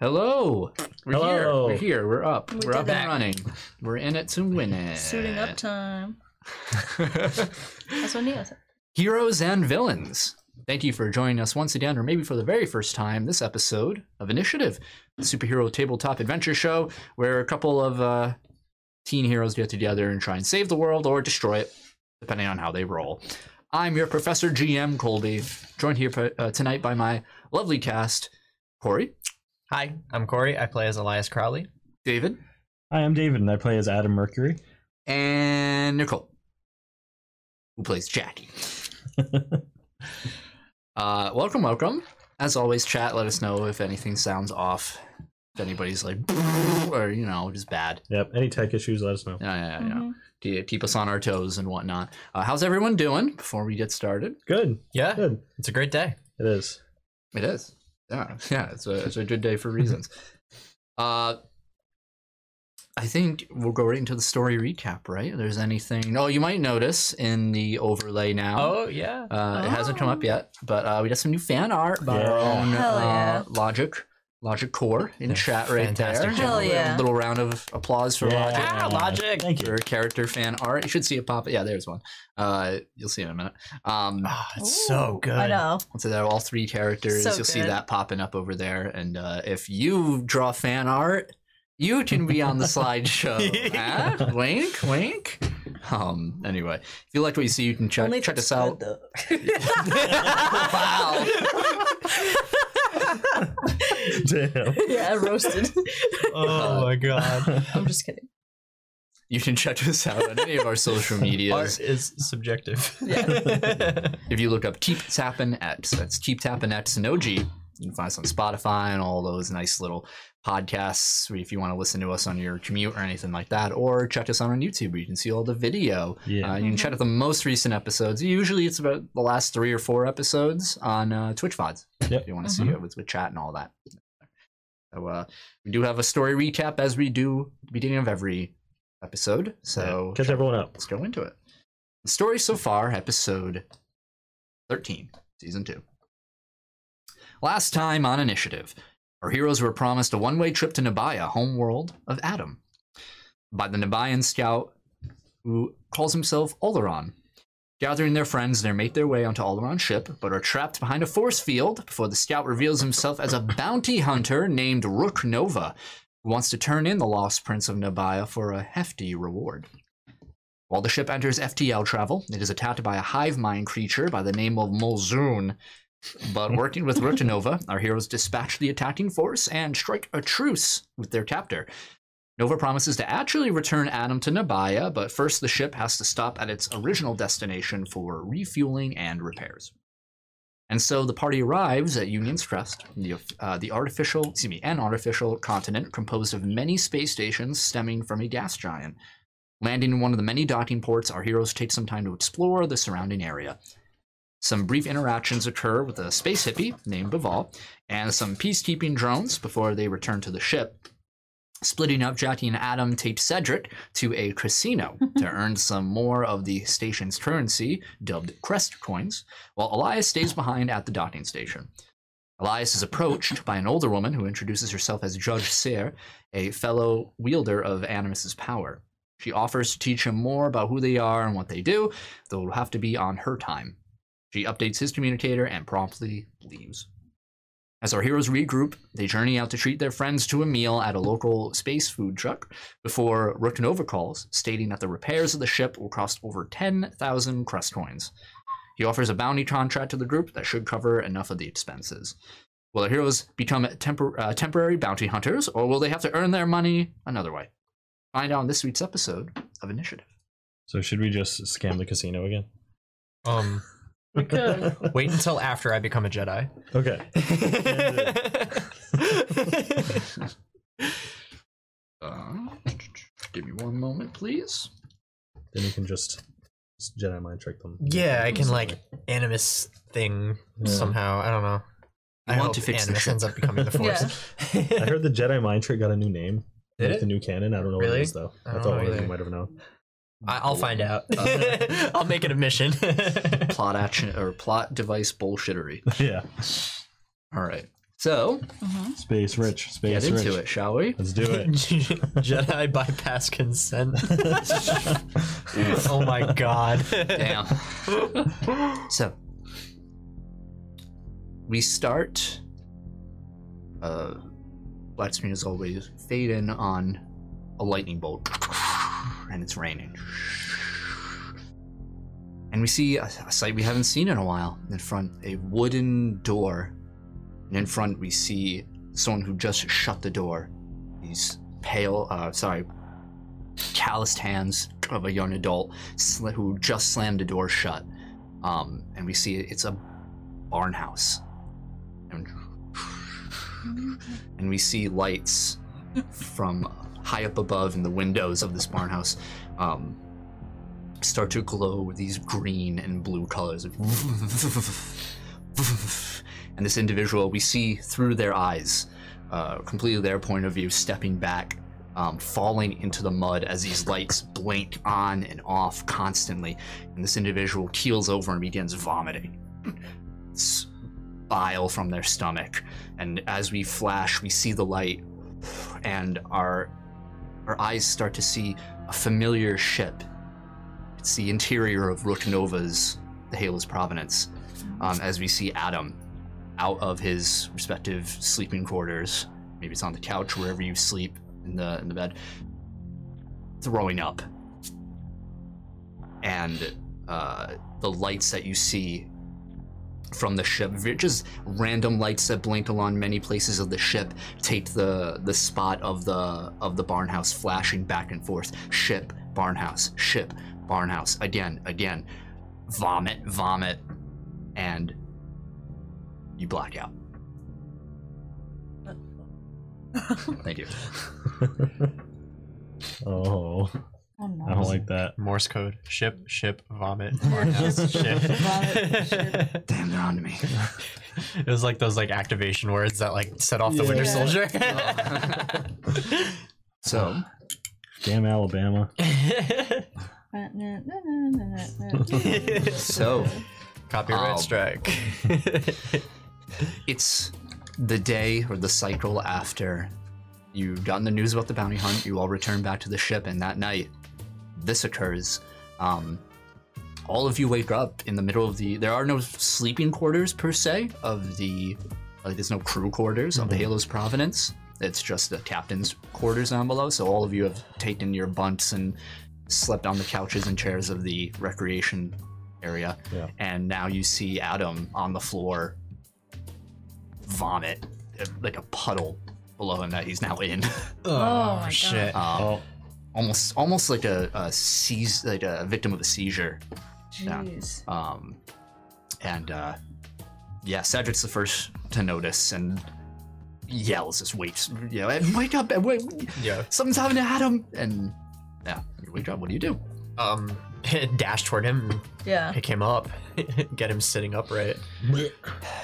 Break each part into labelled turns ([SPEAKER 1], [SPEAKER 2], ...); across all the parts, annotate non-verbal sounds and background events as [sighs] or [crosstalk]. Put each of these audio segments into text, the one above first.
[SPEAKER 1] Hello. We're
[SPEAKER 2] Hello.
[SPEAKER 1] here. We're here. We're up.
[SPEAKER 3] We
[SPEAKER 1] are
[SPEAKER 3] did
[SPEAKER 1] up
[SPEAKER 3] it.
[SPEAKER 1] and running. We're in it to
[SPEAKER 3] [laughs]
[SPEAKER 1] win it.
[SPEAKER 3] Suiting up time. That's what Neil said.
[SPEAKER 1] [laughs] Heroes and villains. Thank you for joining us once again, or maybe for the very first time, this episode of Initiative, the superhero tabletop adventure show, where a couple of uh, teen heroes get together and try and save the world or destroy it, depending on how they roll. I'm your Professor GM Colby, joined here uh, tonight by my lovely cast, Corey,
[SPEAKER 2] Hi, I'm Corey. I play as Elias Crowley.
[SPEAKER 1] David,
[SPEAKER 4] Hi, I'm David, and I play as Adam Mercury.
[SPEAKER 1] and Nicole, who plays [laughs] Jackie. uh, welcome, welcome. As always, chat. Let us know if anything sounds off. If anybody's like, [laughs] or you know, just bad.
[SPEAKER 4] Yep. Any tech issues, let us know.
[SPEAKER 1] Yeah, yeah, yeah.
[SPEAKER 3] Mhm.
[SPEAKER 1] To keep us on our toes and whatnot. Uh, how's everyone doing? Before we get started,
[SPEAKER 4] Good.
[SPEAKER 2] Yeah,
[SPEAKER 4] Good.
[SPEAKER 2] it's a great day.
[SPEAKER 4] It is.
[SPEAKER 1] it is. Yeah, yeah. It's a it's a good day for [laughs] reasons. Uh. I think we'll go right into the story recap, right? There's anything? No, you might notice in the overlay now.
[SPEAKER 2] Oh yeah,
[SPEAKER 1] Uh, It hasn't come up
[SPEAKER 3] Oh.
[SPEAKER 1] yet, but uh, we got some new fan art by our
[SPEAKER 4] Yeah.
[SPEAKER 1] own
[SPEAKER 3] Hell
[SPEAKER 1] uh,
[SPEAKER 3] yeah.
[SPEAKER 1] Logic, Logic Core in
[SPEAKER 2] Yeah,
[SPEAKER 1] chat right
[SPEAKER 2] fantastic
[SPEAKER 1] there.
[SPEAKER 2] job.
[SPEAKER 3] Hell
[SPEAKER 1] Little-
[SPEAKER 3] yeah.
[SPEAKER 1] Little round of applause for
[SPEAKER 4] Yeah.
[SPEAKER 1] Logic
[SPEAKER 2] ah, logic.
[SPEAKER 4] Thank you.
[SPEAKER 1] for character fan art. You should see it pop. Yeah, there's one. Uh, you'll see it in a minute. Um,
[SPEAKER 2] Oh, it's
[SPEAKER 3] Ooh,
[SPEAKER 2] so good. [laughs]
[SPEAKER 3] I know.
[SPEAKER 1] so there are all three characters.
[SPEAKER 3] So
[SPEAKER 1] you'll see
[SPEAKER 3] good.
[SPEAKER 1] that popping up over there. And uh, if you draw fan art, you can be
[SPEAKER 4] [laughs]
[SPEAKER 1] on the slideshow. ah, wink, wink. Um. Anyway, if you like what you see, you can check
[SPEAKER 3] Only if
[SPEAKER 1] check
[SPEAKER 3] it's
[SPEAKER 1] us out.
[SPEAKER 3] good,
[SPEAKER 1] [laughs] wow.
[SPEAKER 4] Damn.
[SPEAKER 3] though. [laughs] yeah, roasted. [laughs]
[SPEAKER 2] [laughs] Oh my god,
[SPEAKER 3] I'm just kidding.
[SPEAKER 1] You can check us out on any of our
[SPEAKER 4] [laughs]
[SPEAKER 1] social
[SPEAKER 2] art
[SPEAKER 1] medias.
[SPEAKER 2] is
[SPEAKER 1] [laughs]
[SPEAKER 2] subjective.
[SPEAKER 1] If you look up Keep Tappin' Eps, that's Keep Tappin' Eps and OG. You can find us on Spotify and all those nice little podcasts if you want to listen to us on your commute or anything like that. Or check us out on YouTube where you can see all the video.
[SPEAKER 4] Yeah.
[SPEAKER 1] Uh, you can check out the most recent episodes. Usually it's about the last three or four episodes on uh, Twitch VODs.
[SPEAKER 4] Yep. Mm-hmm.
[SPEAKER 1] If you want to see it with, with chat and all that. So uh, we do have a story recap as we do at the beginning of every episode. So
[SPEAKER 4] catch everyone up.
[SPEAKER 1] let's go into it. The story so far, episode 13, season 2. Last time on Initiative, our heroes were promised a one way trip to Nabaya, homeworld of Adam, by the Nabayan scout who calls himself Oleron. Gathering their friends, they make their way onto Oleron's ship, but are trapped behind a force field before the scout reveals himself as a bounty hunter named Rook Nova, who wants to turn in the lost prince of Nabaya for a hefty reward. While the ship enters FTL travel, it is attacked by a hive mind creature by the name of Mulzoon. But working with Rotanova, our heroes dispatch the attacking force and strike a truce with their captor. Nova promises to actually return Adam to Nabaya, but first the ship has to stop at its original destination for refueling and repairs. And so the party arrives at Union's Crest, the, uh, the artificial, excuse me, an artificial continent composed of many space stations stemming from a gas giant. Landing in one of the many docking ports, our heroes take some time to explore the surrounding area. Some brief interactions occur with a space hippie named Bival and some peacekeeping drones before they return to the ship. Splitting up, Jackie and Adam take Cedric to a casino to earn some more of the station's currency, dubbed Crest coins, while Elias stays behind at the docking station. Elias is approached by an older woman who introduces herself as Judge Sayre, a fellow wielder of Animus's power. She offers to teach him more about who they are and what they do, though it'll have to be on her time. She updates his communicator and promptly leaves. As our heroes regroup, they journey out to treat their friends to a meal at a local space food truck before Ruknova calls, stating that the repairs of the ship will cost over 10,000 crest coins. He offers a bounty contract to the group that should cover enough of the expenses. Will our heroes become tempor- uh, temporary bounty hunters, or will they have to earn their money another way? Find out in this week's episode of Initiative.
[SPEAKER 4] So should we just scam the casino again?
[SPEAKER 2] [laughs] um, wait until after I become
[SPEAKER 1] [laughs]
[SPEAKER 2] a Jedi.
[SPEAKER 4] [laughs] okay.
[SPEAKER 1] Uh, give me one moment, please.
[SPEAKER 4] Then you can just, just Jedi mind trick them.
[SPEAKER 2] yeah, I can like animus thing
[SPEAKER 4] Yeah.
[SPEAKER 2] somehow. I don't know.
[SPEAKER 1] You
[SPEAKER 2] I
[SPEAKER 1] want
[SPEAKER 2] hope
[SPEAKER 1] to fix the
[SPEAKER 2] animus
[SPEAKER 1] ship.
[SPEAKER 2] ends up
[SPEAKER 1] [laughs]
[SPEAKER 2] becoming the force.
[SPEAKER 4] I heard the Jedi mind trick got a new name.
[SPEAKER 2] [laughs] Did
[SPEAKER 4] Like
[SPEAKER 2] it?
[SPEAKER 4] the new canon. I don't know what
[SPEAKER 2] Really?
[SPEAKER 4] it is though.
[SPEAKER 2] I
[SPEAKER 4] I,
[SPEAKER 2] don't
[SPEAKER 4] thought
[SPEAKER 2] know
[SPEAKER 4] one of
[SPEAKER 2] either.
[SPEAKER 4] you might have
[SPEAKER 2] [laughs]
[SPEAKER 4] known. [laughs]
[SPEAKER 2] I- I'll find out.
[SPEAKER 1] [laughs]
[SPEAKER 2] I'll make it a mission.
[SPEAKER 1] Plot action or plot device bullshittery.
[SPEAKER 4] yeah.
[SPEAKER 1] All right. So
[SPEAKER 4] Space rich.
[SPEAKER 1] get
[SPEAKER 4] Space
[SPEAKER 1] into
[SPEAKER 4] rich.
[SPEAKER 1] it, shall we?
[SPEAKER 4] Let's do
[SPEAKER 2] [laughs]
[SPEAKER 4] it.
[SPEAKER 2] [laughs] Jedi
[SPEAKER 1] [laughs]
[SPEAKER 2] bypass consent. [laughs] oh my god.
[SPEAKER 1] Damn. so we start. Uh, blacksmith is always fade in on a lightning bolt, and it's raining. And we see a, a sight we haven't seen in a while. In front, a wooden door, and in front we see someone who just shut the door. These pale, uh, sorry, calloused hands of a young adult sl- who just slammed the door shut. Um, and we see it's a barn house. And,
[SPEAKER 2] Mm-hmm.
[SPEAKER 1] and we see lights from high up above in the windows of this barn house um, start to glow with these green and blue colors. of [laughs] and this individual, we see through their eyes, uh, completely their point of view, stepping back um, falling into the mud as these lights blink on and off constantly. And this individual keels over and begins vomiting [clears throat] s- bile from their stomach. And as we flash, we see the light, and our our eyes start to see a familiar ship. It's the interior of Rook Nova's the Halo's Provenance. Um, as we see Adam out of his respective sleeping quarters, maybe it's on the couch, wherever you sleep in the in the bed, throwing up, and uh, the lights that you see from the ship, v- just random lights that blink along many places of the ship, take the the spot of the of the barnhouse flashing back and forth. Ship, barnhouse, ship, barnhouse, again, again, vomit, vomit, and you black out. Thank you.
[SPEAKER 4] oh,
[SPEAKER 3] Oh no.
[SPEAKER 4] I don't like that.
[SPEAKER 2] [laughs] Morse code. Ship, ship,
[SPEAKER 3] [laughs]
[SPEAKER 2] vomit.
[SPEAKER 3] Ship,
[SPEAKER 2] ship.
[SPEAKER 3] vomit, ship.
[SPEAKER 1] Damn, they're on to me.
[SPEAKER 2] [laughs] it was like those like activation words that like set off the Winter
[SPEAKER 3] Yeah. [laughs]
[SPEAKER 2] Soldier. [laughs]
[SPEAKER 1] So,
[SPEAKER 4] Damn Alabama.
[SPEAKER 1] so
[SPEAKER 2] Copyright
[SPEAKER 1] Um,
[SPEAKER 2] [laughs] strike.
[SPEAKER 1] it's the day or the cycle after you've gotten the news about the bounty hunt. You all return back to the ship, and that night, this occurs. Um, all of you wake up in the middle of the. There are no sleeping quarters per se of the. Like, there's no crew quarters of the Halo's Providence. It's just the captain's quarters down below. So all of you have taken your bunts and slept on the couches and chairs of the recreation area.
[SPEAKER 4] Yeah.
[SPEAKER 1] And now you see Adam on the floor vomit uh, like a puddle below him that he's now in.
[SPEAKER 3] Oh, my
[SPEAKER 2] shit.
[SPEAKER 1] Um,
[SPEAKER 4] Oh,
[SPEAKER 1] almost almost like a, a seize like a victim of a seizure.
[SPEAKER 3] [laughs] Jeez.
[SPEAKER 1] Um, and uh, yeah, Cedric's the first to notice and yells, "Just wait, you know, and wake up, and wait,
[SPEAKER 2] Yeah.
[SPEAKER 1] something's happened to Adam!" And yeah, you wake up. What do you do?
[SPEAKER 2] Um, [laughs] dash toward him,
[SPEAKER 3] Yeah.
[SPEAKER 2] pick him up, [laughs] get him sitting upright.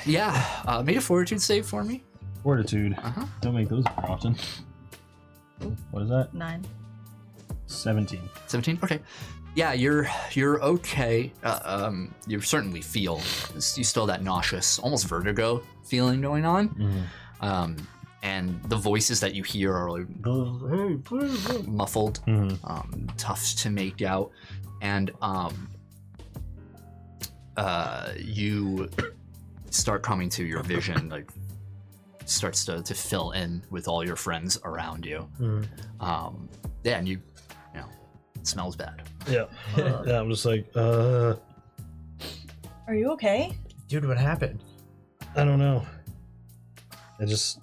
[SPEAKER 1] Yeah, uh, made a fortitude save for me.
[SPEAKER 4] fortitude.
[SPEAKER 1] Uh-huh.
[SPEAKER 4] Don't make those very often. What is that?
[SPEAKER 3] Nine.
[SPEAKER 4] Seventeen.
[SPEAKER 1] 17 okay yeah you're you're okay uh, um you certainly feel you still that nauseous almost vertigo feeling going on
[SPEAKER 4] Mm-hmm.
[SPEAKER 1] um and the voices that you hear are like muffled
[SPEAKER 4] Mhm.
[SPEAKER 1] um tough to make out and um uh you start coming to your vision like starts to, to fill in with all your friends around you
[SPEAKER 2] Mm.
[SPEAKER 4] Mm-hmm.
[SPEAKER 1] um yeah and you you know it smells bad
[SPEAKER 4] Yeah.
[SPEAKER 3] Uh.
[SPEAKER 4] yeah. I'm just like, uh,
[SPEAKER 3] Are you okay?
[SPEAKER 2] Dude, what happened?
[SPEAKER 4] I don't know. I just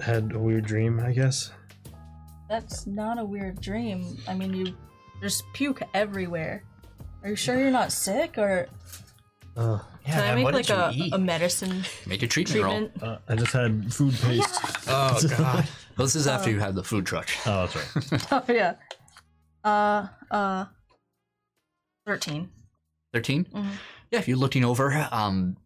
[SPEAKER 4] had a weird dream, I guess.
[SPEAKER 3] That's not a weird dream. I mean, you there's puke everywhere. Are you sure you're not sick or
[SPEAKER 4] Uh,
[SPEAKER 2] Yeah,
[SPEAKER 3] can I
[SPEAKER 2] man,
[SPEAKER 3] make
[SPEAKER 2] what
[SPEAKER 3] like
[SPEAKER 2] did
[SPEAKER 3] a,
[SPEAKER 2] you eat?
[SPEAKER 3] a medicine
[SPEAKER 1] Make a treatment, roll.
[SPEAKER 3] treatment?
[SPEAKER 4] uh, I just had food [laughs] paste.
[SPEAKER 3] [laughs]
[SPEAKER 2] Oh god.
[SPEAKER 1] This is after you had the food truck.
[SPEAKER 4] oh, that's right.
[SPEAKER 3] [laughs] Oh yeah. Uh uh 13.
[SPEAKER 1] 13?
[SPEAKER 3] Mhm.
[SPEAKER 1] Yeah, if you're looking over, um,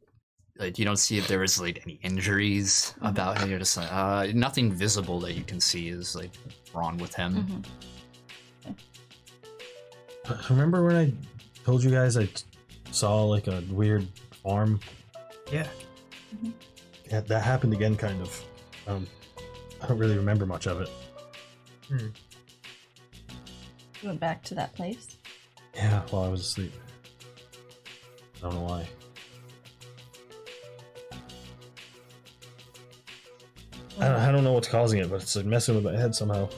[SPEAKER 1] like, you don't see if there is like any injuries about him. You're just like, uh, nothing visible that you can see is like wrong with him.
[SPEAKER 3] Mhm.
[SPEAKER 4] [laughs] Remember when I told you guys I t- saw like a weird farm?
[SPEAKER 2] Yeah.
[SPEAKER 4] yeah, that happened again, kind of. Um, I don't really remember much of it.
[SPEAKER 3] You went back to that place.
[SPEAKER 4] Yeah, while I was asleep. I don't know why. I don't, I don't know what's causing it, but it's like messing with my head somehow.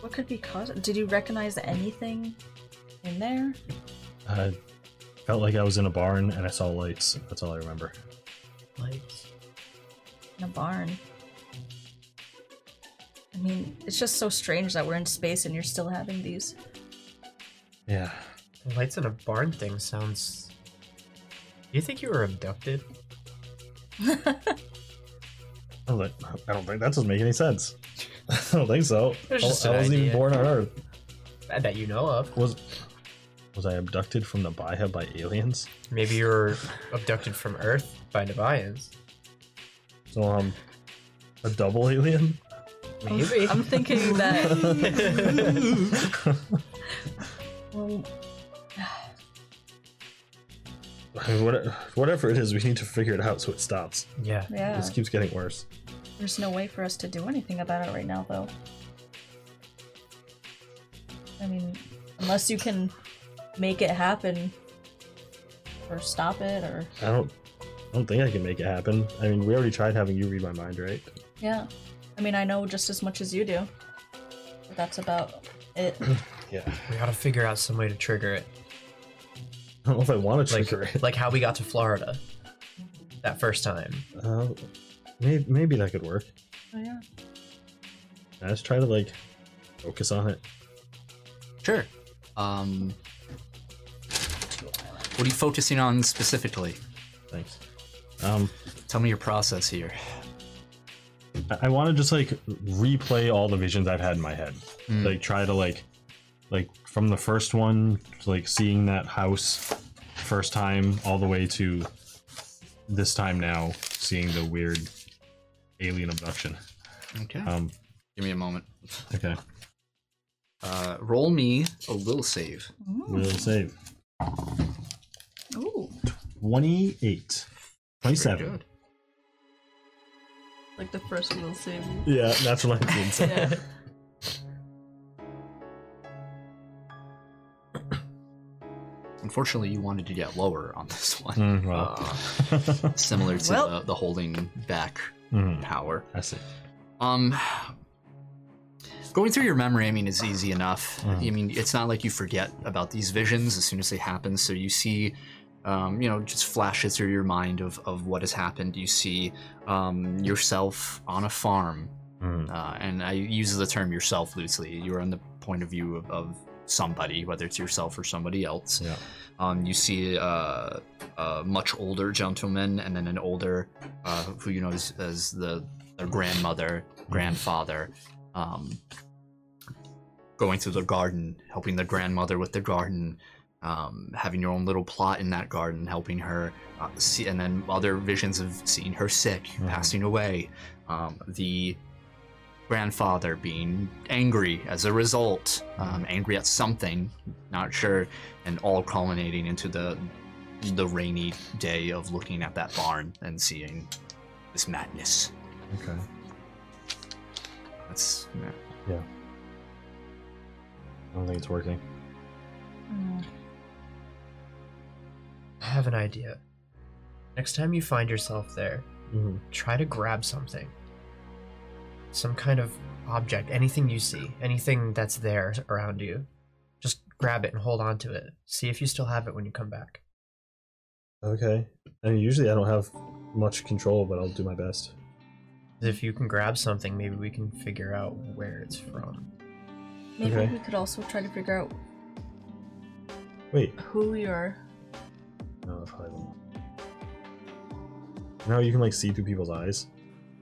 [SPEAKER 3] What could be caused? Did you recognize anything in there?
[SPEAKER 4] I felt like I was in a barn and I saw lights. That's all I remember.
[SPEAKER 2] Lights.
[SPEAKER 3] In a barn. I mean, it's just so strange that we're in space and you're still having these. [laughs]
[SPEAKER 4] Yeah.
[SPEAKER 2] Lights in a barn thing sounds. Do you think you were abducted?
[SPEAKER 4] I, was like, I don't think that doesn't make any sense. [laughs] I don't think so. I, I
[SPEAKER 2] was just
[SPEAKER 4] wasn't
[SPEAKER 2] an
[SPEAKER 4] even
[SPEAKER 2] idea.
[SPEAKER 4] born on Earth.
[SPEAKER 2] I bet you know of.
[SPEAKER 4] Was was I abducted from the Baia by aliens?
[SPEAKER 2] Maybe you were abducted from Earth by Nevians.
[SPEAKER 4] So um, a double [laughs] alien. [laughs]
[SPEAKER 2] Maybe. [laughs]
[SPEAKER 3] I'm thinking that. Well,
[SPEAKER 4] What- Whatever it is, we need to figure it out so it stops.
[SPEAKER 2] yeah.
[SPEAKER 4] It
[SPEAKER 3] yeah.
[SPEAKER 4] just keeps getting worse.
[SPEAKER 3] There's no way for us to do anything about it right now, though. I mean, unless you can make it happen or stop it or.
[SPEAKER 4] I don't, I don't think I can make it happen. I mean, we already tried having you read my mind, right? [laughs]
[SPEAKER 3] Yeah. I mean, I know just as much as you do. But that's about
[SPEAKER 4] [clears throat]
[SPEAKER 3] it.
[SPEAKER 4] Yeah.
[SPEAKER 2] We gotta figure out some way to trigger it.
[SPEAKER 4] I don't know if I want to
[SPEAKER 2] Like,
[SPEAKER 4] trigger it.
[SPEAKER 2] like how we got to Florida that first time.
[SPEAKER 4] Uh, maybe, maybe that could work.
[SPEAKER 3] Oh, yeah.
[SPEAKER 4] I just try to like focus on it.
[SPEAKER 1] Sure. Um, what are you focusing on specifically?
[SPEAKER 4] Thanks. Um,
[SPEAKER 1] Tell me your process here.
[SPEAKER 4] I, I want to just like replay all the visions I've had in my head.
[SPEAKER 1] Mm.
[SPEAKER 4] Like try to like, like from the first one, like seeing that house first time, all the way to this time now, seeing the weird alien abduction.
[SPEAKER 1] Okay.
[SPEAKER 4] Um,
[SPEAKER 1] Uh, Give me a moment.
[SPEAKER 4] okay.
[SPEAKER 1] Uh, roll me a will save.
[SPEAKER 4] We'll save.
[SPEAKER 3] Ooh.
[SPEAKER 4] 28.
[SPEAKER 1] Very
[SPEAKER 4] 27.
[SPEAKER 1] good.
[SPEAKER 3] Like the first will save.
[SPEAKER 4] Yeah, that's what I did. say.
[SPEAKER 3] Yeah.
[SPEAKER 1] Unfortunately, you wanted to get lower on this [laughs] one.
[SPEAKER 4] [laughs] Mm, well,
[SPEAKER 3] Ah.
[SPEAKER 1] Uh, similar to
[SPEAKER 3] Well-
[SPEAKER 1] the, the holding back
[SPEAKER 4] [laughs] mm,
[SPEAKER 1] power.
[SPEAKER 4] I see.
[SPEAKER 1] Um, going through your memory, I mean, is easy enough.
[SPEAKER 4] Mhm.
[SPEAKER 1] I mean, it's not like you forget about these visions as soon as they happen. So you see, um, you know, just flashes through your mind of, of what has happened. You see um, yourself on a farm,
[SPEAKER 4] Mm,
[SPEAKER 1] uh, and I use the term yourself loosely. You are on the point of view of, of somebody, whether it's yourself or somebody else.
[SPEAKER 4] yeah.
[SPEAKER 1] Um, you see uh, a much older gentleman and then an older, uh, who you know as, as the their grandmother, grandfather, um, going through the garden, helping the grandmother with the garden, um, having your own little plot in that garden, helping her, uh, see, and then other visions of seeing her sick,
[SPEAKER 4] Mhm.
[SPEAKER 1] passing away, um, the grandfather being angry as a result, um, angry at something, not sure, and all culminating into the the rainy day of looking at that barn and seeing this madness.
[SPEAKER 4] Okay.
[SPEAKER 1] That's yeah.
[SPEAKER 4] I don't think it's working.
[SPEAKER 3] Mm.
[SPEAKER 2] I have an idea. Next time you find yourself there,
[SPEAKER 4] Mm,
[SPEAKER 2] try to grab something. Some kind of object, anything you see, anything that's there around you. Just grab it and hold on to it. See if you still have it when you come back.
[SPEAKER 4] Okay. I mean, usually I don't have much control, but I'll do my best.
[SPEAKER 2] If you can grab something, maybe we can figure out where it's from.
[SPEAKER 3] Maybe
[SPEAKER 4] Okay.
[SPEAKER 3] we could also try to figure out
[SPEAKER 4] Wait.
[SPEAKER 3] who you're.
[SPEAKER 4] No, that's probably wrong. Now you can like see through people's eyes.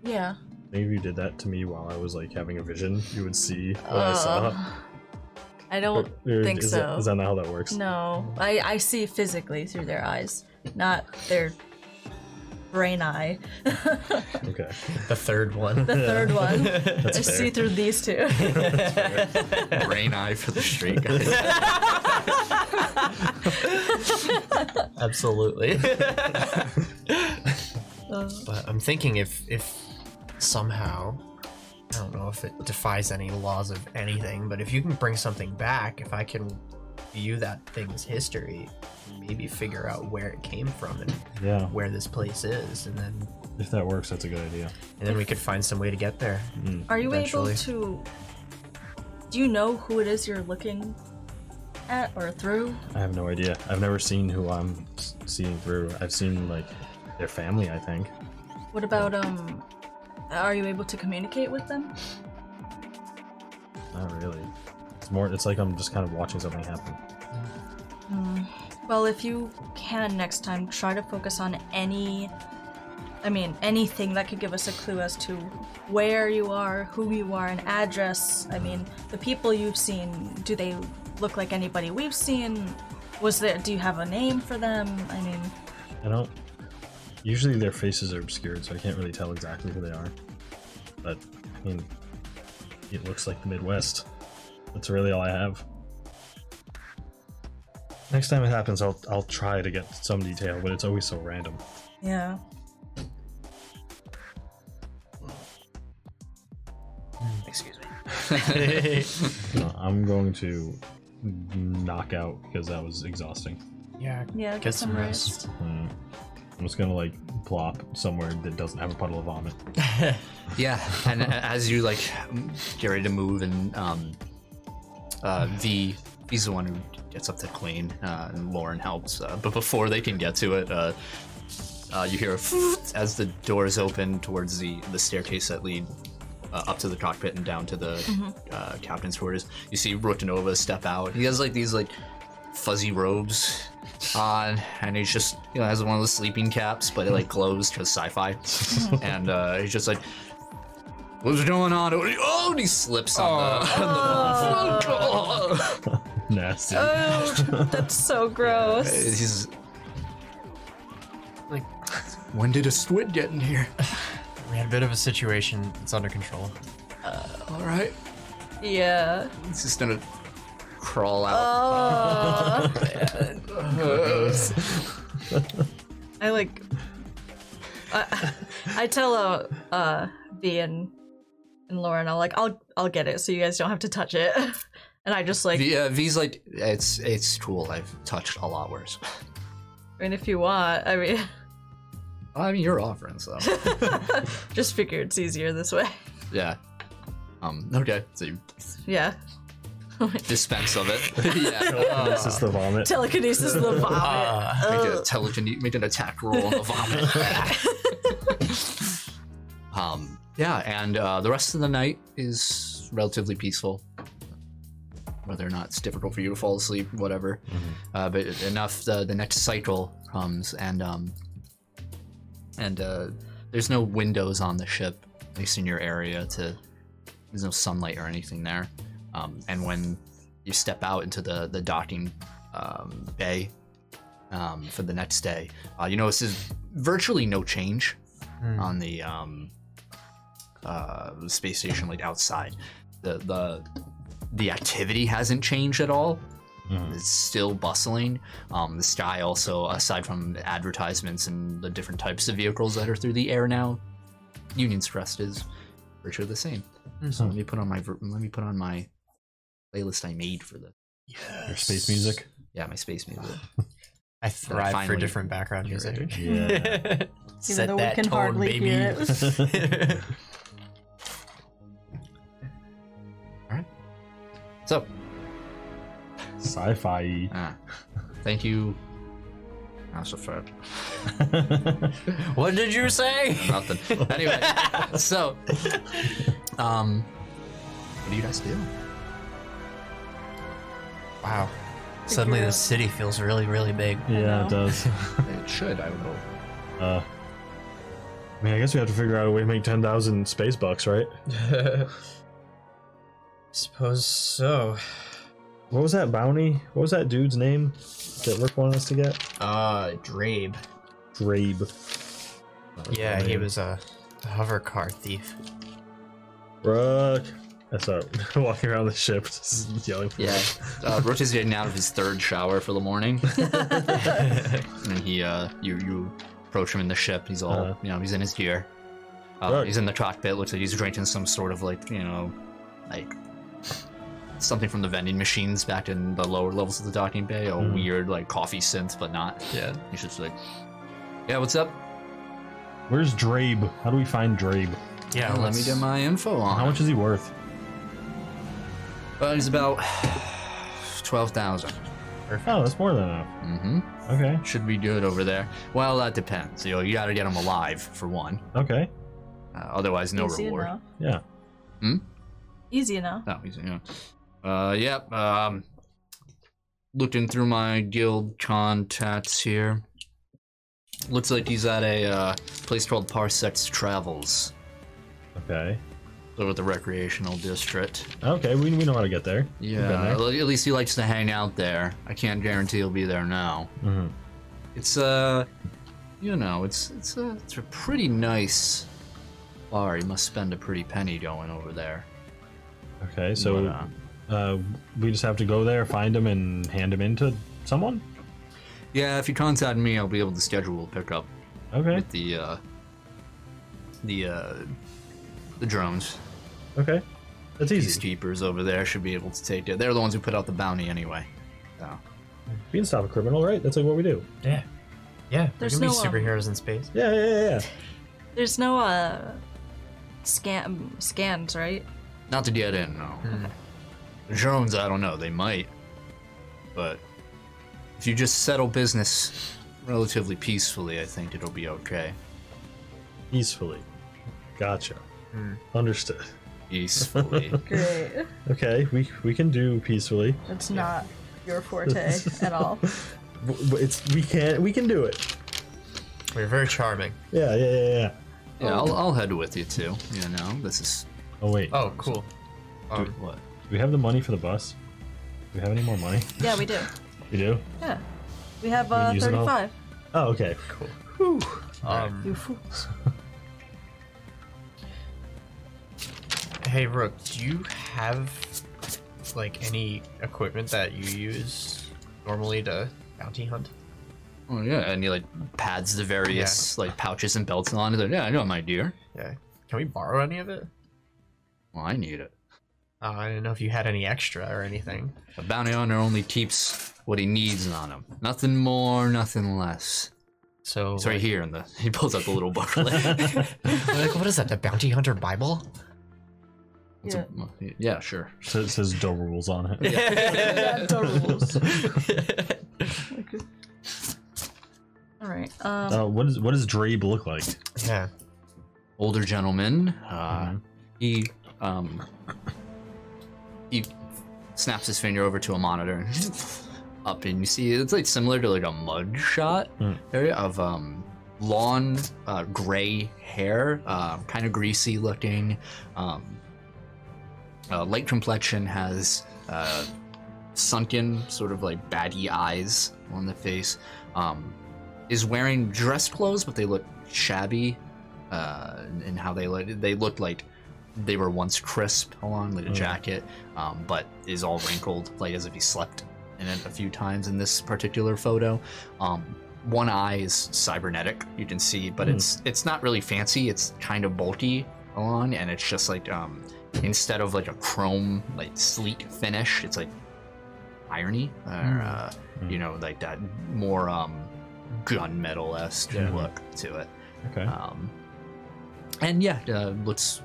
[SPEAKER 3] Yeah.
[SPEAKER 4] Maybe if you did that to me while I was like having a vision. You would see what I saw.
[SPEAKER 3] I don't
[SPEAKER 4] Or- or
[SPEAKER 3] Uh, think
[SPEAKER 4] uh, is
[SPEAKER 3] so.
[SPEAKER 4] That, is that not how that works?
[SPEAKER 3] No, I, I see physically through their eyes, not their brain eye. the
[SPEAKER 4] Okay.
[SPEAKER 2] The
[SPEAKER 3] [laughs]
[SPEAKER 2] third one.
[SPEAKER 3] third
[SPEAKER 4] [laughs]
[SPEAKER 3] one.
[SPEAKER 4] That's
[SPEAKER 3] I
[SPEAKER 4] fair.
[SPEAKER 3] see through these
[SPEAKER 4] [laughs]
[SPEAKER 3] two.
[SPEAKER 2] [laughs]
[SPEAKER 1] Brain eye for the straight guy.
[SPEAKER 2] Absolutely.
[SPEAKER 1] [laughs]
[SPEAKER 3] Uh,
[SPEAKER 2] But I'm thinking if if somehow I don't know if it defies any laws of anything, but if you can bring something back, if I can view that thing's history, maybe figure out where it came from and
[SPEAKER 4] Yeah,
[SPEAKER 2] where this place is, and then
[SPEAKER 4] if that works, that's a good idea.
[SPEAKER 2] and then we could find some way to get there.
[SPEAKER 3] are you
[SPEAKER 2] Eventually.
[SPEAKER 3] able to? Do you know who it is you're looking at or through?
[SPEAKER 4] I have no idea. I've never seen who I'm s- seeing through. I've seen like their family, I think.
[SPEAKER 3] What about um? Are you able to communicate with them?
[SPEAKER 4] Not really. It's more. It's like I'm just kind of watching something happen.
[SPEAKER 3] Well, if you can next time, try to focus on any. I mean, anything that could give us a clue as to where you are, who you are, an address. I mean, the people you've seen, do they look like anybody we've seen? Was there, do you have a name for them? I mean,
[SPEAKER 4] I don't. Usually their faces are obscured, so I can't really tell exactly who they are. But I mean, it looks like the Midwest. That's really all I have. Next time it happens, I'll I'll try to get some detail, but it's always so random.
[SPEAKER 3] yeah.
[SPEAKER 2] Excuse me.
[SPEAKER 1] [laughs]
[SPEAKER 4] Uh, I'm going to knock out because that was exhausting.
[SPEAKER 2] Yeah.
[SPEAKER 3] Yeah,
[SPEAKER 2] Get some rest.
[SPEAKER 4] Mm. I'm just gonna like plop somewhere that doesn't have a puddle of vomit.
[SPEAKER 1] Yeah, and a- as you like get ready to move, and um, uh, V, he's the one who gets up to clean, uh, and Lauren helps. Uh, but before they can get to it, uh, uh, you hear a as the doors open towards the the staircase that lead. Uh, up to the cockpit and down to the uh, captain's quarters. You see Rotanova step out. He has like these like fuzzy robes on, and he's just you know has one of those sleeping caps, but it like glows because sci-fi. and uh, he's just like, "What's going on?" Oh, and he slips on the. on the Uh, wall.
[SPEAKER 4] Nasty.
[SPEAKER 3] Oh, that's
[SPEAKER 2] [laughs]
[SPEAKER 3] so gross.
[SPEAKER 1] he's
[SPEAKER 2] like
[SPEAKER 1] when did a squid get in here?
[SPEAKER 2] we had a bit of a situation. It's under control.
[SPEAKER 1] All right,
[SPEAKER 3] Yeah.
[SPEAKER 1] he's just gonna crawl out.
[SPEAKER 3] [laughs] I like. I, I tell uh, uh V and and Lauren, I'll like, I'll I'll get it, so you guys don't have to touch it. [laughs] And I just like,
[SPEAKER 1] V, uh, V's like, it's it's cool. I've touched a lot worse.
[SPEAKER 3] I mean, if you want, I mean, [laughs]
[SPEAKER 1] I mean, you're offering so.
[SPEAKER 3] just figure it's easier this way. [laughs]
[SPEAKER 1] yeah. Um. Okay. So you
[SPEAKER 3] Yeah. [laughs]
[SPEAKER 1] dispense of it. [laughs] yeah.
[SPEAKER 4] this is the vomit.
[SPEAKER 3] Telekinesis the vomit.
[SPEAKER 1] Make, Uh, a
[SPEAKER 3] Ugh.
[SPEAKER 1] telecine- make an attack roll on the vomit. um, yeah, and uh, the rest of the night is relatively peaceful. Whether or not it's difficult for you to fall asleep, whatever. Uh, but enough. The, the next cycle comes, and um, and uh, there's no windows on the ship, at least in your area. To there's no sunlight or anything there. Um, and when you step out into the the docking um, bay, um, for the next day. Uh, you notice there's virtually no change
[SPEAKER 2] Hmm.
[SPEAKER 1] on the um, uh, the space station, like outside. The the the activity hasn't changed at all.
[SPEAKER 4] Uh,
[SPEAKER 1] It's still bustling. Um, the sky also, aside from the advertisements and the different types of vehicles that are through the air now, Union Crest is virtually the same. So let me put on my ver- let me put on my playlist I made for the
[SPEAKER 4] Your space music.
[SPEAKER 1] yeah my space music.
[SPEAKER 2] I thrive for
[SPEAKER 1] finally-
[SPEAKER 2] different background
[SPEAKER 1] You're ready.
[SPEAKER 2] music.
[SPEAKER 1] [laughs]
[SPEAKER 4] Yeah.
[SPEAKER 3] Even though we can hardly hear it.
[SPEAKER 1] So
[SPEAKER 4] [laughs] Sci-fi.
[SPEAKER 1] Ah, [laughs] thank you, Ah, Ashafred.
[SPEAKER 2] [laughs] what did you say?
[SPEAKER 1] Nothing. Anyway, so, um, what do you guys do?
[SPEAKER 2] Wow. Suddenly the city feels really, really big.
[SPEAKER 4] Yeah,
[SPEAKER 3] know.
[SPEAKER 4] it does.
[SPEAKER 1] It should, I would hope.
[SPEAKER 4] Uh, I mean, I guess we have to figure out a way to make ten thousand space bucks, right?
[SPEAKER 2] [laughs] Suppose so.
[SPEAKER 4] What was that bounty? What was that dude's name that Rick wanted us to get?
[SPEAKER 2] Uh, Drabe.
[SPEAKER 4] Drabe.
[SPEAKER 2] Yeah, he was a hover car thief.
[SPEAKER 4] Rick, I start [laughs] walking around the ship, just yelling. For
[SPEAKER 1] Yeah, uh, Roach is getting out of his third shower for the [laughs] morning, and he, uh, you, you approach him in the ship. He's all,
[SPEAKER 4] Uh-huh.
[SPEAKER 1] you know, he's in his gear. Uh,
[SPEAKER 4] Right.
[SPEAKER 1] He's in the cockpit. Looks like he's drinking some sort of like, you know, like something from the vending machines back in the lower levels of the docking bay. A
[SPEAKER 4] Mhm.
[SPEAKER 1] weird like coffee synth, but not.
[SPEAKER 2] yeah.
[SPEAKER 1] He's just like, yeah, what's up?
[SPEAKER 4] Where's Drabe? How do we find Drabe?
[SPEAKER 2] Yeah.
[SPEAKER 1] Let me
[SPEAKER 2] let's-
[SPEAKER 1] get my info on.
[SPEAKER 4] How much is he worth?
[SPEAKER 1] Uh, he's about [sighs] twelve thousand.
[SPEAKER 4] Oh, that's more than enough.
[SPEAKER 1] Mm-hmm.
[SPEAKER 4] Okay,
[SPEAKER 1] Should be good over there. Well, that depends. You know, you got to get him alive for one.
[SPEAKER 4] okay,
[SPEAKER 1] Uh, otherwise, no
[SPEAKER 3] Easy
[SPEAKER 1] reward.
[SPEAKER 3] enough.
[SPEAKER 4] yeah.
[SPEAKER 3] Easy enough.
[SPEAKER 1] No, he's, you know. Uh, yep. Um, looking through my guild contacts here. Looks like he's at a uh, place called Parsec's Travels
[SPEAKER 4] Okay,
[SPEAKER 1] over at the recreational district.
[SPEAKER 4] okay. We, we know how to get there. We've been
[SPEAKER 1] Yeah,
[SPEAKER 4] there.
[SPEAKER 1] at le- at least he likes to hang out there. I can't guarantee he'll be there now.
[SPEAKER 4] Mhm.
[SPEAKER 1] It's uh, you know, it's it's a it's a pretty nice bar. He must spend a pretty penny going over there.
[SPEAKER 4] Okay, so
[SPEAKER 1] But, uh,
[SPEAKER 4] uh, we just have to go there, find him, and hand him in to someone.
[SPEAKER 1] yeah, if you contact me, I'll be able to schedule a pickup
[SPEAKER 4] Okay,
[SPEAKER 1] with the uh, the uh, the drones.
[SPEAKER 4] okay. That's
[SPEAKER 1] These
[SPEAKER 4] easy.
[SPEAKER 1] keepers over there should be able to take it. They're the ones who put out the bounty anyway. So.
[SPEAKER 4] We can stop a criminal, right? That's like what we do.
[SPEAKER 2] Yeah. Yeah. There's
[SPEAKER 3] There's
[SPEAKER 2] gonna
[SPEAKER 3] no, um,
[SPEAKER 2] be superheroes in space.
[SPEAKER 4] Yeah, yeah, yeah. yeah.
[SPEAKER 3] There's no uh scan scans, right?
[SPEAKER 1] Not to get in, no. The drones, I don't know. They might. But if you just settle business relatively peacefully, I think it'll be okay.
[SPEAKER 4] Peacefully. Gotcha.
[SPEAKER 2] Hmm.
[SPEAKER 4] Understood.
[SPEAKER 1] Peacefully.
[SPEAKER 3] Great.
[SPEAKER 4] Okay, we we can do peacefully.
[SPEAKER 3] That's not
[SPEAKER 4] [laughs]
[SPEAKER 3] your forte at all.
[SPEAKER 4] W- w- It's we can we can do it.
[SPEAKER 2] We're very charming.
[SPEAKER 4] Yeah, yeah, yeah, yeah.
[SPEAKER 1] yeah, I'll, I'll head with you too. You know, this is.
[SPEAKER 4] Oh wait,
[SPEAKER 2] Oh, cool. Um,
[SPEAKER 1] What?
[SPEAKER 4] do we have the money for the bus? Do we have any more money?
[SPEAKER 3] Yeah, we do.
[SPEAKER 4] We do.
[SPEAKER 3] Yeah. We have
[SPEAKER 4] Wanna
[SPEAKER 3] uh,
[SPEAKER 4] use it all?
[SPEAKER 3] 35.
[SPEAKER 4] Oh, okay, cool.
[SPEAKER 2] um,
[SPEAKER 3] You fools.
[SPEAKER 2] Hey Rook, do you have like any equipment that you use normally to bounty hunt?
[SPEAKER 1] Oh yeah, and he like pads the various like pouches and belts on. He's like, yeah, I know, my dear.
[SPEAKER 2] Yeah. Can we borrow any of it?
[SPEAKER 1] Well, I need it.
[SPEAKER 2] Uh, I don't know if you had any extra or anything.
[SPEAKER 1] A bounty hunter only keeps what he needs on him. Nothing more, nothing less.
[SPEAKER 2] So
[SPEAKER 1] It's right
[SPEAKER 2] like,
[SPEAKER 1] here in the. [laughs] He pulls out the little booklet.
[SPEAKER 2] [laughs] like, what is that? The bounty hunter Bible?
[SPEAKER 1] It's a- yeah, sure.
[SPEAKER 4] So it says Doe rules on it.
[SPEAKER 3] All right. Um,
[SPEAKER 4] Uh, what is what does Drabe look like?
[SPEAKER 2] Yeah.
[SPEAKER 1] older gentleman. Uh, He um, he snaps his finger over to a monitor and [laughs] up, and you see it's like similar to like a mud shot
[SPEAKER 4] Hmm.
[SPEAKER 1] area of um, lawn uh, gray hair, uh, kind of greasy looking. Um, uh, light complexion has uh, sunken, sort of like baggy eyes on the face. Um, is wearing dress clothes, but they look shabby uh, and how they look. They look like they were once crisp along, like a
[SPEAKER 4] Mm.
[SPEAKER 1] jacket, um, but is all wrinkled, like as if he slept in it a few times in this particular photo. Um, one eye is cybernetic, you can see, but
[SPEAKER 4] Mm.
[SPEAKER 1] it's it's not really fancy. It's kind of bulky along, and it's just like um, instead of like a chrome, like sleek finish, it's like irony or uh,
[SPEAKER 4] Mm.
[SPEAKER 1] you know like that more um, gunmetal esque
[SPEAKER 4] Yeah.
[SPEAKER 1] look to it.
[SPEAKER 4] Okay,
[SPEAKER 1] Um, and yeah, uh, looks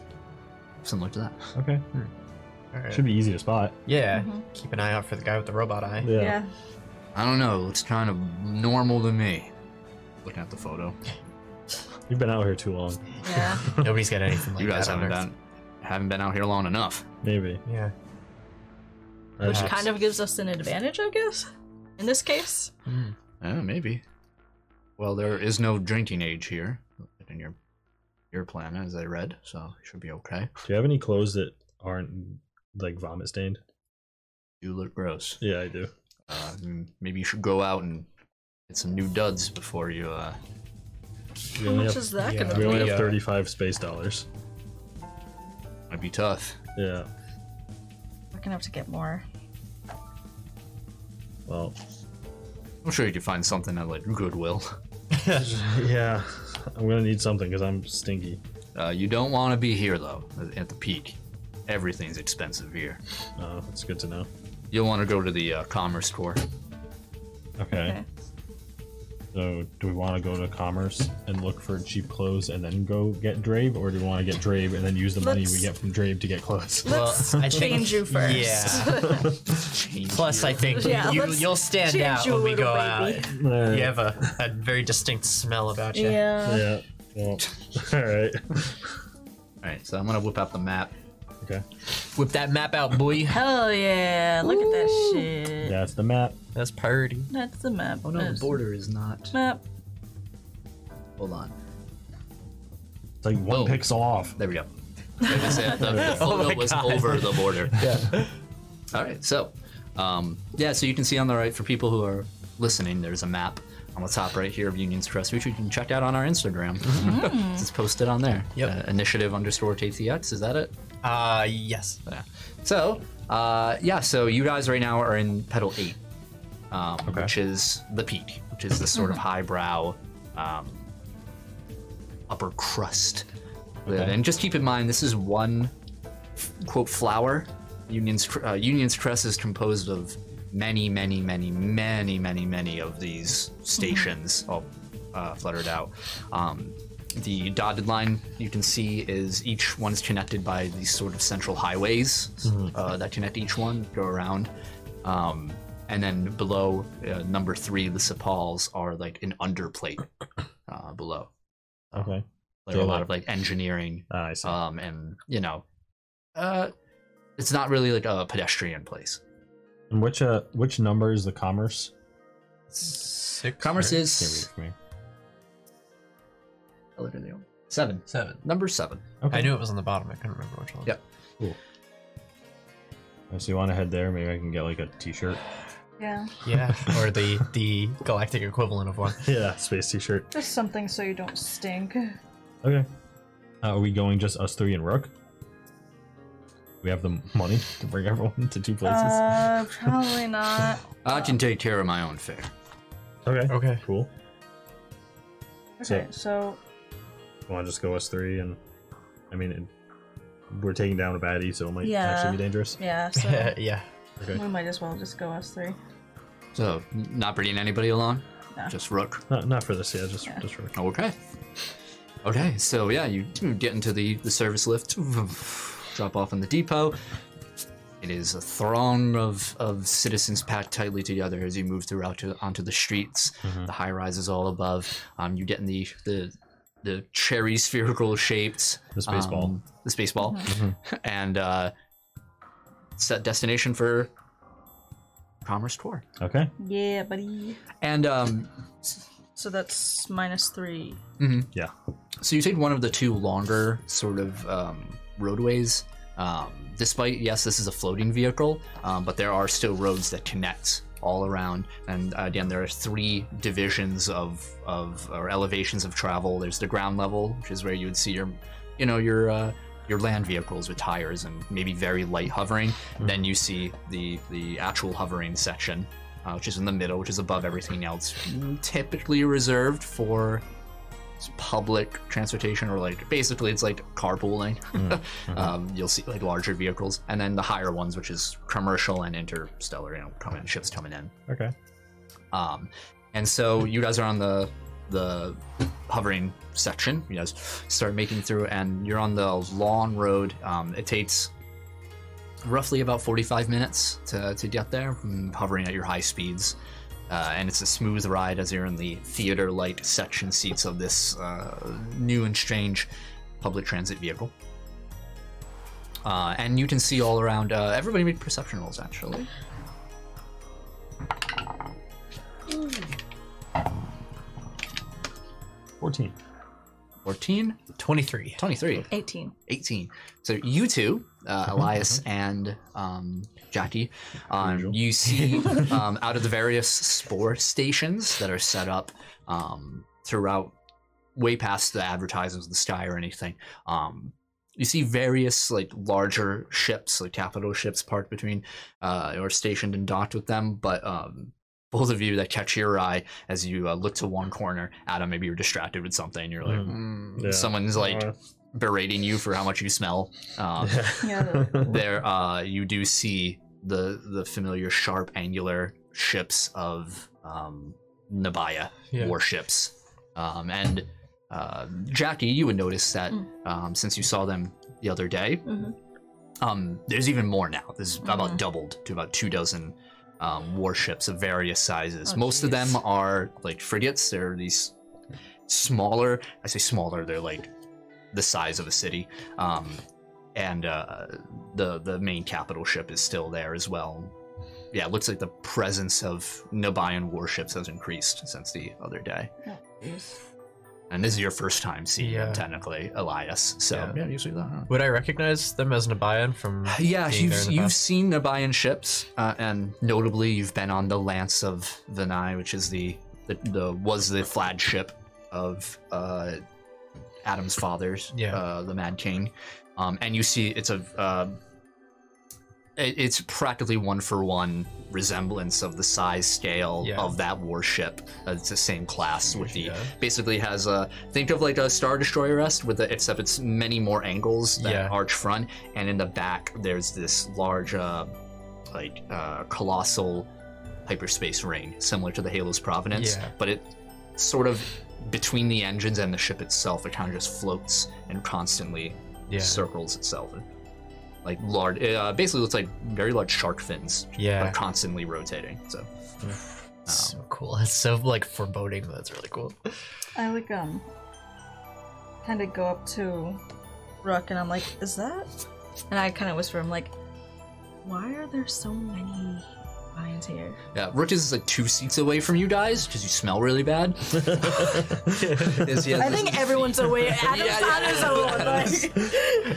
[SPEAKER 1] similar to that.
[SPEAKER 2] Ah.
[SPEAKER 4] okay.
[SPEAKER 2] Alright.
[SPEAKER 4] Should be Mm-hmm. easy to spot.
[SPEAKER 2] Yeah.
[SPEAKER 3] Mhm.
[SPEAKER 2] Keep an eye out for the guy with the robot eye.
[SPEAKER 4] Yeah.
[SPEAKER 3] yeah.
[SPEAKER 1] I don't know. Looks kind of normal to me. Looking at the photo,
[SPEAKER 4] You've been out here too long. [laughs]
[SPEAKER 3] Yeah.
[SPEAKER 2] Nobody's got anything like
[SPEAKER 1] you guys
[SPEAKER 2] that. on
[SPEAKER 1] haven't
[SPEAKER 2] Earth.
[SPEAKER 1] been haven't been out here long enough.
[SPEAKER 4] Maybe.
[SPEAKER 2] Yeah.
[SPEAKER 4] I
[SPEAKER 3] Which
[SPEAKER 4] just-
[SPEAKER 3] kind of gives us an advantage, I guess. In this case,
[SPEAKER 2] Mm.
[SPEAKER 1] Yeah, maybe. Well, there is no drinking age here in your your plan, as I read, so you should be okay.
[SPEAKER 4] Do you have any clothes that aren't like vomit stained?
[SPEAKER 1] You look gross.
[SPEAKER 4] Yeah, I do.
[SPEAKER 1] Uh, maybe you should go out and get some new duds before you. Uh,
[SPEAKER 4] We
[SPEAKER 3] how
[SPEAKER 4] only
[SPEAKER 3] much
[SPEAKER 4] have,
[SPEAKER 3] is that
[SPEAKER 2] yeah.
[SPEAKER 3] gonna
[SPEAKER 4] we
[SPEAKER 3] be?
[SPEAKER 4] only
[SPEAKER 2] Yeah.
[SPEAKER 4] have 35 space dollars.
[SPEAKER 1] might be tough.
[SPEAKER 4] Yeah.
[SPEAKER 3] gonna have to get more.
[SPEAKER 4] [laughs] Well,
[SPEAKER 1] I'm sure you could find something at like Goodwill. [laughs]
[SPEAKER 4] yeah, I'm gonna need something because I'm stinky.
[SPEAKER 1] Uh, you don't want to be here though, at the peak. Everything's expensive here.
[SPEAKER 4] Uh, that's good to know.
[SPEAKER 1] You'll want to go to the uh, Commerce Corps.
[SPEAKER 4] Okay.
[SPEAKER 3] Okay.
[SPEAKER 4] So, do we want to go to commerce and look for cheap clothes and then go get Drave, or do we want to get Drave and then use the money we
[SPEAKER 3] Let's-
[SPEAKER 4] get from Drave to get [laughs] clothes?
[SPEAKER 3] Let's
[SPEAKER 2] I think-
[SPEAKER 3] [laughs] change you first.
[SPEAKER 2] Yeah.
[SPEAKER 3] [laughs]
[SPEAKER 1] Change
[SPEAKER 2] Plus, I think
[SPEAKER 3] Yeah,
[SPEAKER 2] you,
[SPEAKER 3] let's
[SPEAKER 2] you'll stand
[SPEAKER 3] change
[SPEAKER 2] out
[SPEAKER 3] you a
[SPEAKER 2] when we
[SPEAKER 3] little
[SPEAKER 2] go
[SPEAKER 3] baby.
[SPEAKER 2] out. You have a, a very distinct smell about you.
[SPEAKER 3] Yeah.
[SPEAKER 4] Yeah. Well, [laughs] all right.
[SPEAKER 1] All right, so I'm gonna whip out the map.
[SPEAKER 4] Okay.
[SPEAKER 2] Whip that map out, boy.
[SPEAKER 3] Hell yeah! Look at that shit.
[SPEAKER 4] That's the map.
[SPEAKER 2] That's party.
[SPEAKER 3] That's the map.
[SPEAKER 1] Oh no, the
[SPEAKER 3] That's
[SPEAKER 1] border is not.
[SPEAKER 3] the Map.
[SPEAKER 1] Hold on.
[SPEAKER 4] It's like one
[SPEAKER 1] Boom.
[SPEAKER 4] pixel off.
[SPEAKER 1] There we go. Like I said, the, the
[SPEAKER 2] Oh
[SPEAKER 1] photo
[SPEAKER 2] my
[SPEAKER 1] was
[SPEAKER 2] God.
[SPEAKER 1] over the [laughs] border. All right, so um, yeah, so you can see on the right for people who are listening, there's a map on the top right here of Union's Crest, which you can check out on our Instagram. [laughs] it's posted on there.
[SPEAKER 2] Yep.
[SPEAKER 1] Uh, initiative underscore TTX. Is that it?
[SPEAKER 2] Uh, yes.
[SPEAKER 1] Yeah. So uh, yeah, so you guys right now are in pedal eight, um,
[SPEAKER 4] Okay.
[SPEAKER 1] which is the peak, which is the sort of highbrow, um, upper crust.
[SPEAKER 4] Okay.
[SPEAKER 1] And just keep in mind, this is one quote flower. Union's cr- uh, Union's crest is composed of many, many, many, many, many, many of these stations all uh, fluttered out. Um, the dotted line you can see is each one's connected by these sort of central highways uh, that connect each one, go around. Um, and then below uh, number three, the sepals are like an underplate uh, below.
[SPEAKER 4] Okay.
[SPEAKER 1] Like a
[SPEAKER 4] Sure.
[SPEAKER 1] lot of like engineering
[SPEAKER 4] Ah, I see.
[SPEAKER 1] um, and you know, uh, it's not really like a pedestrian place.
[SPEAKER 4] and which uh, which number is the commerce?
[SPEAKER 2] Six.
[SPEAKER 1] Commerce
[SPEAKER 2] right?
[SPEAKER 4] Can't read
[SPEAKER 1] is
[SPEAKER 4] it for me.
[SPEAKER 1] seven,
[SPEAKER 2] seven.
[SPEAKER 1] number seven.
[SPEAKER 4] Okay.
[SPEAKER 2] I knew it was on the bottom. I couldn't remember which one.
[SPEAKER 1] Yep.
[SPEAKER 4] Oh, So you want to head there? Maybe I can get like a T-shirt.
[SPEAKER 3] Yeah.
[SPEAKER 2] Yeah. Or the the galactic equivalent of one.
[SPEAKER 4] Yeah, space T-shirt.
[SPEAKER 3] Just something so you don't stink.
[SPEAKER 4] Okay. Uh, are we going just us three and Rook? We have the money [laughs] to bring everyone to two places.
[SPEAKER 3] Uh,
[SPEAKER 4] [laughs]
[SPEAKER 3] probably not.
[SPEAKER 1] I can take care of my own fare.
[SPEAKER 4] okay.
[SPEAKER 2] Okay.
[SPEAKER 4] Cool.
[SPEAKER 3] Okay, so
[SPEAKER 4] You want to just go us three and, I mean, it, we're taking down a baddie, so it might
[SPEAKER 3] Yeah.
[SPEAKER 4] actually be dangerous.
[SPEAKER 3] yeah, so
[SPEAKER 2] [laughs] yeah.
[SPEAKER 4] Okay.
[SPEAKER 3] we might as well just go us three.
[SPEAKER 1] So, n- not bringing anybody along,
[SPEAKER 3] No.
[SPEAKER 1] just Rook.
[SPEAKER 4] Not, not for this, yeah. Just,
[SPEAKER 3] Yeah.
[SPEAKER 4] just Rook.
[SPEAKER 1] Okay. Okay, so yeah, you you get into the, the service lift, drop off in the depot. It is a throng of, of citizens packed tightly together as you move throughout to, onto the streets.
[SPEAKER 4] Mhm.
[SPEAKER 1] The high rises all above. Um, you get in the, the the cherry spherical shapes.
[SPEAKER 4] The space ball.
[SPEAKER 1] um, The space ball. [laughs] And uh, set destination for Commerce Core.
[SPEAKER 4] Okay.
[SPEAKER 3] Yeah, buddy.
[SPEAKER 1] And um,
[SPEAKER 3] So that's minus three.
[SPEAKER 4] Yeah.
[SPEAKER 1] So you take one of the two longer sort of um, roadways. Um, despite, yes, this is a floating vehicle, um, but there are still roads that connect all around. And uh, again, there are three divisions of, of or elevations of travel. There's the ground level, which is where you would see your, you know, your uh, your land vehicles with tires and maybe very light hovering. Then you see the the actual hovering section, uh, which is in the middle, which is above everything else, typically reserved for public transportation or like basically it's like carpooling [laughs] um, you'll see like larger vehicles and then the higher ones which is commercial and interstellar you know coming ships coming in
[SPEAKER 4] Okay.
[SPEAKER 1] um, and so you guys are on the the hovering section you guys start making through and you're on the long road um, it takes roughly about 45 minutes to, to get there from hovering at your high speeds uh, and it's a smooth ride as you're in the theater like section seats of this uh, new and strange public transit vehicle uh, and you can see all around uh, everybody made perception rolls actually
[SPEAKER 4] Fourteen.
[SPEAKER 1] 14
[SPEAKER 2] Twenty-three.
[SPEAKER 1] 23
[SPEAKER 3] 18.
[SPEAKER 1] 18. So you two, uh,
[SPEAKER 4] Mm-hmm,
[SPEAKER 1] Elias and um, Jackie, um, you see
[SPEAKER 4] [laughs]
[SPEAKER 1] um, out of the various spore stations that are set up um, throughout, way past the advertisements of the sky or anything, um, you see various like larger ships, like capital ships, parked between uh, or stationed and docked with them. But um, both of you that catch your eye as you uh, look to one corner, Adam, maybe you're distracted with something. You're like, "Mm,"
[SPEAKER 4] Hmm. Yeah.
[SPEAKER 1] someone's like
[SPEAKER 4] Uh,
[SPEAKER 1] berating you for how much you smell.
[SPEAKER 4] [laughs]
[SPEAKER 1] Um,
[SPEAKER 3] Yeah.
[SPEAKER 1] there uh you do see the the familiar sharp angular ships of um Nabaya
[SPEAKER 2] Yeah.
[SPEAKER 1] warships um and uh Jackie you would notice that
[SPEAKER 3] Mm.
[SPEAKER 1] um since you saw them the other day
[SPEAKER 3] Mhm.
[SPEAKER 1] um there's even more now there's about
[SPEAKER 3] Mhm.
[SPEAKER 1] doubled to about two dozen um warships of various sizes
[SPEAKER 3] Oh,
[SPEAKER 1] most of them
[SPEAKER 3] geez.
[SPEAKER 1] are like frigates they're these smaller I say smaller they're like the size of a city um and uh, the the main capital ship is still there as well. Yeah, it looks like the presence of Nobian warships has increased since the other day. And this is your first time seeing
[SPEAKER 2] Yeah.
[SPEAKER 1] them, technically, Elias. So
[SPEAKER 2] Yeah.
[SPEAKER 1] yeah, you see that. Huh?
[SPEAKER 2] Would I recognize them as Nabayan from?
[SPEAKER 1] Yeah,
[SPEAKER 2] being there in
[SPEAKER 1] you've,
[SPEAKER 2] the
[SPEAKER 1] you've
[SPEAKER 2] past?
[SPEAKER 1] seen Nobian ships, uh, and notably, you've been on the Lance of Venai, which is the, the, the was the flagship of uh, Adam's father's,
[SPEAKER 2] Yeah.
[SPEAKER 1] uh, the Mad King, um, and you see it's a uh, it- it's practically one for one resemblance of the size scale
[SPEAKER 2] Yeah.
[SPEAKER 1] of that warship. Uh, it's the same class with the
[SPEAKER 2] Yeah.
[SPEAKER 1] basically has a think of like a star destroyer rest with the, except it's many more angles than
[SPEAKER 2] Yeah.
[SPEAKER 1] arch front, and in the back there's this large uh, like uh, colossal hyperspace ring similar to the Halo's Provenance,
[SPEAKER 2] Yeah.
[SPEAKER 1] but it sort of between the engines and the ship itself, it kind of just floats and constantly
[SPEAKER 2] yeah.
[SPEAKER 1] circles itself. Like large, it uh, basically looks like very large shark fins,
[SPEAKER 2] yeah.
[SPEAKER 1] but constantly rotating. So
[SPEAKER 2] so cool. That's so like foreboding. That's really cool. [laughs]
[SPEAKER 3] I like um kind of go up to Rook and I'm like, is that? And I kind of whisper, I'm like, why are there so many lions here?
[SPEAKER 1] yeah, Rook is like two seats away from you guys because you smell really [laughs] bad. Is he-
[SPEAKER 3] I think everyone's away. Adam's
[SPEAKER 1] Yeah,
[SPEAKER 3] on
[SPEAKER 1] yeah,
[SPEAKER 3] his
[SPEAKER 1] yeah.
[SPEAKER 3] own.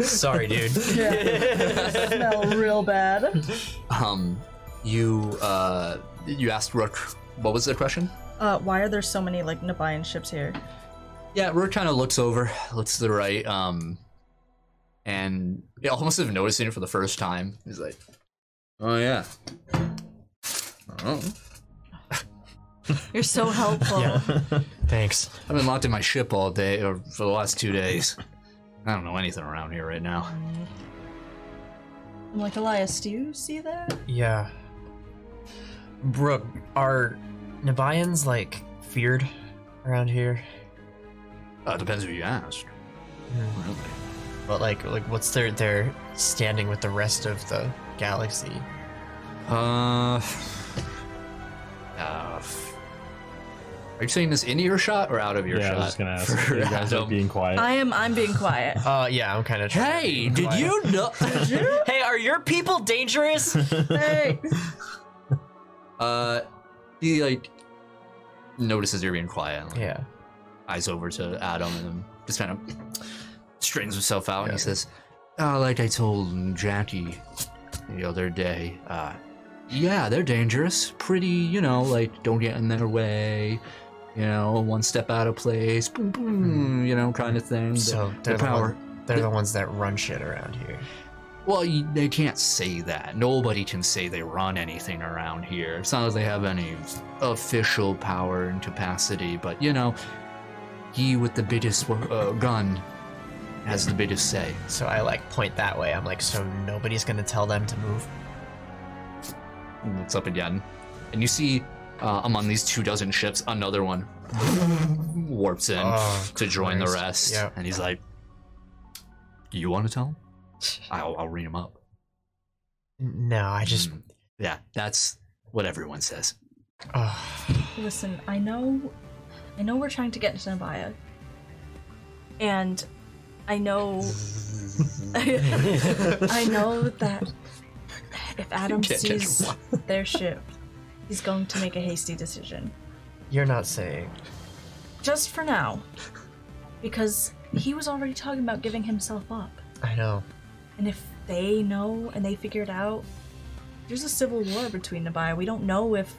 [SPEAKER 2] Sorry, dude.
[SPEAKER 3] Like, smell real bad.
[SPEAKER 1] um, you uh, you asked Rook what was the question?
[SPEAKER 3] Uh, why are there so many like Nabayan ships here?
[SPEAKER 1] Yeah, Rook kind of looks over, looks to the right, um, and yeah, almost as if noticing it for the first time. He's like, "Oh yeah, oh,
[SPEAKER 3] You're so [laughs] helpful.
[SPEAKER 2] [laughs] Thanks.
[SPEAKER 1] I've been locked in my ship all day, or for the last two days. I don't know anything around here right now."
[SPEAKER 3] I'm like Elias. Do you see that?
[SPEAKER 2] Yeah. Brooke, are Nabayans like feared around here?
[SPEAKER 1] Uh, depends who you ask. Really?
[SPEAKER 2] But like, like, what's their their standing with the rest of the galaxy?
[SPEAKER 1] Uh, [sighs] uh, are you saying this in your shot or out of your
[SPEAKER 4] yeah,
[SPEAKER 1] shot?
[SPEAKER 4] I was just gonna
[SPEAKER 1] [laughs]
[SPEAKER 4] ask.
[SPEAKER 1] For
[SPEAKER 4] You guys are
[SPEAKER 1] Adam.
[SPEAKER 4] being quiet.
[SPEAKER 3] I am. I'm being quiet.
[SPEAKER 2] Uh, yeah, I'm kind
[SPEAKER 4] [laughs]
[SPEAKER 2] of.
[SPEAKER 1] Hey, did
[SPEAKER 2] [laughs]
[SPEAKER 1] you know?
[SPEAKER 2] Hey, are your people dangerous?
[SPEAKER 3] hey.
[SPEAKER 1] [laughs] uh, he like notices you're being quiet. and, like,
[SPEAKER 2] [laughs] yeah.
[SPEAKER 1] Eyes over to Adam and then just kind of straightens himself out and he
[SPEAKER 2] Yeah.
[SPEAKER 1] says, oh, "Like I told Jackie the other day, uh, yeah, they're dangerous. Pretty, you know, like don't get in their way." You know, one step out of place, boom, boom, you know, kind of thing.
[SPEAKER 2] Hmm. So
[SPEAKER 1] their
[SPEAKER 2] they're the,
[SPEAKER 1] power.
[SPEAKER 2] one- they're the ones that run shit around here.
[SPEAKER 1] Well, you, they can't say that. Nobody can say they run anything around here. It's not like they have any official power and capacity, but you know, he with the biggest uh, gun has the biggest say.
[SPEAKER 2] So I like point that way. I'm like, so nobody's gonna tell them to move.
[SPEAKER 1] And looks up again, and you see uh, among these two dozen ships another one [laughs] warps in
[SPEAKER 2] Oh,
[SPEAKER 1] to join the
[SPEAKER 2] Christ.
[SPEAKER 1] rest,
[SPEAKER 2] Yeah.
[SPEAKER 1] and he's like, "You want to tell him? I'll, I'll read him up."
[SPEAKER 2] No, I just.
[SPEAKER 1] Mm. yeah, that's what everyone says.
[SPEAKER 2] Ugh.
[SPEAKER 3] Listen, I know, I know we're trying to get into Nabaya, and I know, [laughs] I know that if Adam
[SPEAKER 1] Can't catch
[SPEAKER 3] sees their ship, he's going to make a hasty decision,
[SPEAKER 2] You're not saying.
[SPEAKER 3] just for now, because he was already talking about giving himself up,
[SPEAKER 2] I know.
[SPEAKER 3] and if they know and they figure it out, there's a civil war between Nabaya. We don't know if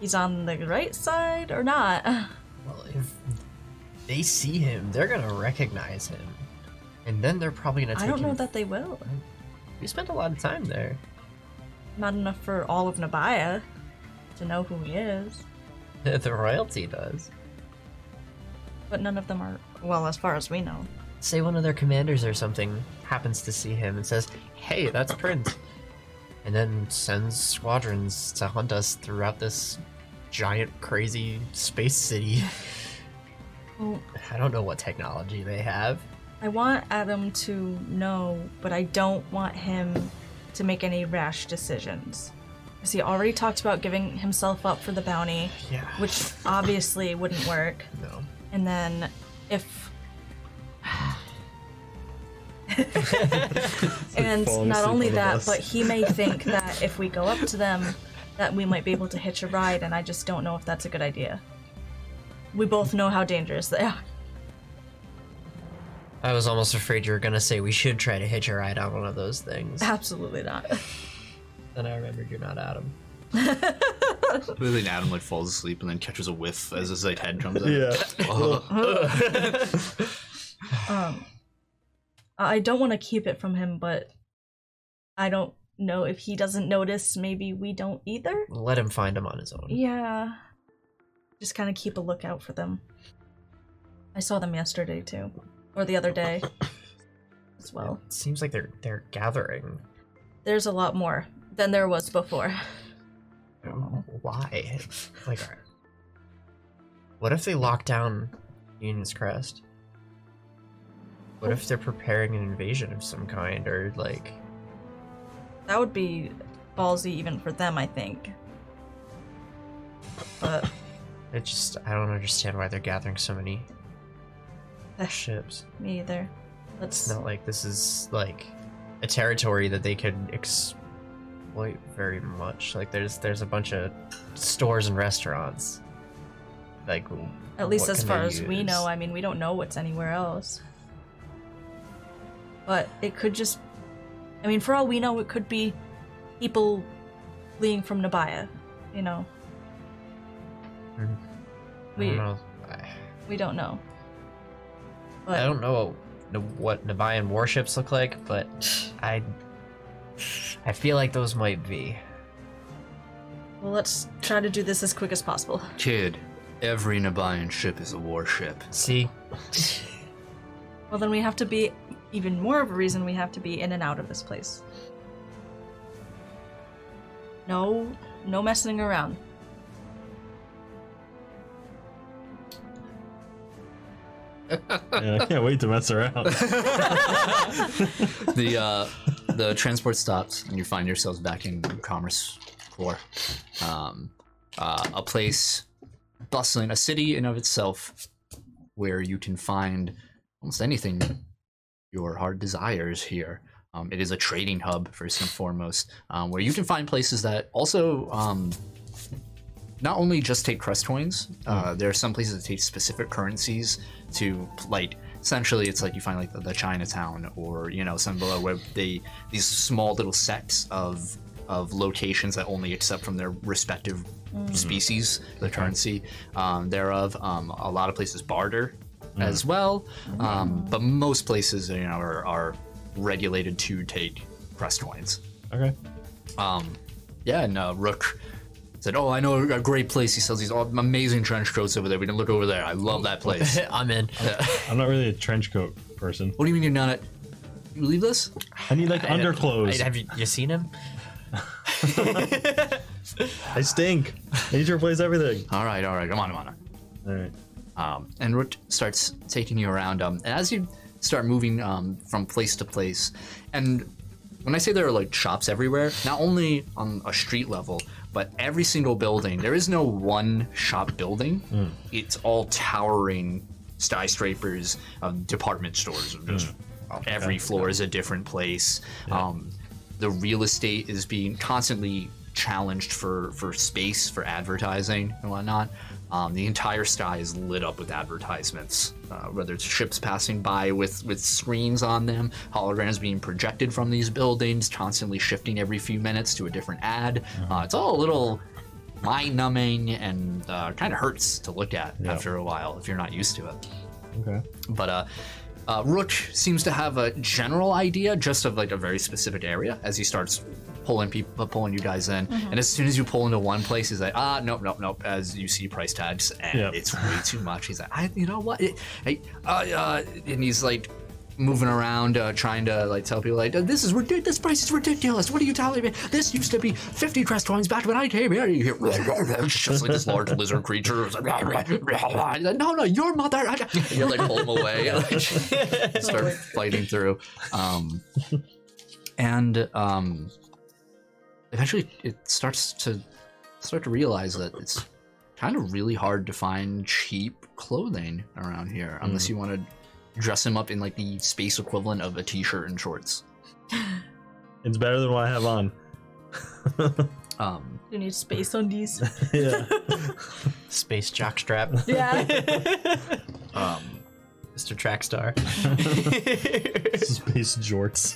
[SPEAKER 3] he's on the right side or not. [laughs]
[SPEAKER 2] Well, if they see him, they're gonna recognize him. And then they're probably gonna take
[SPEAKER 3] I don't
[SPEAKER 2] you.
[SPEAKER 3] know that they will.
[SPEAKER 2] We spent a lot of time there. [laughs]
[SPEAKER 3] Not enough for all of Nabaya to know who he is.
[SPEAKER 2] the royalty does.
[SPEAKER 3] But none of them are, well, as far as we know.
[SPEAKER 2] Say one of their commanders or something happens to see him and says, "Hey, that's Prince," and then sends squadrons to hunt us throughout this giant, crazy space city. [laughs]
[SPEAKER 3] Well,
[SPEAKER 2] I don't know what technology they have.
[SPEAKER 3] I want Adam to know, but I don't want him to make any rash decisions. Because he already talked about giving himself up for the bounty,
[SPEAKER 2] Yeah.
[SPEAKER 3] which obviously wouldn't work.
[SPEAKER 2] No.
[SPEAKER 3] And then if. and
[SPEAKER 4] falling
[SPEAKER 3] not
[SPEAKER 4] asleep
[SPEAKER 3] only
[SPEAKER 4] on the
[SPEAKER 3] that,
[SPEAKER 4] bus.
[SPEAKER 3] but he
[SPEAKER 4] [laughs]
[SPEAKER 3] may think that if we go up to them, that we might be able to hitch a ride, and I just don't know if that's a good idea. We both know how dangerous they are. [laughs]
[SPEAKER 2] I was almost afraid you were gonna say we should try to hitch a ride on one of those things.
[SPEAKER 3] Uh-huh. Absolutely not.
[SPEAKER 2] Then I remembered you're not
[SPEAKER 3] [laughs]
[SPEAKER 2] Adam.
[SPEAKER 1] And then Adam like falls asleep and then catches a whiff as his like, head comes out. [laughs] Oh,
[SPEAKER 3] um i I don't want to keep it from him but i don't know if he doesn't notice maybe we don't either
[SPEAKER 2] Let him find him on his own.
[SPEAKER 3] yeah just kind of keep a lookout for them i saw them yesterday too or the other day as well
[SPEAKER 2] It seems like they're they're gathering.
[SPEAKER 3] there's a lot more than there was before
[SPEAKER 2] Oh, Why? Like, are- what if they lock down Union's Crest? What if they're preparing an invasion of some kind, or like,
[SPEAKER 3] that would be ballsy even for them i think but
[SPEAKER 2] it just I don't understand why they're gathering so many ships.
[SPEAKER 3] eh, me either let's
[SPEAKER 2] It's not like this is like a territory that they could exploit very much. Like there's there's a bunch of stores and restaurants. Like
[SPEAKER 3] At least
[SPEAKER 2] what
[SPEAKER 3] as
[SPEAKER 2] can
[SPEAKER 3] far
[SPEAKER 2] they
[SPEAKER 3] as we
[SPEAKER 2] use?
[SPEAKER 3] know. I mean, we don't know what's anywhere else. But it could just. I mean, for all we know, it could be people fleeing from Nabaya. You know,
[SPEAKER 2] Hmm. I
[SPEAKER 3] we-
[SPEAKER 2] don't know. I,
[SPEAKER 3] we don't know. But
[SPEAKER 2] I don't know n- what Nabayan warships look like, but I I feel like those might be.
[SPEAKER 3] well, let's try to do this as quick as possible.
[SPEAKER 1] Kid, every Nabayan ship is a warship.
[SPEAKER 2] See, [laughs]
[SPEAKER 3] Well, then we have to be even more of a reason we have to be in and out of this place. No, no messing around.
[SPEAKER 4] Yeah, I can't wait to mess around.
[SPEAKER 1] The uh, the transport stops and you find yourselves back in Commerce Core, um, uh, a place bustling, a city in of itself, where you can find almost anything your heart desires here. Um, it is a trading hub first and foremost, um, where you can find places that also um, not only just take crest coins. Uh, there are some places that take specific currencies to like. Essentially, it's like you find like the, the Chinatown or you know some below where they these small little sets of of locations that only accept from their respective species the currency um, thereof. Um, a lot of places barter as well, um, but most places you know are, are regulated to take crest coins.
[SPEAKER 4] okay.
[SPEAKER 1] Yeah, and uh, Rook said, "Oh, I know a great place. He sells these all- amazing trench coats over there. We can look over there. I love that
[SPEAKER 2] [laughs]
[SPEAKER 1] place."
[SPEAKER 2] I'm in.
[SPEAKER 4] I'm not really a trench coat person.
[SPEAKER 1] what do you mean you're not? At- you leave this?
[SPEAKER 4] I need like underclothes.
[SPEAKER 2] I-
[SPEAKER 4] I,
[SPEAKER 2] have you, you seen him?
[SPEAKER 4] stink. I need to replace everything.
[SPEAKER 1] All right, all right. Come on, come on.
[SPEAKER 4] All right.
[SPEAKER 1] Um, and Rook starts taking you around. Um, and as you start moving um, from place to place, and when I say there are like shops everywhere, not only on a street level, but every single building, there is no one shop building. It's all towering skyscrapers of department stores. of Just every floor is a different place. Um, the real estate is being constantly challenged for for space for advertising and whatnot. Um, the entire sky is lit up with advertisements, uh, whether it's ships passing by with with screens on them, holograms being projected from these buildings, constantly shifting every few minutes to a different ad. Uh, it's all a little mind numbing and uh, kind of hurts to look at after a while if you're not used to it
[SPEAKER 4] Okay.
[SPEAKER 1] but uh Uh, Rook seems to have a general idea, just of like a very specific area, as he starts pulling people, pulling you guys in. And as soon as you pull into one place, he's like, "Ah, nope, nope, nope." As you see price tags, and
[SPEAKER 4] Yep.
[SPEAKER 1] it's way too much. He's like, "I, you know what?" It, I, uh, uh, and he's like moving around, uh, trying to like tell people like, "This is ridiculous. This price is ridiculous. What are you telling me? This used to be fifty crest coins back when I came here." You hear [laughs] just like this large lizard creature. It was like, He's like, "No, no, your mother." [laughs] And you like pull him away. [laughs] Like, start fighting through. Um, and um, eventually it starts to start to realize that it's kind of really hard to find cheap clothing around here unless you want to dress him up in like the space equivalent of a t-shirt and shorts.
[SPEAKER 4] It's better than what I have
[SPEAKER 1] [laughs]
[SPEAKER 4] on.
[SPEAKER 1] Um,
[SPEAKER 3] You need space on these.
[SPEAKER 4] yeah.
[SPEAKER 2] Space jockstrap,
[SPEAKER 3] yeah.
[SPEAKER 4] [laughs]
[SPEAKER 1] um,
[SPEAKER 2] Mr. Trackstar. [laughs]
[SPEAKER 4] Space
[SPEAKER 1] [laughs]
[SPEAKER 4] jorts.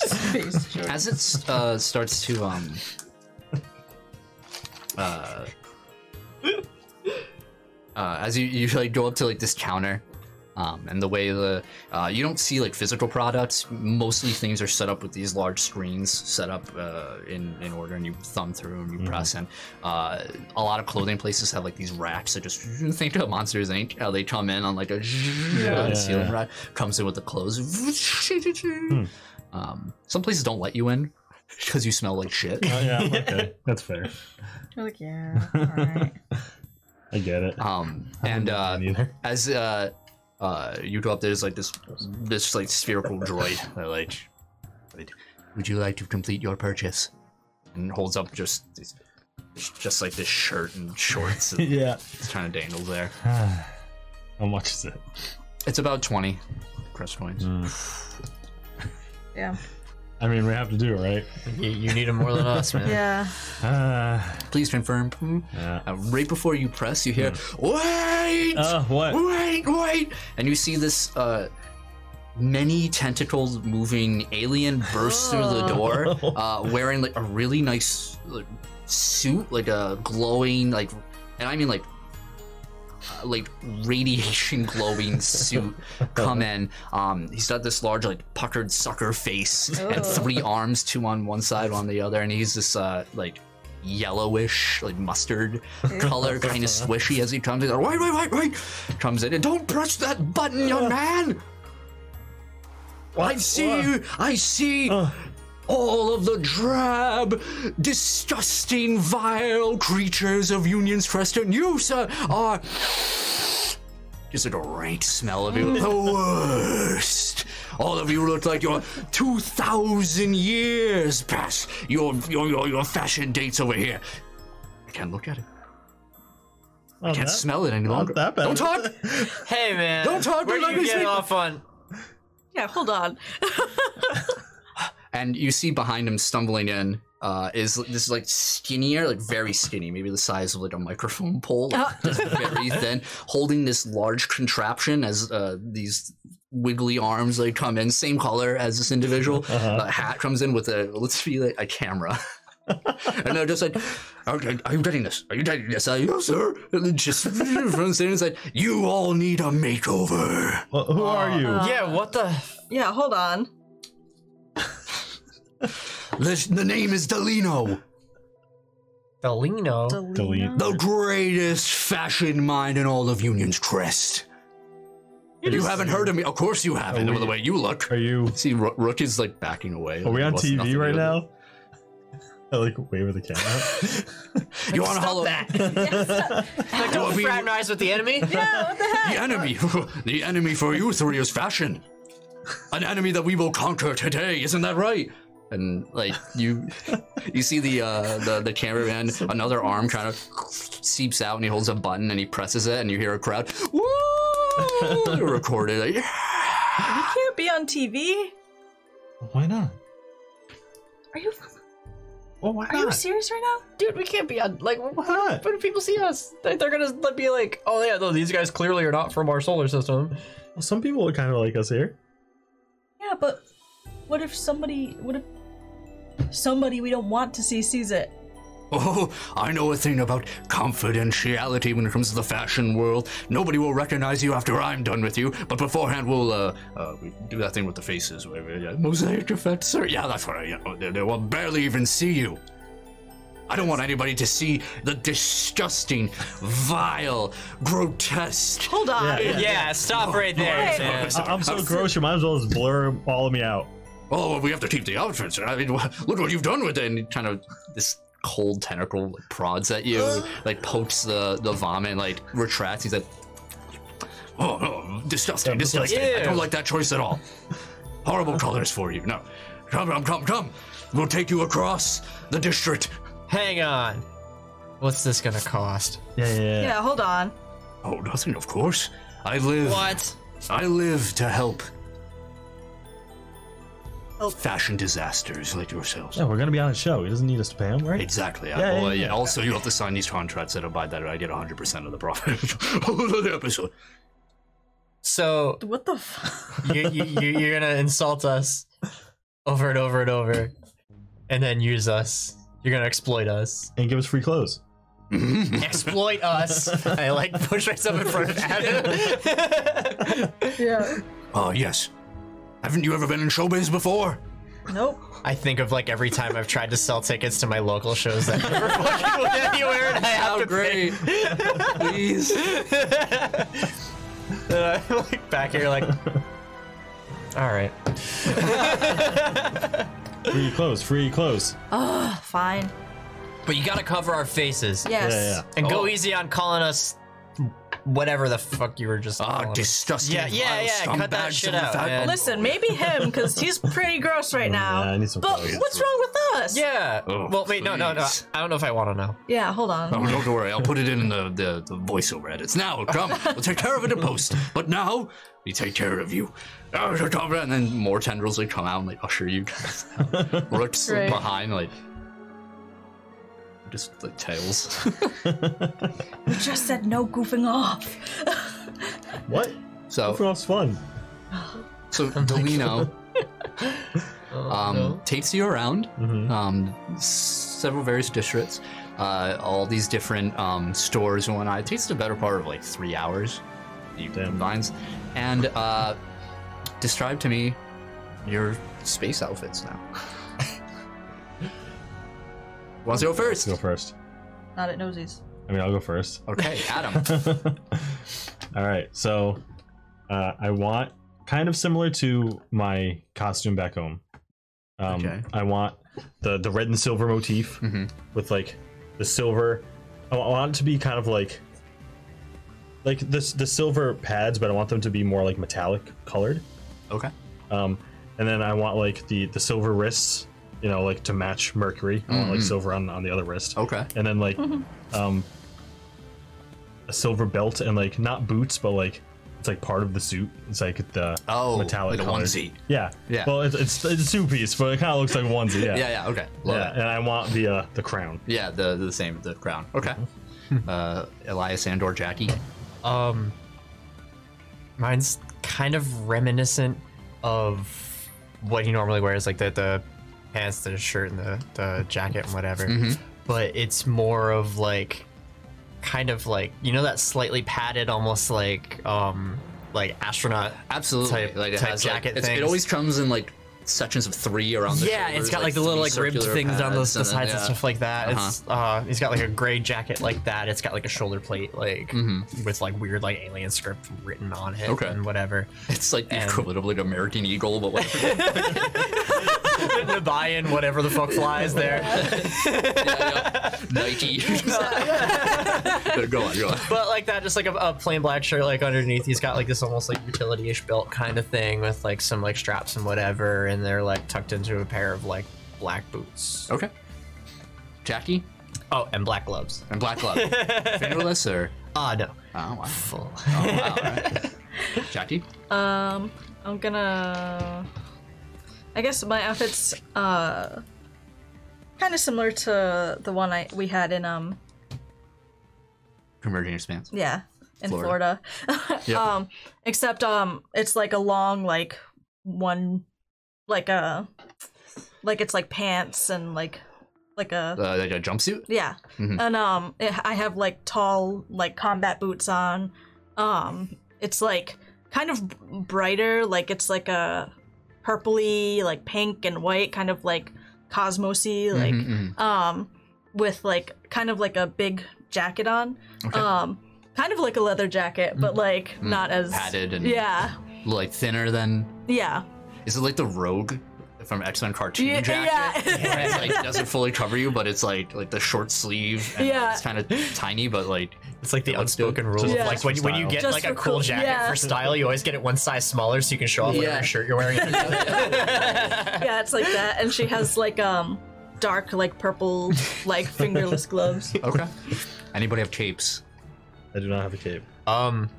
[SPEAKER 3] space [laughs] joke.
[SPEAKER 1] as it uh, starts to um [laughs] uh, uh as you you like go up to like this counter um and the way the uh you don't see like physical products mostly things are set up with these large screens set up uh in in order and you thumb through and you press and uh a lot of clothing places have like these racks that just [laughs] think of monsters inc how they come in on like a [laughs]
[SPEAKER 4] Yeah, yeah,
[SPEAKER 1] ceiling
[SPEAKER 4] yeah.
[SPEAKER 1] rack comes in with the clothes [laughs] um, some places don't let you in because you smell like
[SPEAKER 4] [laughs]
[SPEAKER 1] shit.
[SPEAKER 4] Oh, yeah, okay. That's fair.
[SPEAKER 3] You're like, yeah, alright.
[SPEAKER 4] [laughs] I get it.
[SPEAKER 1] Um, and uh,
[SPEAKER 4] Neither.
[SPEAKER 1] as uh, uh, you go up, there's like this this like spherical droid that like, would you like to complete your purchase? And holds up just these- just like this shirt and shorts. And
[SPEAKER 4] [laughs] Yeah.
[SPEAKER 1] it's kind of dangled there.
[SPEAKER 4] [sighs] How much is it?
[SPEAKER 1] It's about twenty crest
[SPEAKER 4] Mm.
[SPEAKER 1] coins.
[SPEAKER 3] Yeah.
[SPEAKER 4] I mean, we have to do it, right? [sighs]
[SPEAKER 2] you, you need him more than us, man.
[SPEAKER 3] Yeah.
[SPEAKER 4] Uh,
[SPEAKER 1] Please confirm.
[SPEAKER 4] yeah.
[SPEAKER 1] Uh, right before you press, you hear wait.
[SPEAKER 4] Uh, what?
[SPEAKER 1] wait, wait! And you see this uh, many tentacled moving alien burst through the door, uh, wearing like a really nice like, suit, like a glowing, like, and I mean like, uh, like radiation [laughs] glowing suit. Come in. Um, he's got this large, like puckered sucker face, and three arms, two on one side, one on the other, and he's this uh, like yellowish, like mustard color, kind of swishy as he comes in. Wait, wait, wait, wait! Comes in and don't press that button, young man. I see you. I see. All of the drab, disgusting, vile creatures of Union's Crest, and you, sir, are just like a rank smell of you. the worst. All of you look like you're 2,000 years past your, your, your, your fashion dates over here. I can't look at it.
[SPEAKER 4] I
[SPEAKER 1] Can't smell it any longer.
[SPEAKER 4] that bad.
[SPEAKER 1] Don't talk.
[SPEAKER 2] Hey, man.
[SPEAKER 1] Don't talk to
[SPEAKER 2] Where
[SPEAKER 1] him
[SPEAKER 2] are
[SPEAKER 1] like
[SPEAKER 2] you
[SPEAKER 1] he's
[SPEAKER 2] getting
[SPEAKER 1] like-
[SPEAKER 2] off on?
[SPEAKER 3] Yeah, hold on.
[SPEAKER 1] and you see behind him stumbling in uh, is this like skinnier, like very skinny, maybe the size of like a microphone pole, like, [laughs] just very thin, holding this large contraption as uh, these wiggly arms like come in, same color as this individual. uh hat comes in with a let's be like a camera. [laughs] and they're just like, are, are you getting this? Are you getting this? Uh, yes, sir. And then just [laughs] from the it's like, you all need a makeover.
[SPEAKER 4] Well, who are you?
[SPEAKER 1] Uh,
[SPEAKER 3] Uh,
[SPEAKER 2] yeah, what the?
[SPEAKER 3] Yeah, hold on.
[SPEAKER 1] The, the name is Delino.
[SPEAKER 2] Delino.
[SPEAKER 4] Delete.
[SPEAKER 1] The greatest fashion mind in all of Union's Crest. you haven't heard of me? Of course you haven't.
[SPEAKER 4] Are
[SPEAKER 1] With the
[SPEAKER 4] we-
[SPEAKER 1] way you look.
[SPEAKER 4] Are you?
[SPEAKER 1] See, Ro- Rook is like backing away.
[SPEAKER 4] Are we
[SPEAKER 1] Like,
[SPEAKER 4] on
[SPEAKER 1] what's nothing
[SPEAKER 4] TV right
[SPEAKER 1] to do.
[SPEAKER 4] now? [laughs] I like wave of the camera.
[SPEAKER 1] You're on a hollow.
[SPEAKER 2] Like,
[SPEAKER 1] Well,
[SPEAKER 2] don't
[SPEAKER 1] we-
[SPEAKER 2] fraternize with the enemy.
[SPEAKER 3] Yeah, what the heck?
[SPEAKER 1] The enemy, the enemy for you three is fashion. An enemy that we will conquer today, isn't that right? And like you, you see the uh, the the
[SPEAKER 4] [laughs]
[SPEAKER 1] cameraman, another arm kind of seeps out, and he holds a button and he presses it, and you hear a crowd.
[SPEAKER 4] [laughs]
[SPEAKER 1] Woo! Recorded. Like,
[SPEAKER 3] You can't be on TV.
[SPEAKER 4] [laughs] Why not?
[SPEAKER 3] Are you
[SPEAKER 4] Well, why
[SPEAKER 3] are you serious right now?
[SPEAKER 2] Dude, we can't be on. Like,
[SPEAKER 4] Why not?
[SPEAKER 2] when people see us, they- they're gonna be like, "Oh yeah, no, these guys clearly are not from our solar system."
[SPEAKER 4] Well, some people are kind of like us here.
[SPEAKER 3] Yeah, but what if somebody what if somebody we don't want to see sees it?
[SPEAKER 1] Oh, I know a thing about confidentiality when it comes to the fashion world. Nobody will recognize you after I'm done with you, but beforehand we'll uh, uh we do that thing with the faces. Where, we- yeah, mosaic effect, sir. Yeah, that's what I. You know, they, they will barely even see you. I don't want anybody to see the disgusting, vile, grotesque.
[SPEAKER 3] Hold on.
[SPEAKER 4] yeah.
[SPEAKER 5] Yeah, stop right there.
[SPEAKER 3] Wait.
[SPEAKER 1] [laughs]
[SPEAKER 5] Tim.
[SPEAKER 4] I- I'm so gross. You might as well just blur all of me out.
[SPEAKER 1] Oh, we have to keep the outfits. I mean, wha- look what you've done with it. And kind of Uh. this cold tentacle like, prods at you, like pokes the, the vomit, and, like retracts. He's like, oh, no, disgusting, disgusting. I don't
[SPEAKER 5] Ew.
[SPEAKER 1] like that choice at all. [laughs] Horrible colors for you. No, come, come, come, come. We'll take you across the district.
[SPEAKER 2] Hang on. What's this gonna cost?
[SPEAKER 4] Yeah, yeah, yeah.
[SPEAKER 3] Yeah, hold on.
[SPEAKER 1] Oh, nothing, of course. I live.
[SPEAKER 5] What?
[SPEAKER 1] I live to help. Oh. Fashion disasters like yourselves.
[SPEAKER 4] Yeah, we're gonna be on a show. He doesn't need us to pay him, right?
[SPEAKER 1] Exactly.
[SPEAKER 4] Yeah,
[SPEAKER 1] well,
[SPEAKER 4] yeah,
[SPEAKER 1] uh, yeah.
[SPEAKER 4] yeah.
[SPEAKER 1] Also, you have to sign these contracts that abide that I get 100% of the profit [laughs] of the episode.
[SPEAKER 2] So
[SPEAKER 3] What the fuck?
[SPEAKER 2] you, you, you you're gonna insult us over and over and over, and then use us. You're gonna exploit us.
[SPEAKER 4] And give us free clothes.
[SPEAKER 2] Exploit us. [laughs] I like push myself in front of [laughs] Adam.
[SPEAKER 3] Yeah.
[SPEAKER 1] Oh, yes. Haven't you ever been in showbiz before?
[SPEAKER 3] [laughs] Nope.
[SPEAKER 2] I think of like every time I've tried to sell tickets to my local shows that never fucking went anywhere, and I have to pay.
[SPEAKER 1] Please.
[SPEAKER 2] And [laughs] I'm like back here, like, all right.
[SPEAKER 4] Free clothes. Free clothes.
[SPEAKER 3] Fine.
[SPEAKER 2] But you gotta cover our faces.
[SPEAKER 3] Yes.
[SPEAKER 4] Yeah, yeah.
[SPEAKER 2] And
[SPEAKER 1] Oh.
[SPEAKER 2] go easy on calling us whatever the fuck you were just.
[SPEAKER 1] Ah,
[SPEAKER 2] calling us.
[SPEAKER 1] disgusting.
[SPEAKER 2] Yeah, yeah,
[SPEAKER 1] vile
[SPEAKER 2] yeah, cut that
[SPEAKER 1] scumbags
[SPEAKER 2] shit
[SPEAKER 1] of the
[SPEAKER 2] out,
[SPEAKER 1] fact-
[SPEAKER 2] man.
[SPEAKER 3] Listen, maybe him, because he's pretty gross right now.
[SPEAKER 4] I need some
[SPEAKER 3] but
[SPEAKER 4] clothes.
[SPEAKER 3] what's wrong with us?
[SPEAKER 2] Yeah.
[SPEAKER 1] Oh,
[SPEAKER 2] well, wait, no, no, no.
[SPEAKER 1] please.
[SPEAKER 2] I don't know if I want to know.
[SPEAKER 3] Yeah, hold on.
[SPEAKER 1] Oh, don't worry. I'll put it in the, the, the voiceover edits. Now, come. We'll take care of it in post. But now, we take care of you. [laughs] And then more tendrils like come out and like usher you guys
[SPEAKER 2] [laughs]
[SPEAKER 1] out. Or like slip
[SPEAKER 3] Right.
[SPEAKER 1] behind, like just like tails.
[SPEAKER 3] You just said no goofing off.
[SPEAKER 4] What?
[SPEAKER 1] So
[SPEAKER 4] Frost fun.
[SPEAKER 1] so Delino um,
[SPEAKER 2] no.
[SPEAKER 1] takes you around
[SPEAKER 4] Mhm.
[SPEAKER 1] um, several various districts, uh, all these different um, stores and whatnot. It takes the better part of like three hours. You
[SPEAKER 4] Damn.
[SPEAKER 1] combines and uh, describe to me your space outfits now. [laughs] Who wants to go first?
[SPEAKER 4] Go first.
[SPEAKER 3] Not at Nosey's.
[SPEAKER 4] I mean, I'll go first.
[SPEAKER 1] Okay, Adam.
[SPEAKER 4] [laughs] All right, so uh, I want kind of similar to my costume back home. Um,
[SPEAKER 1] Okay.
[SPEAKER 4] I want the the red and silver motif
[SPEAKER 1] Mhm.
[SPEAKER 4] with like the silver. I wa- I want it to be kind of like like this the silver pads, but I want them to be more like metallic colored.
[SPEAKER 1] Okay.
[SPEAKER 4] Um, and then I want like the the silver wrists, you know, like to match Mercury. I want like silver on on the other wrist
[SPEAKER 1] Mm-hmm. Okay.
[SPEAKER 4] and then like
[SPEAKER 3] Mm-hmm.
[SPEAKER 4] um a silver belt and like not boots but like it's like part of the suit it's like the
[SPEAKER 1] Oh,
[SPEAKER 4] metallic
[SPEAKER 1] like a
[SPEAKER 4] color.
[SPEAKER 1] onesie.
[SPEAKER 4] yeah
[SPEAKER 1] Yeah.
[SPEAKER 4] well it's it's, it's a two piece but it kind of looks like a onesie yeah
[SPEAKER 1] [laughs] Yeah, yeah, okay. Love
[SPEAKER 4] yeah
[SPEAKER 1] it.
[SPEAKER 4] and i want the uh the crown
[SPEAKER 1] Yeah, the the same, the crown. Okay.
[SPEAKER 4] Mm-hmm.
[SPEAKER 1] Uh, Elias and or Jackie.
[SPEAKER 2] Um, mine's kind of reminiscent of what he normally wears, like the the pants, the shirt, and the the jacket and whatever.
[SPEAKER 1] Mm-hmm.
[SPEAKER 2] But it's more of like, kind of like you know that slightly padded, almost like um like astronaut.
[SPEAKER 1] Absolutely.
[SPEAKER 2] Type-
[SPEAKER 1] like it
[SPEAKER 2] type
[SPEAKER 1] has
[SPEAKER 2] jacket
[SPEAKER 1] like, it's- It
[SPEAKER 2] things.
[SPEAKER 1] always comes in like sections of three around the
[SPEAKER 2] Yeah, it's
[SPEAKER 1] shoulders,
[SPEAKER 2] got like, the little like
[SPEAKER 1] three
[SPEAKER 2] ribbed
[SPEAKER 1] circular
[SPEAKER 2] things on the,
[SPEAKER 1] pads,
[SPEAKER 2] the
[SPEAKER 1] and then,
[SPEAKER 2] sides and
[SPEAKER 1] yeah. Uh-huh.
[SPEAKER 2] stuff like that. It's uh, he's got like a gray jacket like that. It's got like a shoulder plate like with like weird like alien script written on it
[SPEAKER 1] Mm-hmm. Okay.
[SPEAKER 2] and whatever.
[SPEAKER 1] [laughs]
[SPEAKER 2] [laughs]
[SPEAKER 1] It's like the
[SPEAKER 2] and-
[SPEAKER 1] equivalent of like American Eagle, but like, yeah,
[SPEAKER 2] the buy-in, whatever the fuck
[SPEAKER 1] [laughs]
[SPEAKER 2] flies there. [laughs]
[SPEAKER 1] yeah. Nike. [laughs] go on, go on.
[SPEAKER 2] But like that, just like a, a plain black shirt, like underneath, he's got like this almost like utility-ish belt kind of thing with like some like straps and whatever, and they're like tucked into a pair of like black boots.
[SPEAKER 1] Okay. Jackie
[SPEAKER 2] Oh, and black gloves.
[SPEAKER 1] and Black Glove. Fingerless or?
[SPEAKER 2] Ah, no,
[SPEAKER 1] Oh wow.
[SPEAKER 2] full.
[SPEAKER 1] Oh, wow. all right.
[SPEAKER 2] [laughs]
[SPEAKER 1] Jackie.
[SPEAKER 3] Um, I'm gonna. I guess my outfit's uh, kind of similar to the one I we had in um,
[SPEAKER 1] Converging expanse.
[SPEAKER 3] yeah, in
[SPEAKER 1] Florida.
[SPEAKER 3] Florida.
[SPEAKER 1] Yep.
[SPEAKER 3] Um, except um, it's like a long like uh, one, like a, like it's like pants and like like a
[SPEAKER 1] Uh, like a jumpsuit?
[SPEAKER 3] yeah,
[SPEAKER 1] Mhm.
[SPEAKER 3] and um, it, I have like tall like combat boots on. Um, it's like kind of b- brighter, like it's like a purpley, like pink and white, kind of like cosmosy, like
[SPEAKER 1] Mhm, mhm.
[SPEAKER 3] um, with like kind of like a big jacket on,
[SPEAKER 1] Okay. Mm-hmm.
[SPEAKER 3] um, kind of like a leather jacket, but like not as
[SPEAKER 1] Padded and
[SPEAKER 3] Yeah,
[SPEAKER 1] like thinner than.
[SPEAKER 3] yeah,
[SPEAKER 1] Is it like the Rogue from X Men cartoon
[SPEAKER 3] yeah,
[SPEAKER 1] jacket? [laughs]
[SPEAKER 3] yeah.
[SPEAKER 1] Where it's like doesn't fully cover you, but it's like like the short sleeve. And
[SPEAKER 3] Yeah.
[SPEAKER 1] it's kind of tiny, but like
[SPEAKER 2] It's like the
[SPEAKER 1] Let's do it.
[SPEAKER 2] unspoken rule
[SPEAKER 3] Just
[SPEAKER 2] of
[SPEAKER 3] for
[SPEAKER 2] like when, when you
[SPEAKER 4] style.
[SPEAKER 2] get
[SPEAKER 3] Just
[SPEAKER 2] like
[SPEAKER 3] for
[SPEAKER 2] a
[SPEAKER 3] cool-
[SPEAKER 2] cool jacket
[SPEAKER 3] yeah.
[SPEAKER 2] for style, you always get it one size smaller so you can show off whatever
[SPEAKER 1] Yeah.
[SPEAKER 2] shirt
[SPEAKER 3] [laughs]
[SPEAKER 2] you're wearing.
[SPEAKER 3] yeah, it's like that, and she has like um dark like purple
[SPEAKER 1] [laughs]
[SPEAKER 3] like fingerless gloves.
[SPEAKER 1] okay. Anybody have capes?
[SPEAKER 4] I do not have a cape.
[SPEAKER 2] um,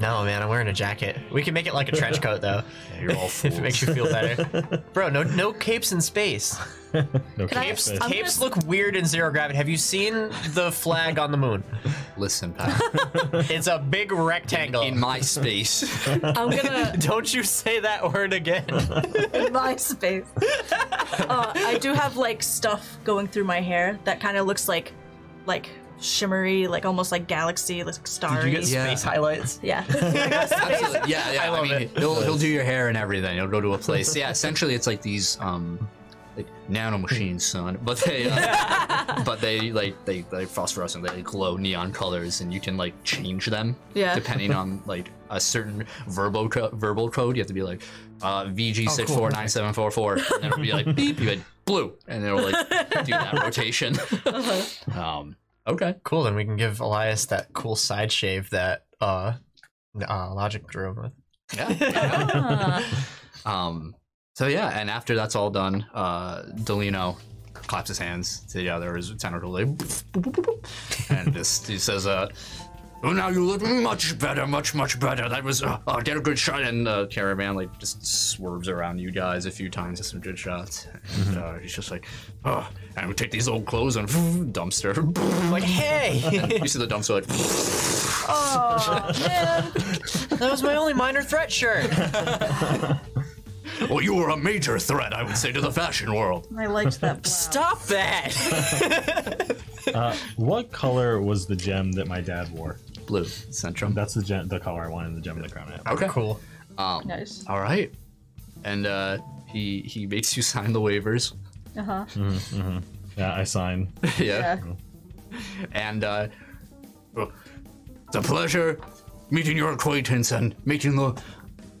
[SPEAKER 2] no, man, I'm wearing a jacket. We can make it like a trench coat though, [laughs]
[SPEAKER 1] You're all
[SPEAKER 2] if
[SPEAKER 1] fools.
[SPEAKER 2] it makes you feel better. Bro, no, no capes in space.
[SPEAKER 4] No
[SPEAKER 3] Can I
[SPEAKER 4] cape.
[SPEAKER 3] have-
[SPEAKER 4] space.
[SPEAKER 3] I'm gonna
[SPEAKER 2] Capes
[SPEAKER 3] s-
[SPEAKER 2] look weird in zero gravity. Have you seen the flag on the moon?
[SPEAKER 1] Listen, pal.
[SPEAKER 2] It's a big rectangle.
[SPEAKER 1] In my space.
[SPEAKER 3] I'm gonna
[SPEAKER 2] [laughs] Don't you say that word again.
[SPEAKER 3] [laughs] in my
[SPEAKER 2] [laughs]
[SPEAKER 3] space. Uh, I do have like stuff going through my hair that kind of looks like like shimmery, like almost like galaxy, like starry.
[SPEAKER 1] Yeah.
[SPEAKER 2] space highlights? [laughs]
[SPEAKER 3] yeah.
[SPEAKER 1] Absolutely. [laughs] Yeah, yeah. I,
[SPEAKER 2] love
[SPEAKER 1] mean,
[SPEAKER 2] it.
[SPEAKER 1] he'll he'll do your hair and everything. He'll go to a place. Yeah, essentially, it's like these um, like nano machines, son. But they, uh, but they like they they phosphorescent. They glow neon colors, and you can like change them.
[SPEAKER 3] Yeah.
[SPEAKER 1] Depending on like a certain verbal co- verbal code, you have to be like uh, VG six four nine seven four four, and then it'll be like beep. You had blue, and it'll like do that rotation. um. Okay.
[SPEAKER 2] Cool, then we can give Elias that cool side shave that uh, uh Logic drew him with.
[SPEAKER 1] Yeah.
[SPEAKER 3] Ah.
[SPEAKER 1] Um, so yeah, and after that's all done, uh, Delino claps his hands together, his tentacle like, and this he says, uh, "Oh, now you look much better, much much better. That was uh, uh, get a good shot." And uh, Caravan like just swerves around you guys a few times with some good shots, and uh, he's just like, "Oh, and we take these old clothes and [laughs] dumpster."
[SPEAKER 2] I'm
[SPEAKER 3] [laughs]
[SPEAKER 2] like, hey,
[SPEAKER 1] you see the dumpster like,
[SPEAKER 3] Aw, man.
[SPEAKER 2] that was my only minor threat shirt.
[SPEAKER 1] "Well, "Oh, you were a major threat, I would say, to the fashion world."
[SPEAKER 3] I liked that. Blouse.
[SPEAKER 2] Stop that.
[SPEAKER 4] What color was the gem that my dad wore?
[SPEAKER 1] Blue Centrum.
[SPEAKER 4] That's the gem, the color I wanted. The gem of the crown. I have.
[SPEAKER 1] Okay.
[SPEAKER 2] Cool.
[SPEAKER 3] Nice.
[SPEAKER 1] All right. And uh, he he makes you [laughs] sign the waivers.
[SPEAKER 3] Uh huh.
[SPEAKER 4] Yeah, I sign.
[SPEAKER 1] yeah. And uh, it's a pleasure meeting your acquaintance and making the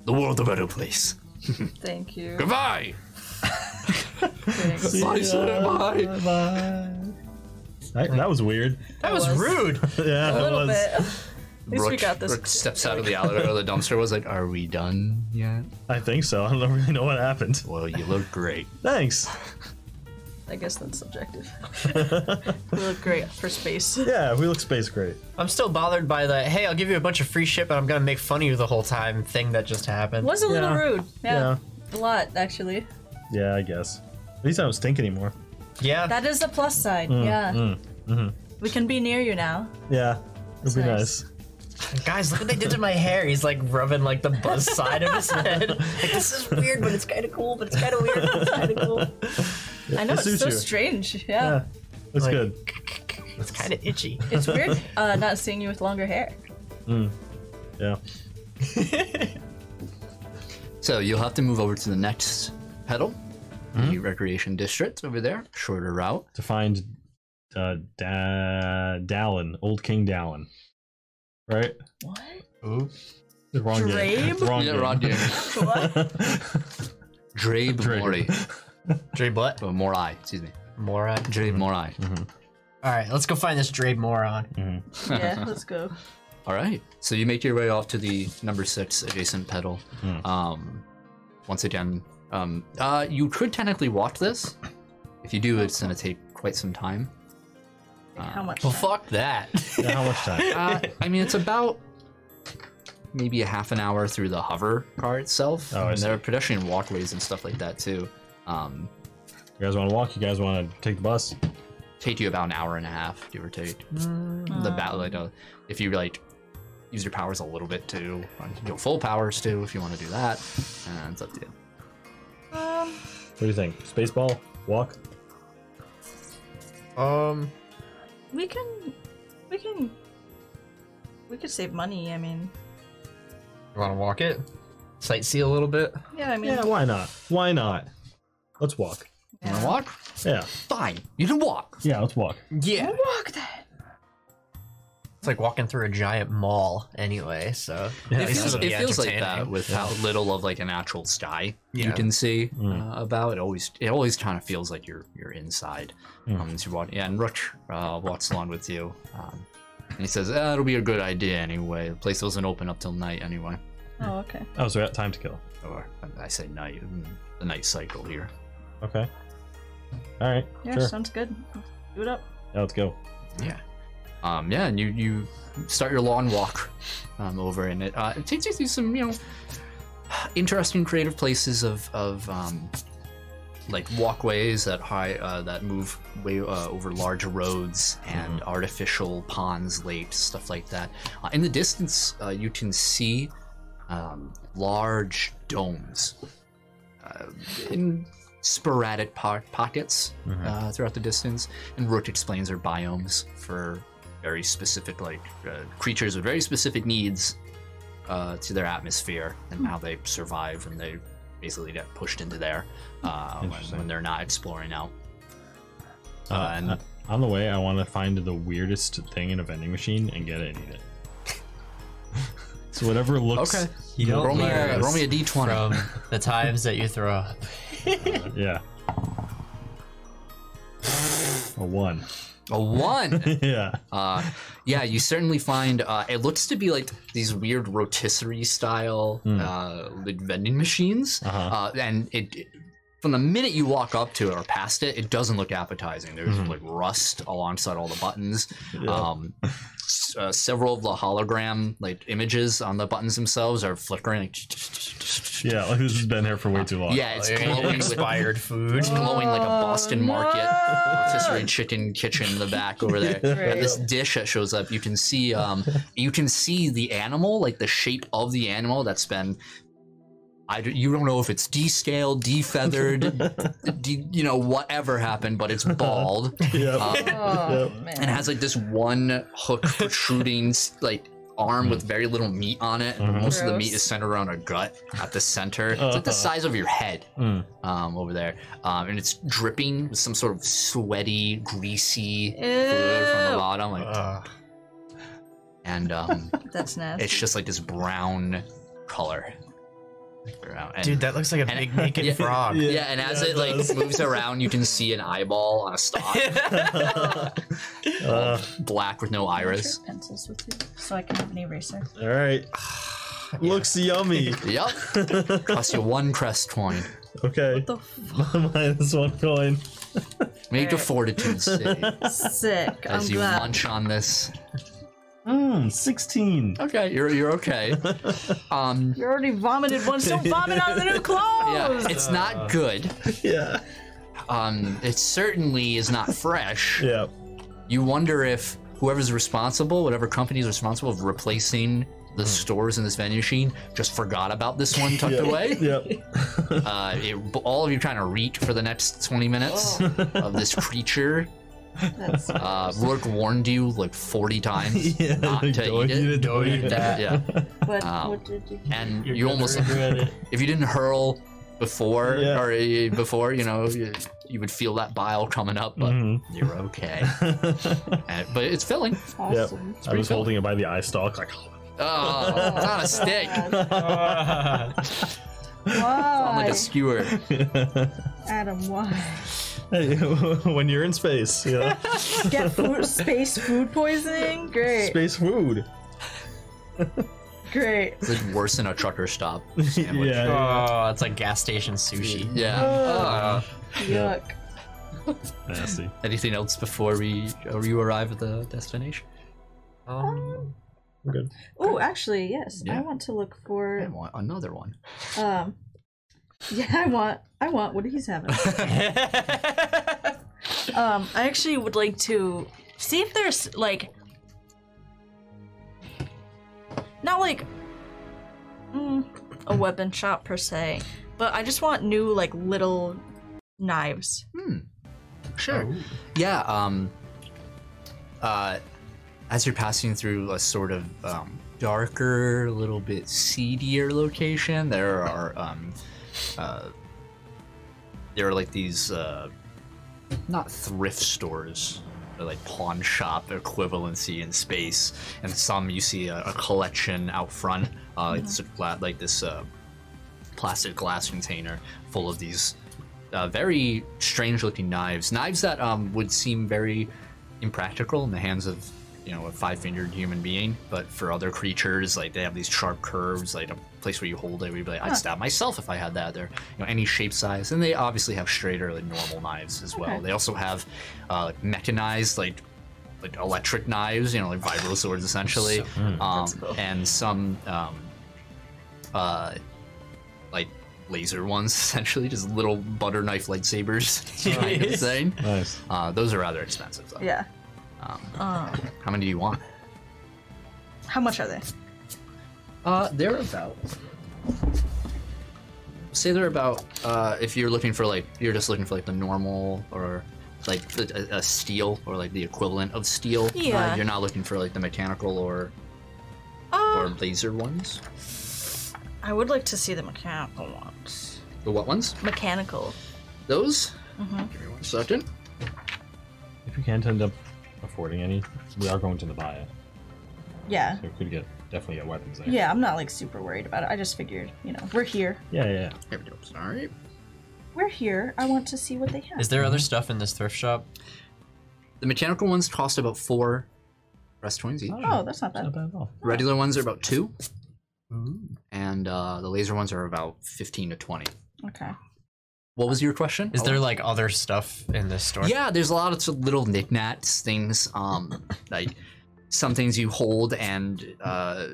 [SPEAKER 1] the world a better place.
[SPEAKER 3] Thank you.
[SPEAKER 1] Goodbye.
[SPEAKER 3] Thanks.
[SPEAKER 1] Bye, sir. Bye.
[SPEAKER 4] Bye. That, that was weird.
[SPEAKER 2] That was
[SPEAKER 3] was-
[SPEAKER 2] rude.
[SPEAKER 4] Yeah,
[SPEAKER 3] A
[SPEAKER 4] that
[SPEAKER 3] little
[SPEAKER 4] was.
[SPEAKER 3] bit. At least we
[SPEAKER 1] Rook-
[SPEAKER 3] got this.
[SPEAKER 1] Rook steps
[SPEAKER 3] [laughs]
[SPEAKER 1] out of the alley of the dumpster. Was like, "Are we done yet?"
[SPEAKER 4] I think so. I don't really know what happened.
[SPEAKER 1] Well, you look great.
[SPEAKER 4] Thanks.
[SPEAKER 3] I guess
[SPEAKER 4] [laughs]
[SPEAKER 3] that's subjective. we look great for space.
[SPEAKER 4] Yeah, we look space great.
[SPEAKER 2] I'm still bothered by the hey, I'll give you a bunch of free shit, but I'm gonna make fun of you the whole time thing that just happened.
[SPEAKER 3] Was a little
[SPEAKER 4] Yeah.
[SPEAKER 3] rude. Yeah. A lot, actually.
[SPEAKER 4] Yeah, I guess. At least I don't stink anymore.
[SPEAKER 2] Yeah.
[SPEAKER 3] That is the plus side.
[SPEAKER 4] Mm,
[SPEAKER 3] yeah.
[SPEAKER 4] mm-hmm.
[SPEAKER 3] We can be near you now.
[SPEAKER 4] Yeah, it'd be
[SPEAKER 3] nice.
[SPEAKER 4] nice.
[SPEAKER 2] Guys, look what they did to my hair. He's like rubbing like the buzz side of his head. Like, this is weird, but it's kind of cool. But it's kind of weird. But it's kind of cool.
[SPEAKER 3] I know
[SPEAKER 4] it
[SPEAKER 3] it's
[SPEAKER 4] suits
[SPEAKER 3] so
[SPEAKER 4] you.
[SPEAKER 3] strange. Yeah.
[SPEAKER 4] Yeah, that's
[SPEAKER 2] Like-
[SPEAKER 4] good.
[SPEAKER 2] [laughs] It's kind of itchy.
[SPEAKER 4] [laughs]
[SPEAKER 3] It's weird uh, not seeing you with longer hair.
[SPEAKER 4] Yeah.
[SPEAKER 1] So you'll have to move over to the next pedal, the recreation district over there, shorter route.
[SPEAKER 4] To find uh, da- Dallin, old King Dallin. Right? [laughs]
[SPEAKER 3] What?
[SPEAKER 2] Ooh.
[SPEAKER 4] Wrong game.
[SPEAKER 3] Drabe?
[SPEAKER 4] Wrong game. [laughs]
[SPEAKER 3] What?
[SPEAKER 1] Drabe [laughs]
[SPEAKER 4] Drabe.
[SPEAKER 1] Mori,
[SPEAKER 2] Dre Butt.
[SPEAKER 1] but Morai, excuse me.
[SPEAKER 2] Moron.
[SPEAKER 1] Drabe Morai.
[SPEAKER 4] Mm-hmm.
[SPEAKER 2] All right, let's go find this Dre moron.
[SPEAKER 3] yeah, let's go.
[SPEAKER 1] All right. So you make your way off to the number six adjacent pedal.
[SPEAKER 4] Hmm.
[SPEAKER 1] Um, once again, um, uh, you could technically walk this. If you do, it's going to take quite some time.
[SPEAKER 3] How much?
[SPEAKER 2] Well,
[SPEAKER 3] time?
[SPEAKER 2] fuck that.
[SPEAKER 4] Yeah, how much time?
[SPEAKER 1] [laughs] Uh, I mean, it's about maybe a half an hour through the hover car itself.
[SPEAKER 4] Oh, I
[SPEAKER 1] and
[SPEAKER 4] see.
[SPEAKER 1] there are pedestrian walkways and stuff like that too. Um,
[SPEAKER 4] You guys want to walk? You guys want to take the bus?
[SPEAKER 1] take you about an hour and a half, give or take. The battle, like, uh, if you like use your powers a little bit too, or you can go full powers too, if you want to do that, and it's up to you.
[SPEAKER 4] What do you think? Spaceball? Walk?
[SPEAKER 2] Um,
[SPEAKER 3] We can, we can, we could save money. I mean,
[SPEAKER 2] you want to walk it? Sightsee a little bit?
[SPEAKER 3] yeah, I mean,
[SPEAKER 4] Yeah, why not? Why not? Let's walk.
[SPEAKER 1] You wanna walk?
[SPEAKER 4] Yeah.
[SPEAKER 1] Fine. You can walk.
[SPEAKER 4] Yeah, let's walk.
[SPEAKER 2] Yeah.
[SPEAKER 3] walk that.
[SPEAKER 2] It's like walking through a giant mall anyway, so.
[SPEAKER 1] it feels, it feels like that with
[SPEAKER 2] yeah.
[SPEAKER 1] how little of like an actual sky you
[SPEAKER 2] Yeah.
[SPEAKER 1] can see
[SPEAKER 4] Mm.
[SPEAKER 1] uh, about it. Always, it always kind of feels like you're you're inside.
[SPEAKER 4] Mm.
[SPEAKER 1] Um, as you walk, yeah, and Rutch uh, walks along with you, um, and he says, ah, "It'll be a good idea anyway. The place doesn't open up till night anyway."
[SPEAKER 3] Oh, okay.
[SPEAKER 4] Oh, so we got time to kill.
[SPEAKER 1] Or I say night, mm, the night cycle here.
[SPEAKER 4] Okay. All right.
[SPEAKER 3] Yeah,
[SPEAKER 4] sure.
[SPEAKER 3] sounds good. Do it up.
[SPEAKER 4] Yeah, let's go.
[SPEAKER 1] Yeah. Um, yeah, and you, you start your long walk um, over, and it, uh, it takes you through some, you know, interesting creative places of, of um, like walkways that high uh, that move way uh, over large roads and artificial ponds, lakes, stuff like that. Uh, in the distance, uh, you can see um, large domes uh, in sporadic po- pockets
[SPEAKER 4] Mhm.
[SPEAKER 1] uh, throughout the distance. And Rook explains their biomes for very specific, like uh, creatures with very specific needs uh, to their atmosphere and how they survive and they basically get pushed into there uh, when,
[SPEAKER 4] Interesting.
[SPEAKER 1] when they're not exploring out.
[SPEAKER 4] Uh,
[SPEAKER 1] Uh, and-
[SPEAKER 4] uh, on the way, I want to find the weirdest thing in a vending machine and get it [laughs] and eat it. so whatever looks.
[SPEAKER 1] Okay.
[SPEAKER 2] You don't
[SPEAKER 1] Roll me, a,
[SPEAKER 2] learn
[SPEAKER 1] roll me a d20.
[SPEAKER 2] from the times that you throw up.
[SPEAKER 4] Yeah. a one. [laughs]
[SPEAKER 1] A one.
[SPEAKER 4] yeah.
[SPEAKER 1] Uh, yeah, you certainly find uh, it looks to be like these weird rotisserie style uh, like vending machines,
[SPEAKER 4] Hmm. Uh-huh.
[SPEAKER 1] uh, and it, it- from the minute you walk up to it or past it, it doesn't look appetizing. There's
[SPEAKER 4] Mm-hmm.
[SPEAKER 1] like rust alongside all the buttons. Um, s- uh, several of the hologram like images on the buttons themselves are flickering. like,
[SPEAKER 4] Yeah. Like this has been here for way too [laughs] long.
[SPEAKER 2] [laughs]
[SPEAKER 1] yeah, it's
[SPEAKER 2] Like,
[SPEAKER 1] glowing with
[SPEAKER 2] expired
[SPEAKER 1] [laughs]
[SPEAKER 2] food.
[SPEAKER 1] it's glowing like a Boston market
[SPEAKER 3] Oh, no!
[SPEAKER 1] rotisserie chicken kitchen in the back over there.
[SPEAKER 3] Right.
[SPEAKER 1] This dish that shows up, you can see um, you can see the animal, like the shape of the animal that's been. I, d- you don't know if it's descaled, defeathered, de, you know whatever happened, but it's bald
[SPEAKER 4] Yep.
[SPEAKER 3] Oh,
[SPEAKER 4] Yep.
[SPEAKER 1] and it
[SPEAKER 3] man.
[SPEAKER 1] has like this one hook protruding s- like arm with very little meat on it.
[SPEAKER 4] Mhm.
[SPEAKER 1] Most of the meat
[SPEAKER 3] Gross.
[SPEAKER 1] is centered around a gut at the center. It's like the
[SPEAKER 4] Uh-huh.
[SPEAKER 1] size of your head
[SPEAKER 4] Mm.
[SPEAKER 1] um, over there, um, and it's dripping with some sort of sweaty, greasy fluid from the
[SPEAKER 3] Ew.
[SPEAKER 1] bottom, like,
[SPEAKER 2] Ugh.
[SPEAKER 1] and um,
[SPEAKER 3] That's nasty.
[SPEAKER 1] it's just like this brown color. Brown- and-
[SPEAKER 2] Dude, that looks like a
[SPEAKER 1] And-
[SPEAKER 2] big [laughs] naked
[SPEAKER 1] yeah.
[SPEAKER 2] frog.
[SPEAKER 4] Yeah.
[SPEAKER 1] yeah, and as
[SPEAKER 4] yeah,
[SPEAKER 1] it
[SPEAKER 4] it
[SPEAKER 1] like
[SPEAKER 4] does.
[SPEAKER 1] moves around, you can see an eyeball on a
[SPEAKER 4] [laughs]
[SPEAKER 1] stalk, [laughs]
[SPEAKER 4] Uh,
[SPEAKER 1] black with no iris.
[SPEAKER 3] pencils with you, so I can have an eraser.
[SPEAKER 4] all right. [sighs] Looks yummy. [laughs]
[SPEAKER 1] Yep. Plus your one crest coin.
[SPEAKER 4] Okay. [laughs]
[SPEAKER 3] The f-
[SPEAKER 4] Minus one coin.
[SPEAKER 1] Make a [laughs]
[SPEAKER 3] Alright.
[SPEAKER 1] fortitude save
[SPEAKER 3] sick. I'm
[SPEAKER 1] as you
[SPEAKER 3] glad.
[SPEAKER 1] munch on this.
[SPEAKER 4] Mmm. Sixteen. [laughs]
[SPEAKER 1] Okay, you're you're okay. Um,
[SPEAKER 3] You already vomited once. Don't vomit on
[SPEAKER 1] [laughs]
[SPEAKER 3] the new
[SPEAKER 1] yeah,
[SPEAKER 3] clothes.
[SPEAKER 1] it's not good.
[SPEAKER 4] Yeah.
[SPEAKER 1] Um, it certainly is not fresh.
[SPEAKER 4] Yeah.
[SPEAKER 1] You wonder if whoever's responsible, whatever company is responsible of replacing
[SPEAKER 4] Hmm.
[SPEAKER 1] the stores in this vending machine, just forgot about this one tucked
[SPEAKER 4] [laughs]
[SPEAKER 1] away.
[SPEAKER 4] Yep.
[SPEAKER 1] Uh, it, all of you trying to reach for the next 20 minutes of this creature.
[SPEAKER 3] That's-
[SPEAKER 1] Uh, Rourke warned you like 40 times
[SPEAKER 4] [laughs] Yeah,
[SPEAKER 1] not
[SPEAKER 4] like,
[SPEAKER 1] to
[SPEAKER 4] don't
[SPEAKER 1] eat
[SPEAKER 4] eat
[SPEAKER 1] it.
[SPEAKER 4] it, don't eat
[SPEAKER 1] Yeah.
[SPEAKER 4] that.
[SPEAKER 3] What,
[SPEAKER 1] Um,
[SPEAKER 3] what did you?
[SPEAKER 1] and
[SPEAKER 4] [laughs] You're
[SPEAKER 1] you
[SPEAKER 4] gonna
[SPEAKER 1] almost
[SPEAKER 4] regret
[SPEAKER 1] [laughs]
[SPEAKER 4] it.
[SPEAKER 1] if you didn't hurl before
[SPEAKER 4] Yeah.
[SPEAKER 1] or uh, before you know you, you would feel that bile coming up but
[SPEAKER 4] Mhm.
[SPEAKER 1] you're
[SPEAKER 4] [laughs]
[SPEAKER 1] okay And- but it's filling
[SPEAKER 3] Awesome.
[SPEAKER 4] Mm-hmm. I was holding it by the eye stalk,
[SPEAKER 3] [laughs]
[SPEAKER 4] like. [laughs]
[SPEAKER 1] oh it's not a stick
[SPEAKER 3] Oh,
[SPEAKER 1] it's
[SPEAKER 3] Why,
[SPEAKER 1] not like a [laughs] skewer
[SPEAKER 3] Adam? Why?
[SPEAKER 4] Hey, [laughs] when you're in space, you know,
[SPEAKER 3] [laughs] Get food, space food poisoning? Great,
[SPEAKER 4] space food.
[SPEAKER 3] great.
[SPEAKER 1] it's like worse than a trucker stop
[SPEAKER 4] yeah,
[SPEAKER 1] sandwich.
[SPEAKER 2] Oh, it's like gas station sushi.
[SPEAKER 1] yeah Uh,
[SPEAKER 3] Yuck.
[SPEAKER 4] nasty.
[SPEAKER 1] anything else before we or you arrive at the destination
[SPEAKER 2] Um,
[SPEAKER 4] I'm good.
[SPEAKER 3] Oh, actually, yes.
[SPEAKER 1] Yeah.
[SPEAKER 3] I want to look
[SPEAKER 1] i
[SPEAKER 3] for
[SPEAKER 1] want another one
[SPEAKER 3] um. [laughs] Yeah, I want. I want what he's having.
[SPEAKER 2] [laughs]
[SPEAKER 3] um, I actually would like to see if there's like, not like mm, a weapon shop per se, but I just want new like little knives.
[SPEAKER 1] Hmm. Sure. Yeah. Um, uh, as you're passing through a sort of um, darker, little bit seedier location, there are um, uh, there are like these uh, not thrift stores. but Like pawn shop equivalency in space, and some you see a, a collection out front. Uh, It's a gla- like this uh, plastic glass container full of these uh, very strange looking knives knives that um, would seem very impractical in the hands of you know a five-fingered human being but for other creatures like they have these sharp curves like a place where you hold it where you'd be like i'd stab myself if i had that they're you know any shape size and they obviously have straighter like normal knives as well
[SPEAKER 3] Okay.
[SPEAKER 1] they also have uh, mechanized like like electric knives you know like vibro swords essentially um, and some um, uh, like laser ones [laughs] essentially just little butter knife lightsabers [laughs] you know what I'm saying?
[SPEAKER 4] Nice.
[SPEAKER 1] Uh, those are rather expensive though. Um,
[SPEAKER 3] Yeah.
[SPEAKER 1] how many do you want
[SPEAKER 3] How much are they?
[SPEAKER 1] uh, they're about say they're about uh, if you're looking for like you're just looking for like the normal or like the- a, a steel or like the equivalent of steel
[SPEAKER 3] Yeah.
[SPEAKER 1] uh, you're not looking for like the mechanical or or
[SPEAKER 3] Uh,
[SPEAKER 1] laser ones
[SPEAKER 3] I would like to see the mechanical ones.
[SPEAKER 1] the what ones
[SPEAKER 3] Mechanical.
[SPEAKER 1] those give me one second
[SPEAKER 4] If we can't end up affording any, we are going to the buy it.
[SPEAKER 3] Yeah.
[SPEAKER 4] So we could get definitely get weapons there.
[SPEAKER 3] Yeah, I'm not like super worried about it. I just figured, you know, we're here.
[SPEAKER 4] Yeah, yeah. yeah.
[SPEAKER 1] here we go sorry
[SPEAKER 3] We're here. I want to see what they have.
[SPEAKER 2] Is there other stuff in this thrift shop?
[SPEAKER 1] The mechanical ones cost about four rest coins each.
[SPEAKER 3] oh, that's not bad.
[SPEAKER 4] Not bad at all.
[SPEAKER 1] Regular ones are about two, and uh, the laser ones are about fifteen to twenty.
[SPEAKER 3] Okay.
[SPEAKER 1] What was your question?
[SPEAKER 2] Is
[SPEAKER 1] Oh.
[SPEAKER 2] there like other stuff in this store?
[SPEAKER 1] Yeah, there's a lot of sort of little knickknacks, things um [laughs] like some things you hold and uh,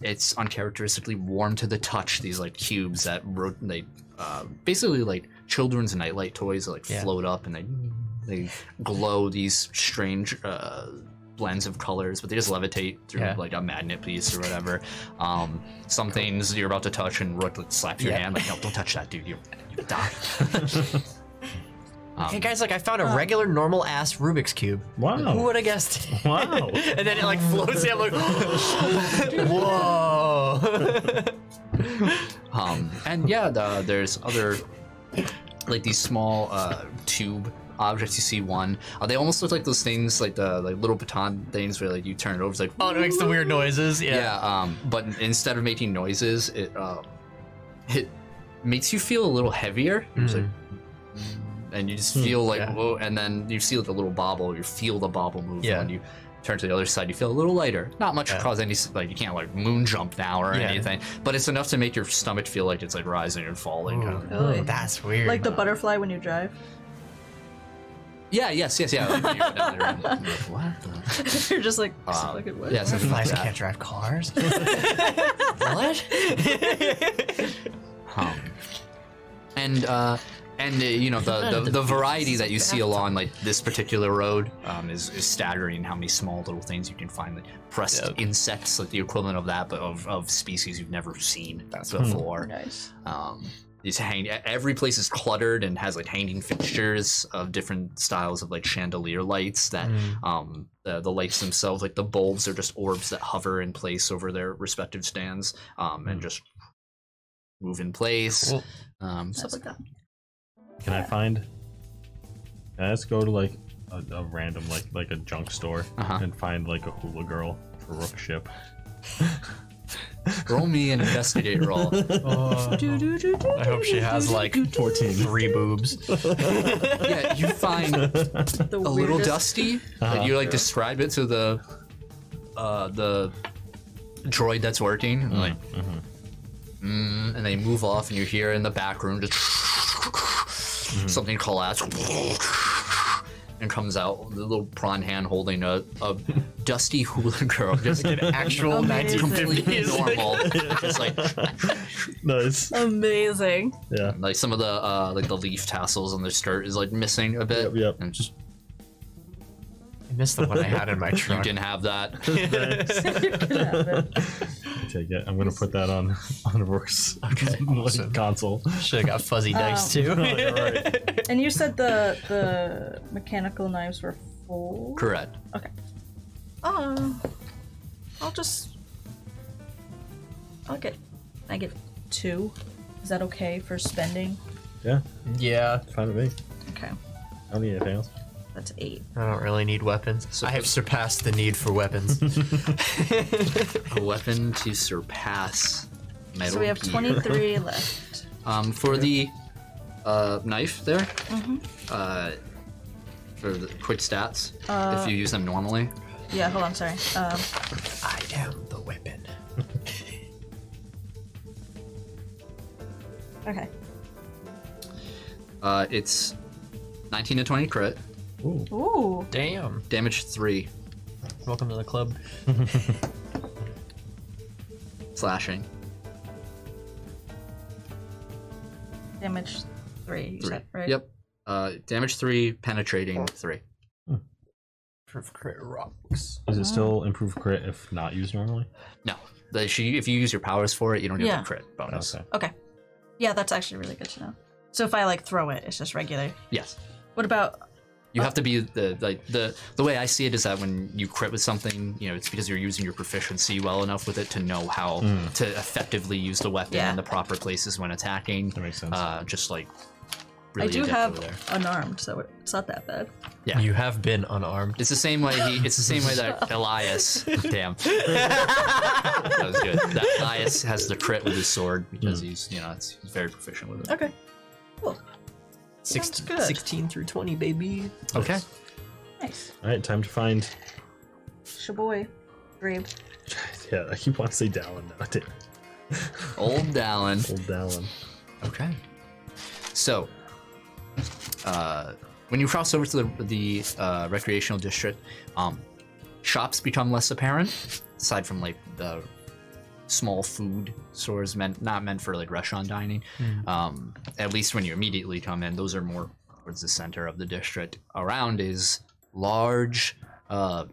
[SPEAKER 1] it's uncharacteristically warm to the touch. These like cubes that ro- they uh, basically like children's nightlight toys that like
[SPEAKER 2] Yeah.
[SPEAKER 1] float up and they they glow these strange uh, blends of colors, but they just levitate through
[SPEAKER 2] Yeah.
[SPEAKER 1] like a magnet piece or whatever. Um, some things you're about to touch and Rook like, slaps your
[SPEAKER 2] Yeah.
[SPEAKER 1] hand like, no, don't touch that, dude. You you die.
[SPEAKER 2] [laughs] Hey guys, like I found a regular normal ass Rubik's cube.
[SPEAKER 4] Wow.
[SPEAKER 2] Who would have guessed?
[SPEAKER 4] Wow.
[SPEAKER 2] [laughs]
[SPEAKER 1] [laughs]
[SPEAKER 2] and then it like floats [laughs] in. I'm like, whoa.
[SPEAKER 1] Um, and yeah, the, there's other like these small uh, tube objects. You see one. Uh, they almost look like those things, like the like little baton things, where like you turn it over, it's like
[SPEAKER 2] [laughs] oh, and it makes the weird noises. Yeah.
[SPEAKER 1] yeah. Um, but instead of making noises, it uh, it makes you feel a little heavier. It's like, and you just feel like
[SPEAKER 2] Hmm. yeah.
[SPEAKER 1] whoa, and then you see like a little bobble. You feel the bobble move.
[SPEAKER 2] Yeah.
[SPEAKER 1] When you turn to the other side, you feel a little lighter. Not much
[SPEAKER 2] Yeah.
[SPEAKER 1] cause any s- like you can't like moon jump now or
[SPEAKER 2] Yeah.
[SPEAKER 1] anything, but it's enough to make your stomach feel like it's like rising and falling.
[SPEAKER 2] uh,
[SPEAKER 1] kind of
[SPEAKER 2] Hmm.
[SPEAKER 1] thing.
[SPEAKER 3] Really?
[SPEAKER 2] That's weird.
[SPEAKER 3] Like the butterfly when you drive. [laughs]
[SPEAKER 1] Yeah. Yes. Yes.
[SPEAKER 2] [laughs]
[SPEAKER 1] Yeah. Like, you go down there and- you're like, hmm, what the-
[SPEAKER 3] You're just like,
[SPEAKER 2] Uh,
[SPEAKER 1] Um,
[SPEAKER 3] look at what?
[SPEAKER 2] [laughs]
[SPEAKER 1] yeah, something like
[SPEAKER 2] Flies
[SPEAKER 1] that.
[SPEAKER 2] can't drive cars. [laughs] what?
[SPEAKER 1] Um, and uh, and uh, you know the, the the variety that you see along like this particular road um, is, is staggering. How many small little things you can find, like pressed
[SPEAKER 2] Yeah.
[SPEAKER 1] insects, like the equivalent of that, but of, of species you've never seen before.
[SPEAKER 3] Nice.
[SPEAKER 1] Um, these hang e- every place is cluttered and has like hanging fixtures of different styles of like chandelier lights
[SPEAKER 4] Mm.
[SPEAKER 1] that um the, the lights themselves like the bulbs are just orbs that hover in place over their respective stands um and just move in place
[SPEAKER 2] Cool.
[SPEAKER 1] um stuff like that
[SPEAKER 4] Can I find? Can I just go to like a, a random like like a junk store
[SPEAKER 1] Uh-huh.
[SPEAKER 4] and find like a hula girl for Rook ship?
[SPEAKER 1] roll me an investigate roll
[SPEAKER 2] I hope she has like
[SPEAKER 4] Fourteen.
[SPEAKER 2] three boobs.
[SPEAKER 1] yeah you find
[SPEAKER 3] The
[SPEAKER 1] a little
[SPEAKER 3] weirdest-
[SPEAKER 1] dusty.
[SPEAKER 3] Uh-huh.
[SPEAKER 1] Like you like describe it to the uh, the droid that's working,
[SPEAKER 3] Mm-hmm.
[SPEAKER 1] and like, mm, and they move off, and you hear in the back room just
[SPEAKER 3] Mm-hmm.
[SPEAKER 1] something collapse, and comes out the little prawn hand holding a, a dusty hula girl, just
[SPEAKER 3] [laughs]
[SPEAKER 2] Actual
[SPEAKER 3] Amazing.
[SPEAKER 1] completely [laughs]
[SPEAKER 2] 1950s.
[SPEAKER 1] normal,
[SPEAKER 3] [laughs]
[SPEAKER 1] just like
[SPEAKER 4] nice.
[SPEAKER 1] [laughs]
[SPEAKER 3] Amazing. [laughs]
[SPEAKER 4] Yeah.
[SPEAKER 1] like some of the uh, like the leaf tassels on their skirt is like missing a bit,
[SPEAKER 4] Yep, yep.
[SPEAKER 1] and just
[SPEAKER 2] I missed the one I had in my
[SPEAKER 1] You
[SPEAKER 2] truck. [laughs]
[SPEAKER 1] didn't have that.
[SPEAKER 4] Take it. I'm gonna put that on [laughs] on [laughs] Rourke's
[SPEAKER 2] Okay, awesome.
[SPEAKER 4] console.
[SPEAKER 2] Should have got
[SPEAKER 3] Oh.
[SPEAKER 2] fuzzy dice [laughs] too.
[SPEAKER 3] And you said the the mechanical knives were full.
[SPEAKER 1] Correct.
[SPEAKER 3] Okay. Oh, I'll just. I'll get. I get two. Is that okay for spending?
[SPEAKER 4] Yeah,
[SPEAKER 2] yeah,
[SPEAKER 4] fine with me.
[SPEAKER 3] Okay,
[SPEAKER 4] I don't need anything else.
[SPEAKER 3] that's eight.
[SPEAKER 2] I don't really need weapons. I have surpassed the need for weapons. [laughs]
[SPEAKER 1] A weapon to surpass metal.
[SPEAKER 3] So we have
[SPEAKER 1] Gear. [laughs]
[SPEAKER 3] 23 left.
[SPEAKER 1] Um, for the uh, knife there,
[SPEAKER 3] Mm-hmm.
[SPEAKER 1] uh, for the quick stats,
[SPEAKER 3] Uh,
[SPEAKER 1] if you use them normally,
[SPEAKER 3] Yeah, hold on, sorry. Um,
[SPEAKER 2] I am the weapon.
[SPEAKER 3] okay.
[SPEAKER 1] uh, it's 19 to 20 crit,
[SPEAKER 4] Ooh,
[SPEAKER 3] Ooh.
[SPEAKER 2] Damn.
[SPEAKER 1] damage 3,
[SPEAKER 2] Welcome to the club.
[SPEAKER 1] slashing.
[SPEAKER 3] Damage three, you
[SPEAKER 1] Three.
[SPEAKER 3] said, right?
[SPEAKER 1] Yep. Uh, damage 3, penetrating 3.
[SPEAKER 2] Proof crit rocks.
[SPEAKER 4] is it still improved crit if not used normally?
[SPEAKER 1] No. The, she, if you use your powers for it, you don't get
[SPEAKER 3] Yeah.
[SPEAKER 1] the crit bonus.
[SPEAKER 4] Okay.
[SPEAKER 3] Okay. Yeah, that's actually really good to know. So if I like throw it, it's just regular.
[SPEAKER 1] Yes.
[SPEAKER 3] What about
[SPEAKER 1] You have to be the like the the way I see it is that when you crit with something, you know, it's because you're using your proficiency well enough with it to know how to effectively use the weapon
[SPEAKER 3] Yeah.
[SPEAKER 1] in the proper places when attacking. That
[SPEAKER 4] makes sense.
[SPEAKER 1] Uh, just like really
[SPEAKER 3] I do
[SPEAKER 1] adept
[SPEAKER 3] have
[SPEAKER 1] over there.
[SPEAKER 3] unarmed, so it- it's not that bad.
[SPEAKER 1] Yeah.
[SPEAKER 2] You have been unarmed.
[SPEAKER 1] It's the same way he. It's the same way that
[SPEAKER 3] [laughs]
[SPEAKER 1] Elias. Damn. that was good. That Elias has the crit with his sword because he's you know it's, he's very proficient with it.
[SPEAKER 3] Okay. Cool.
[SPEAKER 2] Sixt-
[SPEAKER 3] Sounds good.
[SPEAKER 2] 16 through 20, baby.
[SPEAKER 1] Okay.
[SPEAKER 3] Nice.
[SPEAKER 4] All right, time to find. [laughs]
[SPEAKER 3] Shaboy. Brave.
[SPEAKER 4] Yeah, I keep wanting to say Dallin now. [laughs] Damn,
[SPEAKER 1] Old Dallin.
[SPEAKER 4] old Dallin.
[SPEAKER 1] Okay. So, uh, when you cross over to the, the uh, recreational district, um, shops become less apparent, aside from like the small food stores meant not meant for like restaurant dining. Um, at least when you immediately come in, those are more towards the center of the district. Around is large. Uh,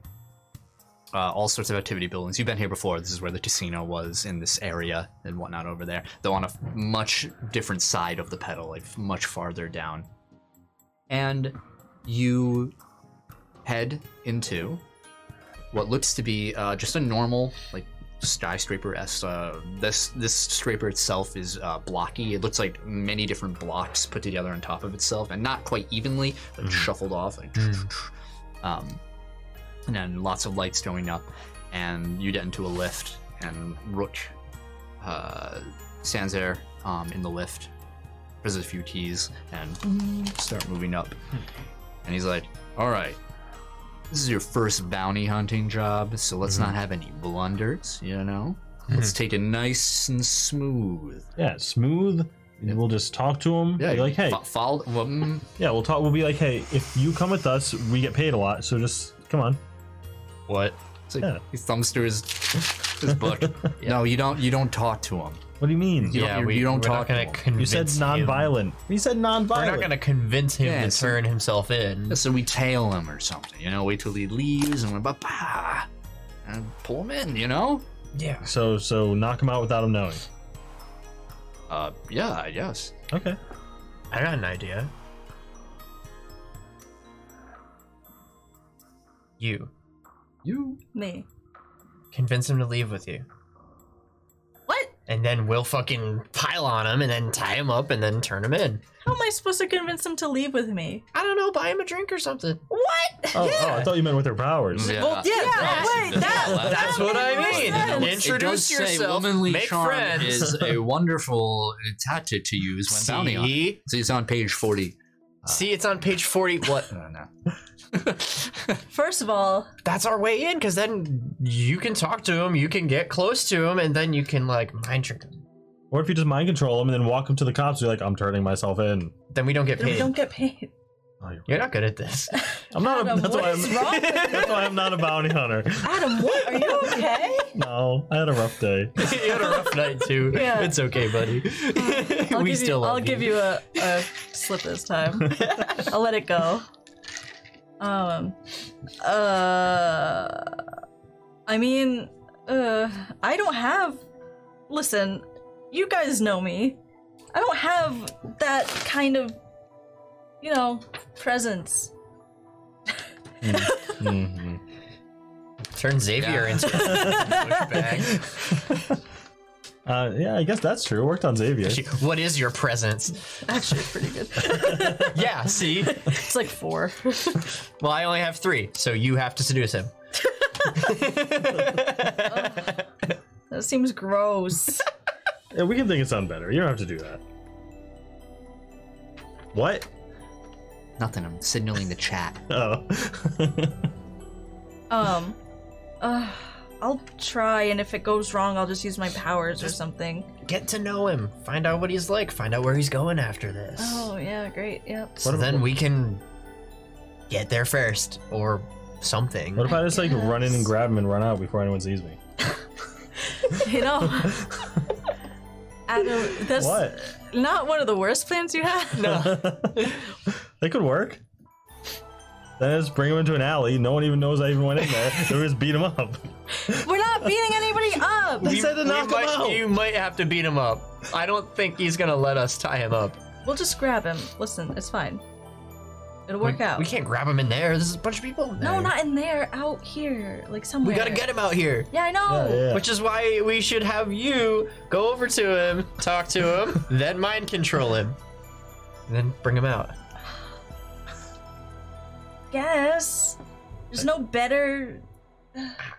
[SPEAKER 1] uh, all sorts of activity buildings. You've been here before. This is where the casino was in this area and whatnot over there, though on a f- much different side of the pedal, like f- much farther down. And you head into what looks to be uh, just a normal, like skyscraper s. Uh, this this scraper itself is uh, blocky. It looks like many different blocks put together on top of itself, and not quite evenly, like shuffled off. Like, Um, and then lots of lights going up, and you get into a lift, and Rook uh, stands there um, in the lift, presses a few keys, and start moving up. And he's like, "All right, this is your first bounty hunting job, so let's
[SPEAKER 4] Mm-hmm.
[SPEAKER 1] not have any blunders, you know. Let's take it nice and smooth."
[SPEAKER 4] Yeah, smooth. We'll just talk to him. Yeah,
[SPEAKER 1] you
[SPEAKER 4] be like, hey,
[SPEAKER 1] fo- follow. Well, mm,
[SPEAKER 4] yeah, we'll talk. We'll be like, hey, if you come with us, we get paid a lot. So just come on.
[SPEAKER 2] What?
[SPEAKER 1] it's like
[SPEAKER 4] Yeah.
[SPEAKER 1] He thumbs through his his
[SPEAKER 4] [laughs]
[SPEAKER 1] book. No, you don't. You don't talk to him.
[SPEAKER 4] What do you mean?
[SPEAKER 1] You don't-
[SPEAKER 2] Yeah,
[SPEAKER 1] you-
[SPEAKER 2] we,
[SPEAKER 1] you don't
[SPEAKER 2] we're
[SPEAKER 1] talk
[SPEAKER 2] not
[SPEAKER 1] to
[SPEAKER 2] gonna
[SPEAKER 1] him.
[SPEAKER 4] You
[SPEAKER 2] convince
[SPEAKER 4] said
[SPEAKER 2] Him.
[SPEAKER 4] non-violent. You said
[SPEAKER 2] We're
[SPEAKER 4] non-violent.
[SPEAKER 2] not gonna convince him
[SPEAKER 1] Yeah,
[SPEAKER 2] to
[SPEAKER 1] so-
[SPEAKER 2] turn himself in.
[SPEAKER 1] So we tail him or something, you know. Wait till he leaves, and we're bah, bah, and pull him in, you know.
[SPEAKER 2] Yeah.
[SPEAKER 4] So so knock him out without him knowing.
[SPEAKER 1] Uh, yeah, I guess.
[SPEAKER 4] Okay.
[SPEAKER 2] I got an idea. You
[SPEAKER 1] You
[SPEAKER 3] Me.
[SPEAKER 2] convince him to leave with you,
[SPEAKER 3] What?
[SPEAKER 2] and then we'll fucking pile on him, and then tie him up, and then turn him in.
[SPEAKER 3] How am I supposed to convince him to leave with me?
[SPEAKER 2] I don't know, buy him a drink or something.
[SPEAKER 3] What?
[SPEAKER 4] Oh, oh, I thought you meant with their powers.
[SPEAKER 1] Yeah.
[SPEAKER 2] Well, yeah,
[SPEAKER 1] that's-
[SPEAKER 3] wait, that-
[SPEAKER 1] that's-
[SPEAKER 2] That's what I mean.
[SPEAKER 3] Yeah,
[SPEAKER 1] It does
[SPEAKER 2] Introduce
[SPEAKER 1] say
[SPEAKER 2] yourself.
[SPEAKER 1] womanly
[SPEAKER 2] make
[SPEAKER 1] charm
[SPEAKER 2] friends.
[SPEAKER 1] is a [laughs] wonderful tactic to use when bounty hunting.
[SPEAKER 2] See?
[SPEAKER 1] So it's on page forty.
[SPEAKER 2] See, it's on page 40.
[SPEAKER 1] [laughs]
[SPEAKER 2] What?
[SPEAKER 1] I don't know.
[SPEAKER 3] First of all,
[SPEAKER 2] That's our way in, because then you can talk to him, you can get close to him, and then you can, like, mind trick him.
[SPEAKER 4] Or if you just mind control him and then walk him to the cops, you're like, I'm turning myself in.
[SPEAKER 2] Then we don't get
[SPEAKER 3] then we
[SPEAKER 2] paid.
[SPEAKER 3] don't get paid.
[SPEAKER 4] Oh, you're-
[SPEAKER 2] You're not good at this. [laughs]
[SPEAKER 4] I'm not.
[SPEAKER 3] Adam,
[SPEAKER 4] that's
[SPEAKER 3] what
[SPEAKER 4] why [laughs]
[SPEAKER 3] is
[SPEAKER 4] I'm.
[SPEAKER 3] wrong with
[SPEAKER 4] That's why I'm not a bounty hunter.
[SPEAKER 3] Adam, what? Are you okay?
[SPEAKER 4] No, I had a rough day.
[SPEAKER 2] you had a rough night, too.
[SPEAKER 3] Yeah.
[SPEAKER 2] It's okay, buddy.
[SPEAKER 3] I'll
[SPEAKER 2] [laughs] we
[SPEAKER 3] give you,
[SPEAKER 2] still love [laughs]
[SPEAKER 3] I'll give you a, a slip this time. I'll let it go. Um, uh, I mean, uh, I don't have. Listen, you guys know me. I don't have that kind of, you know, presence.
[SPEAKER 2] Mm-hmm.
[SPEAKER 4] Mhm.
[SPEAKER 2] Turn Xavier
[SPEAKER 1] Yeah.
[SPEAKER 2] into a douchebag.
[SPEAKER 4] Uh, yeah, I guess that's true. It worked on Xavier.
[SPEAKER 2] [laughs] What is your presence?
[SPEAKER 3] Actually, pretty good. [laughs]
[SPEAKER 2] Yeah, see?
[SPEAKER 3] it's like four. [laughs]
[SPEAKER 2] Well, I only have three, so you have to seduce him.
[SPEAKER 3] That seems
[SPEAKER 2] [laughs]
[SPEAKER 3] gross.
[SPEAKER 4] Yeah, we can think it sound better. You don't have to do that. What?
[SPEAKER 1] Nothing. I'm signaling the chat.
[SPEAKER 4] Oh.
[SPEAKER 3] Um, uh, I'll try, and if it goes wrong, I'll just use my powers or something.
[SPEAKER 2] Get to know him. Find out what he's like. Find out where he's going after this.
[SPEAKER 3] Oh yeah, great.
[SPEAKER 2] [laughs]
[SPEAKER 3] Yep.
[SPEAKER 2] so
[SPEAKER 4] What
[SPEAKER 2] then
[SPEAKER 4] about-
[SPEAKER 2] we can get there first or something.
[SPEAKER 4] what if I just like run in
[SPEAKER 3] guess.
[SPEAKER 4] and grab him and run out before anyone sees me?
[SPEAKER 3] You
[SPEAKER 2] [laughs]
[SPEAKER 3] know, Adam, that's
[SPEAKER 4] What?
[SPEAKER 3] [laughs] not one of the worst plans you had.
[SPEAKER 4] [laughs] that could work. Then I just bring him into an alley. No one even knows I even went in there. They just beat him up.
[SPEAKER 3] [laughs] We're not beating anybody up.
[SPEAKER 4] They said to knock him
[SPEAKER 2] might,
[SPEAKER 4] out.
[SPEAKER 2] You might have to beat him up. I don't think he's gonna let us tie him up.
[SPEAKER 3] We'll just grab him. Listen, it's fine. It'll work
[SPEAKER 2] we,
[SPEAKER 3] out.
[SPEAKER 2] We can't grab him in there. There's a bunch of people. In
[SPEAKER 3] No,
[SPEAKER 2] there.
[SPEAKER 3] not in there. Out here, like somewhere.
[SPEAKER 2] We gotta get him out here.
[SPEAKER 3] Yeah, I know.
[SPEAKER 4] Yeah, yeah.
[SPEAKER 2] Which is why we should have you go over to him, talk to him, then mind control him, and then bring him out.
[SPEAKER 3] Guess. There's no better.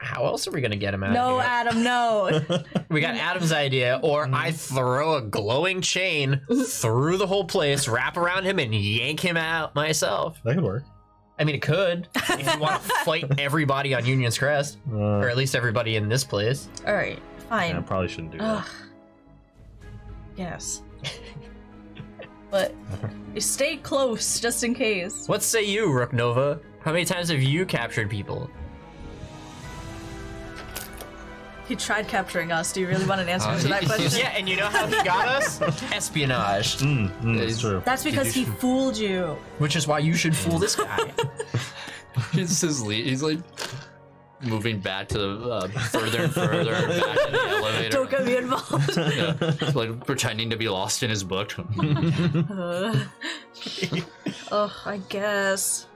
[SPEAKER 2] How else are we gonna get him out?
[SPEAKER 3] No,
[SPEAKER 2] of here?
[SPEAKER 3] Adam,
[SPEAKER 2] [laughs]
[SPEAKER 3] no.
[SPEAKER 2] we got Adam's idea, or I throw a glowing chain through the whole place, wrap around him, and yank him out myself.
[SPEAKER 4] That could work.
[SPEAKER 2] I mean, it could if you want to fight everybody on Union's Crest, or
[SPEAKER 4] Uh,
[SPEAKER 2] at least everybody in this place.
[SPEAKER 3] All right,
[SPEAKER 4] yeah, I
[SPEAKER 3] fine.
[SPEAKER 4] probably shouldn't do
[SPEAKER 3] Ugh.
[SPEAKER 4] that.
[SPEAKER 2] [laughs]
[SPEAKER 3] Yes. but stay close just in case.
[SPEAKER 2] What say you, Rook Nova? How many times have you captured people?
[SPEAKER 3] He tried capturing us. Do you really want an answer to that question?
[SPEAKER 2] [laughs] yeah, and you know how he got us? Espionage.
[SPEAKER 4] Mm, mm, that's
[SPEAKER 1] Uh,
[SPEAKER 4] true.
[SPEAKER 3] That's because he fooled you.
[SPEAKER 2] Which is why you should fool this [laughs] guy.
[SPEAKER 1] [laughs] He's his lead. He's like moving back to the uh, further and further back in [laughs] the elevator.
[SPEAKER 3] Don't get me involved.
[SPEAKER 2] [laughs]
[SPEAKER 3] [laughs]
[SPEAKER 1] Yeah, like pretending to be lost in his book. [laughs]
[SPEAKER 3] Ugh. Ugh, I guess.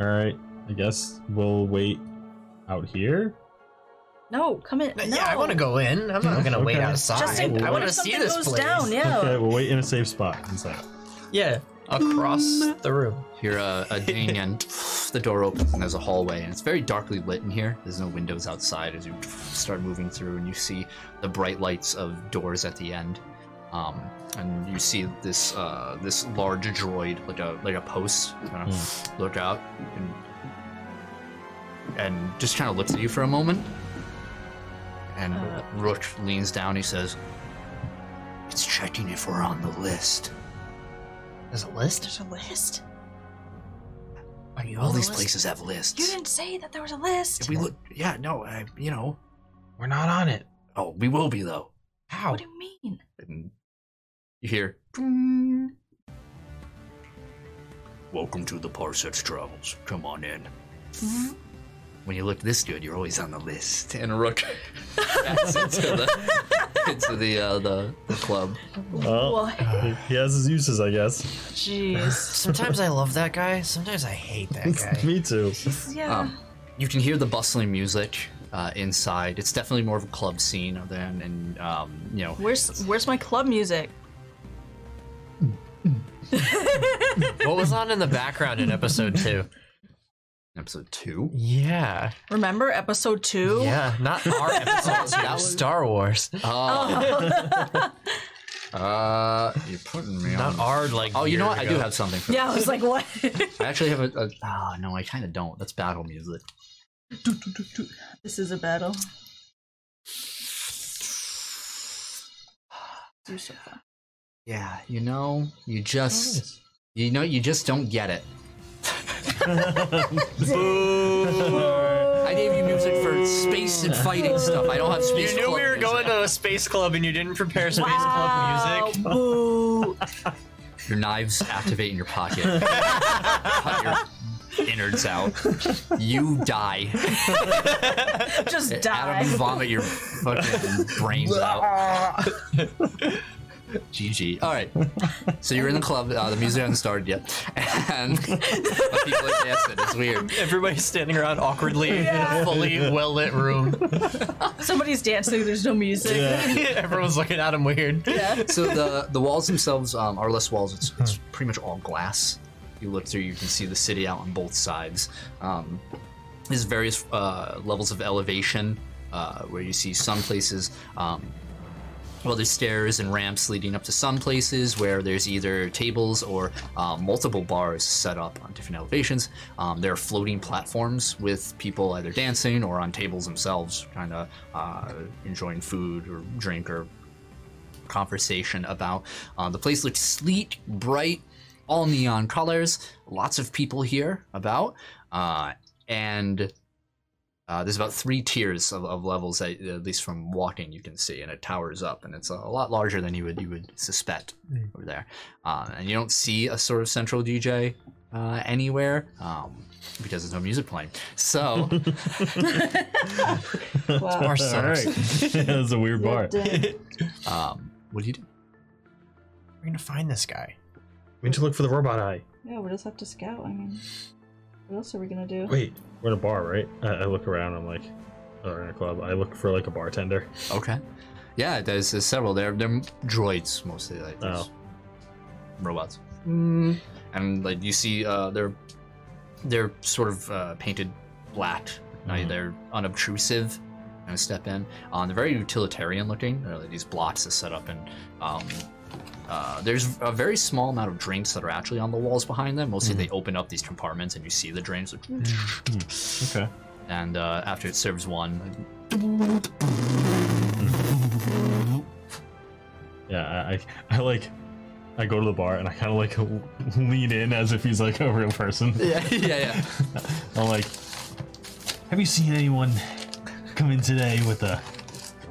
[SPEAKER 4] All right. I guess we'll wait out here.
[SPEAKER 3] No, come in. No.
[SPEAKER 2] Yeah, I want to go in. I'm not gonna wait
[SPEAKER 4] Okay.
[SPEAKER 2] outside.
[SPEAKER 3] Just in,
[SPEAKER 2] I
[SPEAKER 3] what
[SPEAKER 2] want
[SPEAKER 3] if
[SPEAKER 2] to see
[SPEAKER 3] something
[SPEAKER 2] this
[SPEAKER 3] goes
[SPEAKER 2] place.
[SPEAKER 3] down? Yeah.
[SPEAKER 4] Okay, we'll wait in a safe spot inside.
[SPEAKER 2] Yeah, across
[SPEAKER 1] Mm.
[SPEAKER 2] the room.
[SPEAKER 1] Hear uh, a, a ding
[SPEAKER 2] [laughs]
[SPEAKER 1] and the door opens and there's a hallway and it's very darkly lit in here. There's no windows outside as you start moving through and you see the bright lights of doors at the end. Um, and you see this uh, this large droid like a like a post kind of
[SPEAKER 2] Hmm.
[SPEAKER 1] look out and and just kind of looks at you for a moment. And
[SPEAKER 3] Uh.
[SPEAKER 1] Rook leans down. He says, "It's checking if we're on the list."
[SPEAKER 2] There's a list.
[SPEAKER 3] There's a list.
[SPEAKER 2] Are you
[SPEAKER 1] All
[SPEAKER 2] on the
[SPEAKER 1] these
[SPEAKER 2] list?
[SPEAKER 1] places have lists.
[SPEAKER 3] You didn't say that there was a list.
[SPEAKER 1] If we look, yeah, no, I, you know,
[SPEAKER 2] We're not on it.
[SPEAKER 1] oh, we will be though.
[SPEAKER 2] How?
[SPEAKER 3] What do you mean?
[SPEAKER 1] And you hear, "Welcome to the Parsecs Travels. Come on in." When you look this good, you're always on the list. And Rook backs into the into the uh, the, the club.
[SPEAKER 2] Oh.
[SPEAKER 4] Well,
[SPEAKER 3] What?
[SPEAKER 4] he has his uses, I guess.
[SPEAKER 2] [laughs]
[SPEAKER 3] Jeez.
[SPEAKER 2] Sometimes I love that guy. Sometimes I hate that
[SPEAKER 1] [laughs]
[SPEAKER 4] [laughs]
[SPEAKER 2] guy.
[SPEAKER 4] Me too.
[SPEAKER 3] Yeah.
[SPEAKER 1] Um, you can hear the bustling music uh, inside. It's definitely more of a club scene than, and um, you know,
[SPEAKER 3] where's Where's my club music?
[SPEAKER 2] what was on in the background in episode two?
[SPEAKER 1] episode two.
[SPEAKER 2] Yeah.
[SPEAKER 3] Remember episode two?
[SPEAKER 2] Yeah, not
[SPEAKER 1] [laughs]
[SPEAKER 2] our episode two.
[SPEAKER 1] was-
[SPEAKER 2] Star Wars.
[SPEAKER 1] Oh. [laughs] uh, you're putting me
[SPEAKER 2] Not
[SPEAKER 1] on.
[SPEAKER 2] our like.
[SPEAKER 1] oh, you know
[SPEAKER 2] years
[SPEAKER 1] what? I do
[SPEAKER 2] ago.
[SPEAKER 1] have something. For
[SPEAKER 3] Yeah. I was like, what?
[SPEAKER 2] [laughs]
[SPEAKER 1] I actually have a. a oh, no, I kind of don't. That's battle music.
[SPEAKER 3] this is a battle. You're so fun.
[SPEAKER 1] Yeah, you know, you just, you know, you just don't get [laughs] it. I gave you music for space and fighting stuff. I don't have space.
[SPEAKER 2] You knew
[SPEAKER 1] club
[SPEAKER 2] we were
[SPEAKER 1] music.
[SPEAKER 2] going to a space club and you didn't prepare space club music. [laughs]
[SPEAKER 3] Boo.
[SPEAKER 2] [laughs]
[SPEAKER 1] Your knives activate in your pocket. Cut your innards out. You die.
[SPEAKER 2] [laughs]
[SPEAKER 3] Just die.
[SPEAKER 1] Adam, vomit your fucking brains out. GG. All right. So you're in the club. Uh, the music hasn't started yet, [laughs] and but people are dancing. It's weird.
[SPEAKER 5] Everybody's standing around awkwardly.
[SPEAKER 2] Fully well lit room. [laughs]
[SPEAKER 6] [laughs]
[SPEAKER 3] Somebody's dancing. There's no music.
[SPEAKER 2] Everyone's looking at him weird.
[SPEAKER 1] So the the walls themselves um, are less walls. It's, it's pretty much all glass. You look through, you can see the city out on both sides. Um, there's various uh, levels of elevation uh, where you see some places. Um, well, there's stairs and ramps leading up to some places where there's either tables or uh, multiple bars set up on different elevations. Um, there are floating platforms with people either dancing or on tables themselves, kind of uh, enjoying food or drink or conversation about. Uh, the place looks sleek, bright, all neon colors. Lots of people here about, uh, and uh, there's about three tiers of, of levels that, at least from walking, you can see, and it towers up, and it's a lot larger than you would you would suspect over there. Um, and you don't see a sort of central DJ uh, anywhere. Um, because there's no music playing. So,
[SPEAKER 4] [laughs]
[SPEAKER 3] Wow.
[SPEAKER 4] All right. That's a weird bar.
[SPEAKER 1] um, what do you do?
[SPEAKER 2] We're gonna find this guy.
[SPEAKER 7] We need to look for the robot eye.
[SPEAKER 6] Yeah, we'll just have to scout. I mean, what else are we gonna do?
[SPEAKER 7] Wait, we're in a bar, right? I, I look around. I'm like, oh, we're in a club. I look for like a bartender.
[SPEAKER 1] Okay. Yeah, there's, there's several. They're they're droids mostly, like
[SPEAKER 7] Oh.
[SPEAKER 1] there's robots.
[SPEAKER 3] Mm.
[SPEAKER 1] And like you see, uh, they're they're sort of uh, painted black. Now
[SPEAKER 7] Mhm.
[SPEAKER 1] They're unobtrusive. Kind of step in. Um, they're very utilitarian looking. They're like these blocks that set up, and um, uh, there's a very small amount of drinks that are actually on the walls behind them. Mostly, they open up these compartments, and you see the drinks. Like,
[SPEAKER 4] Okay.
[SPEAKER 1] and uh, after it serves one, like,
[SPEAKER 4] [laughs] Yeah, I, I, I like, I go to the bar and I kind of like [laughs] lean in as if he's like a real person.
[SPEAKER 1] yeah, [laughs] yeah, yeah.
[SPEAKER 4] I'm like, have you seen anyone come in today with a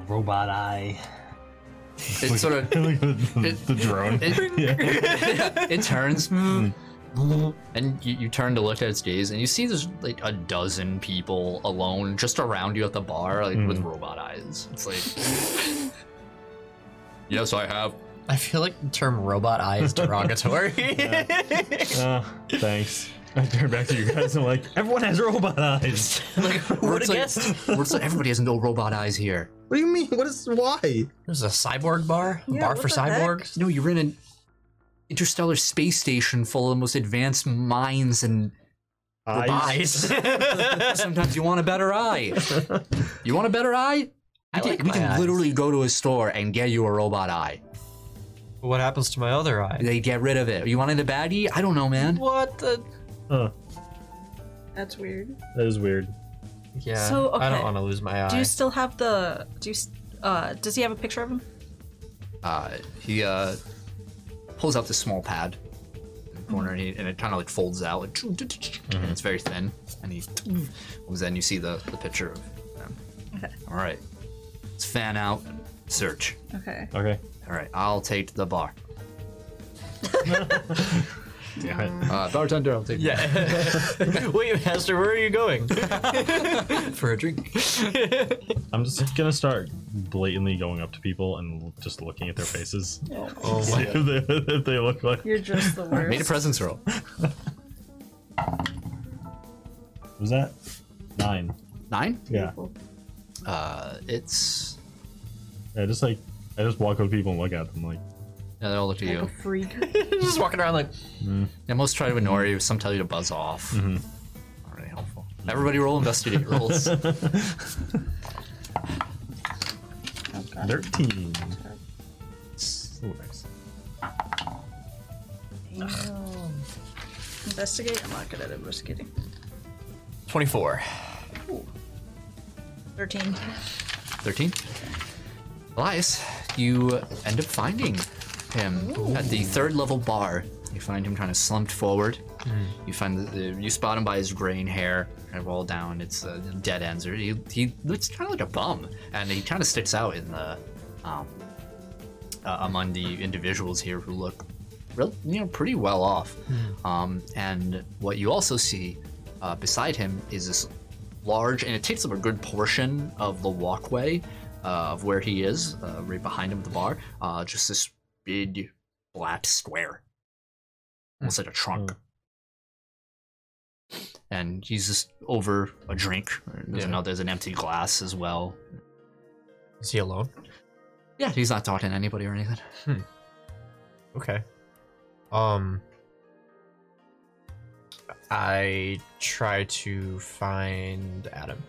[SPEAKER 4] robot eye? [laughs]
[SPEAKER 1] It's sort of
[SPEAKER 4] Like the, the,
[SPEAKER 1] It-
[SPEAKER 4] the drone.
[SPEAKER 1] It, [laughs] it turns, and you, you turn to look at its gaze, and you see there's like a dozen people alone just around you at the bar, like with robot eyes. It's like, [laughs] yes, I have.
[SPEAKER 2] I feel like the term robot eye
[SPEAKER 5] [laughs]
[SPEAKER 2] is derogatory.
[SPEAKER 4] Uh, thanks. I turn back to you guys. and I'm like, everyone has robot eyes.
[SPEAKER 1] Like, what like, [laughs] Wert's like, everybody has no robot eyes here.
[SPEAKER 7] What do you mean? What is why?
[SPEAKER 2] There's a cyborg bar? A
[SPEAKER 3] Yeah,
[SPEAKER 2] bar
[SPEAKER 3] what
[SPEAKER 2] for
[SPEAKER 3] the heck?
[SPEAKER 2] cyborgs?
[SPEAKER 1] No, you're in an interstellar space station full of the most advanced minds, and
[SPEAKER 2] [laughs] Eyes.
[SPEAKER 1] sometimes you want a better eye. You want a better eye? We
[SPEAKER 2] I
[SPEAKER 1] can-
[SPEAKER 2] like
[SPEAKER 1] we
[SPEAKER 2] my
[SPEAKER 1] can
[SPEAKER 2] eyes.
[SPEAKER 1] literally go to a store and get you a robot eye.
[SPEAKER 5] [laughs] What happens to my other eye?
[SPEAKER 1] They get rid of it. You wanted a baddie? I don't know, man.
[SPEAKER 5] What the?
[SPEAKER 4] Huh,
[SPEAKER 6] That's weird.
[SPEAKER 4] that is weird.
[SPEAKER 2] yeah.
[SPEAKER 3] So,
[SPEAKER 2] I don't
[SPEAKER 3] okay.
[SPEAKER 2] want to lose my eye.
[SPEAKER 3] Do you still have the? Do you? s- Uh, does he have a picture of him?
[SPEAKER 1] Uh, he uh, pulls out this small pad in the corner, and, he, and it kind of like folds out. Like, and it's very thin, and he opens it, and you see the, the picture of them. All right, let's fan out, and search.
[SPEAKER 6] Okay.
[SPEAKER 4] Okay.
[SPEAKER 1] All right, I'll take the bar.
[SPEAKER 4] Damn it.
[SPEAKER 1] Uh, bartender, I'll take. Yeah.
[SPEAKER 5] [laughs] Wait, Hester, where are you
[SPEAKER 2] [laughs]
[SPEAKER 5] going?
[SPEAKER 1] for
[SPEAKER 5] [laughs]
[SPEAKER 1] a drink.
[SPEAKER 4] I'm just gonna start blatantly going up to people and l- just looking at their faces.
[SPEAKER 2] oh,
[SPEAKER 4] See if they, [laughs] if they look like.
[SPEAKER 6] You're just the
[SPEAKER 1] Made a
[SPEAKER 6] worst.
[SPEAKER 1] presence roll.
[SPEAKER 4] What was that nine?
[SPEAKER 1] Nine.
[SPEAKER 4] Yeah.
[SPEAKER 1] Uh, it's.
[SPEAKER 4] I just like I just walk up to people and look at them like
[SPEAKER 1] Yeah, they all look at you.
[SPEAKER 6] Freak.
[SPEAKER 2] just walking around like,
[SPEAKER 1] Yeah, most try to ignore you. Some tell you to buzz off. Not really helpful. Everybody roll investigate [laughs] rolls.
[SPEAKER 6] Oh,
[SPEAKER 4] thirteen. Ooh,
[SPEAKER 3] Investigate. I'm not good at investigating.
[SPEAKER 2] 24.
[SPEAKER 3] Thirteen.
[SPEAKER 1] 13. Elias, you end up finding him at the third level bar. You find him kind of slumped forward. You find the, the, you spot him by his graying hair, kind of all down. It's uh, dead ends. Or He, he looks kind of like a bum, and he kind of sticks out in the um, uh, among the individuals here who look, real, you know, pretty well off. Um, and what you also see uh, beside him is this large, and it takes up a good portion of the walkway uh, of where he is, uh, right behind him at the bar. Uh, just this big black square, almost like a trunk. And he's just over a drink. There's,
[SPEAKER 8] Yeah.
[SPEAKER 1] another, there's an empty glass as well.
[SPEAKER 8] Is he alone?
[SPEAKER 1] Yeah, he's not talking to anybody or anything.
[SPEAKER 8] Okay.
[SPEAKER 2] Um, I try to find Adam.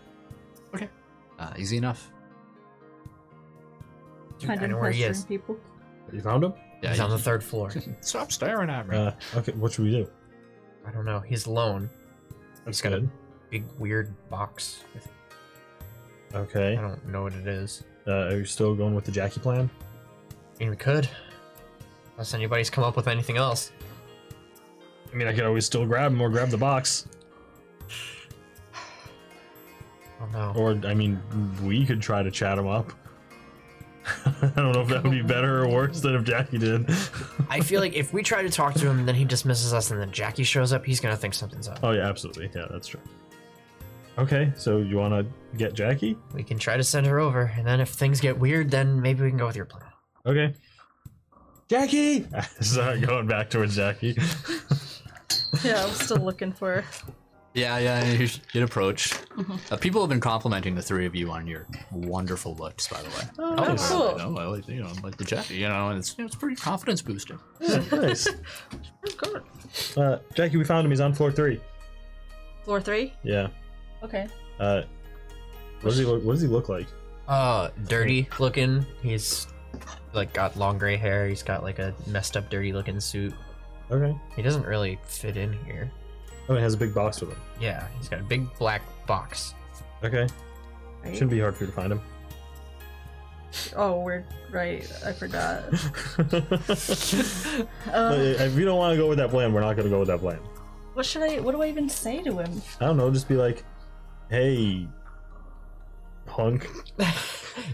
[SPEAKER 1] Uh, easy enough.
[SPEAKER 2] Dude, I
[SPEAKER 9] Kind
[SPEAKER 2] know
[SPEAKER 9] of
[SPEAKER 2] where he
[SPEAKER 9] pestering
[SPEAKER 2] is.
[SPEAKER 9] people.
[SPEAKER 4] You found him?
[SPEAKER 1] Yeah,
[SPEAKER 2] He's
[SPEAKER 1] you-
[SPEAKER 2] on the third floor.
[SPEAKER 1] Stop staring at me.
[SPEAKER 4] Uh, okay, what should we do?
[SPEAKER 2] I don't know. He's alone.
[SPEAKER 4] That's
[SPEAKER 2] got a-
[SPEAKER 4] good.
[SPEAKER 2] Big weird box. with- I
[SPEAKER 4] Okay.
[SPEAKER 2] don't know what it is.
[SPEAKER 4] Uh, are you still going with the Jackie plan?
[SPEAKER 2] I mean, we could. Unless anybody's come up with anything else.
[SPEAKER 4] I mean, I could always still grab him or grab the box.
[SPEAKER 2] Oh no.
[SPEAKER 4] Or, I mean, we could try to chat him up. [laughs] I don't know if that would be better or worse than if Jackie did. [laughs]
[SPEAKER 2] I feel like if we try to talk to him and then he dismisses us and then Jackie shows up, he's gonna think something's up.
[SPEAKER 4] oh, yeah, absolutely. Yeah, that's true. Okay, so you want to get Jackie?
[SPEAKER 2] We can try to send her over, and then if things get weird, then maybe we can go with your plan.
[SPEAKER 4] Okay. [laughs] Jackie! Sorry, going back towards [laughs] Jackie.
[SPEAKER 3] Yeah, I'm still looking for.
[SPEAKER 1] Yeah, yeah, you should [laughs] approach. Uh, people have been complimenting the three of you on your wonderful looks, by the way. Oh,
[SPEAKER 3] cool.
[SPEAKER 1] You know, I like, you know, I like the jacket, you know, and it's, you know, it's pretty confidence boosting.
[SPEAKER 4] nice. [laughs] Uh, Jackie, we found him. He's on floor three.
[SPEAKER 3] Floor three?
[SPEAKER 4] Yeah.
[SPEAKER 3] Okay.
[SPEAKER 4] Uh, what does he look? What does he look like?
[SPEAKER 2] Uh, dirty looking. He's like got long gray hair. He's got like a messed up, dirty looking suit.
[SPEAKER 4] Okay.
[SPEAKER 2] He doesn't really fit in here.
[SPEAKER 4] Oh, he has a big box with him.
[SPEAKER 2] Yeah, he's got a big black box.
[SPEAKER 4] Okay.
[SPEAKER 9] Right?
[SPEAKER 4] Shouldn't be hard for you to find him. [laughs]
[SPEAKER 3] Oh, we're right. I forgot. Um,
[SPEAKER 4] Uh, if you don't want to go with that plan, we're not going to go with that plan.
[SPEAKER 3] What should I? What do I even say to him?
[SPEAKER 4] I don't know. Just be like, hey, punk. [laughs]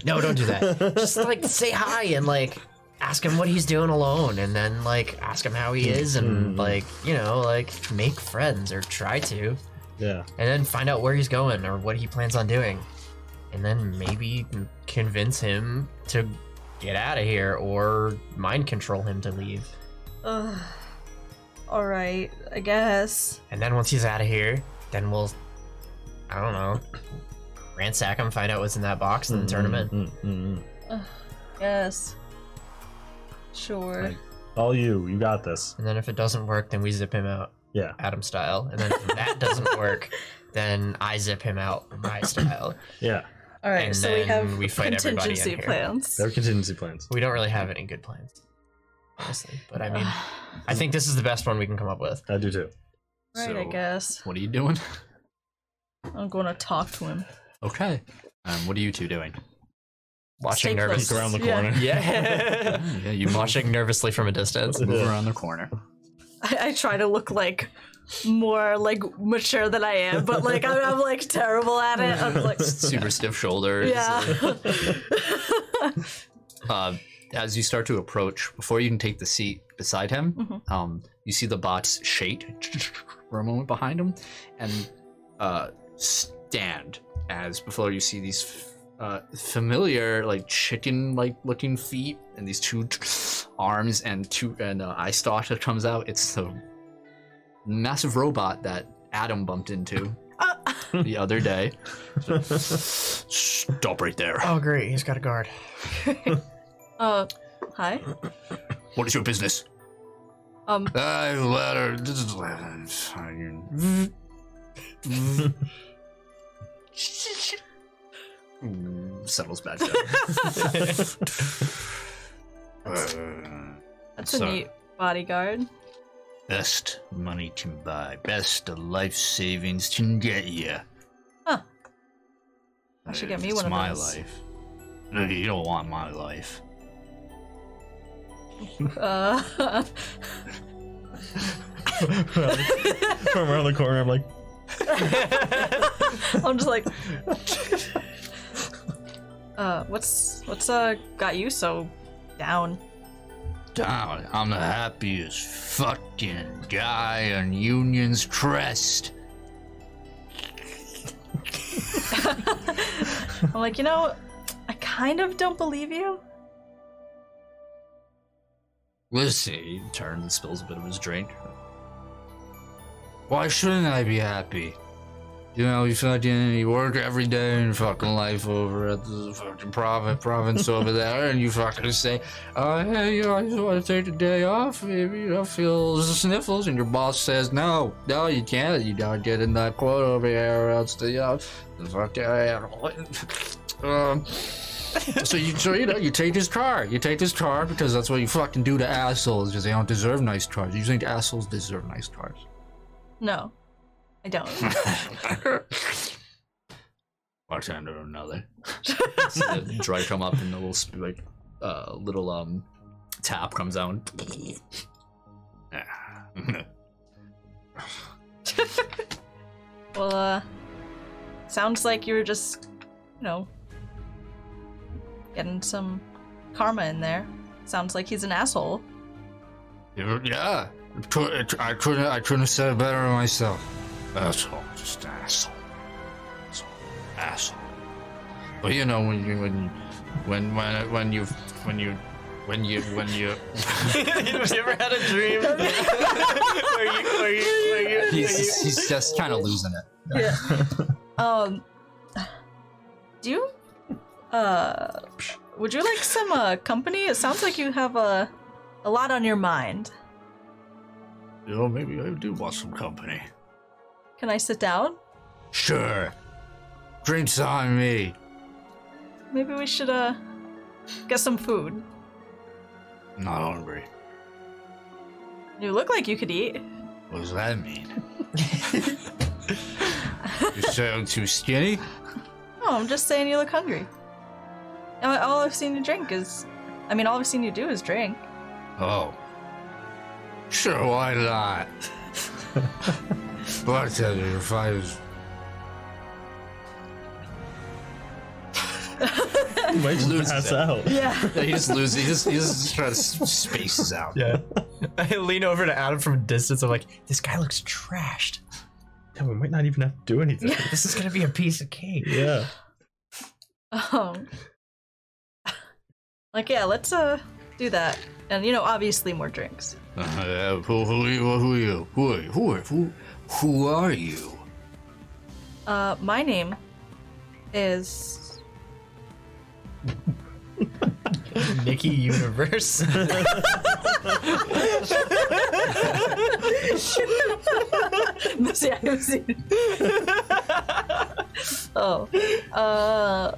[SPEAKER 2] No, don't do that. Just like say hi and like ask him what he's doing alone, and then like ask him how he is, and like you know like make friends or try to, and
[SPEAKER 4] Yeah.
[SPEAKER 2] then find out where he's going or what he plans on doing, and then maybe convince him to get out of here or mind control him to leave.
[SPEAKER 3] Ugh. All right, I guess.
[SPEAKER 2] And then once he's out of here, then we'll I don't know ransack him, find out what's in that box,
[SPEAKER 4] Mm-hmm.
[SPEAKER 2] and then turn him in.
[SPEAKER 4] Mm-mm-mm.
[SPEAKER 3] Yes. Sure.
[SPEAKER 4] Like- All you. You got this.
[SPEAKER 2] And then if it doesn't work, then we zip him out,
[SPEAKER 4] Yeah.
[SPEAKER 2] Adam style. And then if
[SPEAKER 3] [laughs]
[SPEAKER 2] that doesn't work, then I zip him out, my style.
[SPEAKER 4] Yeah.
[SPEAKER 3] All right.
[SPEAKER 2] and
[SPEAKER 3] so we
[SPEAKER 2] then
[SPEAKER 3] have
[SPEAKER 2] we fight everybody in
[SPEAKER 3] contingency
[SPEAKER 2] here.
[SPEAKER 3] plans.
[SPEAKER 4] There are contingency plans.
[SPEAKER 2] We don't really have any good plans, honestly. But I mean, I think this is the best one we can come up with.
[SPEAKER 4] I do too.
[SPEAKER 3] right. I
[SPEAKER 1] So,
[SPEAKER 3] guess.
[SPEAKER 1] What are you doing? [laughs]
[SPEAKER 3] I'm going to talk to him.
[SPEAKER 1] Okay. Um, what are you two [laughs] doing?
[SPEAKER 2] Watching
[SPEAKER 3] Stay
[SPEAKER 2] nervous.
[SPEAKER 3] close.
[SPEAKER 4] Around the
[SPEAKER 3] Yeah.
[SPEAKER 4] corner.
[SPEAKER 2] [laughs] Yeah.
[SPEAKER 1] Yeah, you watch
[SPEAKER 2] Watching nervously from a distance.
[SPEAKER 7] [laughs]
[SPEAKER 1] move around the corner.
[SPEAKER 3] [laughs] I, I try to look like more like mature than I am, but like I'm, I'm like terrible at it. I'm
[SPEAKER 2] [laughs]
[SPEAKER 3] like,
[SPEAKER 1] Super stiff shoulders.
[SPEAKER 3] yeah. [laughs]
[SPEAKER 1] Uh, as you start to approach, before you can take the seat beside him, um, you see the bots shake [laughs] for a moment behind him and uh, stand as before you see these uh, familiar, like chicken like looking feet and these two [sniffs] arms and two and uh, eye stalk that comes out. It's the massive robot that Adam bumped into
[SPEAKER 3] Uh,
[SPEAKER 1] the other day. Stop right there.
[SPEAKER 2] Oh, great. He's got a guard.
[SPEAKER 3] uh, hi.
[SPEAKER 1] What is your business?
[SPEAKER 3] Um,
[SPEAKER 1] I let her. This is iron. [laughs] Settles back down. [laughs] Uh,
[SPEAKER 3] that's a
[SPEAKER 1] Sorry.
[SPEAKER 3] neat bodyguard.
[SPEAKER 1] best money can buy, best a life savings can get you.
[SPEAKER 3] Huh. I should get me
[SPEAKER 1] it's
[SPEAKER 3] one of
[SPEAKER 1] my
[SPEAKER 3] those.
[SPEAKER 1] life. No, you don't want my life.
[SPEAKER 3] Uh, [laughs]
[SPEAKER 4] From around the corner, I'm like,
[SPEAKER 3] I'm
[SPEAKER 1] [laughs]
[SPEAKER 3] just like, uh, what's what's uh got you so down? [laughs]
[SPEAKER 1] down. I'm the happiest fucking guy on Union's Crest.
[SPEAKER 3] I'm like, you know, I kind of don't believe you.
[SPEAKER 1] Listen, he turns and spills a bit of his drink. Why shouldn't I be happy? You know, you fucking you work every day and fucking life over at the fucking province, province over there, and you fucking say, uh, hey, you know, I just want to take the day off. Maybe you know, feel the sniffles, and your boss says, no, no, you can't. You don't get in that quote over here, or else the, uh, the fucking, [laughs] um, so you, so you know, you take his car. You take his car because that's what you fucking do to assholes because they don't deserve nice cars. You think assholes deserve nice cars?
[SPEAKER 3] No, I don't.
[SPEAKER 1] [laughs] One time or another. See the dry come up and the little sp- like uh, little um tap comes out. [laughs] Ah. and-
[SPEAKER 3] [laughs] well, uh, sounds like you were just, you know, getting some karma in there. Sounds like he's an asshole.
[SPEAKER 1] yeah, I couldn't I couldn't have said it better myself. Asshole, just an asshole, asshole, asshole. But you know when you when when when when you when you when you [laughs] when you.
[SPEAKER 2] Have [laughs] you ever had a [laughs] dream where you, where you, where you,
[SPEAKER 1] he's, just- he's just kind of losing it.
[SPEAKER 3] Um, [sighs] do you, uh, would you like some uh, company? It sounds like you have a, a lot on your mind.
[SPEAKER 1] You know, maybe I do want some company.
[SPEAKER 3] Can I sit down?
[SPEAKER 1] Sure. Drinks on me.
[SPEAKER 3] Maybe we should uh, get some food.
[SPEAKER 1] Not hungry.
[SPEAKER 3] You look like you could eat.
[SPEAKER 1] What does that mean? [laughs] you say I'm too skinny?
[SPEAKER 3] No, I'm just saying you look hungry. Uh, All I've seen you drink is, I mean, all I've seen you do is drink.
[SPEAKER 1] Oh. Sure, why not? Bartender, if I was.
[SPEAKER 7] You might just
[SPEAKER 1] Loses
[SPEAKER 7] pass
[SPEAKER 1] it.
[SPEAKER 7] out.
[SPEAKER 3] Yeah.
[SPEAKER 1] [laughs] He just loses. He just, he just trying to spaces out.
[SPEAKER 2] Yeah. [laughs] I lean over to Adam from a distance. I'm like, this guy looks trashed.
[SPEAKER 7] Yeah, we might not even have to do
[SPEAKER 1] [laughs]
[SPEAKER 7] anything.
[SPEAKER 2] This is gonna be a piece of cake.
[SPEAKER 7] Yeah.
[SPEAKER 3] [laughs] Um, like yeah, let's uh do that, and you know, obviously more drinks.
[SPEAKER 1] Uh, who, who, are you? Who are you? Who are you? Who are, who, who are you?
[SPEAKER 3] Uh, my name is [laughs]
[SPEAKER 2] Nikki [laughs] Universe.
[SPEAKER 3] See, I haven't seen it. [laughs] oh, uh,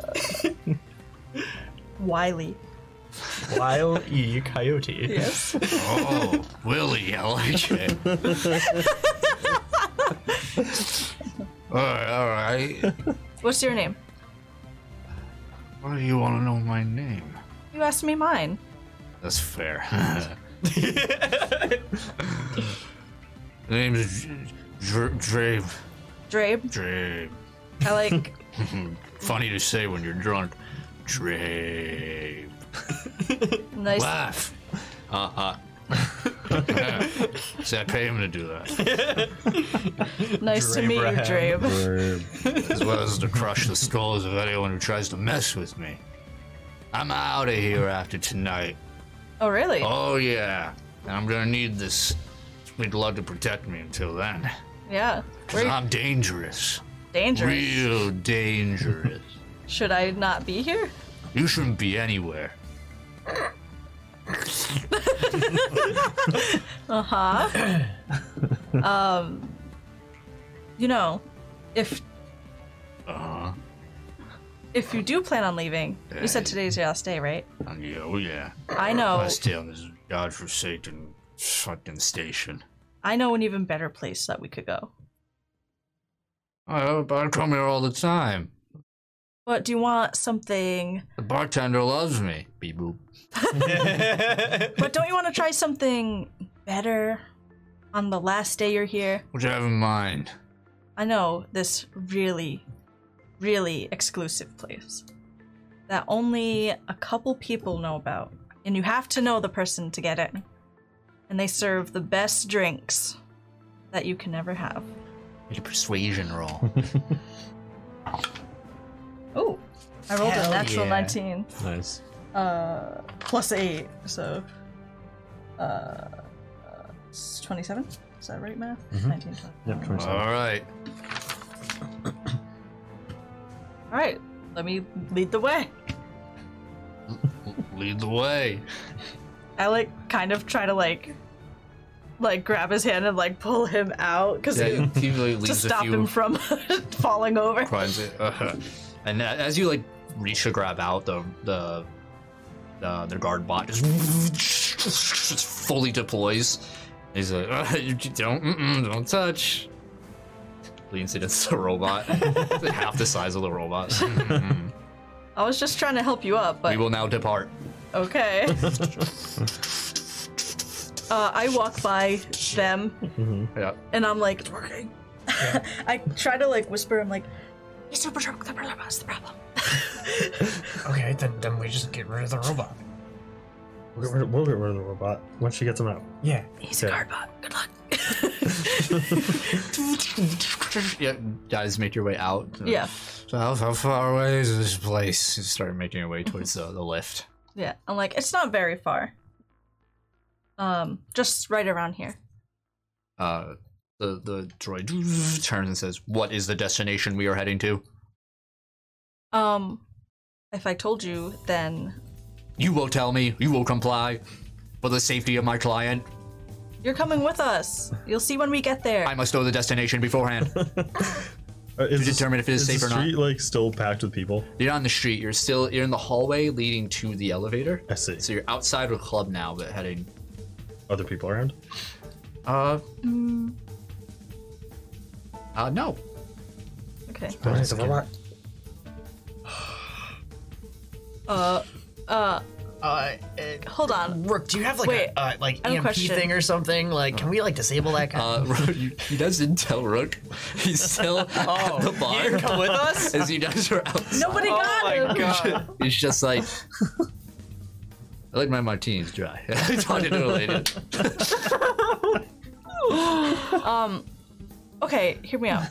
[SPEAKER 3] Wiley.
[SPEAKER 2] Lyle E. Coyote.
[SPEAKER 3] Yes.
[SPEAKER 1] Oh, [laughs] Willie, I like it. [laughs] all right, all right.
[SPEAKER 3] What's your name?
[SPEAKER 1] Why do you want to know my name?
[SPEAKER 3] You asked me mine.
[SPEAKER 1] That's fair. [laughs] the name is Dr- Drabe.
[SPEAKER 3] Drabe.
[SPEAKER 1] Drabe.
[SPEAKER 3] I like.
[SPEAKER 1] Funny to say when you're drunk. Drabe.
[SPEAKER 3] Nice.
[SPEAKER 1] Laugh. Uh huh. See, I pay him to do that.
[SPEAKER 3] Nice to meet you,
[SPEAKER 2] Drabraham.
[SPEAKER 3] Drabe.
[SPEAKER 1] As well as to crush the skulls of anyone who tries to mess with me. I'm out of here after tonight.
[SPEAKER 3] Oh, really?
[SPEAKER 1] Oh yeah, And I'm gonna need this sweet love to protect me until then.
[SPEAKER 3] Yeah.
[SPEAKER 1] 'Cause
[SPEAKER 3] We're
[SPEAKER 1] I'm dangerous,
[SPEAKER 3] dangerous.
[SPEAKER 1] real dangerous.
[SPEAKER 3] Should I not be here?
[SPEAKER 1] you shouldn't be anywhere.
[SPEAKER 3] Uh huh. um, you know, if
[SPEAKER 1] Uh huh.
[SPEAKER 3] if you do plan on leaving, you said
[SPEAKER 1] Yeah.
[SPEAKER 3] today's your last day, right?
[SPEAKER 1] Yeah, oh yeah.
[SPEAKER 3] I know.
[SPEAKER 1] I stay on this godforsaken fucking station.
[SPEAKER 3] I know an even better place that we could go.
[SPEAKER 1] I, I come here all the time.
[SPEAKER 3] But do you want something?
[SPEAKER 1] The bartender loves me. Beep boop.
[SPEAKER 3] But don't you want to try something better on the last day you're here?
[SPEAKER 1] What do you have in mind?
[SPEAKER 3] I know this really, really exclusive place that only a couple people know about, and you have to know the person to get in. And they serve the best drinks that you can ever have.
[SPEAKER 1] Need a persuasion roll.
[SPEAKER 3] Oh, I rolled
[SPEAKER 2] Hell
[SPEAKER 3] a natural
[SPEAKER 2] yeah.
[SPEAKER 3] 19
[SPEAKER 4] Nice.
[SPEAKER 3] uh, plus 8, so uh, uh, it's 27. Is that right, math? 19, 20.
[SPEAKER 4] Yep, 27.
[SPEAKER 1] All right.
[SPEAKER 3] All right, let me lead the way.
[SPEAKER 1] Lead the way.
[SPEAKER 3] I like kind of try to like, like grab his hand and like pull him out because
[SPEAKER 1] Yeah, he like,
[SPEAKER 3] to
[SPEAKER 1] leaves a
[SPEAKER 3] stop
[SPEAKER 1] few
[SPEAKER 3] him from [laughs] falling over.
[SPEAKER 1] crimes. Uh, [laughs] and a- as you like reach to grab out the the the their guard bot just, just fully deploys. He's like, uh, you don't mm-mm, don't touch. Leans it into the
[SPEAKER 3] [laughs]
[SPEAKER 1] robot, It's like half the size of the robot. Mm-mm.
[SPEAKER 3] I was just trying to help you up,
[SPEAKER 1] we
[SPEAKER 3] but
[SPEAKER 1] will now depart. [laughs]
[SPEAKER 3] okay. uh, I walk by them
[SPEAKER 1] Yeah.
[SPEAKER 3] and I'm like, it's working. [laughs] I try to like whisper. I'm like, he's super drunk. The problem is the problem.
[SPEAKER 2] Okay, then then we just get rid of the robot.
[SPEAKER 7] We'll get, rid of, we'll get rid of the robot once she gets him out.
[SPEAKER 2] Yeah.
[SPEAKER 3] He's a
[SPEAKER 7] Okay.
[SPEAKER 3] guard bot. Good luck.
[SPEAKER 1] yeah, guys, make your way out.
[SPEAKER 3] yeah,
[SPEAKER 1] So how, how far away is this place? You start making your way towards the, the lift.
[SPEAKER 3] yeah. I'm like, it's not very far. Um, just right around here.
[SPEAKER 1] Uh, the the droid turns and says, "What is the destination we are heading to?"
[SPEAKER 3] Um, if I told you, then
[SPEAKER 1] You will tell me. You will comply for the safety of my client.
[SPEAKER 3] you're coming with us. You'll see when we get there.
[SPEAKER 1] I must know the destination [laughs] beforehand
[SPEAKER 7] Uh, is
[SPEAKER 1] to determine if it is
[SPEAKER 7] is
[SPEAKER 1] safe
[SPEAKER 7] the
[SPEAKER 1] or not.
[SPEAKER 7] street like still packed with people?
[SPEAKER 1] You're not on the street. You're still you're in the hallway leading to the elevator.
[SPEAKER 7] I see.
[SPEAKER 1] So you're outside of the club now, but heading.
[SPEAKER 7] Other people around?
[SPEAKER 1] Uh. Uh no.
[SPEAKER 3] okay.
[SPEAKER 2] the robot.
[SPEAKER 3] Uh, uh,
[SPEAKER 2] Uh,
[SPEAKER 3] hold on.
[SPEAKER 2] Rook, do you have like
[SPEAKER 3] Wait,
[SPEAKER 2] a uh, like
[SPEAKER 3] I have a
[SPEAKER 2] EMP
[SPEAKER 3] question.
[SPEAKER 2] thing or something? Like, can we like disable that guy?
[SPEAKER 1] Uh, [laughs] Rook- he doesn't tell Rook. He's [laughs] still at the bar.
[SPEAKER 2] you didn't Uh, [laughs] come with us?
[SPEAKER 1] [laughs]
[SPEAKER 2] Oh
[SPEAKER 1] as you guys are outside.
[SPEAKER 3] Nobody got him.
[SPEAKER 1] It's just [laughs] like I like my martinis dry. [laughs] I talked to a [laughs] lady.
[SPEAKER 3] Okay, hear me out.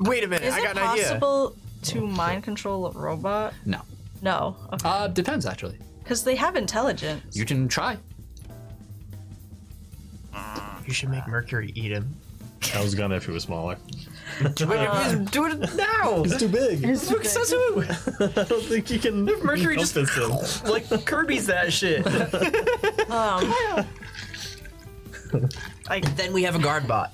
[SPEAKER 2] Wait a minute,
[SPEAKER 3] Is
[SPEAKER 2] [laughs] I
[SPEAKER 3] it
[SPEAKER 2] got an idea.
[SPEAKER 3] possible to mind control a robot?
[SPEAKER 1] [laughs] No.
[SPEAKER 3] No,
[SPEAKER 1] Uh, depends actually.
[SPEAKER 3] because they have intelligence.
[SPEAKER 1] You can try.
[SPEAKER 2] You should make Mercury eat him.
[SPEAKER 7] I was gonna if it was smaller.
[SPEAKER 2] Do it,
[SPEAKER 3] uh,
[SPEAKER 2] do it
[SPEAKER 3] [laughs]
[SPEAKER 2] now.
[SPEAKER 7] It's too big. I
[SPEAKER 2] Rook says who?
[SPEAKER 7] don't think you can.
[SPEAKER 2] Mercury just-
[SPEAKER 7] encompass him.
[SPEAKER 2] Like Kirby's that shit.
[SPEAKER 3] [laughs] Um,
[SPEAKER 2] then we have a guard bot.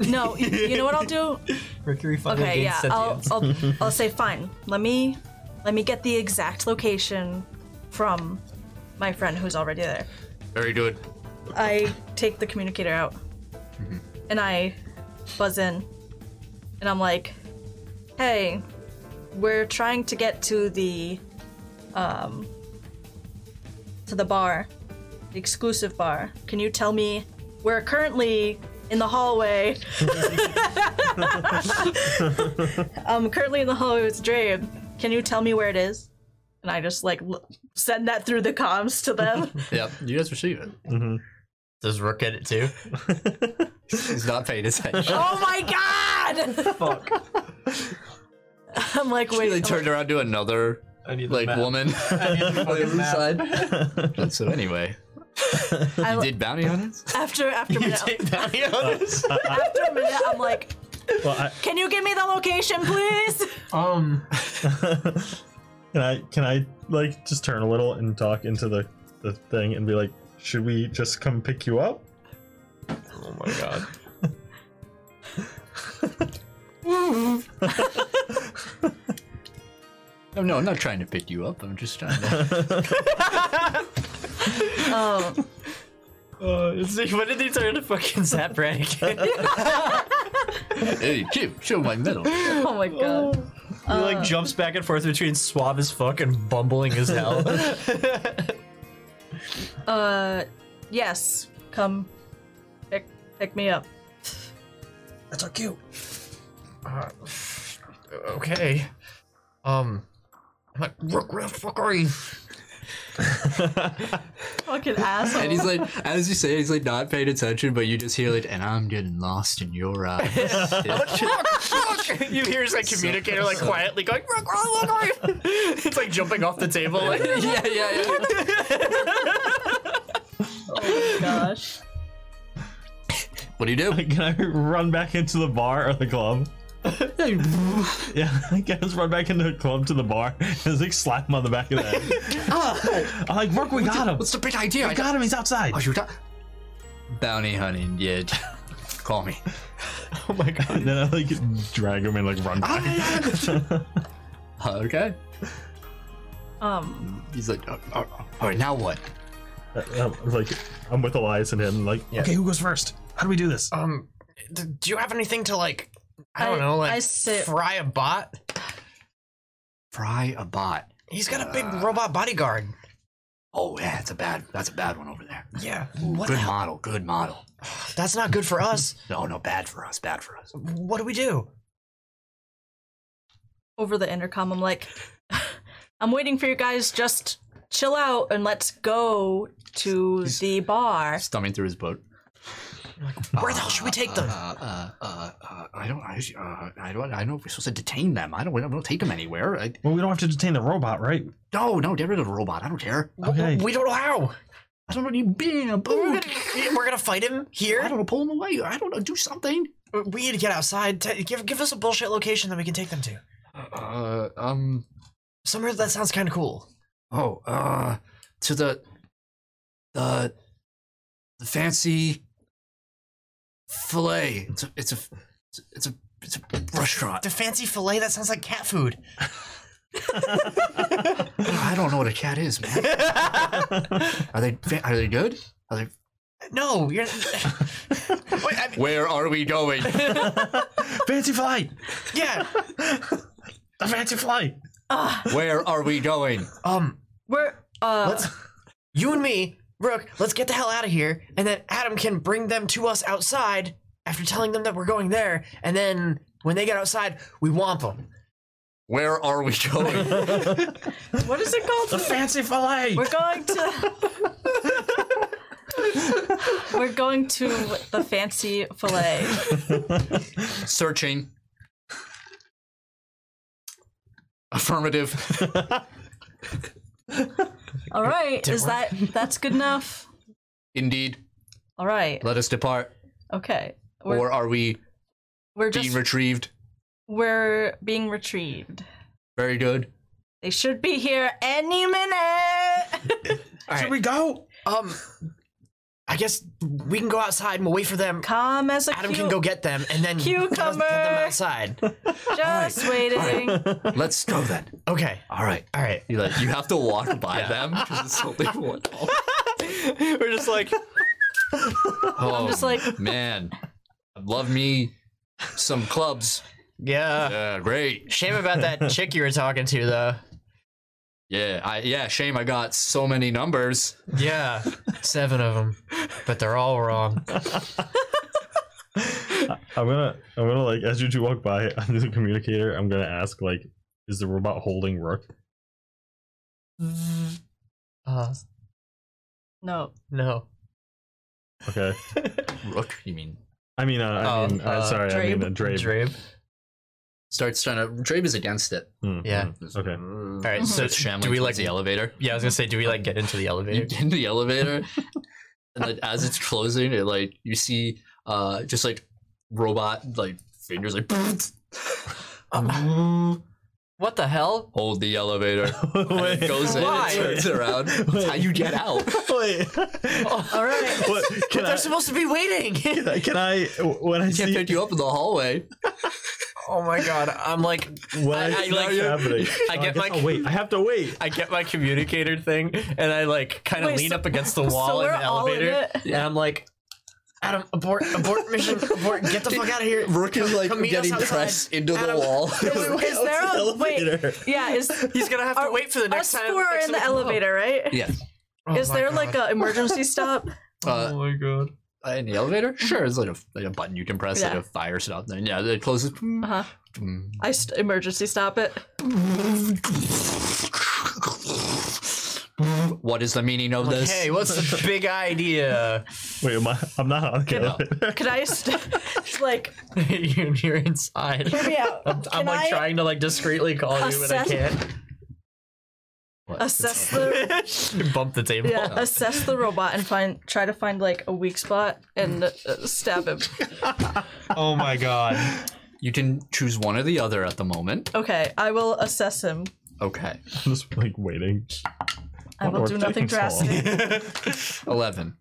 [SPEAKER 3] no, you, you know what I'll do?
[SPEAKER 2] Mercury fucking
[SPEAKER 3] Okay, yeah,
[SPEAKER 2] gains
[SPEAKER 3] I'll,
[SPEAKER 2] sentience.
[SPEAKER 3] I'll, I'll say fine. Let me, let me get the exact location from my friend who's already there.
[SPEAKER 1] Very good.
[SPEAKER 3] I take the communicator out and I buzz in and I'm like, hey, we're trying to get to the um to the bar, the exclusive bar. Can you tell me we're currently in the hallway. I'm currently in the hallway with Drabe. Can you tell me where it is? And I just like l- send that through the comms to them.
[SPEAKER 1] Yep. You guys receive it.
[SPEAKER 2] Does Rook get it
[SPEAKER 3] [laughs]
[SPEAKER 2] too? [laughs]
[SPEAKER 1] He's not paying attention.
[SPEAKER 3] Oh my god!
[SPEAKER 2] Fuck.
[SPEAKER 3] I'm like,
[SPEAKER 1] She
[SPEAKER 3] wait,
[SPEAKER 1] like
[SPEAKER 3] I'm
[SPEAKER 1] turned around to another
[SPEAKER 7] I need the
[SPEAKER 1] like
[SPEAKER 7] map. [laughs]
[SPEAKER 1] woman. [laughs]
[SPEAKER 7] the
[SPEAKER 1] on the
[SPEAKER 7] fucking
[SPEAKER 1] other
[SPEAKER 7] map. [laughs]
[SPEAKER 1] side. so anyway,
[SPEAKER 3] like- I-
[SPEAKER 1] you did bounty hunters.
[SPEAKER 3] [laughs] after after a minute, Oh, after a minute, I'm like,
[SPEAKER 7] Well, I,
[SPEAKER 3] can you give me the location, [laughs] please?
[SPEAKER 2] Um.
[SPEAKER 7] Can I can I like just turn a little and talk into the, the thing and be like, should we just come pick you up?
[SPEAKER 2] Oh my god.
[SPEAKER 1] No, Oh, no, I'm not trying to pick you up. I'm just trying
[SPEAKER 7] [laughs]
[SPEAKER 1] to.
[SPEAKER 3] Oh,
[SPEAKER 2] Uh, when did they turn to fucking
[SPEAKER 3] [laughs]
[SPEAKER 2] Zap Brannigan?
[SPEAKER 1] hey, Jim, show my medal.
[SPEAKER 3] oh my god.
[SPEAKER 2] he
[SPEAKER 7] Uh.
[SPEAKER 2] like jumps back and forth between suave as fuck and bumbling as hell.
[SPEAKER 3] Uh, yes, come pick pick me up.
[SPEAKER 2] That's our cue. Uh, okay. Um. I'm like, Rook, where the fuck are you?
[SPEAKER 3] Fucking asshole.
[SPEAKER 1] And he's like, as you say, he's like not paying attention, but you just hear like, and I'm getting lost in
[SPEAKER 7] [laughs]
[SPEAKER 1] your eyes.
[SPEAKER 2] [laughs]
[SPEAKER 1] [laughs]
[SPEAKER 2] you hear his like communicator like quietly going, rock, rock, rock, rock. [laughs] it's like jumping off the table like
[SPEAKER 1] yeah, yeah, yeah.
[SPEAKER 3] oh my gosh.
[SPEAKER 1] What do you do?
[SPEAKER 7] Can I run back into the bar or the club? [laughs] Yeah, [laughs] I can just run back into the club to the bar and just like slap him on the back of the [laughs] head. I'm like, Rook, we got him.
[SPEAKER 1] What's the big idea?
[SPEAKER 7] We got him. He's outside.
[SPEAKER 1] Oh, you're ta- bounty hunting. Yeah, call me.
[SPEAKER 7] [laughs] Oh my [laughs] god. And then I like drag him and like run back.
[SPEAKER 1] [laughs] okay.
[SPEAKER 3] [laughs] Um,
[SPEAKER 1] He's like, "Oh, oh, oh, all right, now what?
[SPEAKER 7] I'm, Uh, like, I'm with Elias and him. like, okay, who goes first? How do we do this?
[SPEAKER 2] [laughs] um d- do you have anything to like I don't
[SPEAKER 3] I-
[SPEAKER 2] know, like
[SPEAKER 3] I sit-
[SPEAKER 2] fry a bot?
[SPEAKER 1] Fry a bot.
[SPEAKER 2] He's got a big robot bodyguard.
[SPEAKER 1] Oh yeah, that's a bad. That's a bad one over there.
[SPEAKER 2] Yeah. What the
[SPEAKER 1] good
[SPEAKER 2] hell?
[SPEAKER 1] model. Good model.
[SPEAKER 2] That's not good for us.
[SPEAKER 1] No, no, bad for us. Bad for us.
[SPEAKER 2] What do we do?
[SPEAKER 3] over the intercom, I'm like, [laughs] I'm waiting for you guys. Just chill out and let's go to the bar.
[SPEAKER 1] Stumbling through his boat.
[SPEAKER 2] Where the hell should we take them?
[SPEAKER 1] Uh, uh, uh, uh, I don't. I, uh, I don't. I know if we're supposed to detain them. I don't. We don't, we don't take them anywhere. I,
[SPEAKER 7] Well, we don't have to detain the robot, [laughs] right?
[SPEAKER 1] no, no, get rid of the robot. I don't care.
[SPEAKER 7] Okay.
[SPEAKER 2] We don't know how.
[SPEAKER 1] I don't know. You being a
[SPEAKER 2] We're
[SPEAKER 1] boot.
[SPEAKER 2] gonna, we're gonna fight him here.
[SPEAKER 1] I don't know. Pull him away. I don't know. Do something.
[SPEAKER 2] We need to get outside. T- give give us a bullshit location that we can take them to.
[SPEAKER 1] Uh, um.
[SPEAKER 2] Somewhere that sounds kind of cool.
[SPEAKER 1] Oh, uh, to the the the fancy fillet. It's a it's a it's a it's a restaurant.
[SPEAKER 2] The fancy fillet that sounds like cat food. [laughs]
[SPEAKER 1] I don't know what a cat is, man. Are they fa- are they good? Are they?
[SPEAKER 2] No, you're. [laughs] Wait, I mean,
[SPEAKER 1] Where are we going?
[SPEAKER 7] Fancy flight.
[SPEAKER 2] yeah.
[SPEAKER 7] The fancy flight.
[SPEAKER 1] Where are we going?
[SPEAKER 2] Um,
[SPEAKER 3] We're uh,
[SPEAKER 2] let's. You and me, Rook. Let's get the hell out of here, and then Adam can bring them to us outside after telling them that we're going there, and then when they get outside, we womp them.
[SPEAKER 1] Where are we
[SPEAKER 7] [laughs]
[SPEAKER 1] going?
[SPEAKER 3] what is it
[SPEAKER 7] The
[SPEAKER 3] [laughs] called?
[SPEAKER 7] fancy fillet.
[SPEAKER 3] We're going to. [laughs] We're going to the fancy fillet.
[SPEAKER 1] Searching. Affirmative.
[SPEAKER 3] All right, is that that's good enough?
[SPEAKER 1] Indeed.
[SPEAKER 3] All right,
[SPEAKER 1] Let us depart.
[SPEAKER 3] okay. We're
[SPEAKER 1] or are we
[SPEAKER 3] we're
[SPEAKER 1] being
[SPEAKER 3] just
[SPEAKER 1] retrieved?
[SPEAKER 3] we're being retrieved.
[SPEAKER 1] Very good.
[SPEAKER 3] They should be here any minute.
[SPEAKER 7] Should we go?
[SPEAKER 2] Um, I guess we can go outside and we'll wait for them.
[SPEAKER 3] Come as a
[SPEAKER 2] Adam
[SPEAKER 3] cu-
[SPEAKER 2] can go get them, and then Put
[SPEAKER 3] Cucumber.
[SPEAKER 2] them outside.
[SPEAKER 3] Just waiting.
[SPEAKER 1] Let's go then.
[SPEAKER 2] Okay.
[SPEAKER 1] All right.
[SPEAKER 2] All right.
[SPEAKER 1] You like you have to walk by them because it's only
[SPEAKER 2] [laughs]
[SPEAKER 1] one.
[SPEAKER 2] We're just like
[SPEAKER 1] Oh,
[SPEAKER 3] just like-
[SPEAKER 1] man, love me some clubs.
[SPEAKER 2] yeah.
[SPEAKER 1] Yeah, great.
[SPEAKER 2] Shame about that chick you were talking to though.
[SPEAKER 1] Yeah, I yeah. Shame I got so many numbers.
[SPEAKER 2] Yeah, seven of them, but they're all wrong.
[SPEAKER 7] I'm gonna, I'm gonna like as you two walk by, [laughs] I'm the communicator. I'm gonna ask like, is the robot holding Rook?
[SPEAKER 2] Uh,
[SPEAKER 3] No,
[SPEAKER 2] no.
[SPEAKER 7] Okay.
[SPEAKER 1] Rook, you mean?
[SPEAKER 7] I mean, uh, I
[SPEAKER 2] Oh,
[SPEAKER 7] mean, uh,
[SPEAKER 2] uh,
[SPEAKER 7] sorry, I mean, uh, Drabe.
[SPEAKER 2] Drabe.
[SPEAKER 1] Starts trying to. Drabe is against it. Mm.
[SPEAKER 7] Hmm, [laughs]
[SPEAKER 2] Yeah.
[SPEAKER 7] hmm, Okay.
[SPEAKER 2] All right. So
[SPEAKER 1] Starts shambling
[SPEAKER 2] do we
[SPEAKER 1] towards
[SPEAKER 2] like?
[SPEAKER 1] the elevator?
[SPEAKER 2] Yeah, I was gonna say, do we like get into the
[SPEAKER 1] You
[SPEAKER 2] elevator?
[SPEAKER 1] [laughs] get in the elevator, and like as it's closing, it like you see uh just like robot like fingers like [laughs] Um,
[SPEAKER 2] What the hell?
[SPEAKER 1] hold the [laughs] elevator. And
[SPEAKER 7] Wait.
[SPEAKER 1] it goes in,
[SPEAKER 2] Why?
[SPEAKER 1] it turns around. [laughs] That's how you get out.
[SPEAKER 7] [laughs] Wait.
[SPEAKER 2] All right. [laughs]
[SPEAKER 7] What? Can I?
[SPEAKER 2] They're supposed to be [laughs] waiting.
[SPEAKER 7] Can I? Can I when I
[SPEAKER 1] Can't
[SPEAKER 7] see
[SPEAKER 1] pick you up in the hallway.
[SPEAKER 2] oh my god! I'm like,
[SPEAKER 7] what
[SPEAKER 2] I-
[SPEAKER 7] I,
[SPEAKER 2] I like-
[SPEAKER 7] happening,
[SPEAKER 2] [laughs] I
[SPEAKER 7] Oh,
[SPEAKER 2] get
[SPEAKER 7] guess
[SPEAKER 2] my-
[SPEAKER 7] I'll wait. I have to wait.
[SPEAKER 2] [laughs] I get my communicator thing, and I like kind of
[SPEAKER 3] Wait,
[SPEAKER 2] lean
[SPEAKER 3] so-
[SPEAKER 2] up against the
[SPEAKER 3] so
[SPEAKER 2] wall in
[SPEAKER 3] we're
[SPEAKER 2] the
[SPEAKER 3] all in
[SPEAKER 2] elevator,
[SPEAKER 3] it?
[SPEAKER 2] and I'm like, Adam, abort, abort mission, abort, get the fuck out
[SPEAKER 1] [laughs]
[SPEAKER 2] of here.
[SPEAKER 1] Rook is like
[SPEAKER 2] Come meet us
[SPEAKER 1] getting
[SPEAKER 2] outside.
[SPEAKER 1] pressed into
[SPEAKER 2] Adam-
[SPEAKER 1] the
[SPEAKER 3] [laughs]
[SPEAKER 1] wall.
[SPEAKER 3] Is, is there a
[SPEAKER 7] elevator.
[SPEAKER 3] wait? Yeah, is
[SPEAKER 2] He's gonna have to
[SPEAKER 3] Are-
[SPEAKER 2] wait for the next
[SPEAKER 3] us
[SPEAKER 2] time.
[SPEAKER 3] four are
[SPEAKER 2] next
[SPEAKER 3] in
[SPEAKER 2] time
[SPEAKER 3] the
[SPEAKER 2] we come Oh up.
[SPEAKER 3] elevator, right?
[SPEAKER 1] yes.
[SPEAKER 3] is there like a emergency
[SPEAKER 2] [laughs]
[SPEAKER 3] stop?
[SPEAKER 7] Oh
[SPEAKER 1] Uh,
[SPEAKER 2] my god.
[SPEAKER 1] in the elevator? Sure, it's like a, like a button you can press, like
[SPEAKER 3] Yeah.
[SPEAKER 1] a fire stop. Then yeah, it closes.
[SPEAKER 3] Uh-huh.
[SPEAKER 1] Mm.
[SPEAKER 3] I st- emergency stop it.
[SPEAKER 1] What is the meaning of this?
[SPEAKER 2] Hey, what's the big idea? [laughs]
[SPEAKER 7] Wait, am I, I'm not on
[SPEAKER 3] Can,
[SPEAKER 7] the
[SPEAKER 3] could I just [laughs]
[SPEAKER 6] [laughs]
[SPEAKER 3] like
[SPEAKER 2] You're you're inside.
[SPEAKER 6] Hear me out.
[SPEAKER 2] I'm, I'm
[SPEAKER 6] Can
[SPEAKER 2] like
[SPEAKER 6] I-
[SPEAKER 2] trying to like discreetly call you, but I
[SPEAKER 3] Assess-
[SPEAKER 2] can't.
[SPEAKER 1] [laughs]
[SPEAKER 3] assess the
[SPEAKER 2] Bump the table.
[SPEAKER 3] yeah assess the robot and find try to find like a weak spot and uh, stab him?
[SPEAKER 2] Oh my
[SPEAKER 7] [laughs]
[SPEAKER 2] god.
[SPEAKER 1] You can choose one or the other at the moment.
[SPEAKER 3] Okay, I will assess him.
[SPEAKER 1] Okay.
[SPEAKER 7] I'm just like waiting.
[SPEAKER 3] I will
[SPEAKER 7] Or
[SPEAKER 3] do nothing
[SPEAKER 7] things fall.
[SPEAKER 1] [laughs]
[SPEAKER 3] drastic.
[SPEAKER 1] 11.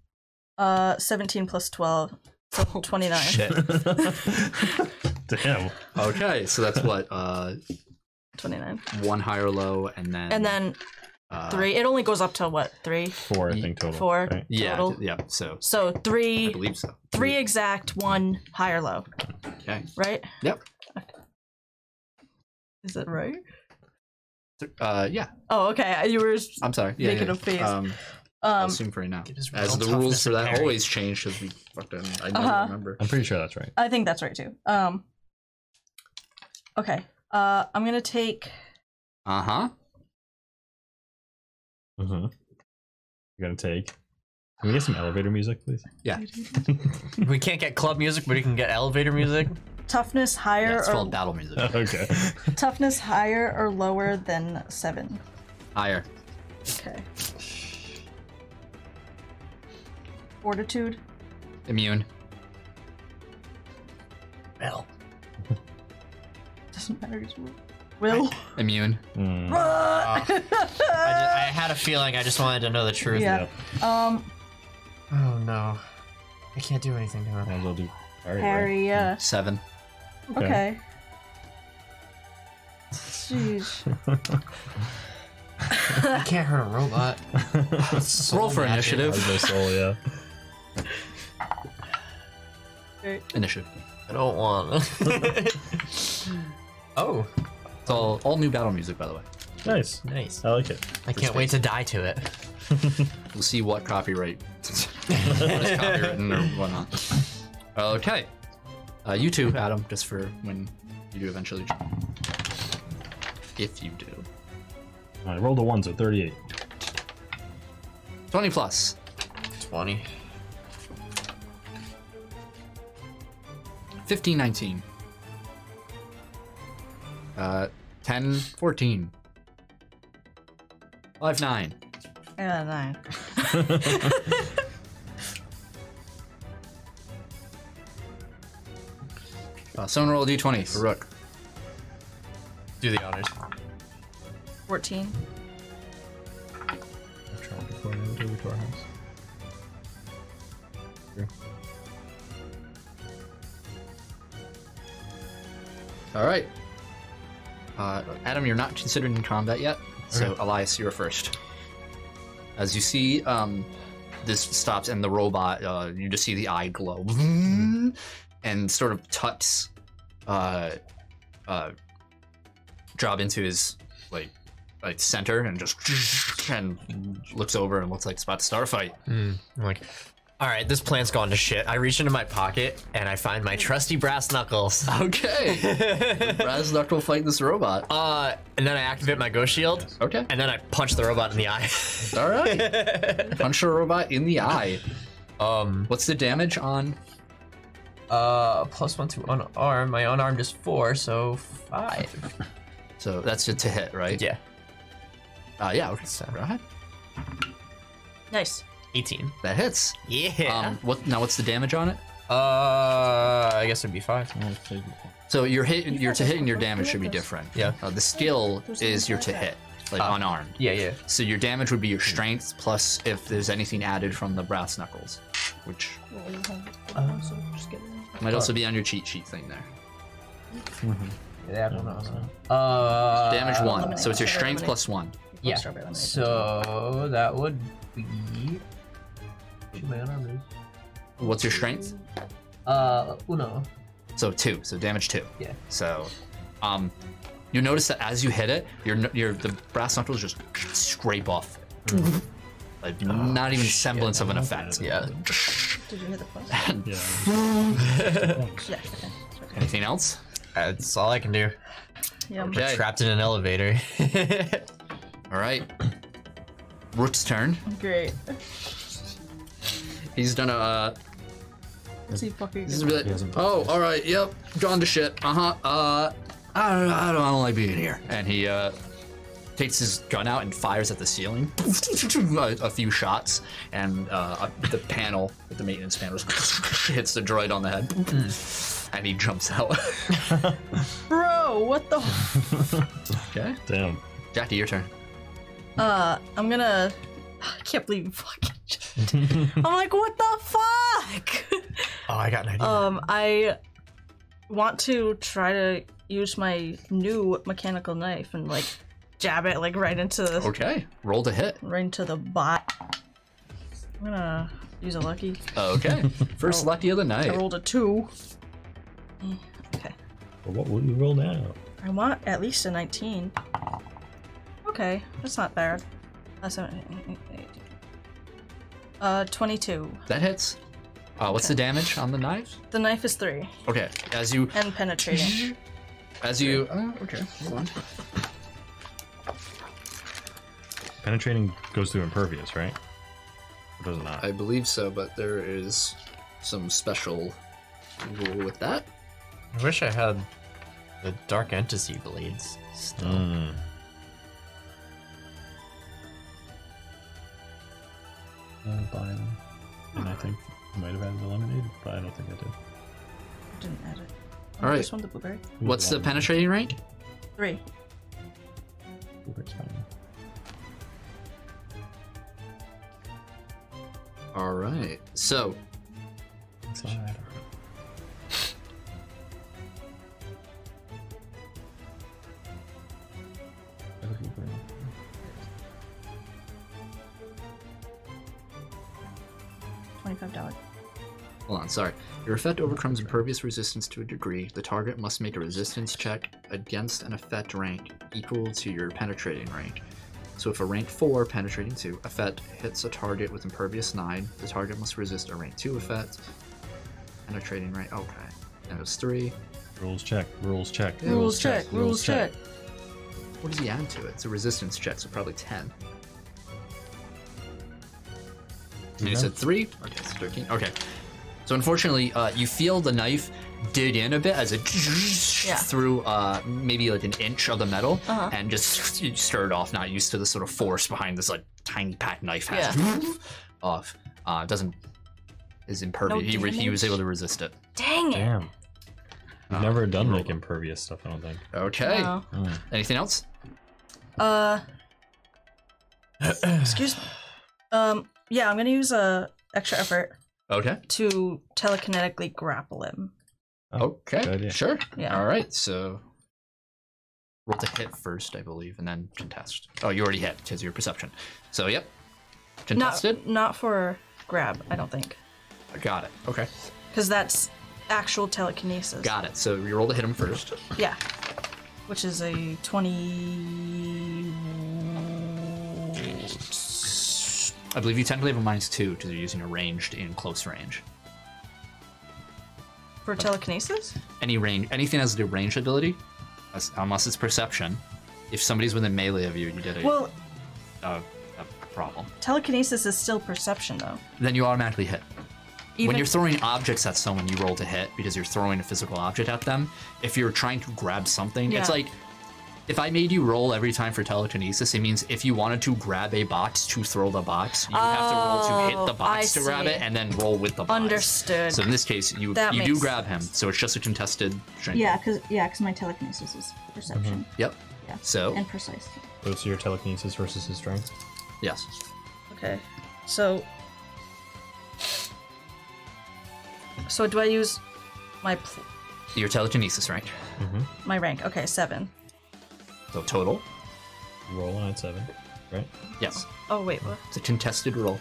[SPEAKER 3] Uh, 17 plus 12. So 29.
[SPEAKER 1] Oh,
[SPEAKER 7] [laughs]
[SPEAKER 1] Shit.
[SPEAKER 7] Damn.
[SPEAKER 1] okay, so that's what? Uh,
[SPEAKER 3] 29.
[SPEAKER 1] one higher low and then.
[SPEAKER 3] And then
[SPEAKER 1] uh,
[SPEAKER 3] three. It only goes up to what? Three?
[SPEAKER 7] Four, I think, total.
[SPEAKER 3] Four?
[SPEAKER 7] Right.
[SPEAKER 1] Yeah,
[SPEAKER 3] total.
[SPEAKER 1] yeah, so
[SPEAKER 3] So
[SPEAKER 1] I
[SPEAKER 3] three,
[SPEAKER 1] believe so.
[SPEAKER 3] three exact, one higher low,
[SPEAKER 1] Okay.
[SPEAKER 3] right?
[SPEAKER 1] Yep.
[SPEAKER 3] Is that right?
[SPEAKER 1] Th- Uh, yeah,
[SPEAKER 3] Oh, okay. You were.
[SPEAKER 1] I'm sorry. Yeah,
[SPEAKER 3] Making
[SPEAKER 1] yeah.
[SPEAKER 3] a face.
[SPEAKER 1] Um, I'll
[SPEAKER 3] Um,
[SPEAKER 1] assume for right now.
[SPEAKER 2] his
[SPEAKER 1] As
[SPEAKER 2] real
[SPEAKER 1] the rules
[SPEAKER 2] toughness
[SPEAKER 1] for
[SPEAKER 2] a
[SPEAKER 1] that
[SPEAKER 2] parry.
[SPEAKER 1] always change because we fucking. I never
[SPEAKER 3] Uh-huh.
[SPEAKER 1] remember.
[SPEAKER 7] I'm pretty sure that's right.
[SPEAKER 3] I think that's right too. Um. Okay. Uh, I'm gonna take.
[SPEAKER 1] Uh
[SPEAKER 2] Uh-huh.
[SPEAKER 1] huh.
[SPEAKER 7] Mm-hmm. You're gonna take. Can we get some elevator music,
[SPEAKER 3] [laughs]
[SPEAKER 7] please?
[SPEAKER 2] We can't get club music, but we can get elevator music.
[SPEAKER 3] Toughness higher
[SPEAKER 1] Yeah, it's
[SPEAKER 3] or
[SPEAKER 1] called battle music.
[SPEAKER 7] okay.
[SPEAKER 3] toughness higher or lower than seven.
[SPEAKER 1] [laughs] Higher.
[SPEAKER 3] Okay. Fortitude.
[SPEAKER 1] Immune.
[SPEAKER 2] Bell.
[SPEAKER 3] Doesn't matter. who's will.
[SPEAKER 6] [laughs]
[SPEAKER 3] Will.
[SPEAKER 1] Immune.
[SPEAKER 7] Mm,
[SPEAKER 6] Ah,
[SPEAKER 3] [laughs]
[SPEAKER 2] I, ju- I had a feeling. I just wanted to know the truth.
[SPEAKER 3] yeah. Um.
[SPEAKER 2] Oh no. I can't do anything to him.
[SPEAKER 7] might as well do parry, right?
[SPEAKER 6] Harry, yeah.
[SPEAKER 2] [laughs]
[SPEAKER 1] Seven.
[SPEAKER 3] Okay. Jeez.
[SPEAKER 6] [laughs]
[SPEAKER 2] I can't hurt a robot.
[SPEAKER 4] [laughs]
[SPEAKER 1] Roll for
[SPEAKER 7] How's
[SPEAKER 1] initiative.
[SPEAKER 7] my soul, yeah.
[SPEAKER 3] Great.
[SPEAKER 1] Initiative.
[SPEAKER 2] I don't want. [laughs] oh,
[SPEAKER 1] It's all, all new battle music, by the way.
[SPEAKER 7] Nice.
[SPEAKER 2] nice.
[SPEAKER 7] I like it.
[SPEAKER 2] I can't wait to die to it.
[SPEAKER 1] We'll see what copyright [laughs] what is copywritten or whatnot. Okay. Uh, you too, Adam, just for when you do eventually. If you do.
[SPEAKER 7] I rolled a one, so 38.
[SPEAKER 1] 20 plus.
[SPEAKER 2] 20.
[SPEAKER 1] 15, 19. Uh, 10, 14. 5, 9.
[SPEAKER 3] Yeah, nine.
[SPEAKER 1] Uh, someone roll a d20 for Rook.
[SPEAKER 2] Do the honors.
[SPEAKER 3] Fourteen.
[SPEAKER 7] before I moved over to our house.
[SPEAKER 1] All right. Uh, Adam, you're not considered in combat yet, so Elias, you're first. As you see, um, this stops, and the robot, uh, you just see the eye glow, and sort of tucks, uh, uh, drop into his like, like center, and just [laughs] and looks over and looks like it's about to start a fight.
[SPEAKER 2] Hmm. I'm like, all right, this plan's gone to shit. I reach into my pocket and I find my trusty brass [laughs] knuckles.
[SPEAKER 1] Okay,
[SPEAKER 2] [laughs]
[SPEAKER 1] Raz Duck will fight this robot.
[SPEAKER 2] Uh, and then I activate my ghost shield,
[SPEAKER 1] Okay,
[SPEAKER 2] and then I punch the robot in the eye.
[SPEAKER 1] all right.
[SPEAKER 2] [laughs]
[SPEAKER 1] Punch the robot in the eye.
[SPEAKER 2] um,
[SPEAKER 1] What's the damage on
[SPEAKER 2] [laughs] uh, plus one to unarmed. My unarmed is four, so five.
[SPEAKER 1] So that's just to hit, right?
[SPEAKER 2] Yeah,
[SPEAKER 1] Uh, yeah. Okay.
[SPEAKER 2] So-
[SPEAKER 1] Go ahead.
[SPEAKER 3] Nice.
[SPEAKER 2] eighteen.
[SPEAKER 1] That hits.
[SPEAKER 2] Yeah.
[SPEAKER 1] Um, what now? What's the damage on it?
[SPEAKER 2] uh, I guess it'd be five.
[SPEAKER 1] So your hit, your to hit, and your damage should be different.
[SPEAKER 2] Yeah. Uh.
[SPEAKER 1] Uh, the skill is your to hit, like unarmed.
[SPEAKER 2] Yeah, yeah.
[SPEAKER 1] So your damage would be your strength plus if there's anything added from the brass knuckles, which
[SPEAKER 6] Well, you have it now, so just get it.
[SPEAKER 1] might also be on your cheat sheet thing there.
[SPEAKER 2] Yeah, I don't know. Uh,
[SPEAKER 1] Damage one. So it's your
[SPEAKER 3] lemonade.
[SPEAKER 1] strength plus one.
[SPEAKER 2] Yeah.
[SPEAKER 3] Strawberry lemonade.
[SPEAKER 2] So that would be. Shoot, my unarmed is-
[SPEAKER 1] What's your strength?
[SPEAKER 2] Uh, uno.
[SPEAKER 1] So two. So damage two.
[SPEAKER 2] Yeah.
[SPEAKER 1] So, um, you notice that as you hit it, your kn- your the brass knuckles just scrape
[SPEAKER 2] [laughs]
[SPEAKER 1] off. Like not
[SPEAKER 2] Oh,
[SPEAKER 1] even semblance of an effect.
[SPEAKER 2] Yeah.
[SPEAKER 3] Did you hit the plus? [laughs] yeah. Okay.
[SPEAKER 1] Anything else?
[SPEAKER 2] That's all I can do.
[SPEAKER 3] Yum.
[SPEAKER 1] Okay.
[SPEAKER 2] [laughs] Trapped in an elevator.
[SPEAKER 1] All right. Rook's turn.
[SPEAKER 3] Great.
[SPEAKER 1] He's done a. Uh,
[SPEAKER 3] Is he fucking
[SPEAKER 1] he's gonna be like, oh, all right, yep, gone to shit. Uh huh. Uh, I don't, I don't, I don't like being here. And he uh, takes his gun out and fires at the ceiling. [laughs] a, a few shots, and uh, the panel, the maintenance panel, just [laughs] hits the droid on the head, [laughs] and he jumps out.
[SPEAKER 3] Bro, what the
[SPEAKER 1] okay,
[SPEAKER 4] Damn.
[SPEAKER 1] Jackie, your turn.
[SPEAKER 3] Uh, I'm gonna. [sighs] I can't believe you fucking. [laughs] I'm like, what the fuck? [laughs]
[SPEAKER 2] Oh, I got an idea.
[SPEAKER 3] Um, I want to try to use my new mechanical knife and like jab it like right into the
[SPEAKER 1] Okay, roll to hit.
[SPEAKER 3] right into the bot. I'm gonna use a lucky.
[SPEAKER 1] Oh, Okay, [laughs] first lucky of the night.
[SPEAKER 3] I rolled a two. Eh, Okay.
[SPEAKER 4] Well, what will you roll now?
[SPEAKER 3] I want at least a 19. Okay, that's not bad. That's not, uh, 22.
[SPEAKER 1] That hits. Uh, what's the damage on the knives?
[SPEAKER 3] The knife is three
[SPEAKER 1] Okay, as you
[SPEAKER 3] and penetrating.
[SPEAKER 1] As you. Oh, okay. Hold on.
[SPEAKER 4] Penetrating goes through impervious, right? It does not.
[SPEAKER 1] I believe so, but there is some special rule with that.
[SPEAKER 5] I wish I had the Dark Entity blades still.
[SPEAKER 4] Mm. Uh, buy them. And I think I might have added the lemonade, but I don't think I did.
[SPEAKER 3] Didn't add it. Oh,
[SPEAKER 1] All right.
[SPEAKER 3] This one, the blueberry.
[SPEAKER 1] What's the penetrating rank?
[SPEAKER 3] Three.
[SPEAKER 4] It's fine.
[SPEAKER 1] All right. So
[SPEAKER 4] It's alright.
[SPEAKER 3] Twenty-five dollars.
[SPEAKER 1] Hold on, sorry. Your effect overcomes impervious resistance to a degree. The target must make a resistance check against an effect rank equal to your penetrating rank. So if a rank 4 penetrating 2 effect hits a target with impervious 9, the target must resist a rank 2 effect. Penetrating rank, okay. And it was 3.
[SPEAKER 4] Rules check. Rules check.
[SPEAKER 3] Rules check. Rules check.
[SPEAKER 1] What does he add to it? It's a resistance check, so probably 10. And you said 3? Okay, it's 13. Okay. So unfortunately, uh, you feel the knife dig in a bit as it through uh, maybe like an inch of the metal and just you stirred off, not used to the sort of force behind this like tiny pack knife has [laughs] off. Uh, it doesn't is impervious. he, re- he was able to resist it.
[SPEAKER 3] Dang it!
[SPEAKER 4] Damn. I've never done like impervious stuff, I don't think.
[SPEAKER 1] Okay.
[SPEAKER 3] Wow.
[SPEAKER 1] Anything else?
[SPEAKER 3] Uh. excuse me. Um. Yeah, I'm gonna use a extra effort
[SPEAKER 1] Okay.
[SPEAKER 3] to telekinetically grapple him.
[SPEAKER 4] Oh. good
[SPEAKER 1] Okay.
[SPEAKER 4] idea.
[SPEAKER 1] Sure.
[SPEAKER 3] Yeah.
[SPEAKER 1] All right. So roll to hit first, I believe, and then contest. Oh, you already hit because your perception. So yep,
[SPEAKER 3] Not
[SPEAKER 1] contested.
[SPEAKER 3] not for grab. I don't think
[SPEAKER 1] I Got it. Okay.
[SPEAKER 3] because that's actual telekinesis.
[SPEAKER 1] Got it. So you roll to hit him first.
[SPEAKER 3] Yeah. Which is a 20.
[SPEAKER 1] I believe you technically have a minus two because you're using a ranged in close range.
[SPEAKER 3] For telekinesis?
[SPEAKER 1] Any range, anything has a range ability, as- unless it's perception. If somebody's within melee of you, you did a,
[SPEAKER 3] Well,
[SPEAKER 1] a, a problem.
[SPEAKER 3] telekinesis is still perception, though.
[SPEAKER 1] Then you automatically hit.
[SPEAKER 3] Even
[SPEAKER 1] when you're throwing objects at someone, you roll to hit because you're throwing a physical object at them. If you're trying to grab something, it's
[SPEAKER 3] Yeah.
[SPEAKER 1] like if I made you roll every time for telekinesis, it means if you wanted to grab a box to throw the box, you would have to roll to hit
[SPEAKER 3] Oh,
[SPEAKER 1] the box
[SPEAKER 3] I
[SPEAKER 1] to grab
[SPEAKER 3] see.
[SPEAKER 1] it and then roll with the box.
[SPEAKER 3] Understood.
[SPEAKER 1] So in this case, you
[SPEAKER 3] That
[SPEAKER 1] you do
[SPEAKER 3] makes
[SPEAKER 1] grab him, so it's just a contested strength.
[SPEAKER 6] Yeah, because yeah, 'cause my telekinesis is perception.
[SPEAKER 1] Yep.
[SPEAKER 6] Yeah.
[SPEAKER 1] Mm-hmm. So
[SPEAKER 6] And precise.
[SPEAKER 4] So it's your telekinesis versus his strength.
[SPEAKER 1] yes.
[SPEAKER 3] Okay. So. So do I use my pl-
[SPEAKER 1] Your telekinesis rank.
[SPEAKER 3] my rank? Okay, seven.
[SPEAKER 1] So total.
[SPEAKER 4] Roll on at seven, right?
[SPEAKER 1] Yes.
[SPEAKER 3] Oh wait, what?
[SPEAKER 1] It's a contested roll.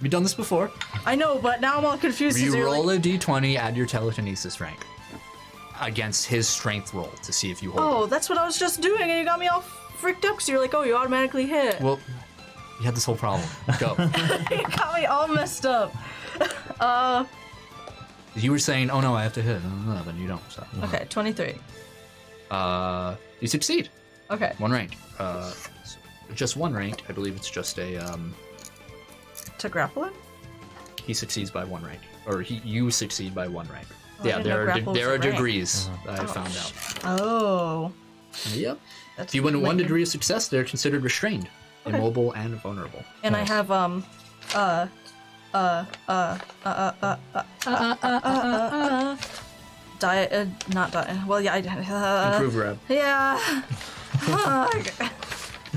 [SPEAKER 1] We've done this before.
[SPEAKER 3] I know, but now I'm all confused. 'cause
[SPEAKER 1] You
[SPEAKER 3] you're
[SPEAKER 1] roll
[SPEAKER 3] like,
[SPEAKER 1] a d20, add your telekinesis rank against his strength roll to see if you hold.
[SPEAKER 3] Oh,
[SPEAKER 1] it.
[SPEAKER 3] that's what I was just doing, and you got me all freaked up. So you're like, oh, you automatically hit.
[SPEAKER 1] well, you had this whole problem.
[SPEAKER 3] [laughs]
[SPEAKER 1] Go.
[SPEAKER 3] you got me all messed up.
[SPEAKER 1] you were saying, "Oh no, I have to hit," no, no, then you don't. So,
[SPEAKER 3] Okay, twenty-three.
[SPEAKER 1] uh, you succeed.
[SPEAKER 3] Okay.
[SPEAKER 1] One rank. Uh, just one ranked. I believe it's just a um,
[SPEAKER 3] To grapple it?
[SPEAKER 1] he succeeds by one rank, or he you succeed by one rank.
[SPEAKER 3] Oh, I
[SPEAKER 1] yeah,
[SPEAKER 3] didn't
[SPEAKER 1] there
[SPEAKER 3] know
[SPEAKER 1] are de-
[SPEAKER 3] grapple was
[SPEAKER 1] there
[SPEAKER 3] a
[SPEAKER 1] are
[SPEAKER 3] rank.
[SPEAKER 1] degrees that I
[SPEAKER 3] Oh,
[SPEAKER 1] found out.
[SPEAKER 3] sh- Oh.
[SPEAKER 1] Yep.
[SPEAKER 3] That's
[SPEAKER 1] If you win at one
[SPEAKER 3] later.
[SPEAKER 1] degree of success, they're considered restrained, immobile, and
[SPEAKER 3] [laughs]
[SPEAKER 1] vulnerable.
[SPEAKER 3] And I have um uh uh uh uh uh uh uh uh uh uh uh uh diet uh, not diet well yeah I uh,
[SPEAKER 1] Improve rep.
[SPEAKER 3] [laughs] yeah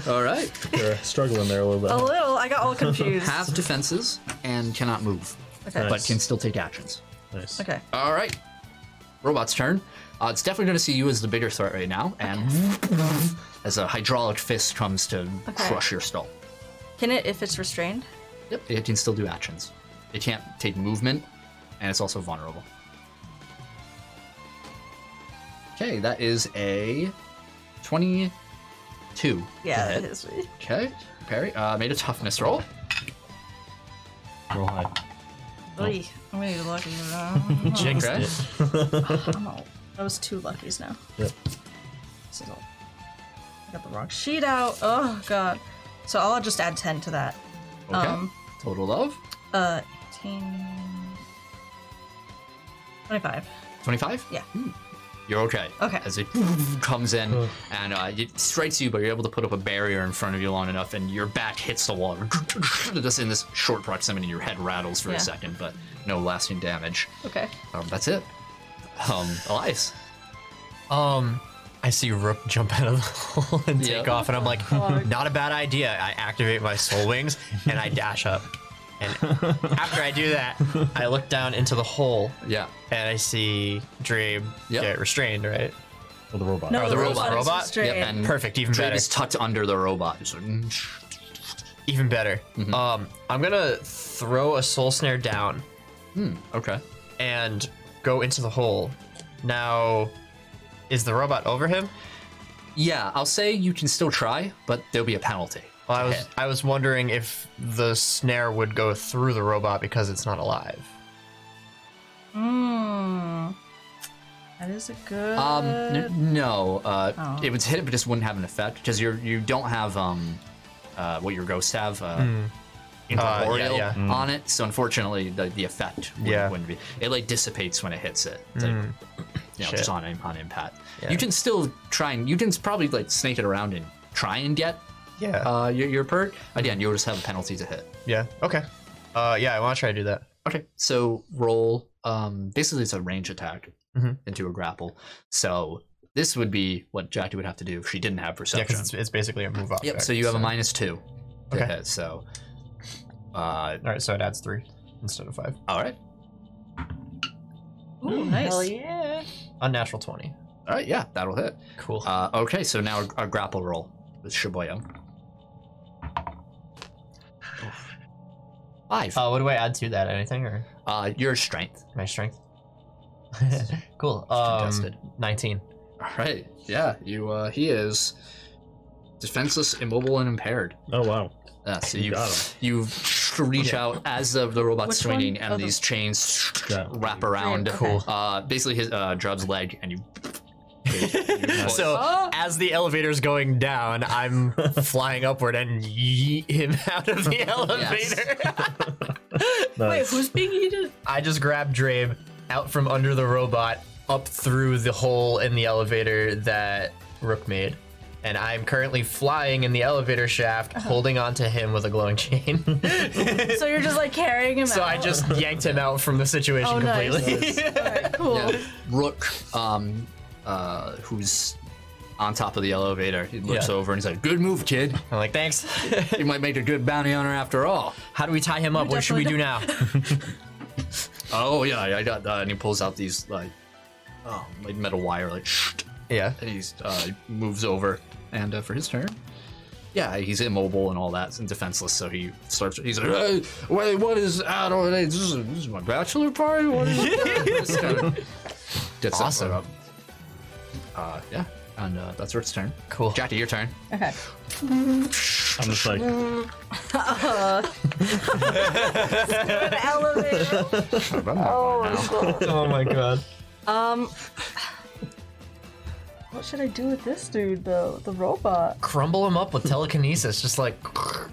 [SPEAKER 1] All right.
[SPEAKER 4] You're uh, struggling there a little bit.
[SPEAKER 3] a little I got
[SPEAKER 1] [laughs]
[SPEAKER 3] all confused
[SPEAKER 1] Have defenses and cannot move,
[SPEAKER 3] okay
[SPEAKER 1] but can still take actions.
[SPEAKER 4] Nice.
[SPEAKER 3] okay
[SPEAKER 1] All right. Robot's turn. Uh, it's definitely going to see you as the bigger threat right now, and as a hydraulic fist comes to
[SPEAKER 3] Okay.
[SPEAKER 1] crush your skull.
[SPEAKER 3] can it if it's restrained
[SPEAKER 1] Yep. It can still do actions. It can't take movement, and it's also vulnerable. Okay, that is a 22.
[SPEAKER 3] yeah
[SPEAKER 1] Hit.
[SPEAKER 3] it is
[SPEAKER 1] Okay, parry. Uh, made a toughness roll.
[SPEAKER 4] Roll high.
[SPEAKER 3] Oy, I'm gonna be lucky [laughs] now
[SPEAKER 2] Jinxed
[SPEAKER 1] Okay.
[SPEAKER 2] it.
[SPEAKER 3] I'm all- that was two luckies now
[SPEAKER 4] Yep.
[SPEAKER 3] This is all- I got the wrong sheet out oh god so I'll just add ten to that
[SPEAKER 1] Okay.
[SPEAKER 3] Um,
[SPEAKER 1] Total of
[SPEAKER 3] Uh, 18. 25.
[SPEAKER 1] 25?
[SPEAKER 3] Yeah.
[SPEAKER 1] Hmm. You're okay.
[SPEAKER 3] Okay.
[SPEAKER 1] As it comes in and uh, it strikes you, but you're able to put up a barrier in front of you long enough, and your back hits the wall. [laughs] Just in this short proximity, your head rattles for
[SPEAKER 3] Yeah.
[SPEAKER 1] a second, but no lasting damage.
[SPEAKER 3] Okay.
[SPEAKER 1] Um, that's it. Um, Elias.
[SPEAKER 2] Um, I see Rook jump out of the hole and take
[SPEAKER 1] Yeah.
[SPEAKER 2] off, and I'm like, not a bad idea. I activate my soul wings and I dash up. And after I do that, I look down into the hole
[SPEAKER 1] Yeah.
[SPEAKER 2] and I see Dream
[SPEAKER 1] Yep.
[SPEAKER 2] get restrained, right?
[SPEAKER 4] Well, the robot.
[SPEAKER 1] the robot.
[SPEAKER 3] is
[SPEAKER 2] Robot?
[SPEAKER 3] restrained.
[SPEAKER 1] Yep, and-
[SPEAKER 2] Perfect, even
[SPEAKER 1] Drake
[SPEAKER 2] better.
[SPEAKER 1] is tucked under the robot. Just like, "Mm,
[SPEAKER 2] Even better. Um, I'm gonna throw a soul snare down
[SPEAKER 1] okay.
[SPEAKER 2] and go into the hole. Now, is the robot over him?
[SPEAKER 1] Yeah, I'll say you can still try, but there'll be a penalty.
[SPEAKER 2] Well, I
[SPEAKER 1] to
[SPEAKER 2] was
[SPEAKER 1] hit.
[SPEAKER 2] I was wondering if the snare would go through the robot because it's not alive.
[SPEAKER 3] Mm. That is a good.
[SPEAKER 1] Um, n- no, uh, it would hit it, but just wouldn't have an effect because you're you don't have um, uh, what your ghosts have, uh, incorporeal
[SPEAKER 2] Hmm. Uh, yeah. Hmm.
[SPEAKER 1] on it. So unfortunately, the, the effect wouldn't,
[SPEAKER 2] Yeah. Hmm.
[SPEAKER 1] wouldn't be. It like dissipates when it hits it. It's like, you know,
[SPEAKER 2] Shit.
[SPEAKER 1] just on im- on impact.
[SPEAKER 2] Yeah.
[SPEAKER 1] You can still try and you can probably like snake it around and try and get
[SPEAKER 2] Yeah.
[SPEAKER 1] uh, your your perk. Again, you'll just have a penalty to hit.
[SPEAKER 2] yeah. Okay. Uh, yeah, I want to try to do that.
[SPEAKER 1] Okay, so roll. Um, basically, it's a range attack
[SPEAKER 2] Mhm.
[SPEAKER 1] into a grapple. So this would be what Jackie would have to do if she didn't have
[SPEAKER 2] Yeah,
[SPEAKER 1] perception.
[SPEAKER 2] because it's, it's basically a move object.
[SPEAKER 1] yep. So you have a minus two. to
[SPEAKER 2] Okay.
[SPEAKER 1] hit, so, uh,
[SPEAKER 2] All right, so it adds three instead of five.
[SPEAKER 1] all right,
[SPEAKER 3] Ooh, nice.
[SPEAKER 10] Hell yeah.
[SPEAKER 2] Unnatural twenty.
[SPEAKER 1] all right, yeah, that'll hit.
[SPEAKER 2] Cool.
[SPEAKER 1] Uh, okay, so now a, a grapple roll with Shibuya. Five.
[SPEAKER 2] Uh, what do I add to that? Anything or
[SPEAKER 1] Uh, your strength.
[SPEAKER 2] my strength? [laughs] cool. Um,
[SPEAKER 1] contested.
[SPEAKER 2] Nineteen.
[SPEAKER 1] All right. Yeah. You. Uh, he is defenseless, immobile, and impaired.
[SPEAKER 4] Oh wow.
[SPEAKER 1] Yeah, Uh, so
[SPEAKER 4] You
[SPEAKER 1] you
[SPEAKER 4] got 'em.
[SPEAKER 1] you reach out as the, the robot's
[SPEAKER 3] Which one?
[SPEAKER 1] swinging and
[SPEAKER 3] Oh, the-
[SPEAKER 1] these chains
[SPEAKER 4] Yeah.
[SPEAKER 1] wrap around.
[SPEAKER 3] Three, okay.
[SPEAKER 1] Uh, basically his uh, Drub's leg and you.
[SPEAKER 3] Oh,
[SPEAKER 2] So as the elevator's going down, [laughs] I'm flying upward and yeet him [laughs] out of the elevator.
[SPEAKER 3] Wait,
[SPEAKER 4] Nice.
[SPEAKER 3] who's being eaten?
[SPEAKER 2] [laughs] I just grab Drave out from under the robot, up through the hole in the elevator that Rook made. And I'm currently flying in the elevator shaft,
[SPEAKER 3] Uh-huh.
[SPEAKER 2] holding onto him with a glowing chain. [laughs]
[SPEAKER 3] So you're just like carrying him
[SPEAKER 2] so
[SPEAKER 3] out.
[SPEAKER 2] I just yanked him out from the situation
[SPEAKER 3] Oh, nice.
[SPEAKER 2] completely. [laughs]
[SPEAKER 3] Alright, cool.
[SPEAKER 1] Yeah. Rook, um, uh, who's on top of the elevator, he looks
[SPEAKER 2] Yeah.
[SPEAKER 1] over and he's like, "Good move, kid.
[SPEAKER 2] I'm like, thanks. [laughs]
[SPEAKER 1] You might make a good bounty hunter after
[SPEAKER 4] [laughs]
[SPEAKER 1] all."
[SPEAKER 2] How do we tie him up? What should we do now?
[SPEAKER 1] Oh yeah, I got. that. and he pulls out these like, oh, like metal wire, like. Shh.
[SPEAKER 2] [laughs] yeah.
[SPEAKER 1] and he's uh, moves over and uh, for his turn yeah he's immobile and all that and defenseless so he starts he's like "Hey, wait what is i don't know this is, this is my bachelor party what is
[SPEAKER 3] [laughs]
[SPEAKER 1] this kind of gets that
[SPEAKER 2] Awesome.
[SPEAKER 1] one up. uh yeah and uh, that's Rook's turn
[SPEAKER 2] Cool.
[SPEAKER 1] jackie your turn
[SPEAKER 3] Oh,
[SPEAKER 10] Okay.
[SPEAKER 4] I'm just like
[SPEAKER 3] An elevator. [laughs]
[SPEAKER 10] Oh,
[SPEAKER 2] Oh my god.
[SPEAKER 3] Um.
[SPEAKER 6] What should I do with this dude, the the robot?
[SPEAKER 2] Crumble him up with telekinesis, just like.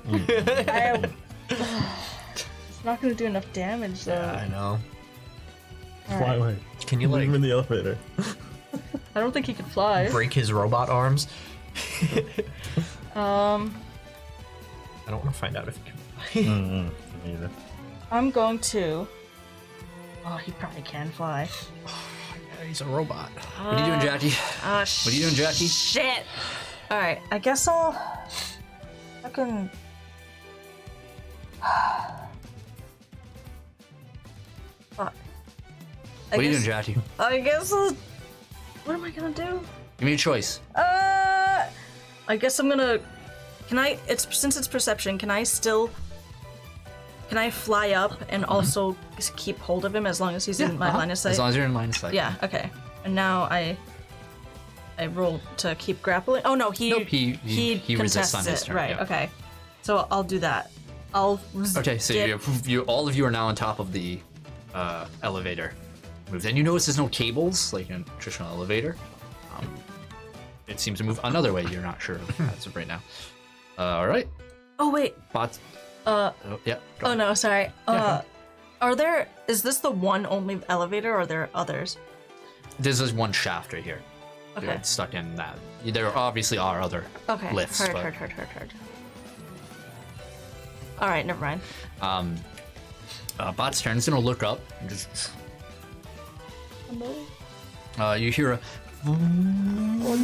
[SPEAKER 2] [laughs]
[SPEAKER 6] I
[SPEAKER 3] [sighs]
[SPEAKER 6] am. it's not gonna do enough damage though.
[SPEAKER 2] I know.
[SPEAKER 6] Alright.
[SPEAKER 4] Fly away.
[SPEAKER 2] Can you like
[SPEAKER 4] Leave him in
[SPEAKER 2] [laughs]
[SPEAKER 4] the elevator.
[SPEAKER 6] I don't think he can fly.
[SPEAKER 2] break his robot arms?
[SPEAKER 6] Um,
[SPEAKER 2] I don't want to find out if he can.
[SPEAKER 4] Mm-hmm. Neither.
[SPEAKER 6] I'm going to. Oh, he probably can fly.
[SPEAKER 2] He's a robot.
[SPEAKER 1] What are you doing, Jackie?
[SPEAKER 3] Ah, sh-
[SPEAKER 1] What are you doing, Jackie?
[SPEAKER 3] Shit.
[SPEAKER 6] All right, I guess I'll. I
[SPEAKER 3] [sighs]
[SPEAKER 6] can. Fuck. I
[SPEAKER 1] What are you doing,
[SPEAKER 6] guess-
[SPEAKER 1] Jackie?
[SPEAKER 6] I guess I'll. What am I gonna do?
[SPEAKER 1] Give me a choice.
[SPEAKER 6] Uh,
[SPEAKER 3] I guess I'm gonna. Can I? It's since it's perception. Can I still? Can I fly up and also just keep hold of him as long as he's in my
[SPEAKER 1] Mm-hmm. Uh-huh.
[SPEAKER 3] line of sight?
[SPEAKER 1] As long as you're in line of sight.
[SPEAKER 3] yeah. Okay. And now I. I roll to keep grappling. Oh no, he.
[SPEAKER 1] Nope, he- he- he resists
[SPEAKER 3] contests
[SPEAKER 1] on his
[SPEAKER 3] it.
[SPEAKER 1] turn,
[SPEAKER 3] Right.
[SPEAKER 1] yeah.
[SPEAKER 3] Okay. So I'll do that. I'll. z-
[SPEAKER 1] Okay, so
[SPEAKER 3] get-
[SPEAKER 1] you, you, all of you are now on top of the uh, elevator. Move. Then you notice there's no cables like in a traditional elevator. Um, it seems to move another way. You're not sure [laughs] as of right now. Uh, all right,
[SPEAKER 3] Oh wait.
[SPEAKER 1] bots.
[SPEAKER 3] Uh.
[SPEAKER 1] Oh, yeah. go
[SPEAKER 3] Oh
[SPEAKER 1] on.
[SPEAKER 3] no. Sorry. Uh. Are there? Is this the one only elevator, or are there others?
[SPEAKER 1] There's just one shaft right here.
[SPEAKER 3] Okay.
[SPEAKER 1] You're stuck in that. There obviously are other
[SPEAKER 3] Okay.
[SPEAKER 1] lifts,
[SPEAKER 3] heard,
[SPEAKER 1] but
[SPEAKER 3] heard, heard, heard, heard. All right, never mind.
[SPEAKER 1] um, uh, bot's turn. He's gonna look up and just. Uh, you hear a
[SPEAKER 6] oh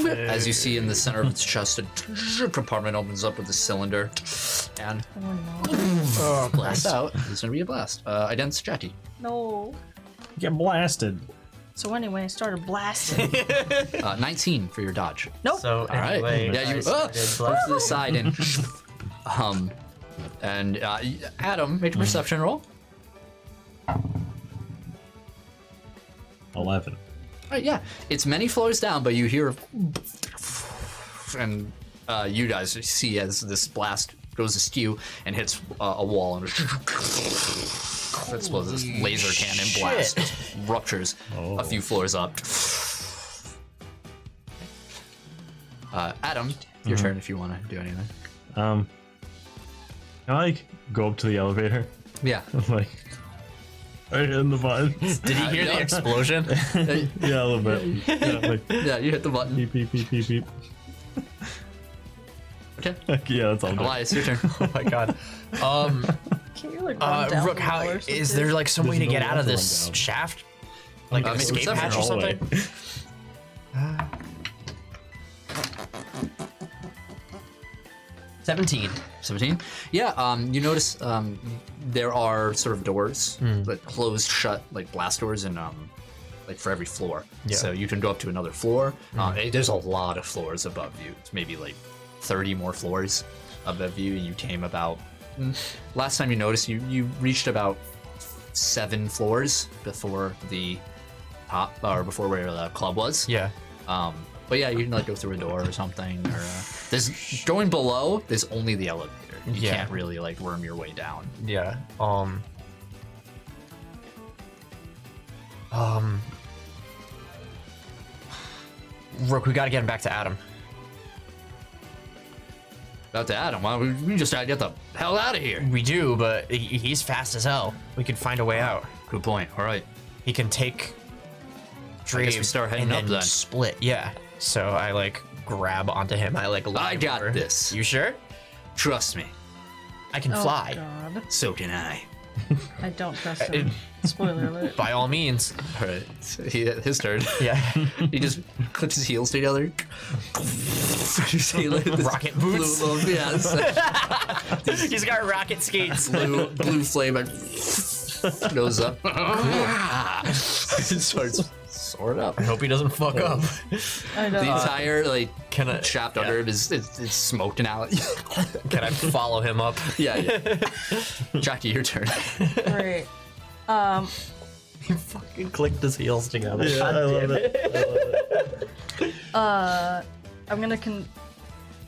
[SPEAKER 6] no.
[SPEAKER 1] As you see in the center of its chest, a compartment opens up with a cylinder, and blast out. It's gonna be a blast. Uh, I dance Jackie.
[SPEAKER 6] No.
[SPEAKER 4] Get blasted.
[SPEAKER 3] So anyway, I started blasting.
[SPEAKER 1] Uh, 19 for your dodge.
[SPEAKER 3] nope.
[SPEAKER 2] So
[SPEAKER 1] All right.
[SPEAKER 2] anyway,
[SPEAKER 1] yeah, you
[SPEAKER 2] I
[SPEAKER 1] ah,
[SPEAKER 2] started
[SPEAKER 1] [laughs] over
[SPEAKER 2] [laughs]
[SPEAKER 1] to the side and um, and uh, Adam, make a perception roll.
[SPEAKER 4] Eleven.
[SPEAKER 1] Right, yeah. It's many floors down, but you hear and uh, you guys see as this blast goes askew and hits uh, a wall and explodes. This laser cannon blast just ruptures a few floors up. Uh, Adam, your turn if you want to do anything.
[SPEAKER 4] Um, can I like go up to the elevator? [laughs]
[SPEAKER 1] Yeah.
[SPEAKER 4] like, I hit the buttons.
[SPEAKER 2] Did he
[SPEAKER 1] Uh,
[SPEAKER 2] hear
[SPEAKER 1] no.
[SPEAKER 2] [laughs] the explosion?
[SPEAKER 4] yeah, a little bit. Yeah, like,
[SPEAKER 1] yeah, you hit the button.
[SPEAKER 4] beep, beep, beep, beep, beep. [laughs]
[SPEAKER 1] Okay.
[SPEAKER 4] yeah, that's all. good.
[SPEAKER 1] Elias, your turn.
[SPEAKER 2] oh my god. [laughs] Um,
[SPEAKER 6] Can you like run
[SPEAKER 2] uh,
[SPEAKER 6] down
[SPEAKER 2] Rook,
[SPEAKER 6] the
[SPEAKER 2] how
[SPEAKER 6] wall or
[SPEAKER 2] is
[SPEAKER 6] something?
[SPEAKER 2] there like some way
[SPEAKER 4] There's
[SPEAKER 2] to
[SPEAKER 4] no
[SPEAKER 2] get
[SPEAKER 4] wall
[SPEAKER 2] out of
[SPEAKER 4] to
[SPEAKER 2] this
[SPEAKER 4] run down.
[SPEAKER 2] shaft? Like
[SPEAKER 1] Uh,
[SPEAKER 2] an
[SPEAKER 1] make a
[SPEAKER 2] escape
[SPEAKER 1] perception
[SPEAKER 2] hatch or
[SPEAKER 1] roll.
[SPEAKER 2] something? Seventeen.
[SPEAKER 1] 17 yeah um, you notice um, there are sort of doors like closed shut like blast doors and um, like for every floor so you can go up to another floor uh, eh, there's a lot of floors above you it's maybe like 30 more floors above you and you came about mm, last time you noticed you, you reached about seven floors before the top or before where the club was
[SPEAKER 2] Yeah.
[SPEAKER 1] um, but yeah, you can like go through a door or something. Or uh, there's going below. There's only the elevator. You
[SPEAKER 2] Yeah.
[SPEAKER 1] can't really like worm your way down.
[SPEAKER 2] Yeah. Um. Um. Rook, we gotta get him back to Adam.
[SPEAKER 1] About to Adam, why don't we, we just gotta get the hell out of here?
[SPEAKER 2] We do, but he- he's fast as hell. We could find a way out.
[SPEAKER 1] Good point. All right.
[SPEAKER 2] He can take
[SPEAKER 1] we
[SPEAKER 2] Drave
[SPEAKER 1] start heading
[SPEAKER 2] and
[SPEAKER 1] up then.
[SPEAKER 2] split. Yeah. So I like grab onto him. I like.
[SPEAKER 1] I
[SPEAKER 2] lean
[SPEAKER 1] got
[SPEAKER 2] over.
[SPEAKER 1] this.
[SPEAKER 2] You sure?
[SPEAKER 1] Trust me.
[SPEAKER 2] I can
[SPEAKER 6] Oh,
[SPEAKER 2] fly.
[SPEAKER 6] God.
[SPEAKER 1] So can I.
[SPEAKER 6] I don't trust him. Spoiler
[SPEAKER 2] [laughs]
[SPEAKER 6] alert.
[SPEAKER 2] By all means.
[SPEAKER 1] All right. So he, his
[SPEAKER 2] [laughs]
[SPEAKER 1] turn.
[SPEAKER 2] Yeah.
[SPEAKER 1] he just clips his heels together. You see, like, this
[SPEAKER 2] [laughs] Rocket boots.
[SPEAKER 1] Blue, little- yeah. it's like
[SPEAKER 2] He's got
[SPEAKER 1] [laughs]
[SPEAKER 2] rocket skates.
[SPEAKER 1] blue, blue flame and goes
[SPEAKER 2] [laughs]
[SPEAKER 1] up. [laughs] and starts soaring up.
[SPEAKER 2] I hope he doesn't fuck up.
[SPEAKER 6] I know.
[SPEAKER 1] The
[SPEAKER 2] Uh,
[SPEAKER 1] entire like
[SPEAKER 2] Oh. Can I?
[SPEAKER 1] shaft
[SPEAKER 2] yeah.
[SPEAKER 1] under him is it's, it's smoking out.
[SPEAKER 2] Can I follow him up?
[SPEAKER 1] [laughs] yeah, yeah. Jackie, your turn.
[SPEAKER 6] Great.
[SPEAKER 2] He fucking clicked his heels together.
[SPEAKER 4] Yeah, I love it.
[SPEAKER 3] I'm gonna con-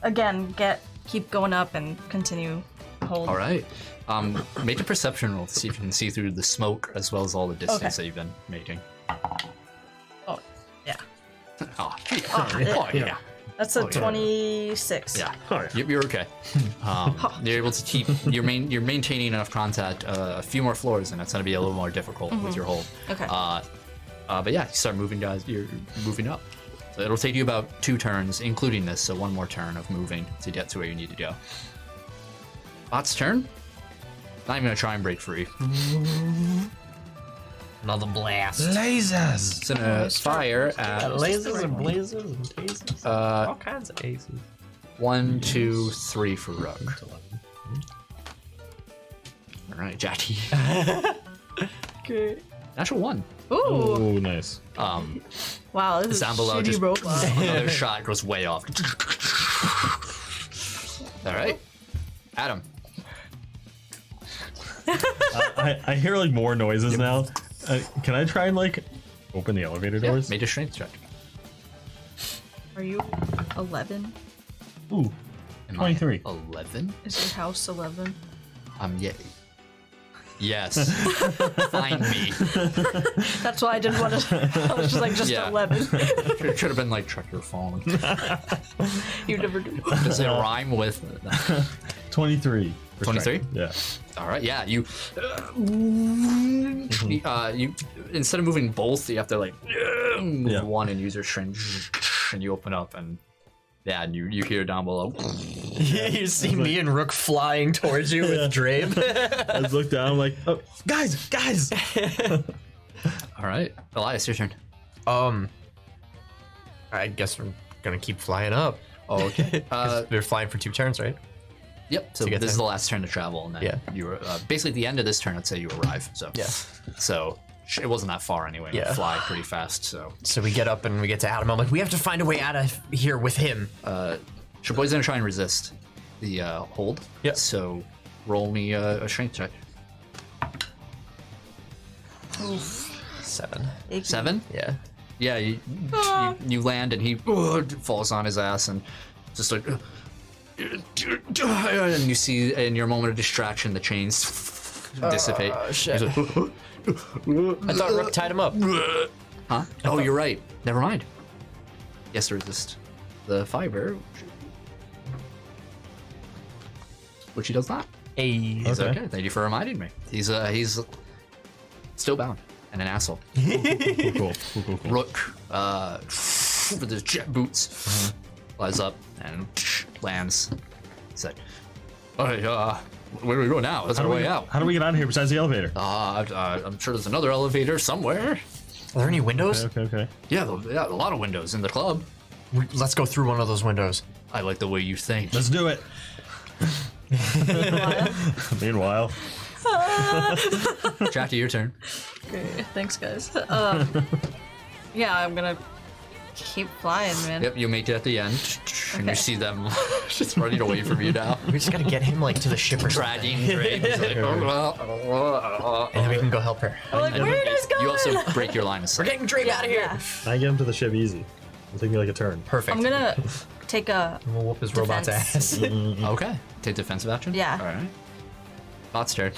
[SPEAKER 3] again get keep going up and continue hold.
[SPEAKER 1] All right. Um, make a perception roll to see if you can see through the smoke as well as all the distance
[SPEAKER 6] Okay.
[SPEAKER 1] that you've been making.
[SPEAKER 6] Oh, yeah.
[SPEAKER 1] [laughs] Oh, yeah. Oh, yeah.
[SPEAKER 3] That's a 26.
[SPEAKER 1] Yeah. Yep, you're okay. Um, you're able to keep you're main, you're maintaining enough contact uh, a few more floors, and it's going to be a little more difficult with your hold.
[SPEAKER 3] Okay.
[SPEAKER 1] Uh, uh, but yeah, you start moving guys. You're moving up. So it'll take you about two turns, including this, so one more turn of moving to get to where you need to go. Bot's turn. Not even gonna try and break free.
[SPEAKER 5] Another blast.
[SPEAKER 1] It's gonna fire at
[SPEAKER 5] Lasers and blazers and tasers.
[SPEAKER 1] Uh,
[SPEAKER 5] all kinds of aces.
[SPEAKER 1] One, two, three for Rook. All right, Jackie. [laughs]
[SPEAKER 6] Okay.
[SPEAKER 1] Natural one.
[SPEAKER 6] Ooh.
[SPEAKER 4] Oh, nice.
[SPEAKER 1] Um,
[SPEAKER 6] Wow, this is
[SPEAKER 1] down below
[SPEAKER 6] shitty
[SPEAKER 1] just [laughs]
[SPEAKER 6] robot.
[SPEAKER 1] another shot goes way off. All right, Adam.
[SPEAKER 4] I, I hear like more noises now. Uh, can I try and like open the elevator
[SPEAKER 1] Yeah,
[SPEAKER 4] doors?
[SPEAKER 1] made a strength check.
[SPEAKER 6] Are you
[SPEAKER 3] 11.
[SPEAKER 4] Ooh,
[SPEAKER 1] Am I
[SPEAKER 4] 23.
[SPEAKER 1] Eleven.
[SPEAKER 3] Is your house 11?
[SPEAKER 1] Um. Yeah. [laughs] Yes. Find me.
[SPEAKER 3] That's why I didn't want to. [laughs] I was just like, just
[SPEAKER 1] Yeah.
[SPEAKER 3] 11.
[SPEAKER 1] [laughs] Should have been like check your phone.
[SPEAKER 3] You never do.
[SPEAKER 1] Does it rhyme with?
[SPEAKER 4] 23. for
[SPEAKER 1] 23?
[SPEAKER 4] strength. Yeah.
[SPEAKER 1] All right, yeah, you, uh, you instead of moving both, you have to like move
[SPEAKER 4] Yeah.
[SPEAKER 1] one and use your string, and you open up and yeah, and you you hear down below.
[SPEAKER 5] you see me and Rook flying towards you with Drabe. [laughs]
[SPEAKER 4] I just look down. I'm like, oh, [laughs] guys, guys.
[SPEAKER 1] All right, Elias, your turn.
[SPEAKER 5] Um, I guess we're gonna keep flying up.
[SPEAKER 1] Oh, okay. Uh,
[SPEAKER 5] They're flying for two turns, right?
[SPEAKER 1] [laughs] yep. So
[SPEAKER 5] you
[SPEAKER 1] this
[SPEAKER 5] get
[SPEAKER 1] is
[SPEAKER 5] time.
[SPEAKER 1] the last turn to travel, and then
[SPEAKER 5] Yeah.
[SPEAKER 1] you were uh, basically at the end of this turn. I'd say you arrive. So
[SPEAKER 5] Yeah.
[SPEAKER 1] So sh- it wasn't that far anyway. Yeah.
[SPEAKER 5] Yeah.
[SPEAKER 1] Fly pretty fast. So
[SPEAKER 5] So we get up and we get to Adam. I'm like, we have to find a way out of here with him. Uh,
[SPEAKER 1] Shaboy's gonna try and resist the uh, hold.
[SPEAKER 5] Yep.
[SPEAKER 1] So roll me uh, a strength check.
[SPEAKER 5] Seven.
[SPEAKER 1] Seven.
[SPEAKER 5] Yeah.
[SPEAKER 1] Yeah, you, you, you land and he uh, falls on his ass and just like. uh, And you see in your moment of distraction, the chains dissipate.
[SPEAKER 5] shit.
[SPEAKER 1] He's like, [laughs]
[SPEAKER 5] I thought Rook tied him up.
[SPEAKER 1] huh? Oh, you're right. Never mind. Yes, to resist the fiber, which he does not.
[SPEAKER 5] Hey.
[SPEAKER 1] He's okay. Thank you for reminding me. He's uh, he's still bound and an asshole.
[SPEAKER 4] cool, cool, cool, cool, cool.
[SPEAKER 1] Rook, uh, with his jet boots, flies up and lands. He's like, "All right, uh, where do we go now? That's our
[SPEAKER 4] How do we-
[SPEAKER 1] way out.
[SPEAKER 4] How do we get out of here besides the elevator?
[SPEAKER 1] Uh, uh, I'm sure there's another elevator somewhere.
[SPEAKER 5] Are there any windows?
[SPEAKER 4] Okay, okay.
[SPEAKER 1] Yeah, th- yeah, a lot of windows in the club.
[SPEAKER 5] We- Let's go through one of those windows.
[SPEAKER 1] I like the way you think.
[SPEAKER 4] Let's do it. [laughs] Meanwhile,
[SPEAKER 1] Jackie, your turn.
[SPEAKER 3] [laughs]
[SPEAKER 6] Okay, thanks, guys. Um, yeah, I'm gonna keep flying, man.
[SPEAKER 1] Yep, you make it at the end, and you see them just running away from you now.
[SPEAKER 5] We just gotta get him like to the ship or something,
[SPEAKER 1] Dragging Drake. He's like, "Oh, well, oh, well, oh,
[SPEAKER 5] and then we can go help her.
[SPEAKER 6] I'm like,
[SPEAKER 1] well."
[SPEAKER 6] where are you guys going?
[SPEAKER 1] You also break your line of sight.
[SPEAKER 5] Getting Drabe out of here.
[SPEAKER 6] Yeah.
[SPEAKER 4] I get him to the ship easy. It'll take me like a turn.
[SPEAKER 5] Perfect.
[SPEAKER 3] I'm gonna take a.
[SPEAKER 5] We'll whoop his robot's
[SPEAKER 3] Defense.
[SPEAKER 5] ass.
[SPEAKER 1] Okay. Take defensive action?
[SPEAKER 3] Yeah.
[SPEAKER 1] Alright. Bot's
[SPEAKER 3] [laughs]
[SPEAKER 1] turn.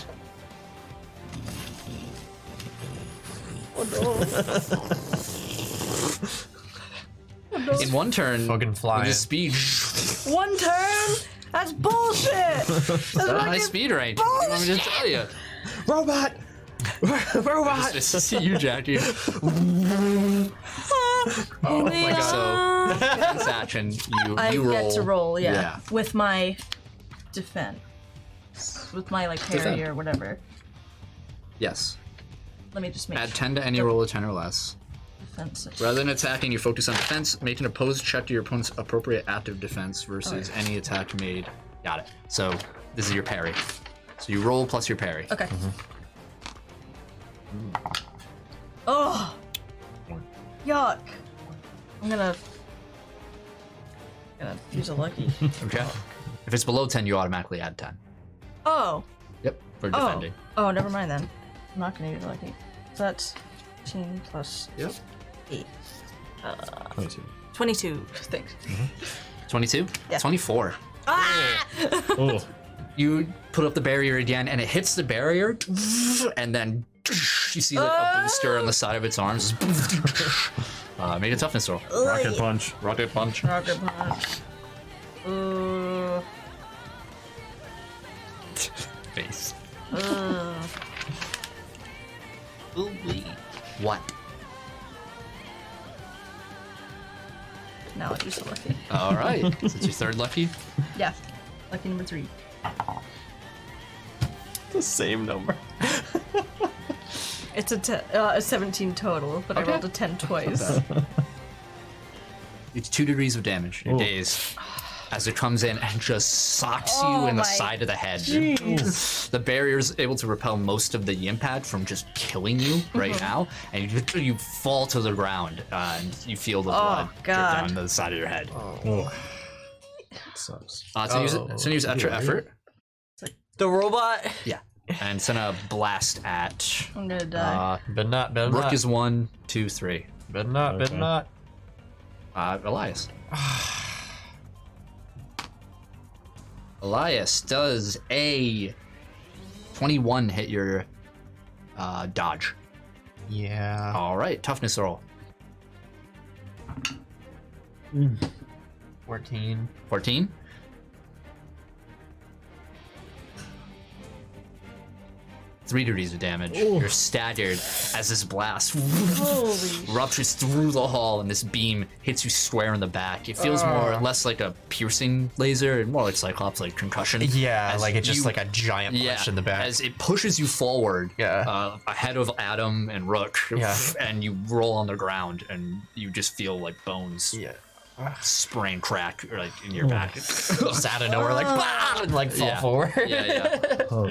[SPEAKER 1] In one turn,
[SPEAKER 5] Fucking fly.
[SPEAKER 1] with his
[SPEAKER 3] [laughs]
[SPEAKER 1] speed, [laughs]
[SPEAKER 3] One turn? That's
[SPEAKER 1] [laughs]
[SPEAKER 3] bullshit! [laughs] That's
[SPEAKER 1] high
[SPEAKER 3] fucking
[SPEAKER 1] speed range. What do you want me to tell you?
[SPEAKER 5] Robot. [laughs] Robot.
[SPEAKER 1] Just to see you,
[SPEAKER 3] [laughs]
[SPEAKER 1] Jackie. So,
[SPEAKER 3] Oh my
[SPEAKER 1] defense action, you,
[SPEAKER 3] I
[SPEAKER 1] you roll.
[SPEAKER 3] get to roll, yeah,
[SPEAKER 1] Yeah.
[SPEAKER 3] With my defense. With my, like, parry
[SPEAKER 1] Defend.
[SPEAKER 3] or whatever.
[SPEAKER 1] Yes.
[SPEAKER 3] Let me just make
[SPEAKER 1] Add
[SPEAKER 3] sure.
[SPEAKER 1] 10 to any roll of 10 or less.
[SPEAKER 3] defense.
[SPEAKER 1] Rather than attacking, you focus on defense. Make an opposed check to your opponent's appropriate active defense versus any attack made. Got it. So this is your parry. So you roll plus your parry.
[SPEAKER 3] Okay. Oh! Yuck! I'm gonna. gonna use a lucky.
[SPEAKER 1] Okay. If it's below ten, you automatically add ten.
[SPEAKER 3] Oh!
[SPEAKER 1] Yep. For
[SPEAKER 3] Oh.
[SPEAKER 1] defending.
[SPEAKER 3] Oh, never mind then. I'm not gonna use lucky. So that's 15 plus
[SPEAKER 1] Yep.
[SPEAKER 3] 8.
[SPEAKER 4] 22.
[SPEAKER 3] 22. Thanks.
[SPEAKER 1] Twenty-two.
[SPEAKER 3] Yeah.
[SPEAKER 1] Twenty-four.
[SPEAKER 3] Ah!
[SPEAKER 4] Oh,
[SPEAKER 1] You put up the barrier again, and it hits the barrier,
[SPEAKER 3] Uh.
[SPEAKER 1] and then you see like a booster on the side of its arms. [laughs] Uh, make a toughness roll.
[SPEAKER 4] Rocket punch.
[SPEAKER 1] Rocket punch. Uh.
[SPEAKER 3] Rocket punch. Ooh.
[SPEAKER 1] Face.
[SPEAKER 3] Uh.
[SPEAKER 2] What?
[SPEAKER 3] Now I'll use the lucky.
[SPEAKER 1] All right. [laughs] Is it your third lucky?
[SPEAKER 3] Yeah. Lucky number three.
[SPEAKER 2] The same number.
[SPEAKER 3] It's a, te- uh, a 17 total, but I rolled a 10 twice.
[SPEAKER 1] It's two degrees of damage. You're dazed. As it comes in and just socks you in the
[SPEAKER 3] Oh my
[SPEAKER 1] side of the head. The barrier's able to repel most of the impact from just killing you right
[SPEAKER 3] Uh-huh.
[SPEAKER 1] now, and you, you fall to the ground uh, and you feel the blood drip
[SPEAKER 3] Oh, God.
[SPEAKER 1] down the side of your head.
[SPEAKER 4] Oh. Sucks.
[SPEAKER 1] Uh, so, use, so
[SPEAKER 11] Oh.
[SPEAKER 1] use extra effort.
[SPEAKER 12] The robot.
[SPEAKER 1] Yeah. And send a blast at.
[SPEAKER 3] I'm gonna die.
[SPEAKER 1] Uh,
[SPEAKER 2] But not, but
[SPEAKER 1] Rook
[SPEAKER 2] not.
[SPEAKER 1] is one, two, three.
[SPEAKER 2] but not, but
[SPEAKER 4] Okay.
[SPEAKER 2] not.
[SPEAKER 1] Uh,
[SPEAKER 12] [sighs]
[SPEAKER 1] Elias. Elias does a 21 hit your uh, dodge.
[SPEAKER 2] Yeah.
[SPEAKER 1] All right, toughness roll.
[SPEAKER 2] 14.
[SPEAKER 1] 14. Three degrees of damage. You're staggered as this blast [laughs] ruptures through the hull, and this beam hits you square in the back. It feels
[SPEAKER 2] Ah.
[SPEAKER 1] more less like a piercing laser and more like Cyclops, like concussion.
[SPEAKER 2] Yeah,
[SPEAKER 1] As
[SPEAKER 2] like it's just
[SPEAKER 1] you-
[SPEAKER 2] like a giant punch in the back.
[SPEAKER 1] As it pushes you forward
[SPEAKER 2] Yeah.
[SPEAKER 1] uh, ahead of Adam and Rook,
[SPEAKER 2] Yeah.
[SPEAKER 1] and you roll on the ground, and you just feel like bones
[SPEAKER 2] yeah.
[SPEAKER 1] sprain crack like in your [laughs] back.
[SPEAKER 2] Just out of
[SPEAKER 1] [laughs]
[SPEAKER 2] nowhere, like, bah! and like fall
[SPEAKER 1] Yeah.
[SPEAKER 2] forward.
[SPEAKER 1] yeah, yeah.
[SPEAKER 4] Oh,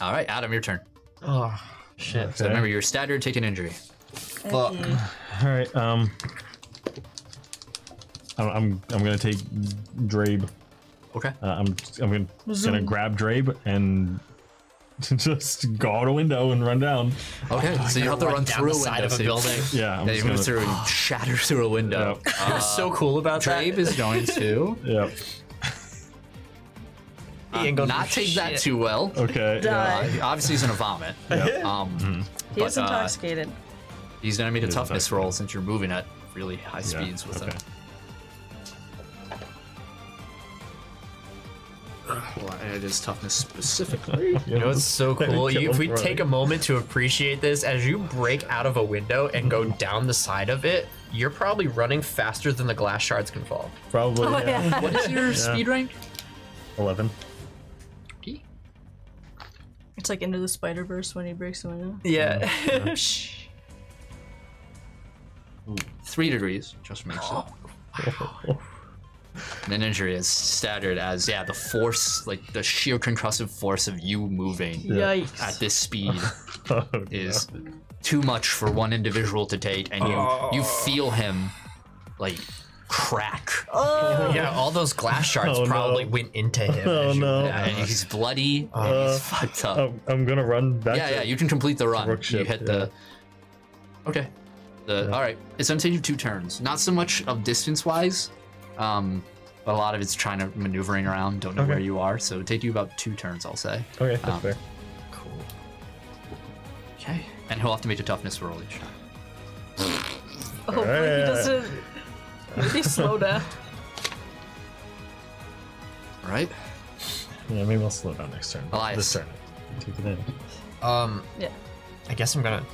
[SPEAKER 1] [laughs] All right, Adam, your turn.
[SPEAKER 2] Oh, [laughs] shit.
[SPEAKER 1] So remember, you're staggered, take an injury.
[SPEAKER 2] Fuck.
[SPEAKER 4] All right. Um, I'm I'm, I'm gonna take Drabe.
[SPEAKER 1] Okay.
[SPEAKER 4] Uh, I'm I'm gonna, gonna grab Drabe and [laughs] just go out a window and run down.
[SPEAKER 1] Okay, so you have to
[SPEAKER 2] run
[SPEAKER 1] run
[SPEAKER 2] down
[SPEAKER 1] through
[SPEAKER 2] the
[SPEAKER 1] a
[SPEAKER 2] side
[SPEAKER 1] window,
[SPEAKER 2] of a
[SPEAKER 1] so you-
[SPEAKER 2] building.
[SPEAKER 4] Yeah.
[SPEAKER 1] [laughs]
[SPEAKER 4] I'm
[SPEAKER 1] Yeah, you
[SPEAKER 4] just
[SPEAKER 1] move
[SPEAKER 4] gonna-
[SPEAKER 1] through [sighs] and shatter through a window.
[SPEAKER 4] Yep.
[SPEAKER 1] Uh,
[SPEAKER 2] so cool about
[SPEAKER 1] Trabe is going to
[SPEAKER 4] [laughs] Yep.
[SPEAKER 2] that. He ain't gonna
[SPEAKER 1] not
[SPEAKER 2] do
[SPEAKER 1] take that
[SPEAKER 2] shit.
[SPEAKER 1] too well.
[SPEAKER 4] Okay. yeah.
[SPEAKER 1] Uh, obviously, he's gonna vomit.
[SPEAKER 4] Yep.
[SPEAKER 1] Um,
[SPEAKER 3] He is
[SPEAKER 1] but, uh,
[SPEAKER 3] intoxicated.
[SPEAKER 1] He's gonna make a
[SPEAKER 4] It is
[SPEAKER 1] toughness
[SPEAKER 4] effective.
[SPEAKER 1] roll since you're moving at really high
[SPEAKER 4] Yeah,
[SPEAKER 1] speeds with
[SPEAKER 4] okay.
[SPEAKER 1] him. Well, and it is toughness specifically.
[SPEAKER 2] You know what's so
[SPEAKER 4] Let me
[SPEAKER 2] cool?
[SPEAKER 4] kill
[SPEAKER 2] You, if we
[SPEAKER 4] him, bro.
[SPEAKER 2] take a moment to appreciate this, as you break out of a window and go down the side of it, you're probably running faster than the glass shards can fall.
[SPEAKER 4] Probably.
[SPEAKER 1] Oh,
[SPEAKER 3] Oh,
[SPEAKER 4] yeah.
[SPEAKER 1] what is your speed rank?
[SPEAKER 4] Eleven.
[SPEAKER 3] It's like into the Spider Verse when he breaks the window.
[SPEAKER 2] Yeah.
[SPEAKER 1] Three degrees just makes [laughs] it. And an injury is staggered as yeah, the force, like the sheer concussive force of you moving
[SPEAKER 3] Yikes.
[SPEAKER 1] at this speed is too much for one individual to take, and you you feel him like crack,
[SPEAKER 2] yeah, all those glass shards
[SPEAKER 4] [laughs] Oh, no.
[SPEAKER 2] probably went into
[SPEAKER 4] [laughs]
[SPEAKER 2] him. Oh,
[SPEAKER 4] no.
[SPEAKER 1] and he's bloody, and he's fucked up.
[SPEAKER 4] I'm, Oh, I'm gonna run back.
[SPEAKER 1] yeah,
[SPEAKER 4] to-
[SPEAKER 1] yeah, you can complete the run. you
[SPEAKER 4] Workshop,
[SPEAKER 1] hit the. Okay. The all right. It's gonna take you two turns. Not so much of distance wise, um, but a lot of it's trying to maneuvering around. Don't know where you are, so it'll take you about two turns, I'll say.
[SPEAKER 4] Okay, that's
[SPEAKER 1] Um,
[SPEAKER 4] fair.
[SPEAKER 1] Okay. And he'll have to make a toughness roll each time. Oh,
[SPEAKER 3] Hopefully he doesn't. Maybe slow down.
[SPEAKER 1] All right.
[SPEAKER 4] Yeah, maybe I'll slow down next turn.
[SPEAKER 1] Elias.
[SPEAKER 4] This turn. Take it in.
[SPEAKER 2] Um,
[SPEAKER 3] Yeah.
[SPEAKER 2] I guess I'm gonna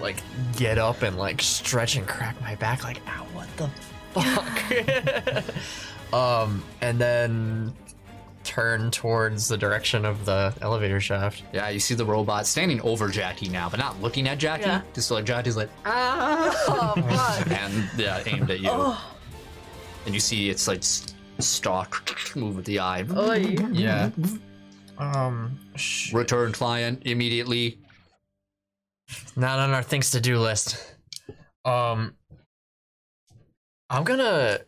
[SPEAKER 2] like get up and like stretch and crack my back like ow what the fuck [laughs] um and then turn towards the direction of the elevator shaft
[SPEAKER 1] Yeah, you see the robot standing over Jackie now, but not looking at Jackie.
[SPEAKER 3] Yeah.
[SPEAKER 1] Just like Jackie's like [laughs] and yeah, aimed at you. And you see it's like s- stalk move with the eye.
[SPEAKER 3] Oy.
[SPEAKER 2] yeah um sh-
[SPEAKER 1] Return client immediately.
[SPEAKER 2] not on our things to do list um i'm gonna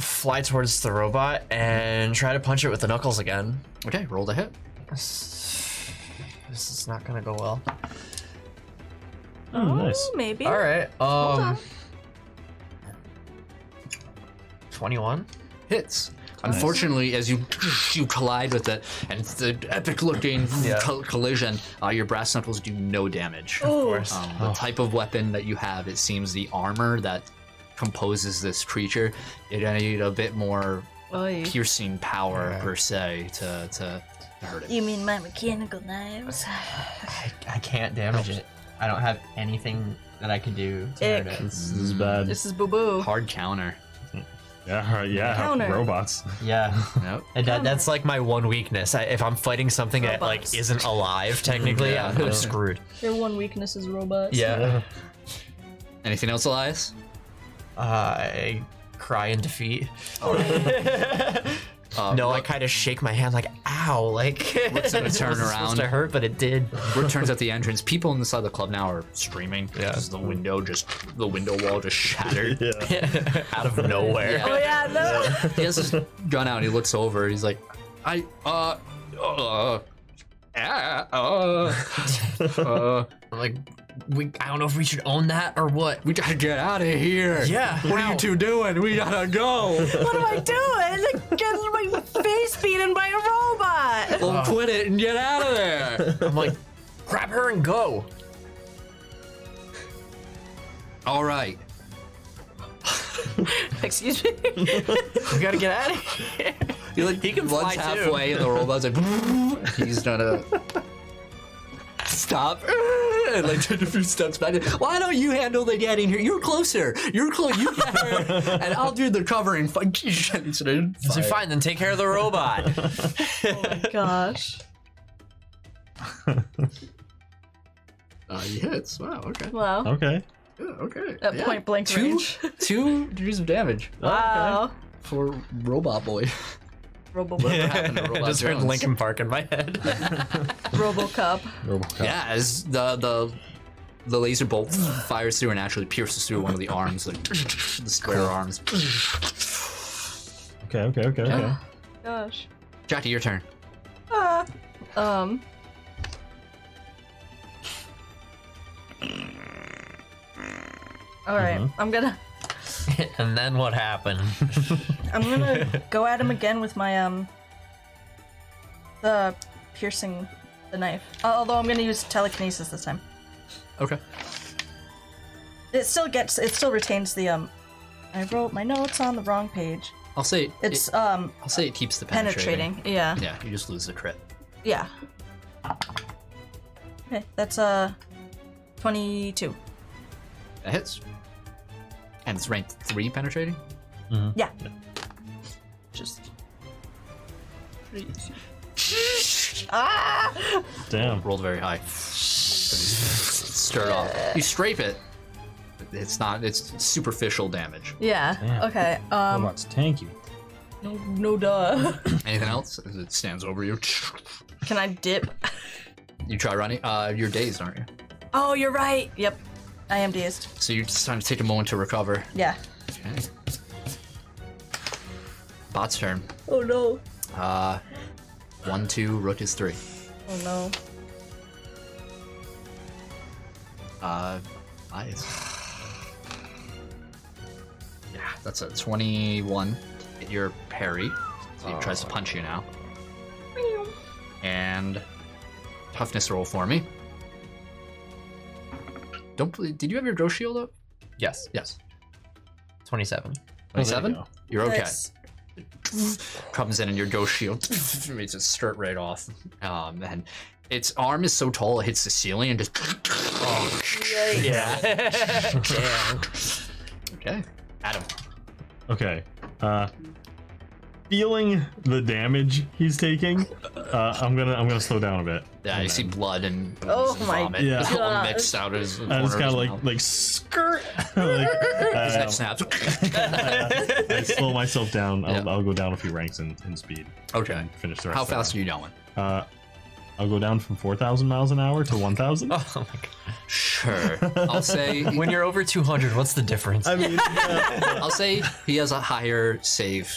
[SPEAKER 2] fly towards the robot and try to punch it with the knuckles again
[SPEAKER 1] Okay, roll the hit.
[SPEAKER 2] This is not gonna go well.
[SPEAKER 4] Oh, nice.
[SPEAKER 3] Maybe.
[SPEAKER 2] All right. Um. Twenty-one.
[SPEAKER 1] Hits. Unfortunately, as you you collide with it, and the epic-looking col- collision, uh, your brass knuckles do no damage.
[SPEAKER 2] Oh.
[SPEAKER 3] Ooh.
[SPEAKER 1] Um, the type of weapon that you have, it seems the armor that composes this creature, it need a bit more
[SPEAKER 6] Oy.
[SPEAKER 1] piercing power per se to to, to hurt it.
[SPEAKER 3] You mean my mechanical knives?
[SPEAKER 13] I, I can't damage it. I don't have anything that I could do to hurt
[SPEAKER 3] Ick.
[SPEAKER 13] it.
[SPEAKER 4] This is bad.
[SPEAKER 6] This is boo boo.
[SPEAKER 1] Hard counter.
[SPEAKER 4] Yeah, right, yeah.
[SPEAKER 3] Counter.
[SPEAKER 4] Robots.
[SPEAKER 13] Yeah.
[SPEAKER 1] Nope.
[SPEAKER 2] [laughs] And that, that's like my one weakness. I, if I'm fighting something that like
[SPEAKER 3] Robots.
[SPEAKER 2] isn't alive technically,
[SPEAKER 1] Yeah.
[SPEAKER 2] I'm, I'm screwed.
[SPEAKER 3] Their one weakness is robots.
[SPEAKER 2] Yeah.
[SPEAKER 1] Anything else, Elias?
[SPEAKER 2] [laughs] I cry in defeat.
[SPEAKER 1] Uh,
[SPEAKER 2] No,
[SPEAKER 1] [laughs]
[SPEAKER 2] I kind of shake my hand like, ow, like. [laughs] What's
[SPEAKER 1] gonna turn
[SPEAKER 2] [laughs]
[SPEAKER 1] around.
[SPEAKER 2] supposed to hurt, but it [laughs] did.
[SPEAKER 1] returns at the entrance. People inside the club now are streaming.
[SPEAKER 2] Yeah.
[SPEAKER 1] because The window just the window wall just
[SPEAKER 4] [laughs]
[SPEAKER 1] shattered.
[SPEAKER 2] Out of nowhere.
[SPEAKER 3] Oh yeah, no.
[SPEAKER 1] He has his gun out and he looks over. He's like, I uh uh ah, uh uh
[SPEAKER 2] I'm like, we, I don't know if we should own that or what.
[SPEAKER 1] we gotta get out of here.
[SPEAKER 2] Yeah,
[SPEAKER 1] What are
[SPEAKER 2] how?
[SPEAKER 1] you two doing? We gotta go.
[SPEAKER 3] What am I doing? I'm Getting my face beaten by a [laughs] robot.
[SPEAKER 1] We'll quit it and get out of
[SPEAKER 2] [laughs]
[SPEAKER 1] there.
[SPEAKER 2] I'm like, grab her and go.
[SPEAKER 1] All right.
[SPEAKER 6] Excuse me.
[SPEAKER 2] We gotta get out of here.
[SPEAKER 1] He like he can
[SPEAKER 2] fly, too.
[SPEAKER 1] halfway, and the robot's like [laughs] he's gonna stop. [laughs] And like take a few steps back. Why don't you handle the getting here? You're closer. You're close. You [laughs] better. and I'll do the covering. Fuck you. He's gonna
[SPEAKER 2] So
[SPEAKER 1] fire.
[SPEAKER 2] fine, then take care of the robot. [laughs]
[SPEAKER 3] Gosh.
[SPEAKER 1] [laughs] Uh, he hits. Wow. Okay.
[SPEAKER 6] Wow.
[SPEAKER 4] Okay.
[SPEAKER 1] Yeah, okay.
[SPEAKER 6] At
[SPEAKER 1] Yeah.
[SPEAKER 6] point blank
[SPEAKER 1] Two,
[SPEAKER 6] range.
[SPEAKER 3] [laughs]
[SPEAKER 1] two degrees of damage
[SPEAKER 6] Wow.
[SPEAKER 1] for Robot [laughs] Boy.
[SPEAKER 6] Robo
[SPEAKER 1] What happened to [laughs] Robot
[SPEAKER 2] Just heard
[SPEAKER 1] Jones?
[SPEAKER 2] Lincoln Park in my head.
[SPEAKER 6] RoboCop.
[SPEAKER 4] Robocop.
[SPEAKER 1] Yeah, as the the the laser bolt [laughs] fires through and actually pierces through one of the arms, like [laughs] the square arms.
[SPEAKER 4] Okay, okay, okay, okay.
[SPEAKER 6] Gosh.
[SPEAKER 1] Jackie, your turn.
[SPEAKER 6] Um. All right. I'm gonna.
[SPEAKER 2] [laughs] and then what happened?
[SPEAKER 3] I'm gonna go at him again with my um the piercing the knife. Uh, although I'm gonna use telekinesis this time.
[SPEAKER 1] Okay.
[SPEAKER 3] It still gets it still retains the um I wrote my notes on the wrong page.
[SPEAKER 1] I'll say
[SPEAKER 3] It's
[SPEAKER 1] it,
[SPEAKER 3] um
[SPEAKER 1] I'll say it keeps the penetrating.
[SPEAKER 3] penetrating. Yeah.
[SPEAKER 1] Yeah, you just lose the crit.
[SPEAKER 3] Yeah. Okay, that's uh twenty-two.
[SPEAKER 1] That hits. And it's ranked three penetrating.
[SPEAKER 3] Yeah.
[SPEAKER 1] Just
[SPEAKER 4] Damn.
[SPEAKER 1] rolled very high. Stirred off. You scrape it. It's not. It's superficial damage.
[SPEAKER 6] Yeah. Okay. Um.
[SPEAKER 4] Robots tanky.
[SPEAKER 6] No. No. Duh. [laughs]
[SPEAKER 1] Anything else? As It stands over you.
[SPEAKER 6] Can I dip?
[SPEAKER 1] You try running. Uh, you're dazed, aren't you?
[SPEAKER 3] Oh, you're right. Yep. I am dazed.
[SPEAKER 1] So you're just trying to take a moment to recover.
[SPEAKER 3] Yeah.
[SPEAKER 1] Okay. Bot's turn.
[SPEAKER 3] Oh no.
[SPEAKER 1] Uh, One, two. Rook is three.
[SPEAKER 3] Oh no.
[SPEAKER 1] Uh, eyes. Yeah, that's a 21. Hit your parry. So he tries to punch you now. And toughness roll for me. Don't believe, did you have your grow shield up?
[SPEAKER 2] Yes,
[SPEAKER 1] Yes.
[SPEAKER 2] 27.
[SPEAKER 1] 27?
[SPEAKER 4] go.
[SPEAKER 1] you are okay.
[SPEAKER 3] Nice.
[SPEAKER 1] Comes in and your ghost shield [laughs] makes it start right off. Um, and its arm is so tall it hits the ceiling and just. Oh,
[SPEAKER 2] Yeah. [laughs]
[SPEAKER 1] okay. Adam.
[SPEAKER 4] Okay. Uh feeling the damage he's taking, uh, I'm gonna I'm gonna slow down a bit.
[SPEAKER 1] Yeah, you see blood and bones
[SPEAKER 6] Oh
[SPEAKER 1] and
[SPEAKER 6] my
[SPEAKER 1] vomit
[SPEAKER 4] Yeah.
[SPEAKER 1] all
[SPEAKER 6] God.
[SPEAKER 1] mixed out of his
[SPEAKER 4] I
[SPEAKER 1] corner
[SPEAKER 4] just kind
[SPEAKER 1] his
[SPEAKER 4] of like
[SPEAKER 1] mouth.
[SPEAKER 4] like skirt. [laughs] like,
[SPEAKER 1] His
[SPEAKER 4] uh,
[SPEAKER 1] neck snaps.
[SPEAKER 2] [laughs]
[SPEAKER 4] I slow myself down. I'll,
[SPEAKER 1] Yeah.
[SPEAKER 4] I'll go down a few ranks in, in speed.
[SPEAKER 1] okay.
[SPEAKER 4] and [laughs] Finish the rest.
[SPEAKER 1] How
[SPEAKER 4] of that.
[SPEAKER 1] fast are you
[SPEAKER 2] [laughs]
[SPEAKER 1] going?
[SPEAKER 4] Uh, I'll go down from four thousand miles an hour to one thousand.
[SPEAKER 2] oh my god.
[SPEAKER 1] Sure. I'll say.
[SPEAKER 2] When you're over 200, what's the
[SPEAKER 4] [laughs]
[SPEAKER 2] difference? [laughs]
[SPEAKER 4] I mean, yeah.
[SPEAKER 1] I'll say he has a higher save,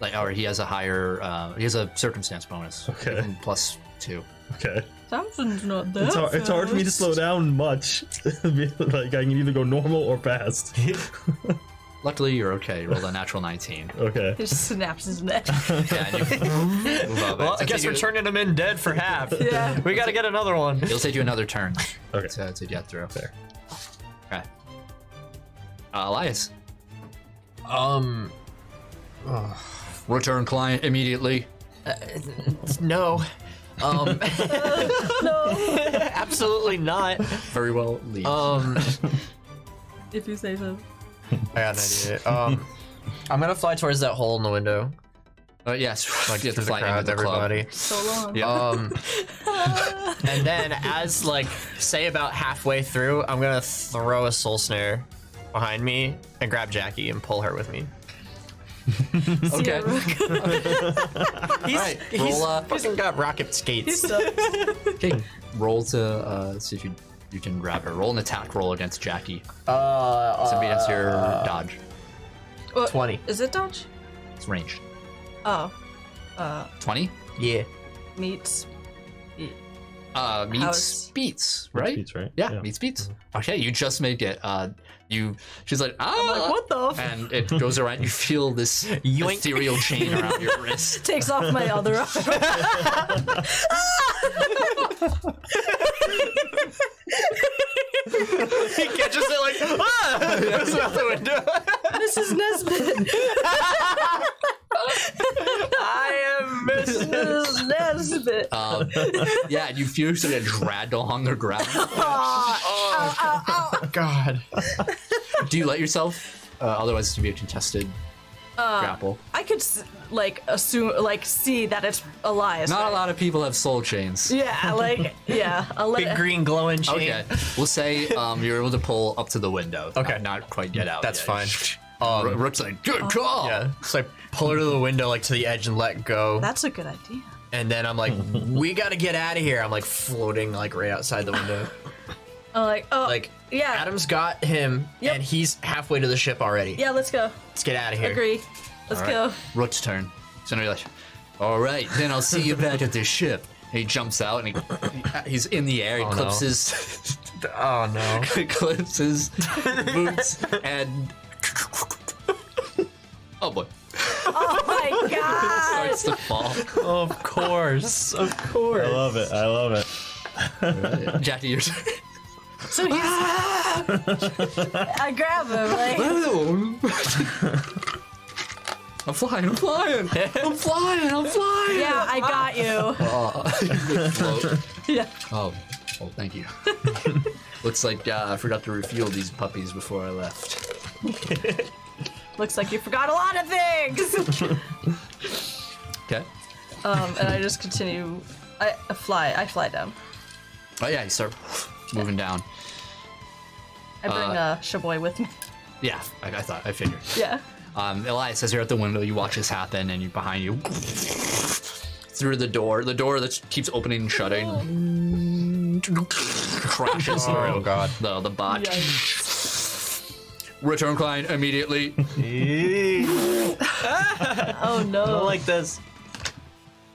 [SPEAKER 1] like, or he has a higher. Uh, he has a circumstance bonus.
[SPEAKER 4] Okay.
[SPEAKER 1] Give him Plus two.
[SPEAKER 4] okay.
[SPEAKER 6] Something's not there.
[SPEAKER 4] It's hard, it's hard for me to [laughs] slow down much. like I can either go normal or fast.
[SPEAKER 1] Luckily, you're okay. Roll a natural 19.
[SPEAKER 4] Okay.
[SPEAKER 6] He just snaps his neck.
[SPEAKER 1] Yeah, and you
[SPEAKER 2] [laughs]
[SPEAKER 1] move up.
[SPEAKER 2] Well, I
[SPEAKER 1] It'll
[SPEAKER 2] guess
[SPEAKER 1] take
[SPEAKER 2] we're
[SPEAKER 1] you-
[SPEAKER 2] turning him in dead for [laughs] half.
[SPEAKER 6] yeah.
[SPEAKER 2] We gotta get another one.
[SPEAKER 1] It'll take you another turn
[SPEAKER 4] Okay.
[SPEAKER 1] to, to get through.
[SPEAKER 4] Fair.
[SPEAKER 1] Okay. Uh, Elias,
[SPEAKER 14] Um,
[SPEAKER 1] return client immediately.
[SPEAKER 2] No, [laughs]
[SPEAKER 14] um,
[SPEAKER 2] absolutely not.
[SPEAKER 1] Very well, leave.
[SPEAKER 2] Um,
[SPEAKER 6] [laughs] If you say so.
[SPEAKER 2] I got an idea. Um, I'm gonna fly towards that hole in the window,
[SPEAKER 1] Uh, yes,
[SPEAKER 2] like
[SPEAKER 1] you have to
[SPEAKER 2] through the
[SPEAKER 1] fly
[SPEAKER 2] crowd,
[SPEAKER 1] into [laughs] the club.
[SPEAKER 2] everybody.
[SPEAKER 6] So long.
[SPEAKER 1] Yeah.
[SPEAKER 2] [laughs] Um, and then as like say about halfway through, I'm gonna throw a soul snare behind me and grab Jackie and pull her with me.
[SPEAKER 1] okay.
[SPEAKER 3] [laughs]
[SPEAKER 2] He's,
[SPEAKER 1] right,
[SPEAKER 2] he's
[SPEAKER 1] roll, uh,
[SPEAKER 2] fucking got rocket skates.
[SPEAKER 1] Okay. Roll to uh, see if you you can grab her. Roll an attack roll against Jackie.
[SPEAKER 2] Uh, uh,
[SPEAKER 1] So against your dodge.
[SPEAKER 6] Well,
[SPEAKER 2] 20.
[SPEAKER 6] uh, Is it dodge?
[SPEAKER 1] It's ranged.
[SPEAKER 6] Oh,
[SPEAKER 1] Twenty.
[SPEAKER 2] yeah.
[SPEAKER 6] meets.
[SPEAKER 1] Uh, meets
[SPEAKER 6] How's-
[SPEAKER 1] beats, right?
[SPEAKER 4] Beats, right?
[SPEAKER 1] Yeah, meets beats. Okay, you just make it. Uh, you. She's like, ah,
[SPEAKER 3] Uh,
[SPEAKER 6] What the?
[SPEAKER 3] [laughs]
[SPEAKER 6] F-
[SPEAKER 1] and it goes around. You feel this
[SPEAKER 2] [laughs] Yoink.
[SPEAKER 1] ethereal chain around your wrist.
[SPEAKER 6] takes off my other arm.
[SPEAKER 2] [laughs] he catches it like, ah! Goes out the window.
[SPEAKER 6] Mrs. Nesbitt.
[SPEAKER 2] I am Miss.
[SPEAKER 6] Mrs. Nesbitt.
[SPEAKER 1] Um, yeah, you feel sort of dragged along the ground.
[SPEAKER 2] God.
[SPEAKER 1] Do you let yourself? Uh, otherwise, it's to be a contested grapple.
[SPEAKER 6] I could s- like assume, like see that it's Elias.
[SPEAKER 1] Not
[SPEAKER 6] right?
[SPEAKER 1] a lot of people have soul chains.
[SPEAKER 6] Yeah, like yeah, I'll let
[SPEAKER 2] Big green glowing chain.
[SPEAKER 1] Okay, we'll say um, you're able to pull up to the window.
[SPEAKER 2] Okay.
[SPEAKER 1] not, not quite get out.
[SPEAKER 2] That's
[SPEAKER 1] yet.
[SPEAKER 2] fine.
[SPEAKER 1] R-
[SPEAKER 2] Oh, Um,
[SPEAKER 1] Rook's like, good call.
[SPEAKER 2] yeah. So I pull her to the window, like to the edge, and let go.
[SPEAKER 6] That's a good idea.
[SPEAKER 2] And then [laughs] I'm like, we gotta get out of here. I'm like floating, like right outside the [laughs] window.
[SPEAKER 6] I'm like, oh,
[SPEAKER 2] Like,
[SPEAKER 6] yeah,
[SPEAKER 2] Adam's got him,
[SPEAKER 6] Yep.
[SPEAKER 2] and he's halfway to the ship already.
[SPEAKER 6] yeah. Let's go.
[SPEAKER 2] Let's get out of here.
[SPEAKER 6] Agree. Let's
[SPEAKER 1] All
[SPEAKER 6] go.
[SPEAKER 1] right, Rook's turn. So now you're like, all right, then I'll see you back at the ship. And he jumps out and he, he's in the air. He
[SPEAKER 2] Oh, no.
[SPEAKER 1] clips his
[SPEAKER 2] Oh no.
[SPEAKER 1] clips his boots and oh boy,
[SPEAKER 6] Oh my god.
[SPEAKER 1] starts to fall.
[SPEAKER 2] Of course. Of
[SPEAKER 4] I
[SPEAKER 2] course.
[SPEAKER 4] love it. I love it.
[SPEAKER 1] Jackie, you're. [laughs]
[SPEAKER 6] So he's. I grab him like.
[SPEAKER 1] I'm flying, I'm flying, I'm flying, I'm flying.
[SPEAKER 6] Yeah, I got you.
[SPEAKER 1] Float.
[SPEAKER 6] Yeah.
[SPEAKER 1] Oh, well, thank you. [laughs] Looks like uh, I forgot to refuel these puppies before I left.
[SPEAKER 6] Looks like you forgot a lot of things. [laughs]
[SPEAKER 1] Okay.
[SPEAKER 6] um, and I just continue. I, I fly. I fly down.
[SPEAKER 1] Oh yeah, you start moving down.
[SPEAKER 6] I bring uh, uh Shaboy with me. [laughs]
[SPEAKER 1] Yeah, I, I thought I figured.
[SPEAKER 6] Yeah.
[SPEAKER 1] Um, Elias, as you're at the window, you watch this happen, and you behind you through the door, the door that keeps opening and shutting, crashes
[SPEAKER 2] Oh
[SPEAKER 1] through
[SPEAKER 2] god.
[SPEAKER 1] the the bot. Return client immediately.
[SPEAKER 6] Oh no.
[SPEAKER 2] like this.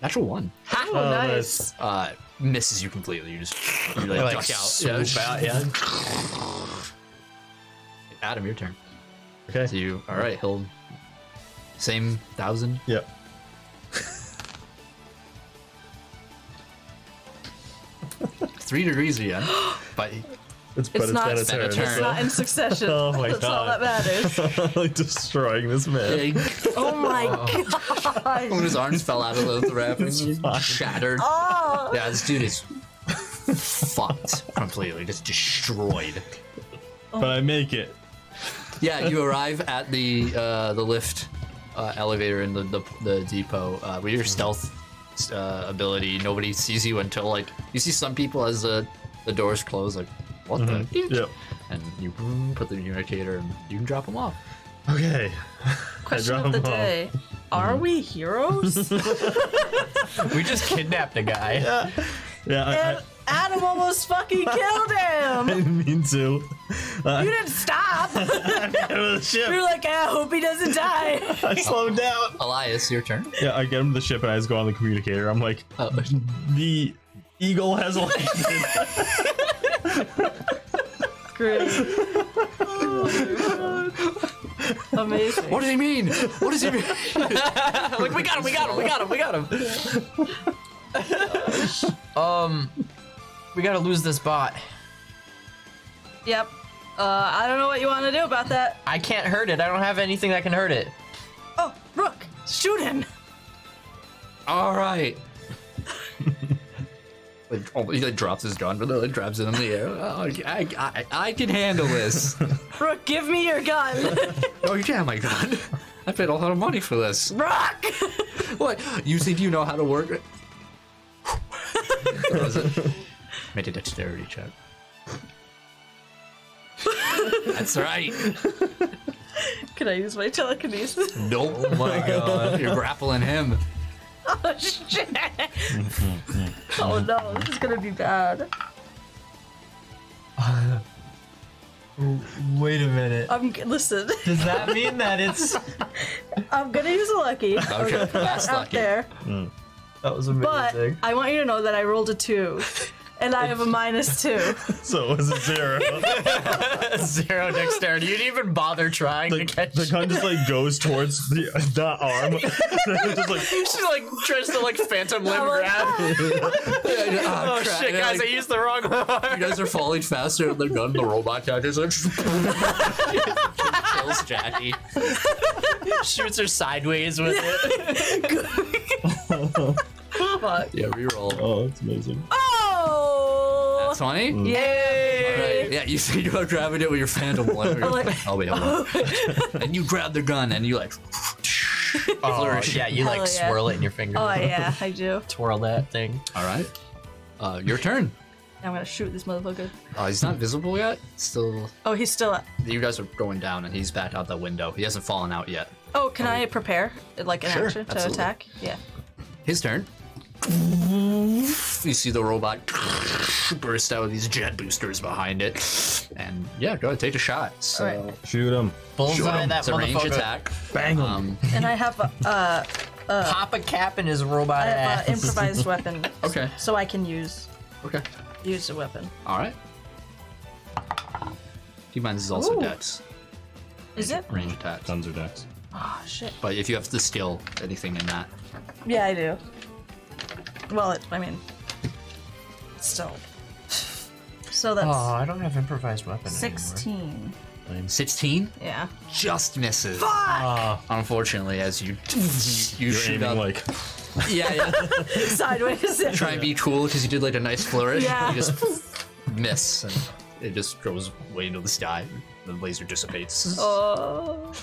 [SPEAKER 1] Natural one.
[SPEAKER 6] Oh, nice.
[SPEAKER 1] Uh, misses you completely. You just you like,
[SPEAKER 2] Like,
[SPEAKER 1] duck out.
[SPEAKER 2] swoop out, yeah.
[SPEAKER 1] Adam, your turn.
[SPEAKER 4] Okay.
[SPEAKER 1] So you, all right, he'll same thousand.
[SPEAKER 4] Yep.
[SPEAKER 1] Three degrees again, [gasps] but
[SPEAKER 4] It's,
[SPEAKER 6] It's not-
[SPEAKER 4] been
[SPEAKER 1] it's been a turn.
[SPEAKER 6] It's not in
[SPEAKER 4] [laughs]
[SPEAKER 6] succession.
[SPEAKER 4] Oh my
[SPEAKER 6] That's all that
[SPEAKER 4] God. [laughs]
[SPEAKER 6] matters.
[SPEAKER 4] like destroying this man.
[SPEAKER 1] big.
[SPEAKER 6] Oh [laughs] my
[SPEAKER 3] [laughs]
[SPEAKER 6] god.
[SPEAKER 1] When his arms fell out of the wrap and he shattered.
[SPEAKER 6] Oh.
[SPEAKER 1] Yeah, this dude is fucked completely, just destroyed.
[SPEAKER 4] But I make it.
[SPEAKER 1] Yeah, you arrive at the uh, the lift uh, elevator in the the, the depot uh, with your stealth uh, ability. Nobody sees you until like you see some people as the the doors close, like what the.
[SPEAKER 4] Yep.
[SPEAKER 1] And you put the communicator, and you can drop them off.
[SPEAKER 4] Okay.
[SPEAKER 6] Question
[SPEAKER 4] drop
[SPEAKER 6] of the
[SPEAKER 4] him off.
[SPEAKER 6] day. Are we heroes?
[SPEAKER 2] We just kidnapped a guy.
[SPEAKER 4] Yeah, I, I,
[SPEAKER 6] and Adam almost fucking killed him.
[SPEAKER 4] [laughs] I [laughs] didn't mean to. Uh, [laughs]
[SPEAKER 6] You didn't stop.
[SPEAKER 4] out of the ship.
[SPEAKER 6] You're like, I hope he doesn't die.
[SPEAKER 4] I slowed down.
[SPEAKER 1] Elias, your turn.
[SPEAKER 4] Yeah, I get him to the ship and I just go on the communicator. I'm like,
[SPEAKER 1] Oh,
[SPEAKER 4] the eagle has [laughs] landed.
[SPEAKER 6] Great. [laughs] Amazing.
[SPEAKER 1] [laughs] What does he mean? What does he mean?
[SPEAKER 2] like we got him, we got him, we got him, we got him. [laughs] um, we gotta lose this bot.
[SPEAKER 6] Yep. Uh, I don't know what you want to do about that.
[SPEAKER 2] I can't hurt it. I don't have anything that can hurt it.
[SPEAKER 6] Oh, Rook, shoot him.
[SPEAKER 1] All right. [laughs] Like, oh, he like drops his gun, but then like, grabs it in the air. Oh, I, I, I can handle this.
[SPEAKER 6] Rook, give me your gun.
[SPEAKER 1] [laughs] oh yeah, my gun. I paid a lot of money for this.
[SPEAKER 6] Rock.
[SPEAKER 1] What? You think you know how to work it? Throws it. Made a dexterity check. That's right.
[SPEAKER 6] Can I use my telekinesis?
[SPEAKER 1] [laughs]
[SPEAKER 6] [laughs]
[SPEAKER 1] Nope. Oh my god. You're grappling him.
[SPEAKER 6] oh shit. oh no, this is gonna be bad.
[SPEAKER 2] Wait a minute.
[SPEAKER 6] I'm g- listen.
[SPEAKER 2] Does that mean that it's?
[SPEAKER 6] I'm gonna use
[SPEAKER 1] [laughs]
[SPEAKER 6] a lucky. Okay, I'm gonna put
[SPEAKER 1] that's
[SPEAKER 6] that out
[SPEAKER 1] lucky.
[SPEAKER 6] there.
[SPEAKER 2] That was
[SPEAKER 6] But
[SPEAKER 2] amazing.
[SPEAKER 6] I want you to know that I rolled a two, and I have
[SPEAKER 1] [laughs]
[SPEAKER 6] a minus two.
[SPEAKER 4] So it was a
[SPEAKER 6] [laughs]
[SPEAKER 4] zero.
[SPEAKER 2] Zero dexterity. You didn't even bother trying
[SPEAKER 4] the,
[SPEAKER 2] to catch.
[SPEAKER 4] the gun just like goes towards the the arm. [laughs] It's just like
[SPEAKER 2] She like tries to like phantom limb grab.
[SPEAKER 1] Oh,
[SPEAKER 2] Oh shit, guys! I used the [laughs] wrong one.
[SPEAKER 1] You guys are falling faster than the gun. The robot catches [laughs] it. Kills Jackie.
[SPEAKER 2] Shoots her sideways with it.
[SPEAKER 6] Fuck.
[SPEAKER 1] Yeah, reroll.
[SPEAKER 4] oh, that's amazing.
[SPEAKER 6] Oh.
[SPEAKER 1] Twenty.
[SPEAKER 6] Yay.
[SPEAKER 1] Right. Yeah, you think about grabbing it with your phantom one. You're [laughs]
[SPEAKER 6] like-
[SPEAKER 1] like, oh wait, hold on. [laughs] and you grab the gun and you like.
[SPEAKER 2] Oh, yeah, you like
[SPEAKER 6] Hell yeah.
[SPEAKER 2] swirl it in your fingers.
[SPEAKER 6] Oh yeah, I do.
[SPEAKER 2] Twirl that thing.
[SPEAKER 1] All right. Uh, your turn.
[SPEAKER 6] I'm gonna shoot this motherfucker.
[SPEAKER 1] Uh, he's not visible yet. Still,
[SPEAKER 6] Oh, he's still. At-
[SPEAKER 1] you guys are going down, and he's back out the window. He hasn't fallen out yet.
[SPEAKER 6] oh, can I prepare like an
[SPEAKER 1] Um, Sure,
[SPEAKER 6] action to
[SPEAKER 1] absolutely.
[SPEAKER 6] attack? Yeah.
[SPEAKER 1] His turn. You see the robot burst out with these jet boosters behind it, and yeah, go ahead, take a shot. So
[SPEAKER 6] Alright.
[SPEAKER 4] Shoot him.
[SPEAKER 2] Bullseye that
[SPEAKER 1] it's a range
[SPEAKER 2] motherfucker.
[SPEAKER 1] attack.
[SPEAKER 4] Bang him.
[SPEAKER 1] Um,
[SPEAKER 6] And I have a, uh,
[SPEAKER 2] Pop a cap in his robot
[SPEAKER 6] I
[SPEAKER 2] ass.
[SPEAKER 1] [laughs]
[SPEAKER 6] have a improvised weapon,
[SPEAKER 1] okay,
[SPEAKER 6] so I can use
[SPEAKER 1] okay,
[SPEAKER 6] use the weapon.
[SPEAKER 1] all right. Keep in mind this is also
[SPEAKER 6] Ooh.
[SPEAKER 1] dex
[SPEAKER 6] Is it?
[SPEAKER 1] range attack,
[SPEAKER 4] Guns or decks.
[SPEAKER 6] Oh shit.
[SPEAKER 1] but if you have to steal anything in that,
[SPEAKER 6] Yeah, I do. Well, it, I mean, still. So that's
[SPEAKER 2] Oh, I don't have improvised weapon. Anymore.
[SPEAKER 6] 16.
[SPEAKER 1] sixteen
[SPEAKER 6] Yeah.
[SPEAKER 1] just misses. Ah. Unfortunately, as
[SPEAKER 4] [laughs]
[SPEAKER 1] you you
[SPEAKER 4] You're
[SPEAKER 1] shoot
[SPEAKER 4] aiming
[SPEAKER 1] up,
[SPEAKER 4] like
[SPEAKER 1] yeah, yeah.
[SPEAKER 4] [laughs]
[SPEAKER 6] Sideways.
[SPEAKER 1] [laughs] try and be cool because you did like a nice flourish.
[SPEAKER 6] Yeah.
[SPEAKER 1] You just [laughs] miss, and it just goes way into the sky. The laser dissipates.
[SPEAKER 6] oh.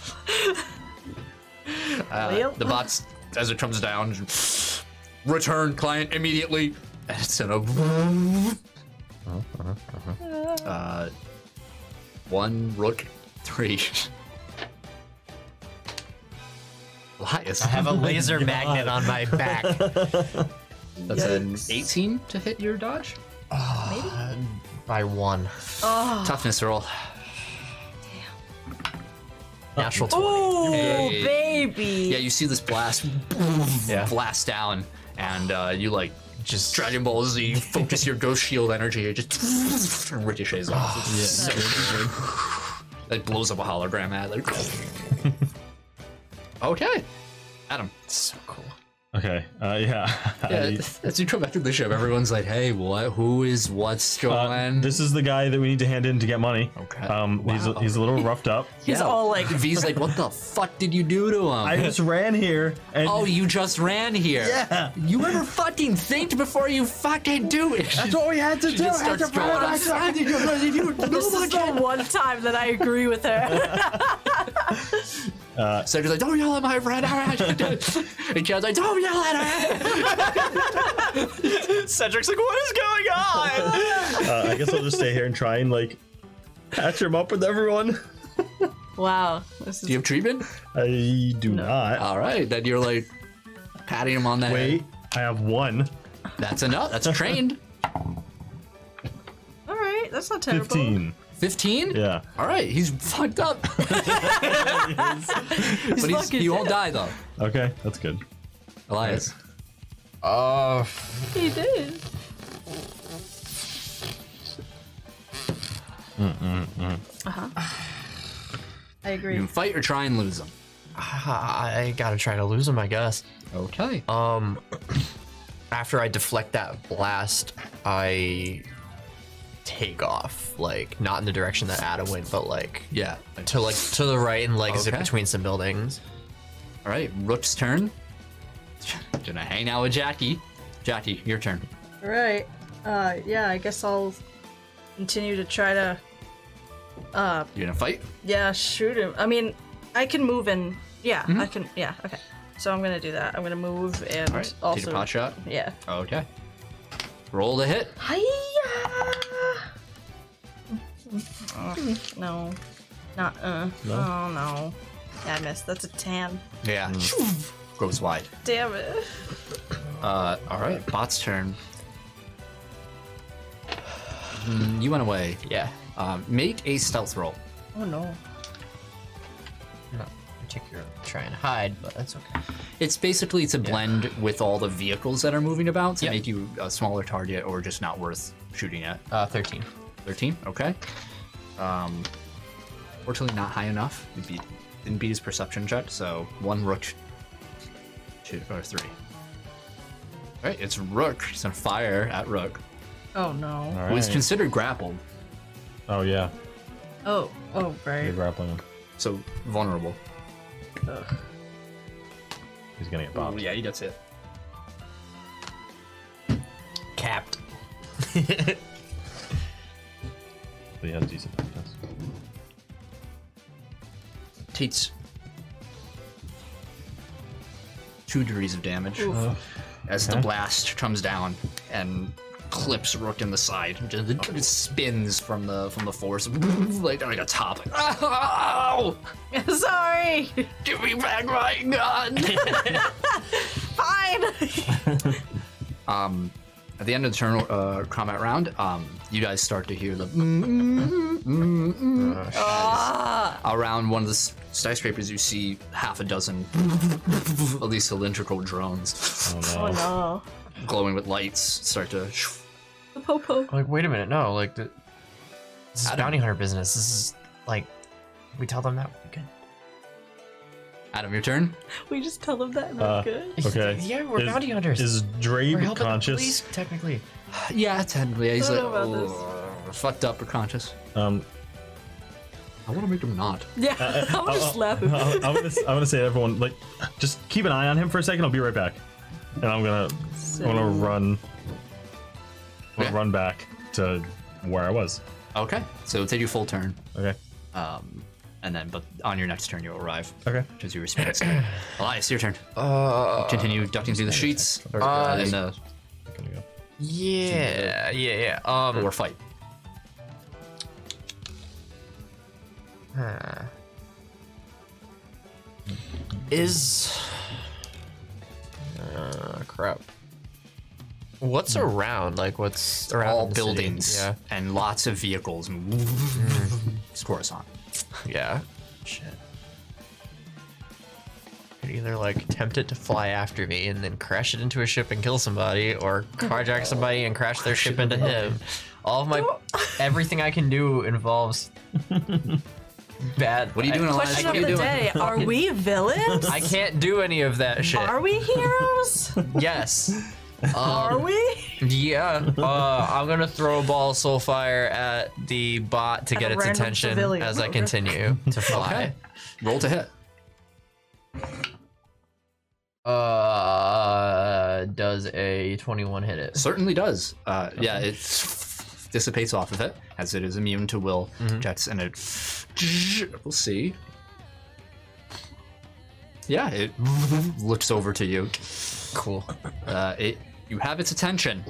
[SPEAKER 1] Uh,
[SPEAKER 6] yep.
[SPEAKER 1] The bots, as it comes down, return client immediately. And it's in a. Uh, one rook, three. Elias,
[SPEAKER 2] I
[SPEAKER 6] [laughs]
[SPEAKER 2] have a laser magnet on my back.
[SPEAKER 1] that's an 18 to hit your dodge.
[SPEAKER 2] [laughs] By one.
[SPEAKER 1] Toughness roll.
[SPEAKER 2] Natural 20.
[SPEAKER 6] Ooh,
[SPEAKER 1] Hey.
[SPEAKER 6] baby.
[SPEAKER 1] Yeah, you see this blast
[SPEAKER 2] Yeah.
[SPEAKER 1] blast down, and uh, you like
[SPEAKER 2] Just
[SPEAKER 1] Dragon Ball Z focus your ghost shield energy, it just ricochets off.
[SPEAKER 2] Oh,
[SPEAKER 1] It's so good. It blows up a hologram at like. [laughs] okay, Adam.
[SPEAKER 2] so cool.
[SPEAKER 4] [laughs] okay, uh, [laughs] yeah.
[SPEAKER 1] Yeah, as you come back to the ship, everyone's like, "Hey, what? Who is? What's going?"
[SPEAKER 4] I- uh, this is the guy that we need to hand in to get money.
[SPEAKER 1] Okay.
[SPEAKER 4] Um, he's,
[SPEAKER 1] Wow.
[SPEAKER 4] he's a little roughed up.
[SPEAKER 6] He's all like,
[SPEAKER 1] V's like, "What the fuck did you do to him?"
[SPEAKER 4] [laughs] I just ran here and
[SPEAKER 1] Oh, you just ran here.
[SPEAKER 4] Yeah.
[SPEAKER 1] You ever fucking think before you fucking do
[SPEAKER 4] [laughs]
[SPEAKER 1] it?
[SPEAKER 4] that's what we had to do.
[SPEAKER 1] just
[SPEAKER 4] had to
[SPEAKER 1] starts going
[SPEAKER 4] run.
[SPEAKER 1] on. [laughs]
[SPEAKER 6] this is the one time that I agree with her.
[SPEAKER 1] So he's like, don't yell at my red eyes. and Chad's like, don't yell at
[SPEAKER 4] [laughs]
[SPEAKER 1] her.
[SPEAKER 2] Cedric's like, what is going on?
[SPEAKER 4] Uh, I guess I'll just stay here and try and like patch him up with everyone.
[SPEAKER 6] wow. This
[SPEAKER 1] Do you
[SPEAKER 6] is
[SPEAKER 1] have treatment?
[SPEAKER 4] I do not.
[SPEAKER 1] All right. Then you're like patting him on the
[SPEAKER 4] Wait, I have one.
[SPEAKER 1] head. That's enough. That's trained.
[SPEAKER 6] all right. That's not terrible.
[SPEAKER 4] 15.
[SPEAKER 1] 15?
[SPEAKER 4] Yeah.
[SPEAKER 1] All right. [laughs] He's fucked up. but he's,
[SPEAKER 6] fucking
[SPEAKER 1] he won't
[SPEAKER 6] dead.
[SPEAKER 1] die, though.
[SPEAKER 4] Okay, that's good.
[SPEAKER 1] Elias.
[SPEAKER 2] [laughs] Oh,
[SPEAKER 6] He did. Mm-hmm. I agree.
[SPEAKER 1] You can fight or try and lose them.
[SPEAKER 2] I gotta try to lose him, I guess.
[SPEAKER 1] Okay.
[SPEAKER 2] Um, after I deflect that blast, I take off, like not in the direction that Adam went, but like yeah, to like to the right and like zip
[SPEAKER 1] Okay.
[SPEAKER 2] between some buildings.
[SPEAKER 1] All right, Rook's turn. Gonna hang out with Jackie. Jackie, your turn.
[SPEAKER 6] All right. Uh, yeah, I guess I'll continue to try to,
[SPEAKER 1] You gonna fight?
[SPEAKER 6] yeah, shoot him. I mean, I can move and, yeah, I can, yeah, okay. So I'm gonna do that. I'm gonna move and
[SPEAKER 1] All right.
[SPEAKER 6] also.
[SPEAKER 1] Take a pot shot.
[SPEAKER 6] Yeah.
[SPEAKER 1] Okay. Roll the hit.
[SPEAKER 6] Hiya! no. Not, uh. Oh, no. Yeah, I missed. That's a 10.
[SPEAKER 1] Yeah.
[SPEAKER 2] Mm.
[SPEAKER 1] Goes wide.
[SPEAKER 6] Damn it.
[SPEAKER 1] Uh, all right, bot's turn. Mm, you went away.
[SPEAKER 2] Yeah, Uh,
[SPEAKER 1] Um, make a stealth roll.
[SPEAKER 6] Oh, no.
[SPEAKER 2] I'm not particularly trying to hide, but that's okay.
[SPEAKER 1] It's basically to blend with all the vehicles that are moving about to
[SPEAKER 2] Yeah.
[SPEAKER 1] make you a smaller target or just not worth shooting at.
[SPEAKER 2] Uh, thirteen.
[SPEAKER 1] 13, okay. Um, fortunately, not high enough. It beat, didn't beat his perception check, so one rook, two, or three. All right, it's rook. He's on fire at rook.
[SPEAKER 6] Oh, no.
[SPEAKER 1] Who is
[SPEAKER 4] Alright.
[SPEAKER 1] considered grappled,
[SPEAKER 4] Oh yeah,
[SPEAKER 6] Oh, oh,
[SPEAKER 4] you're
[SPEAKER 6] right.
[SPEAKER 4] grappling him.
[SPEAKER 1] so vulnerable.
[SPEAKER 4] He's gonna get bopped.
[SPEAKER 1] yeah, he gets hit.
[SPEAKER 2] Capped.
[SPEAKER 4] But he has decent defense.
[SPEAKER 1] takes two degrees of damage as the blast comes down and clips Rook in the side. Just- It spins from the from the force, [laughs] like like a top. Ow!
[SPEAKER 6] [laughs] Sorry!
[SPEAKER 1] Give me back my gun!
[SPEAKER 6] [laughs] Fine!
[SPEAKER 1] [laughs] Um, At the end of the turn uh, combat round, um, you guys start to hear the mm,
[SPEAKER 6] Uh,
[SPEAKER 1] uh, around one of the s- skyscrapers. You see half a dozen of these cylindrical drones
[SPEAKER 4] Oh
[SPEAKER 6] Oh,
[SPEAKER 4] no.
[SPEAKER 6] no.
[SPEAKER 1] glowing with lights start to
[SPEAKER 6] The popo.
[SPEAKER 2] Like, wait a minute, no, like the, this is
[SPEAKER 1] Adam.
[SPEAKER 2] bounty hunter business. This is like we tell them that would be good.
[SPEAKER 1] Adam, your turn.
[SPEAKER 6] We just tell them that and
[SPEAKER 4] Uh,
[SPEAKER 6] we're
[SPEAKER 4] [laughs]
[SPEAKER 6] good.
[SPEAKER 4] Okay.
[SPEAKER 2] Yeah, we're
[SPEAKER 4] is,
[SPEAKER 2] bounty hunters.
[SPEAKER 4] Is Drabe
[SPEAKER 2] We're helping the
[SPEAKER 4] conscious?
[SPEAKER 2] police, technically.
[SPEAKER 1] Yeah, technically. He's
[SPEAKER 6] I
[SPEAKER 1] like,
[SPEAKER 6] don't know about
[SPEAKER 1] "Ugh," fucked up or conscious.
[SPEAKER 4] Um,
[SPEAKER 1] I want to make him not.
[SPEAKER 6] Yeah, I'm gonna
[SPEAKER 4] I'll-
[SPEAKER 6] slap him.
[SPEAKER 4] I'll- I'm gonna, I'm gonna say to everyone, like, just keep an eye on him for a second. I'll be right back, and I'm gonna, I'm gonna run, I'm gonna
[SPEAKER 1] Okay.
[SPEAKER 4] run back to where I was.
[SPEAKER 1] Okay, so take your full turn,
[SPEAKER 4] Okay.
[SPEAKER 1] and then but on your next turn you'll arrive.
[SPEAKER 4] Okay.
[SPEAKER 1] Because you respawn. Elias, your turn.
[SPEAKER 2] Uh,
[SPEAKER 1] Continue ducking through the sheets, or,
[SPEAKER 2] Uh,
[SPEAKER 1] and, uh,
[SPEAKER 4] Gonna go.
[SPEAKER 2] yeah, yeah, yeah. Um,
[SPEAKER 1] or fight.
[SPEAKER 2] is uh, crap. What's around? Like what's Hmm. around
[SPEAKER 1] All
[SPEAKER 2] in the city?
[SPEAKER 1] buildings and lots of vehicles.
[SPEAKER 2] Mm.
[SPEAKER 1] It's Coruscant.
[SPEAKER 2] Yeah, yeah. Shit. Could either like tempt it to fly after me and then crash it into a ship and kill somebody, or carjack somebody and crash their ship into him. All of my everything I can
[SPEAKER 1] [laughs]
[SPEAKER 2] do involves bad.
[SPEAKER 1] What are you
[SPEAKER 2] I-
[SPEAKER 1] doing, Elias?
[SPEAKER 6] Question
[SPEAKER 1] what
[SPEAKER 6] of
[SPEAKER 1] are you
[SPEAKER 6] the
[SPEAKER 1] doing?
[SPEAKER 6] day Are we villains?
[SPEAKER 2] I can't do any of that shit.
[SPEAKER 6] Are we heroes?
[SPEAKER 2] Yes.
[SPEAKER 6] [laughs] Are we?
[SPEAKER 2] Yeah, uh, I'm gonna throw a ball of soul fire at the bot to
[SPEAKER 6] At
[SPEAKER 2] get
[SPEAKER 6] a
[SPEAKER 2] its
[SPEAKER 6] random
[SPEAKER 2] attention
[SPEAKER 6] civilian.
[SPEAKER 2] as I
[SPEAKER 6] Okay.
[SPEAKER 2] continue
[SPEAKER 1] [laughs]
[SPEAKER 2] to fly.
[SPEAKER 1] Roll to hit.
[SPEAKER 2] Uh, does a 21 hit it?
[SPEAKER 1] Certainly does. Uh, Yeah, it [laughs] Mm-hmm. dissipates off of it as it is immune to will jets, and it. [laughs] We'll see. Yeah, it [laughs] looks over to you.
[SPEAKER 2] Cool.
[SPEAKER 1] Uh, it you have its attention.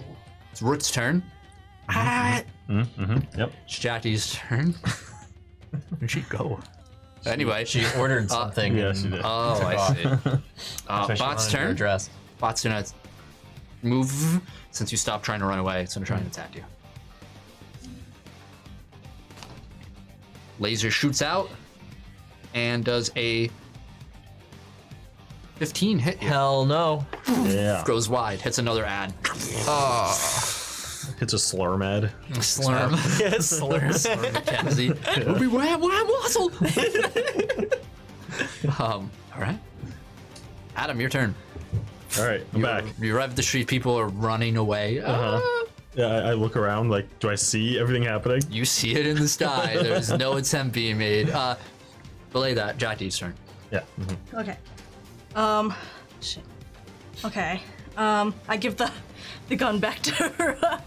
[SPEAKER 1] It's Root's turn. Ah,
[SPEAKER 4] Mm-hmm. Yep.
[SPEAKER 1] it's Jackie's turn. Where'd she go? Anyway, she.
[SPEAKER 2] Ordered something.
[SPEAKER 4] Yeah, she did.
[SPEAKER 1] [laughs] Oh, [laughs] I see. Uh,
[SPEAKER 2] Especially
[SPEAKER 1] bot's
[SPEAKER 2] on your
[SPEAKER 1] turn.
[SPEAKER 2] Address.
[SPEAKER 1] Bot's gonna move. Since you stopped trying to run away, it's gonna try and attack you. Laser shoots out and does a 15 hit you.
[SPEAKER 2] Hell no.
[SPEAKER 4] yeah.
[SPEAKER 1] Goes wide, hits another ad.
[SPEAKER 4] It's a
[SPEAKER 1] [laughs]
[SPEAKER 4] slur mad.
[SPEAKER 1] Slurm. Slurm. Mackenzie. Ruby, wham, wham, wassail. [laughs] um, all right. Adam, your turn.
[SPEAKER 4] Alright, I'm back.
[SPEAKER 1] You arrive at the street, people are running away. Uh,
[SPEAKER 4] Yeah, I, I look around, like, do I see everything happening?
[SPEAKER 1] you see it in the sky. There's no attempt being made. Uh, belay that. Jackie's turn.
[SPEAKER 4] Yeah. mhm.
[SPEAKER 6] Okay. Um, shit. Okay. Um, I give the the gun back to her. [laughs]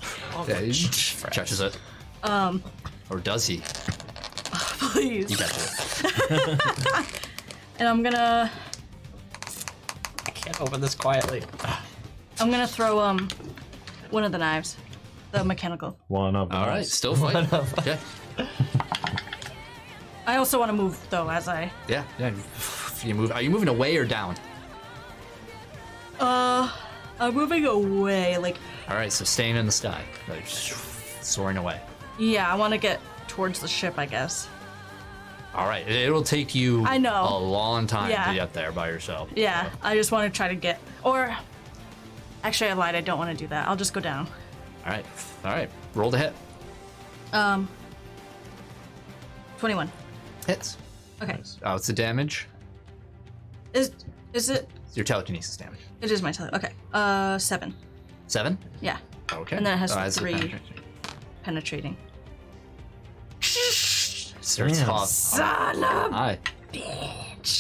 [SPEAKER 1] Yeah, he catches it. Um, or does he?
[SPEAKER 6] [laughs] Please.
[SPEAKER 1] He catches it.
[SPEAKER 6] And I'm gonna
[SPEAKER 15] I can't open this quietly.
[SPEAKER 6] I'm gonna throw um one of the knives, the mechanical.
[SPEAKER 4] One of
[SPEAKER 1] All right, still fighting. Okay.
[SPEAKER 6] I also want to move though, as I
[SPEAKER 1] Yeah, yeah. You move. Are you moving away or down?
[SPEAKER 6] I'm moving away. Like,
[SPEAKER 1] All right, so staying in the sky, like, soaring away.
[SPEAKER 6] yeah, I want to get towards the ship, I guess.
[SPEAKER 1] All right, it- it'll take you.
[SPEAKER 6] I know.
[SPEAKER 1] a long time
[SPEAKER 6] Yeah.
[SPEAKER 1] to get there by yourself.
[SPEAKER 6] Yeah, I just want to try to get or. Actually, I lied. I don't want to do that. I'll just go down.
[SPEAKER 1] All right, all right. Roll to hit.
[SPEAKER 6] Um, twenty-one.
[SPEAKER 1] Hits.
[SPEAKER 6] Okay.
[SPEAKER 1] Oh, it's the damage.
[SPEAKER 6] Is is it?
[SPEAKER 1] It's your telekinesis damage.
[SPEAKER 6] It is my tele. Okay. Uh, seven.
[SPEAKER 1] Seven.
[SPEAKER 6] Yeah,
[SPEAKER 1] Okay. Oh,
[SPEAKER 6] And then it has
[SPEAKER 1] that's the
[SPEAKER 6] three.
[SPEAKER 1] penetration.
[SPEAKER 6] penetrating.
[SPEAKER 1] Starts off.
[SPEAKER 6] Son of
[SPEAKER 1] High. He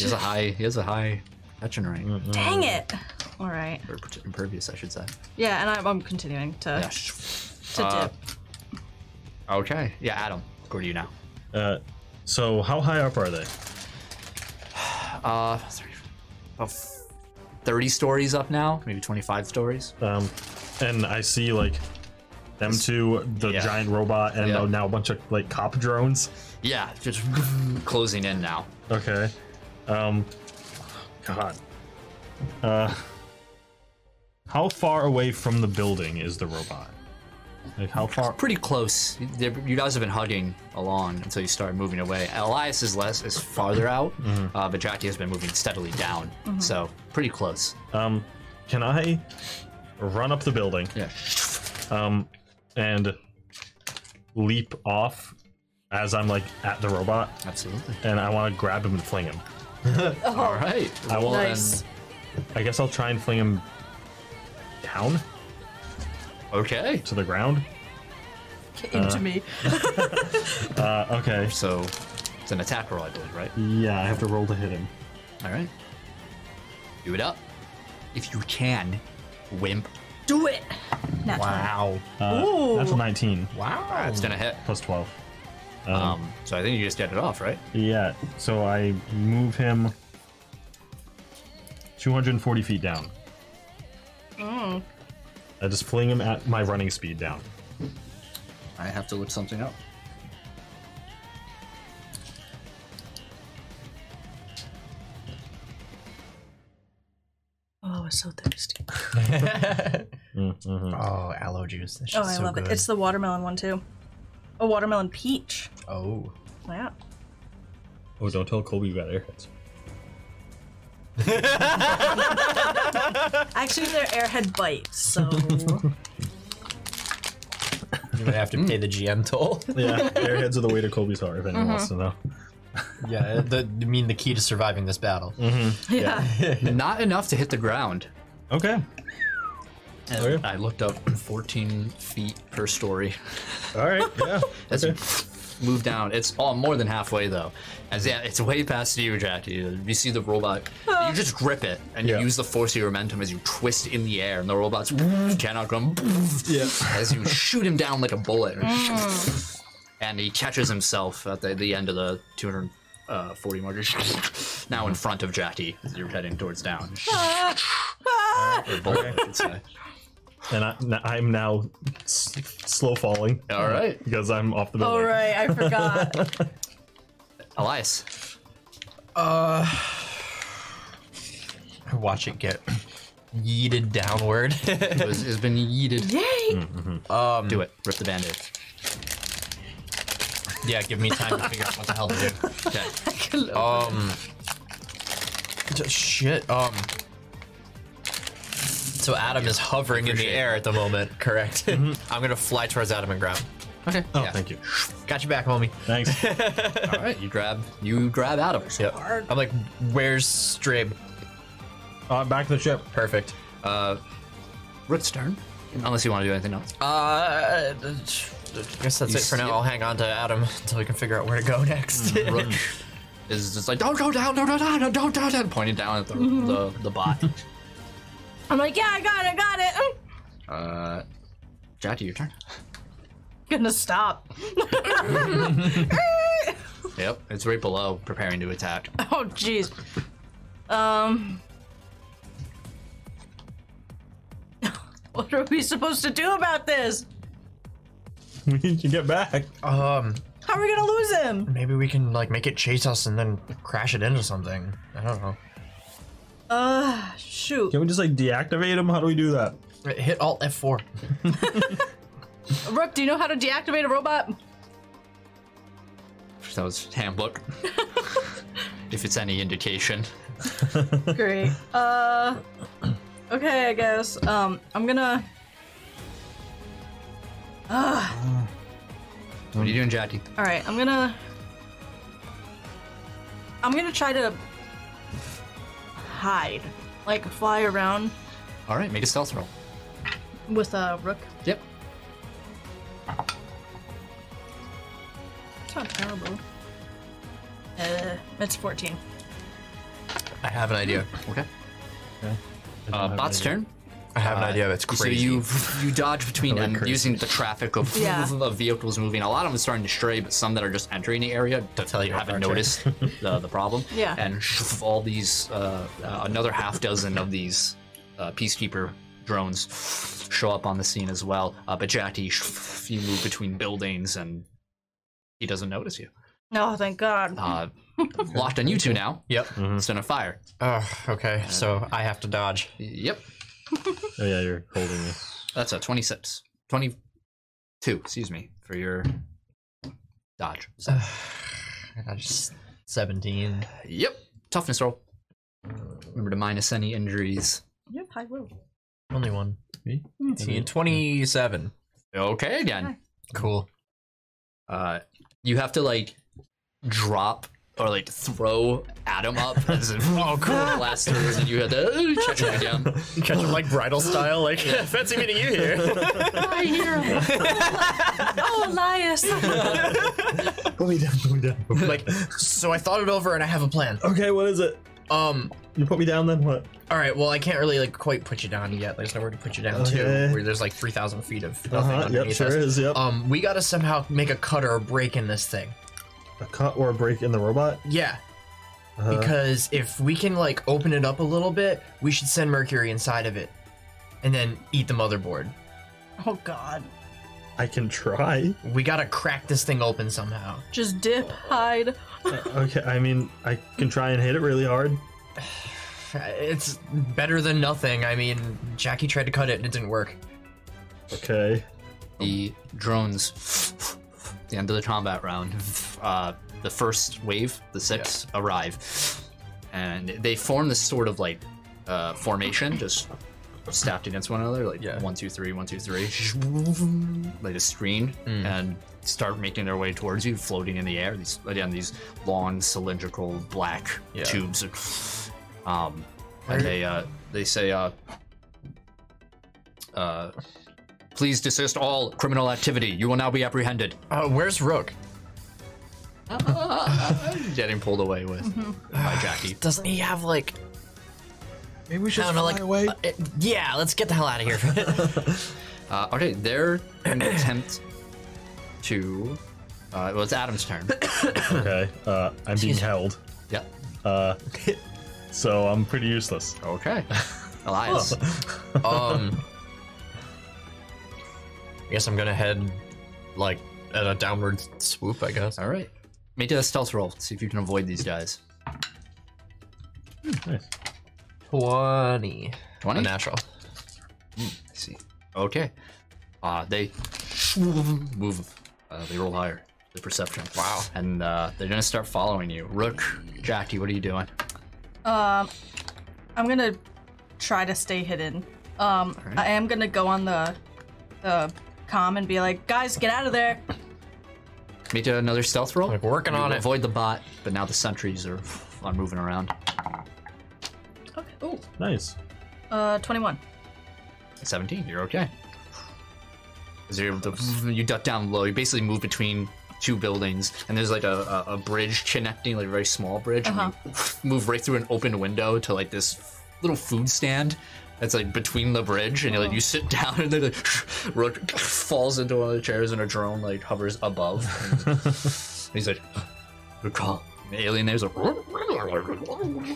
[SPEAKER 1] has a high. He has a high catching rank.
[SPEAKER 6] dang it! All right.
[SPEAKER 1] Or prote- impervious, I should say.
[SPEAKER 6] Yeah, and I'm, I'm continuing to
[SPEAKER 1] Yeah.
[SPEAKER 6] to
[SPEAKER 1] uh,
[SPEAKER 6] dip.
[SPEAKER 1] Okay. Yeah, Adam. Go to you now.
[SPEAKER 4] Uh, so how high up are they?
[SPEAKER 1] Uh, sorry. About thirty stories up now, maybe twenty-five stories.
[SPEAKER 4] Um, and I see like them two, the
[SPEAKER 1] Yeah.
[SPEAKER 4] giant robot, and
[SPEAKER 1] Yeah.
[SPEAKER 4] now a bunch of like cop drones.
[SPEAKER 1] Yeah, just closing in now.
[SPEAKER 4] Okay. Um, God. Uh, how far away from the building is the robot? Like how far?
[SPEAKER 1] Pretty close. They- You guys have been hugging along until you start moving away. Elias is less, is farther out, uh, but Jackie has been moving steadily down.
[SPEAKER 6] Mm-hmm.
[SPEAKER 1] So pretty close.
[SPEAKER 4] Um, can I run up the building?
[SPEAKER 1] Yeah.
[SPEAKER 4] um, and leap off as I'm like at the robot,
[SPEAKER 1] Absolutely.
[SPEAKER 4] and I want to grab him and fling him.
[SPEAKER 1] All right. Roll
[SPEAKER 6] Nice.
[SPEAKER 1] and-
[SPEAKER 4] I guess I'll try and fling him down
[SPEAKER 1] Okay.
[SPEAKER 4] to the ground.
[SPEAKER 6] Came to me.
[SPEAKER 4] Uh, okay.
[SPEAKER 1] So it's an attack roll, I believe, right?
[SPEAKER 4] Yeah, I have to roll to hit him.
[SPEAKER 1] All right. Do it up. If you can, wimp.
[SPEAKER 6] Do it. Not
[SPEAKER 15] Wow.
[SPEAKER 4] Uh, natural 19
[SPEAKER 15] Wow.
[SPEAKER 1] It's going to hit.
[SPEAKER 4] plus 12.
[SPEAKER 1] Um, so I think you just get it off, right?
[SPEAKER 4] Yeah, so I move him 240 feet down.
[SPEAKER 1] Mm.
[SPEAKER 4] I just fling him at my running speed down.
[SPEAKER 1] I have to look something up.
[SPEAKER 6] Oh, I'm so thirsty.
[SPEAKER 2] Oh, aloe juice. This
[SPEAKER 6] Oh,
[SPEAKER 2] shit's
[SPEAKER 6] I
[SPEAKER 2] so
[SPEAKER 6] love
[SPEAKER 2] good.
[SPEAKER 6] it. It's the watermelon one too. A watermelon peach.
[SPEAKER 2] oh.
[SPEAKER 6] Yeah.
[SPEAKER 4] Oh, don't tell Colby you got airheads.
[SPEAKER 6] Actually, they're airhead
[SPEAKER 2] [laughs]
[SPEAKER 6] bites, so
[SPEAKER 5] You're gonna have to pay the GM toll.
[SPEAKER 4] Yeah, airheads are the way to Colby's heart, if anyone wants to know.
[SPEAKER 5] [laughs]
[SPEAKER 1] Mm-hmm.
[SPEAKER 5] yeah, the, I mean the key to surviving this battle.
[SPEAKER 6] yeah.
[SPEAKER 1] Not enough to hit the ground.
[SPEAKER 4] Okay.
[SPEAKER 1] And
[SPEAKER 4] Okay.
[SPEAKER 1] I looked up 14 feet per story.
[SPEAKER 4] All right. [laughs] Yeah.
[SPEAKER 1] As you move down, it's all more than halfway though. As yeah, it's way past you, Jackie. You see the robot. You just grip it and
[SPEAKER 4] Yeah.
[SPEAKER 1] you use the force of your momentum as you twist in the air, and the
[SPEAKER 4] [laughs]
[SPEAKER 1] robot's cannot come. As you shoot him down like a bullet, and he catches himself at the, the end of the 240 marker. [laughs] Now in front of Jackie, as you're heading towards down. Or bullet, I should say.
[SPEAKER 4] And I, n- I'm now s- slow falling
[SPEAKER 1] All right,
[SPEAKER 4] because I'm off the building.
[SPEAKER 6] All right, I
[SPEAKER 2] Hmm.
[SPEAKER 6] forgot.
[SPEAKER 1] Elias.
[SPEAKER 5] I watch it get yeeted downward.
[SPEAKER 1] It was, it's been yeeted.
[SPEAKER 6] Yay!
[SPEAKER 4] Um,
[SPEAKER 1] Do it. Rip the band-aid.
[SPEAKER 5] yeah, give me time to figure out what the hell
[SPEAKER 1] [laughs]
[SPEAKER 5] to do.
[SPEAKER 1] Okay.
[SPEAKER 5] Um. d- Shit. Um. It's
[SPEAKER 2] So Adam is hovering in the air at the moment.
[SPEAKER 1] [laughs]
[SPEAKER 2] Correct. [laughs] I'm gonna fly towards Adam and grab. him.
[SPEAKER 4] Okay. Oh,
[SPEAKER 2] Yeah.
[SPEAKER 4] thank you.
[SPEAKER 2] Got your back, homie.
[SPEAKER 4] Thanks.
[SPEAKER 1] [laughs] All right, you grab you grab Adam.
[SPEAKER 2] Yep. I'm like, where's Strib?
[SPEAKER 4] uh, back to the ship. [laughs]
[SPEAKER 2] Perfect. Uh,
[SPEAKER 1] Root's turn. Unless you want to do anything else.
[SPEAKER 2] uh, I guess that's
[SPEAKER 1] You
[SPEAKER 2] it for
[SPEAKER 1] see
[SPEAKER 2] now.
[SPEAKER 1] it? Mm,
[SPEAKER 2] I'll hang on to Adam [laughs] until we can figure out where to go [laughs] next.
[SPEAKER 1] Root is just like don't go down, don't go down, no, don't go down, pointing down at the the, the [laughs] bot.
[SPEAKER 6] I'm like, yeah, I got it, I got it. [laughs] Mm.
[SPEAKER 1] Uh, Jackie, your turn.
[SPEAKER 6] Gonna stop.
[SPEAKER 1] Yep, it's right below, preparing to attack.
[SPEAKER 6] Oh, jeez. Um. [laughs] What are we supposed to do about this?
[SPEAKER 4] we need to get back.
[SPEAKER 2] um,
[SPEAKER 6] How are we gonna lose him?
[SPEAKER 2] maybe we can like make it chase us and then crash it into something. I don't know.
[SPEAKER 6] Uh, shoot.
[SPEAKER 4] Can we just like deactivate him? How do we do that?
[SPEAKER 2] Hit Alt F4.
[SPEAKER 6] Rook, do you know how to deactivate a robot?
[SPEAKER 1] That was handbook. if it's any indication.
[SPEAKER 6] Great. Uh, okay, I guess. Um, I'm gonna.
[SPEAKER 1] What are you doing, Jackie?
[SPEAKER 6] All right, I'm gonna. I'm gonna try to hide, like fly around
[SPEAKER 1] All right, make a stealth roll.
[SPEAKER 6] with a rook.
[SPEAKER 1] Yep.
[SPEAKER 6] It's not terrible. Uh, it's 14.
[SPEAKER 2] I have an idea.
[SPEAKER 1] Okay.
[SPEAKER 4] I don't
[SPEAKER 1] Uh,
[SPEAKER 4] have
[SPEAKER 1] bot's
[SPEAKER 4] any-
[SPEAKER 1] turn.
[SPEAKER 2] I have an idea. It's
[SPEAKER 1] So
[SPEAKER 2] crazy.
[SPEAKER 1] you you dodge between
[SPEAKER 4] Really
[SPEAKER 1] them
[SPEAKER 4] crazy.
[SPEAKER 1] using the traffic of,
[SPEAKER 6] Yeah.
[SPEAKER 1] [laughs] of vehicles moving. A lot of them starting to stray, but some that are just entering the area to
[SPEAKER 2] Tell you
[SPEAKER 1] haven't
[SPEAKER 2] about
[SPEAKER 4] [laughs]
[SPEAKER 2] our
[SPEAKER 1] noticed the, the problem.
[SPEAKER 6] Yeah.
[SPEAKER 1] And [laughs] all these uh, uh, another half dozen of these uh, peacekeeper drones show up on the scene as well. Uh, but Jackie, [laughs] you move between buildings and he doesn't notice you.
[SPEAKER 6] No, Oh, thank God.
[SPEAKER 1] Uh, locked on you two now.
[SPEAKER 2] Yep.
[SPEAKER 4] Mm-hmm.
[SPEAKER 1] It's gonna fire.
[SPEAKER 2] Oh, okay. So I have to dodge.
[SPEAKER 1] Yep.
[SPEAKER 4] Oh yeah, you're holding me.
[SPEAKER 1] That's a 26. 22, excuse me, for your dodge. So,
[SPEAKER 2] I just 17.
[SPEAKER 1] yep. Toughness roll. Remember to minus any injuries.
[SPEAKER 6] You have high will.
[SPEAKER 2] Only one.
[SPEAKER 4] Me?
[SPEAKER 2] 18. 27.
[SPEAKER 1] Okay, again.
[SPEAKER 2] Cool.
[SPEAKER 1] Uh, you have to like drop or like throw Adam up
[SPEAKER 2] [laughs]
[SPEAKER 1] as it oh, cool. blasters, and you have to uh, catch him down.
[SPEAKER 2] [laughs] Catch him like bridal style. Like, fancy meeting you here.
[SPEAKER 6] My hero. oh, [laughs] Elias.
[SPEAKER 4] Pull me down. Pull me down.
[SPEAKER 2] [laughs]
[SPEAKER 4] [laughs]
[SPEAKER 2] like, so I thought it over and I have a plan.
[SPEAKER 4] Okay, what is it?
[SPEAKER 2] Um,
[SPEAKER 4] You put me down, then what?
[SPEAKER 2] all right. Well, I can't really like quite put you down yet. There's nowhere to put you down
[SPEAKER 4] Okay.
[SPEAKER 2] to. Where there's like 3,000 feet of nothing
[SPEAKER 4] Uh huh. Yep,
[SPEAKER 2] underneath
[SPEAKER 4] sure
[SPEAKER 2] us.
[SPEAKER 4] is. Yep.
[SPEAKER 2] Um, we gotta somehow make a cut or a break in this thing.
[SPEAKER 4] a cut or a break in the robot?
[SPEAKER 2] Yeah,
[SPEAKER 4] Uh-huh.
[SPEAKER 2] because if we can like open it up a little bit, we should send Mercury inside of it, and then eat the motherboard.
[SPEAKER 6] Oh, God.
[SPEAKER 4] I can try.
[SPEAKER 2] We gotta crack this thing open somehow.
[SPEAKER 6] Just dip, hide.
[SPEAKER 4] Uh, okay, I mean, I can try and hit it really hard.
[SPEAKER 2] It's better than nothing. I mean, Jackie tried to cut it and it didn't work.
[SPEAKER 4] Okay.
[SPEAKER 1] the drones the end of the combat round uh, the first wave the six arrive and they form this sort of like uh, formation just stacked against one another like
[SPEAKER 2] Yeah.
[SPEAKER 1] one two three one two three like a screen and start making their way towards you floating in the air these again these long cylindrical black
[SPEAKER 2] Yeah.
[SPEAKER 1] tubes um, and they uh, they say uh, uh, Please desist all criminal activity. You will now be apprehended.
[SPEAKER 2] Uh, where's Rook?
[SPEAKER 1] [laughs] Getting pulled away with by Jackie.
[SPEAKER 2] Doesn't he have like?
[SPEAKER 4] Maybe we should
[SPEAKER 2] I don't know, like. uh, it- yeah, let's get the hell out of [laughs] here.
[SPEAKER 1] Uh, okay, their attempt to. Uh, well, it's Adam's turn.
[SPEAKER 4] okay. Uh, I'm being held.
[SPEAKER 1] yep.
[SPEAKER 4] Uh, so I'm pretty useless.
[SPEAKER 1] Okay. [laughs] Elias.
[SPEAKER 2] um, I guess I'm gonna head like at a downward swoop. I guess.
[SPEAKER 1] All right. Make a stealth roll. See if you can avoid these guys.
[SPEAKER 4] Nice.
[SPEAKER 2] Twenty.
[SPEAKER 1] Twenty.
[SPEAKER 2] Unnatural.
[SPEAKER 1] I see. Okay. Uh, they move. Uh, they roll higher. The perception. Wow. And uh, they're gonna start following you. Rook, Jackie, what are you doing?
[SPEAKER 6] Um, I'm gonna try to stay hidden. Um, I am gonna go on the the comm and be like, guys, get out of there.
[SPEAKER 1] Me to another stealth roll.
[SPEAKER 2] Like, working
[SPEAKER 1] You
[SPEAKER 2] on it.
[SPEAKER 1] Avoid the bot, but now the sentries are are moving around.
[SPEAKER 6] Okay. Ooh.
[SPEAKER 4] Nice.
[SPEAKER 6] Uh, 21.
[SPEAKER 1] Seventeen. You're okay. 'Cause You're, the, you duck down low. You basically move between two buildings, and there's like a, a, a bridge connecting, like a very small bridge. and you [laughs] move right through an open window to like this little food stand that's like between the bridge, and like you sit [laughs] down, and then like, [laughs] Rook falls into one of the chairs, and a drone like hovers above. And he's like, "Good call." And the alien there's like.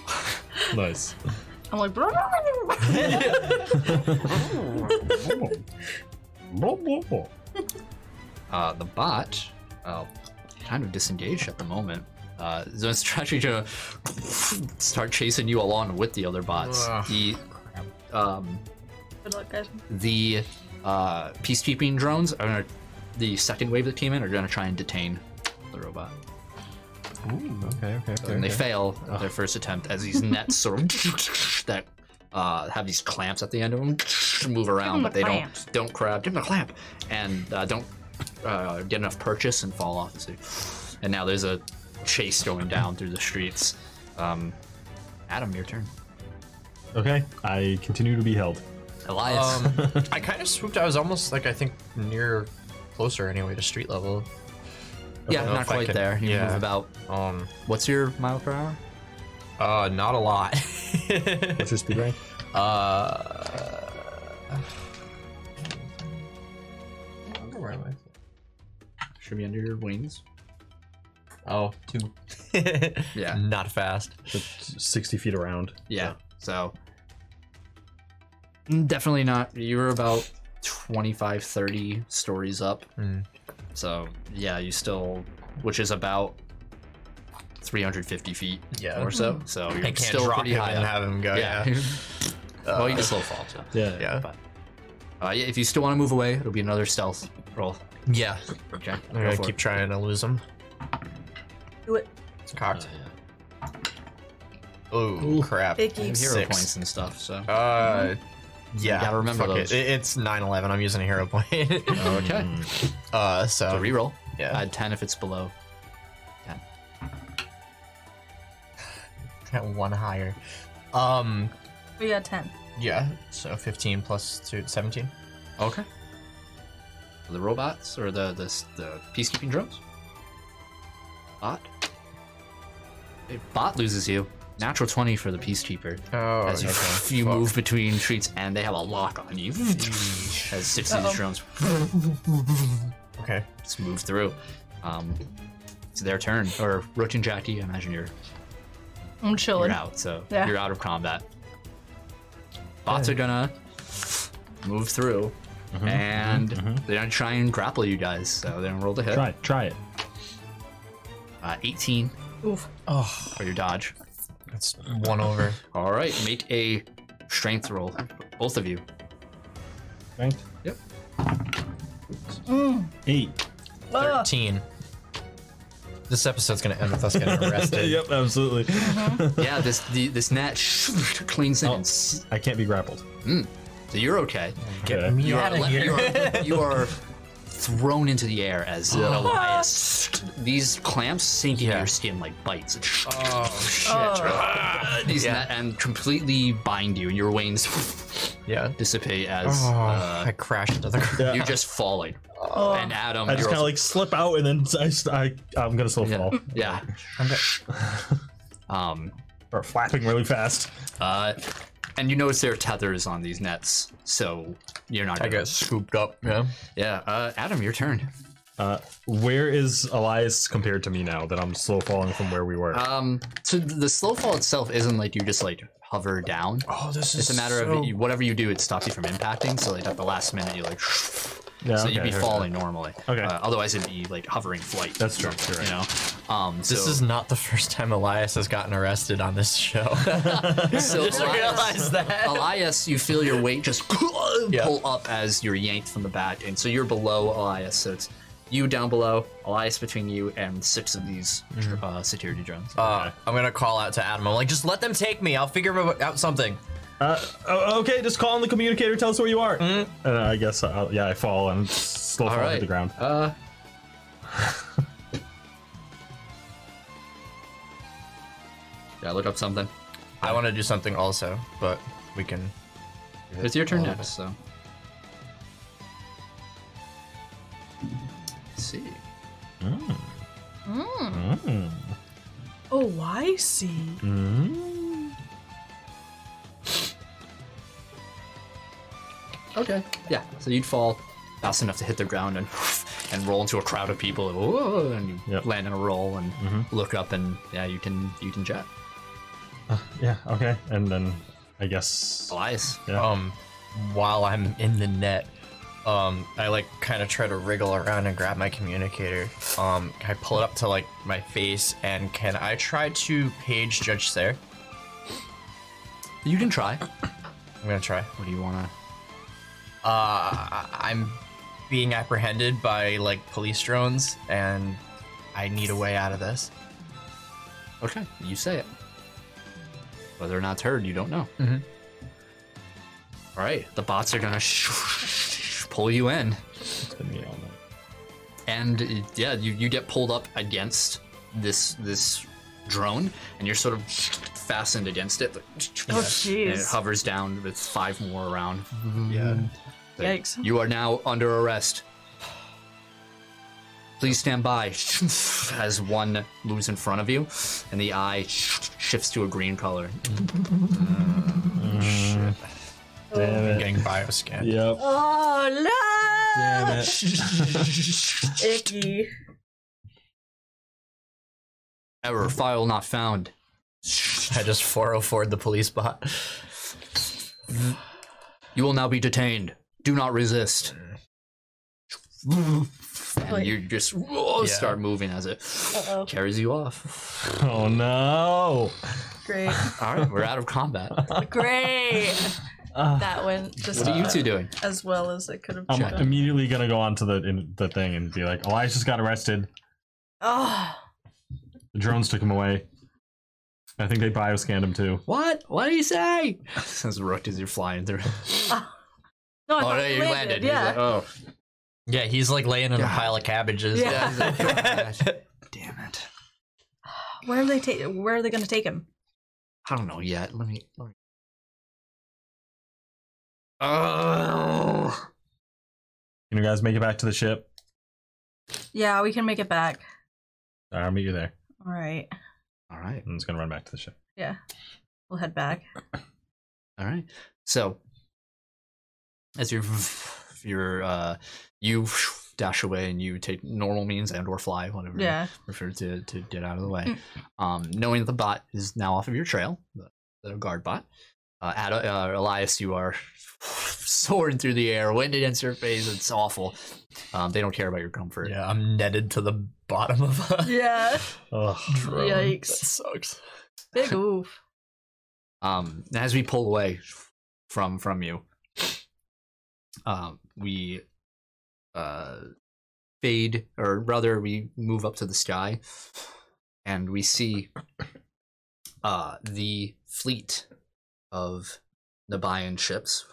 [SPEAKER 1] [laughs]
[SPEAKER 4] Nice.
[SPEAKER 6] I'm like,
[SPEAKER 1] Uh, the bot, uh, kind of disengaged at the moment. Uh, so it's actually gonna [laughs] start chasing you along with the other bots.
[SPEAKER 2] Ugh.
[SPEAKER 1] The um,
[SPEAKER 6] good luck, guys.
[SPEAKER 1] the uh, peacekeeping drones are gonna, the second wave that came in are gonna try and detain the robot.
[SPEAKER 16] Okay, okay, okay.
[SPEAKER 1] And they
[SPEAKER 16] okay.
[SPEAKER 1] fail
[SPEAKER 2] Ah.
[SPEAKER 1] at their first attempt as these nets sort of [laughs] that uh, have these clamps at the end of them [laughs] move around,
[SPEAKER 6] them
[SPEAKER 1] but
[SPEAKER 6] the
[SPEAKER 1] they
[SPEAKER 6] clamps.
[SPEAKER 1] don't don't grab. Give them a clamp and uh, don't uh, get enough purchase and fall off. So- And now there's a chase going down through the streets. Um, Adam, your turn.
[SPEAKER 4] Okay, I continue to be held.
[SPEAKER 1] Elias,
[SPEAKER 2] Um, I kind of swooped. I was almost like I think near, closer anyway to street level.
[SPEAKER 1] yeah,
[SPEAKER 2] don't know
[SPEAKER 1] not
[SPEAKER 2] if I
[SPEAKER 1] quite
[SPEAKER 2] can-
[SPEAKER 1] there. You
[SPEAKER 2] yeah.
[SPEAKER 1] move about.
[SPEAKER 2] Um,
[SPEAKER 1] What's your mile per hour?
[SPEAKER 2] uh, not a lot. [laughs]
[SPEAKER 16] What's your speed rank?
[SPEAKER 2] Where am I?
[SPEAKER 1] Should be under your wings.
[SPEAKER 2] Oh, two.
[SPEAKER 1] Yeah.
[SPEAKER 2] Not fast.
[SPEAKER 4] It's 60 feet around.
[SPEAKER 1] Yeah. So Mm, definitely not. You were about 25, 30 stories up.
[SPEAKER 2] Mm.
[SPEAKER 1] So yeah, you still, which is about 350 feet
[SPEAKER 2] Yeah.
[SPEAKER 1] or
[SPEAKER 2] [laughs]
[SPEAKER 1] so. So you're
[SPEAKER 2] I can't
[SPEAKER 1] still
[SPEAKER 2] drop
[SPEAKER 1] pretty
[SPEAKER 2] him
[SPEAKER 1] high
[SPEAKER 2] and
[SPEAKER 1] up.
[SPEAKER 2] have him go.
[SPEAKER 1] yeah.
[SPEAKER 2] Yeah.
[SPEAKER 1] [laughs]
[SPEAKER 2] Uh,
[SPEAKER 1] well,
[SPEAKER 2] [laughs]
[SPEAKER 1] you just slow fall. So.
[SPEAKER 4] Yeah.
[SPEAKER 2] Yeah.
[SPEAKER 1] But, uh, yeah. If you still want to move away, it'll be another stealth roll.
[SPEAKER 2] Yeah.
[SPEAKER 1] Okay.
[SPEAKER 2] I'm gonna keep trying to lose him.
[SPEAKER 6] Do it.
[SPEAKER 2] It's cocked. Oh crap.
[SPEAKER 1] hero
[SPEAKER 6] Biggie.
[SPEAKER 2] Six.
[SPEAKER 1] points and stuff. So
[SPEAKER 2] Uh, yeah.
[SPEAKER 1] gotta remember
[SPEAKER 2] fuck it.
[SPEAKER 1] those.
[SPEAKER 2] It- It's 9-11. I'm using a hero point. [laughs]
[SPEAKER 1] okay.
[SPEAKER 2] uh,
[SPEAKER 1] So
[SPEAKER 2] so
[SPEAKER 1] reroll.
[SPEAKER 2] yeah.
[SPEAKER 1] Add 10 if it's below.
[SPEAKER 2] Got [laughs] one higher. Um,
[SPEAKER 6] We got 10.
[SPEAKER 2] yeah. So 15 plus two, 17.
[SPEAKER 1] Okay. The robots or the the, the peacekeeping drones? Bot. Hey, bot loses you. Natural twenty for the peacekeeper.
[SPEAKER 2] Oh,
[SPEAKER 1] As you, [laughs] you move between streets and they have a lock on you. As six of these drones
[SPEAKER 2] okay.
[SPEAKER 1] just move through. Um, it's their turn. Or Roach and Jackie, I imagine you're
[SPEAKER 6] I'm
[SPEAKER 1] you're
[SPEAKER 6] chilling.
[SPEAKER 1] out, so
[SPEAKER 6] Yeah.
[SPEAKER 1] you're out of combat. Bots are gonna move through, and they're gonna try and grapple you guys. So they're gonna roll the hit.
[SPEAKER 4] Try it. Try it.
[SPEAKER 1] Uh, 18
[SPEAKER 6] Oof.
[SPEAKER 1] for your dodge.
[SPEAKER 2] That's one over.
[SPEAKER 1] All right, make a strength roll, both of you.
[SPEAKER 4] Right?
[SPEAKER 1] Yep.
[SPEAKER 2] [laughs]
[SPEAKER 4] Eight.
[SPEAKER 6] Ah,
[SPEAKER 2] 13. This episode's gonna end with
[SPEAKER 1] [laughs]
[SPEAKER 2] us getting arrested.
[SPEAKER 4] Yep, absolutely.
[SPEAKER 1] Yeah, this the, this net [laughs] cleans in. and s-
[SPEAKER 4] I can't be grappled.
[SPEAKER 1] So you're okay.
[SPEAKER 4] Okay.
[SPEAKER 2] Me
[SPEAKER 1] You are,
[SPEAKER 2] outta
[SPEAKER 1] le-
[SPEAKER 2] here.
[SPEAKER 1] you are
[SPEAKER 2] [laughs]
[SPEAKER 1] you are thrown into the air as Elias. These clamps sink into your skin like bites. [laughs]
[SPEAKER 2] Oh,
[SPEAKER 1] These net and completely bind you, and your wings [laughs]
[SPEAKER 2] yeah.
[SPEAKER 1] dissipate as
[SPEAKER 2] Oh,
[SPEAKER 1] uh,
[SPEAKER 2] I crashed [laughs] into the ground.
[SPEAKER 1] you're just falling.
[SPEAKER 2] Oh.
[SPEAKER 1] and Adam,
[SPEAKER 4] I just
[SPEAKER 1] you're
[SPEAKER 4] kind of
[SPEAKER 1] also-
[SPEAKER 4] like slip out and then I, I, I'm going to slow fall.
[SPEAKER 1] yeah. [laughs] um,
[SPEAKER 4] [laughs] Or flapping really fast.
[SPEAKER 1] uh, and you notice there are tethers on these nets, so you're not.
[SPEAKER 2] I got scooped up. Yeah.
[SPEAKER 1] Yeah, uh, Adam, your turn.
[SPEAKER 4] Uh, where is Elias compared to me now that I'm slow falling from where we were?
[SPEAKER 1] Um, so the slow fall itself isn't like you just like hover down.
[SPEAKER 2] Oh, this is
[SPEAKER 1] It's a matter
[SPEAKER 2] so-
[SPEAKER 1] of you, whatever you do, it stops you from impacting. So like at the last minute, you like, [laughs]
[SPEAKER 4] yeah,
[SPEAKER 1] so
[SPEAKER 4] okay,
[SPEAKER 1] you'd be
[SPEAKER 4] okay.
[SPEAKER 1] falling normally.
[SPEAKER 4] Okay.
[SPEAKER 1] Uh, otherwise, it'd be like hovering flight.
[SPEAKER 4] That's true, you're
[SPEAKER 1] You know. Um,
[SPEAKER 2] This
[SPEAKER 1] so-
[SPEAKER 2] is not the first time Elias has gotten arrested on this show.
[SPEAKER 1] [laughs]
[SPEAKER 2] [laughs]
[SPEAKER 1] so Elias,
[SPEAKER 2] realize that.
[SPEAKER 1] Elias, you feel your weight just [laughs]
[SPEAKER 2] Yeah.
[SPEAKER 1] pull up as you're yanked from the back, and so you're below Elias. So it's you down below, Elias between you, and six of these
[SPEAKER 4] Mm-hmm.
[SPEAKER 1] uh, security drones.
[SPEAKER 2] Uh, I'm gonna call out to Adam. I'm like, just let them take me. I'll figure out something.
[SPEAKER 4] Uh, o- okay, just call on the communicator. Tell us where you are. And I guess, uh, yeah, I fall and slow fall to the ground.
[SPEAKER 1] [laughs] Uh, Did I look up something?
[SPEAKER 5] I want to do something also, but we can.
[SPEAKER 1] It's your turn next, so. Let's see.
[SPEAKER 6] Oh, I see.
[SPEAKER 1] Okay. Yeah. So you'd fall fast enough to hit the ground and [laughs] and roll into a crowd of people. and Whoa, and you
[SPEAKER 4] Yep.
[SPEAKER 1] land in a roll and look up and yeah, you can you can jet.
[SPEAKER 4] Yeah, okay. And then I guess.
[SPEAKER 1] Elias.
[SPEAKER 5] Um, while I'm in the net, um, I like kind of try to wriggle around and grab my communicator. Um, can I pull it up to like my face, and can I try to page Judge Sayre?
[SPEAKER 1] You can try.
[SPEAKER 5] I'm gonna try.
[SPEAKER 1] What do you wanna?
[SPEAKER 5] Uh, I'm being apprehended by like police drones, and I need a way out of this.
[SPEAKER 1] Okay. You say it. Whether or not it's heard, you don't know. All right. The bots are gonna [laughs] pull you in.
[SPEAKER 4] It's been me all night.
[SPEAKER 1] and uh, yeah, you, you get pulled up against this this drone, and you're sort of fastened against it.
[SPEAKER 6] Oh,
[SPEAKER 1] And it
[SPEAKER 6] jeez.
[SPEAKER 1] hovers down with five more around.
[SPEAKER 5] Yeah.
[SPEAKER 1] Like,
[SPEAKER 6] Yikes.
[SPEAKER 1] You are now under arrest. Please stand by [laughs] as one moves in front of you, and the eye shifts to a green color.
[SPEAKER 4] Damn
[SPEAKER 5] I'm
[SPEAKER 4] it.
[SPEAKER 5] getting bioscan.
[SPEAKER 4] Yep.
[SPEAKER 6] Oh,
[SPEAKER 4] Damn it.
[SPEAKER 6] no! Icky.
[SPEAKER 1] Error file not [laughs] found.
[SPEAKER 5] I just 404 the police bot.
[SPEAKER 1] You will now be detained. Do not resist. And you just whoa,
[SPEAKER 5] Yeah.
[SPEAKER 1] start moving as it
[SPEAKER 6] Uh-oh.
[SPEAKER 1] carries you off.
[SPEAKER 4] Oh no.
[SPEAKER 6] Great.
[SPEAKER 1] All right, we're out of combat.
[SPEAKER 6] Great.
[SPEAKER 1] [laughs]
[SPEAKER 6] that went just
[SPEAKER 1] Ah. What Oh. are you [laughs] two doing?
[SPEAKER 6] as well as it could have
[SPEAKER 4] I'm
[SPEAKER 6] done.
[SPEAKER 4] immediately gonna go onto the in, the thing and be like, Elias just got arrested.
[SPEAKER 6] Oh,
[SPEAKER 4] The drones took him away. I think they bioscanned him too.
[SPEAKER 1] What? What do you say? Says Rook [laughs] as you're flying through.
[SPEAKER 6] no, I
[SPEAKER 1] Oh,
[SPEAKER 6] thought
[SPEAKER 1] no,
[SPEAKER 6] it
[SPEAKER 1] you landed. He's
[SPEAKER 6] Yeah.
[SPEAKER 1] like, oh,
[SPEAKER 5] Yeah, he's like laying in a pile of cabbages.
[SPEAKER 6] Yeah.
[SPEAKER 1] He's like,
[SPEAKER 5] [laughs]
[SPEAKER 1] "God damn it.
[SPEAKER 6] where are they ta- Where are they going to take him?
[SPEAKER 1] I don't know yet. Let me. Let me... [laughs] Oh.
[SPEAKER 4] Can you guys make it back to the ship?
[SPEAKER 6] Yeah, we can make it back.
[SPEAKER 4] I'll meet you there.
[SPEAKER 6] All right,
[SPEAKER 1] All right.
[SPEAKER 4] I'm just gonna run back to the ship.
[SPEAKER 6] we'll head back.
[SPEAKER 1] All right. So, as [laughs] your your uh, you [laughs] dash away and you take normal means and or fly, whatever you
[SPEAKER 6] Yeah. Mm.
[SPEAKER 1] prefer to to get out of the way, um, knowing that the bot is now off of your trail, the, the guard bot. Uh, Ad- uh, Elias, you are [laughs] soaring through the air, wind against your face. It's awful. Um, they don't care about your comfort.
[SPEAKER 5] Yeah, I'm netted to the bottom of
[SPEAKER 2] [laughs]
[SPEAKER 1] [laughs]
[SPEAKER 5] a
[SPEAKER 6] Yeah.
[SPEAKER 4] Ugh.
[SPEAKER 5] That
[SPEAKER 6] Yikes. [laughs]
[SPEAKER 5] sucks.
[SPEAKER 4] [laughs]
[SPEAKER 6] Big oof.
[SPEAKER 1] Um, and as we pull away from from you, um, we uh, fade, or rather, we move up to the sky, and we see uh, the fleet of Nabayan ships,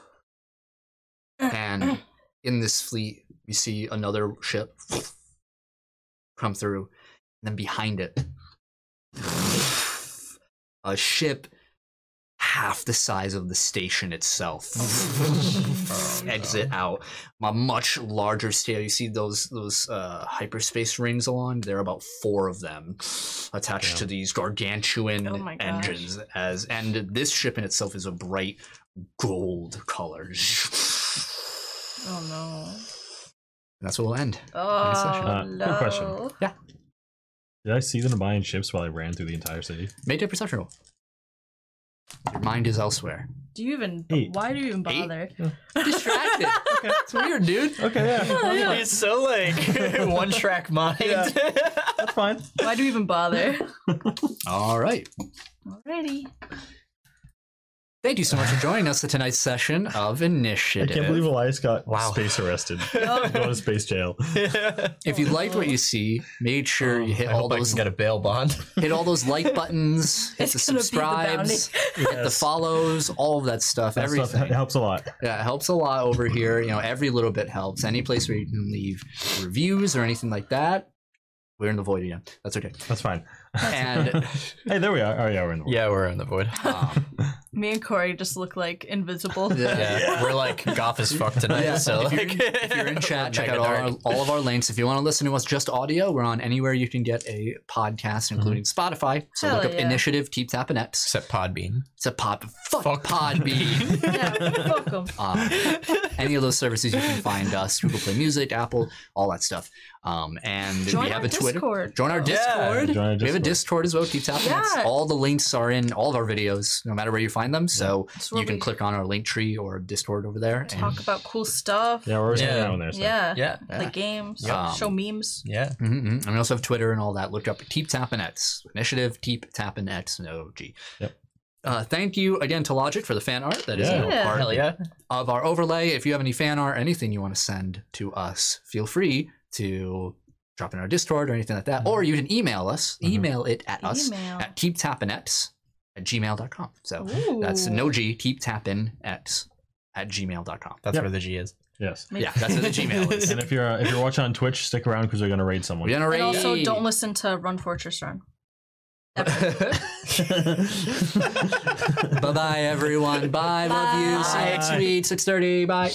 [SPEAKER 1] and in this fleet, we see another ship come through, and then behind it, a ship half the size of the station itself exit out a much larger scale you see those those uh, hyperspace rings along there are about four of them attached to these gargantuan
[SPEAKER 6] Oh my gosh.
[SPEAKER 1] engines as and this ship in itself is a bright gold color and
[SPEAKER 6] Oh no.
[SPEAKER 1] that's where we'll end
[SPEAKER 6] Oh
[SPEAKER 4] Uh,
[SPEAKER 6] no.
[SPEAKER 4] quick question. Did I see them buying ships while I ran through the entire city?
[SPEAKER 1] make a perception roll your mind is elsewhere
[SPEAKER 6] Do you even?
[SPEAKER 4] Eight.
[SPEAKER 6] Why do you even bother?
[SPEAKER 1] distracted [laughs] it's weird dude
[SPEAKER 4] [laughs] Okay, yeah,
[SPEAKER 6] Oh, yeah.
[SPEAKER 5] It's so
[SPEAKER 2] [laughs]
[SPEAKER 5] like one track
[SPEAKER 1] [laughs]
[SPEAKER 5] mind.
[SPEAKER 4] that's fine.
[SPEAKER 6] Why do you even bother?
[SPEAKER 1] all right
[SPEAKER 6] Alrighty.
[SPEAKER 1] Thank you so much for joining us for tonight's session of Initiative.
[SPEAKER 4] I can't believe Elias got
[SPEAKER 2] Wow.
[SPEAKER 4] space arrested. Going to space jail.
[SPEAKER 1] if
[SPEAKER 6] Oh.
[SPEAKER 1] you liked what you see, make sure you hit
[SPEAKER 2] [laughs] I
[SPEAKER 1] all
[SPEAKER 2] hope I
[SPEAKER 1] those
[SPEAKER 2] can get a
[SPEAKER 1] [laughs]
[SPEAKER 2] bail bond.
[SPEAKER 1] hit all those like buttons, hit
[SPEAKER 6] It's
[SPEAKER 1] the
[SPEAKER 6] gonna be the
[SPEAKER 1] subscribes, hit the
[SPEAKER 4] Yes.
[SPEAKER 1] follows, all of that stuff.
[SPEAKER 4] That
[SPEAKER 1] everything.
[SPEAKER 4] stuff helps a lot.
[SPEAKER 1] Yeah, it helps a lot over here. You know, every little bit helps. Any place where you can leave reviews or anything like that, we're in the void again. That's okay.
[SPEAKER 4] That's fine.
[SPEAKER 1] And
[SPEAKER 4] Hey, there we are. Oh, yeah, we're in the
[SPEAKER 2] yeah, we're in the [laughs] void.
[SPEAKER 1] um,
[SPEAKER 6] [laughs] Me and Corey just look like invisible.
[SPEAKER 1] yeah.
[SPEAKER 2] Yeah, we're like goth
[SPEAKER 1] [laughs]
[SPEAKER 2] as fuck tonight.
[SPEAKER 1] Yeah.
[SPEAKER 2] So
[SPEAKER 1] if, you're
[SPEAKER 2] like, [laughs]
[SPEAKER 1] in, uh, if you're in chat, check out all
[SPEAKER 2] Mega
[SPEAKER 1] our, all of our links. If you want to listen to us just audio, we're on anywhere you can get a podcast, including Spotify. So
[SPEAKER 6] Hell
[SPEAKER 1] look up
[SPEAKER 6] yeah.
[SPEAKER 1] Initiative Keep Tapping Eps.
[SPEAKER 2] except Podbean.
[SPEAKER 1] It's a pod. Fuck,
[SPEAKER 2] Fuck
[SPEAKER 1] Podbean.
[SPEAKER 6] [laughs] yeah, fuck
[SPEAKER 1] [laughs]
[SPEAKER 6] 'em.
[SPEAKER 1] um, any of those services you can find us google play music apple all that stuff um, and
[SPEAKER 6] Join
[SPEAKER 1] we have
[SPEAKER 6] our
[SPEAKER 1] a twitter
[SPEAKER 6] Discord.
[SPEAKER 1] join our discord
[SPEAKER 4] Join our
[SPEAKER 1] we have a
[SPEAKER 4] Discord.
[SPEAKER 1] discord as well keep tapping It's-
[SPEAKER 6] Yeah.
[SPEAKER 1] all the links are in all of our videos no matter where you find them so
[SPEAKER 6] That's where
[SPEAKER 1] you can
[SPEAKER 6] we-
[SPEAKER 1] click on our link tree or discord over there and
[SPEAKER 6] Talk about cool stuff.
[SPEAKER 4] Yeah, we're always hanging
[SPEAKER 2] Yeah.
[SPEAKER 4] out in there. So.
[SPEAKER 6] Yeah.
[SPEAKER 2] Yeah,
[SPEAKER 1] Yeah.
[SPEAKER 6] Play games.
[SPEAKER 1] Yeah. Um,
[SPEAKER 6] Show memes.
[SPEAKER 2] yeah.
[SPEAKER 1] Mhm, mhm. And we also have Twitter and all that. Look up Keep Tapping X Initiative, Keep Tapping X, no G.
[SPEAKER 4] Yep.
[SPEAKER 1] Uh, thank you again to Logic for the fan art. That is
[SPEAKER 4] Yeah.
[SPEAKER 1] now
[SPEAKER 6] Yeah.
[SPEAKER 1] part
[SPEAKER 2] Hell yeah.
[SPEAKER 1] of our overlay. If you have any fan art, anything you want to send to us, feel free to drop in our Discord or anything like that. Or you can email us. Email it at us
[SPEAKER 6] Mm-hmm. Email.
[SPEAKER 1] at keeptappineps at gmail.com. So that's
[SPEAKER 6] Ooh.
[SPEAKER 1] no G, keeptappineps at gmail.com.
[SPEAKER 2] That's
[SPEAKER 4] Yeah.
[SPEAKER 2] where the G is.
[SPEAKER 4] Yes.
[SPEAKER 1] Yeah, that's what the Gmail
[SPEAKER 6] [laughs]
[SPEAKER 1] is.
[SPEAKER 4] And if you're uh, if you're watching on Twitch, stick around because we're gonna raid someone.
[SPEAKER 1] We're gonna
[SPEAKER 6] And also,
[SPEAKER 1] raid-
[SPEAKER 6] don't listen to Run Fortress Run.
[SPEAKER 1] Bye bye everyone. Bye. Love you. See you next
[SPEAKER 4] Bye.
[SPEAKER 1] week. Six thirty. Bye.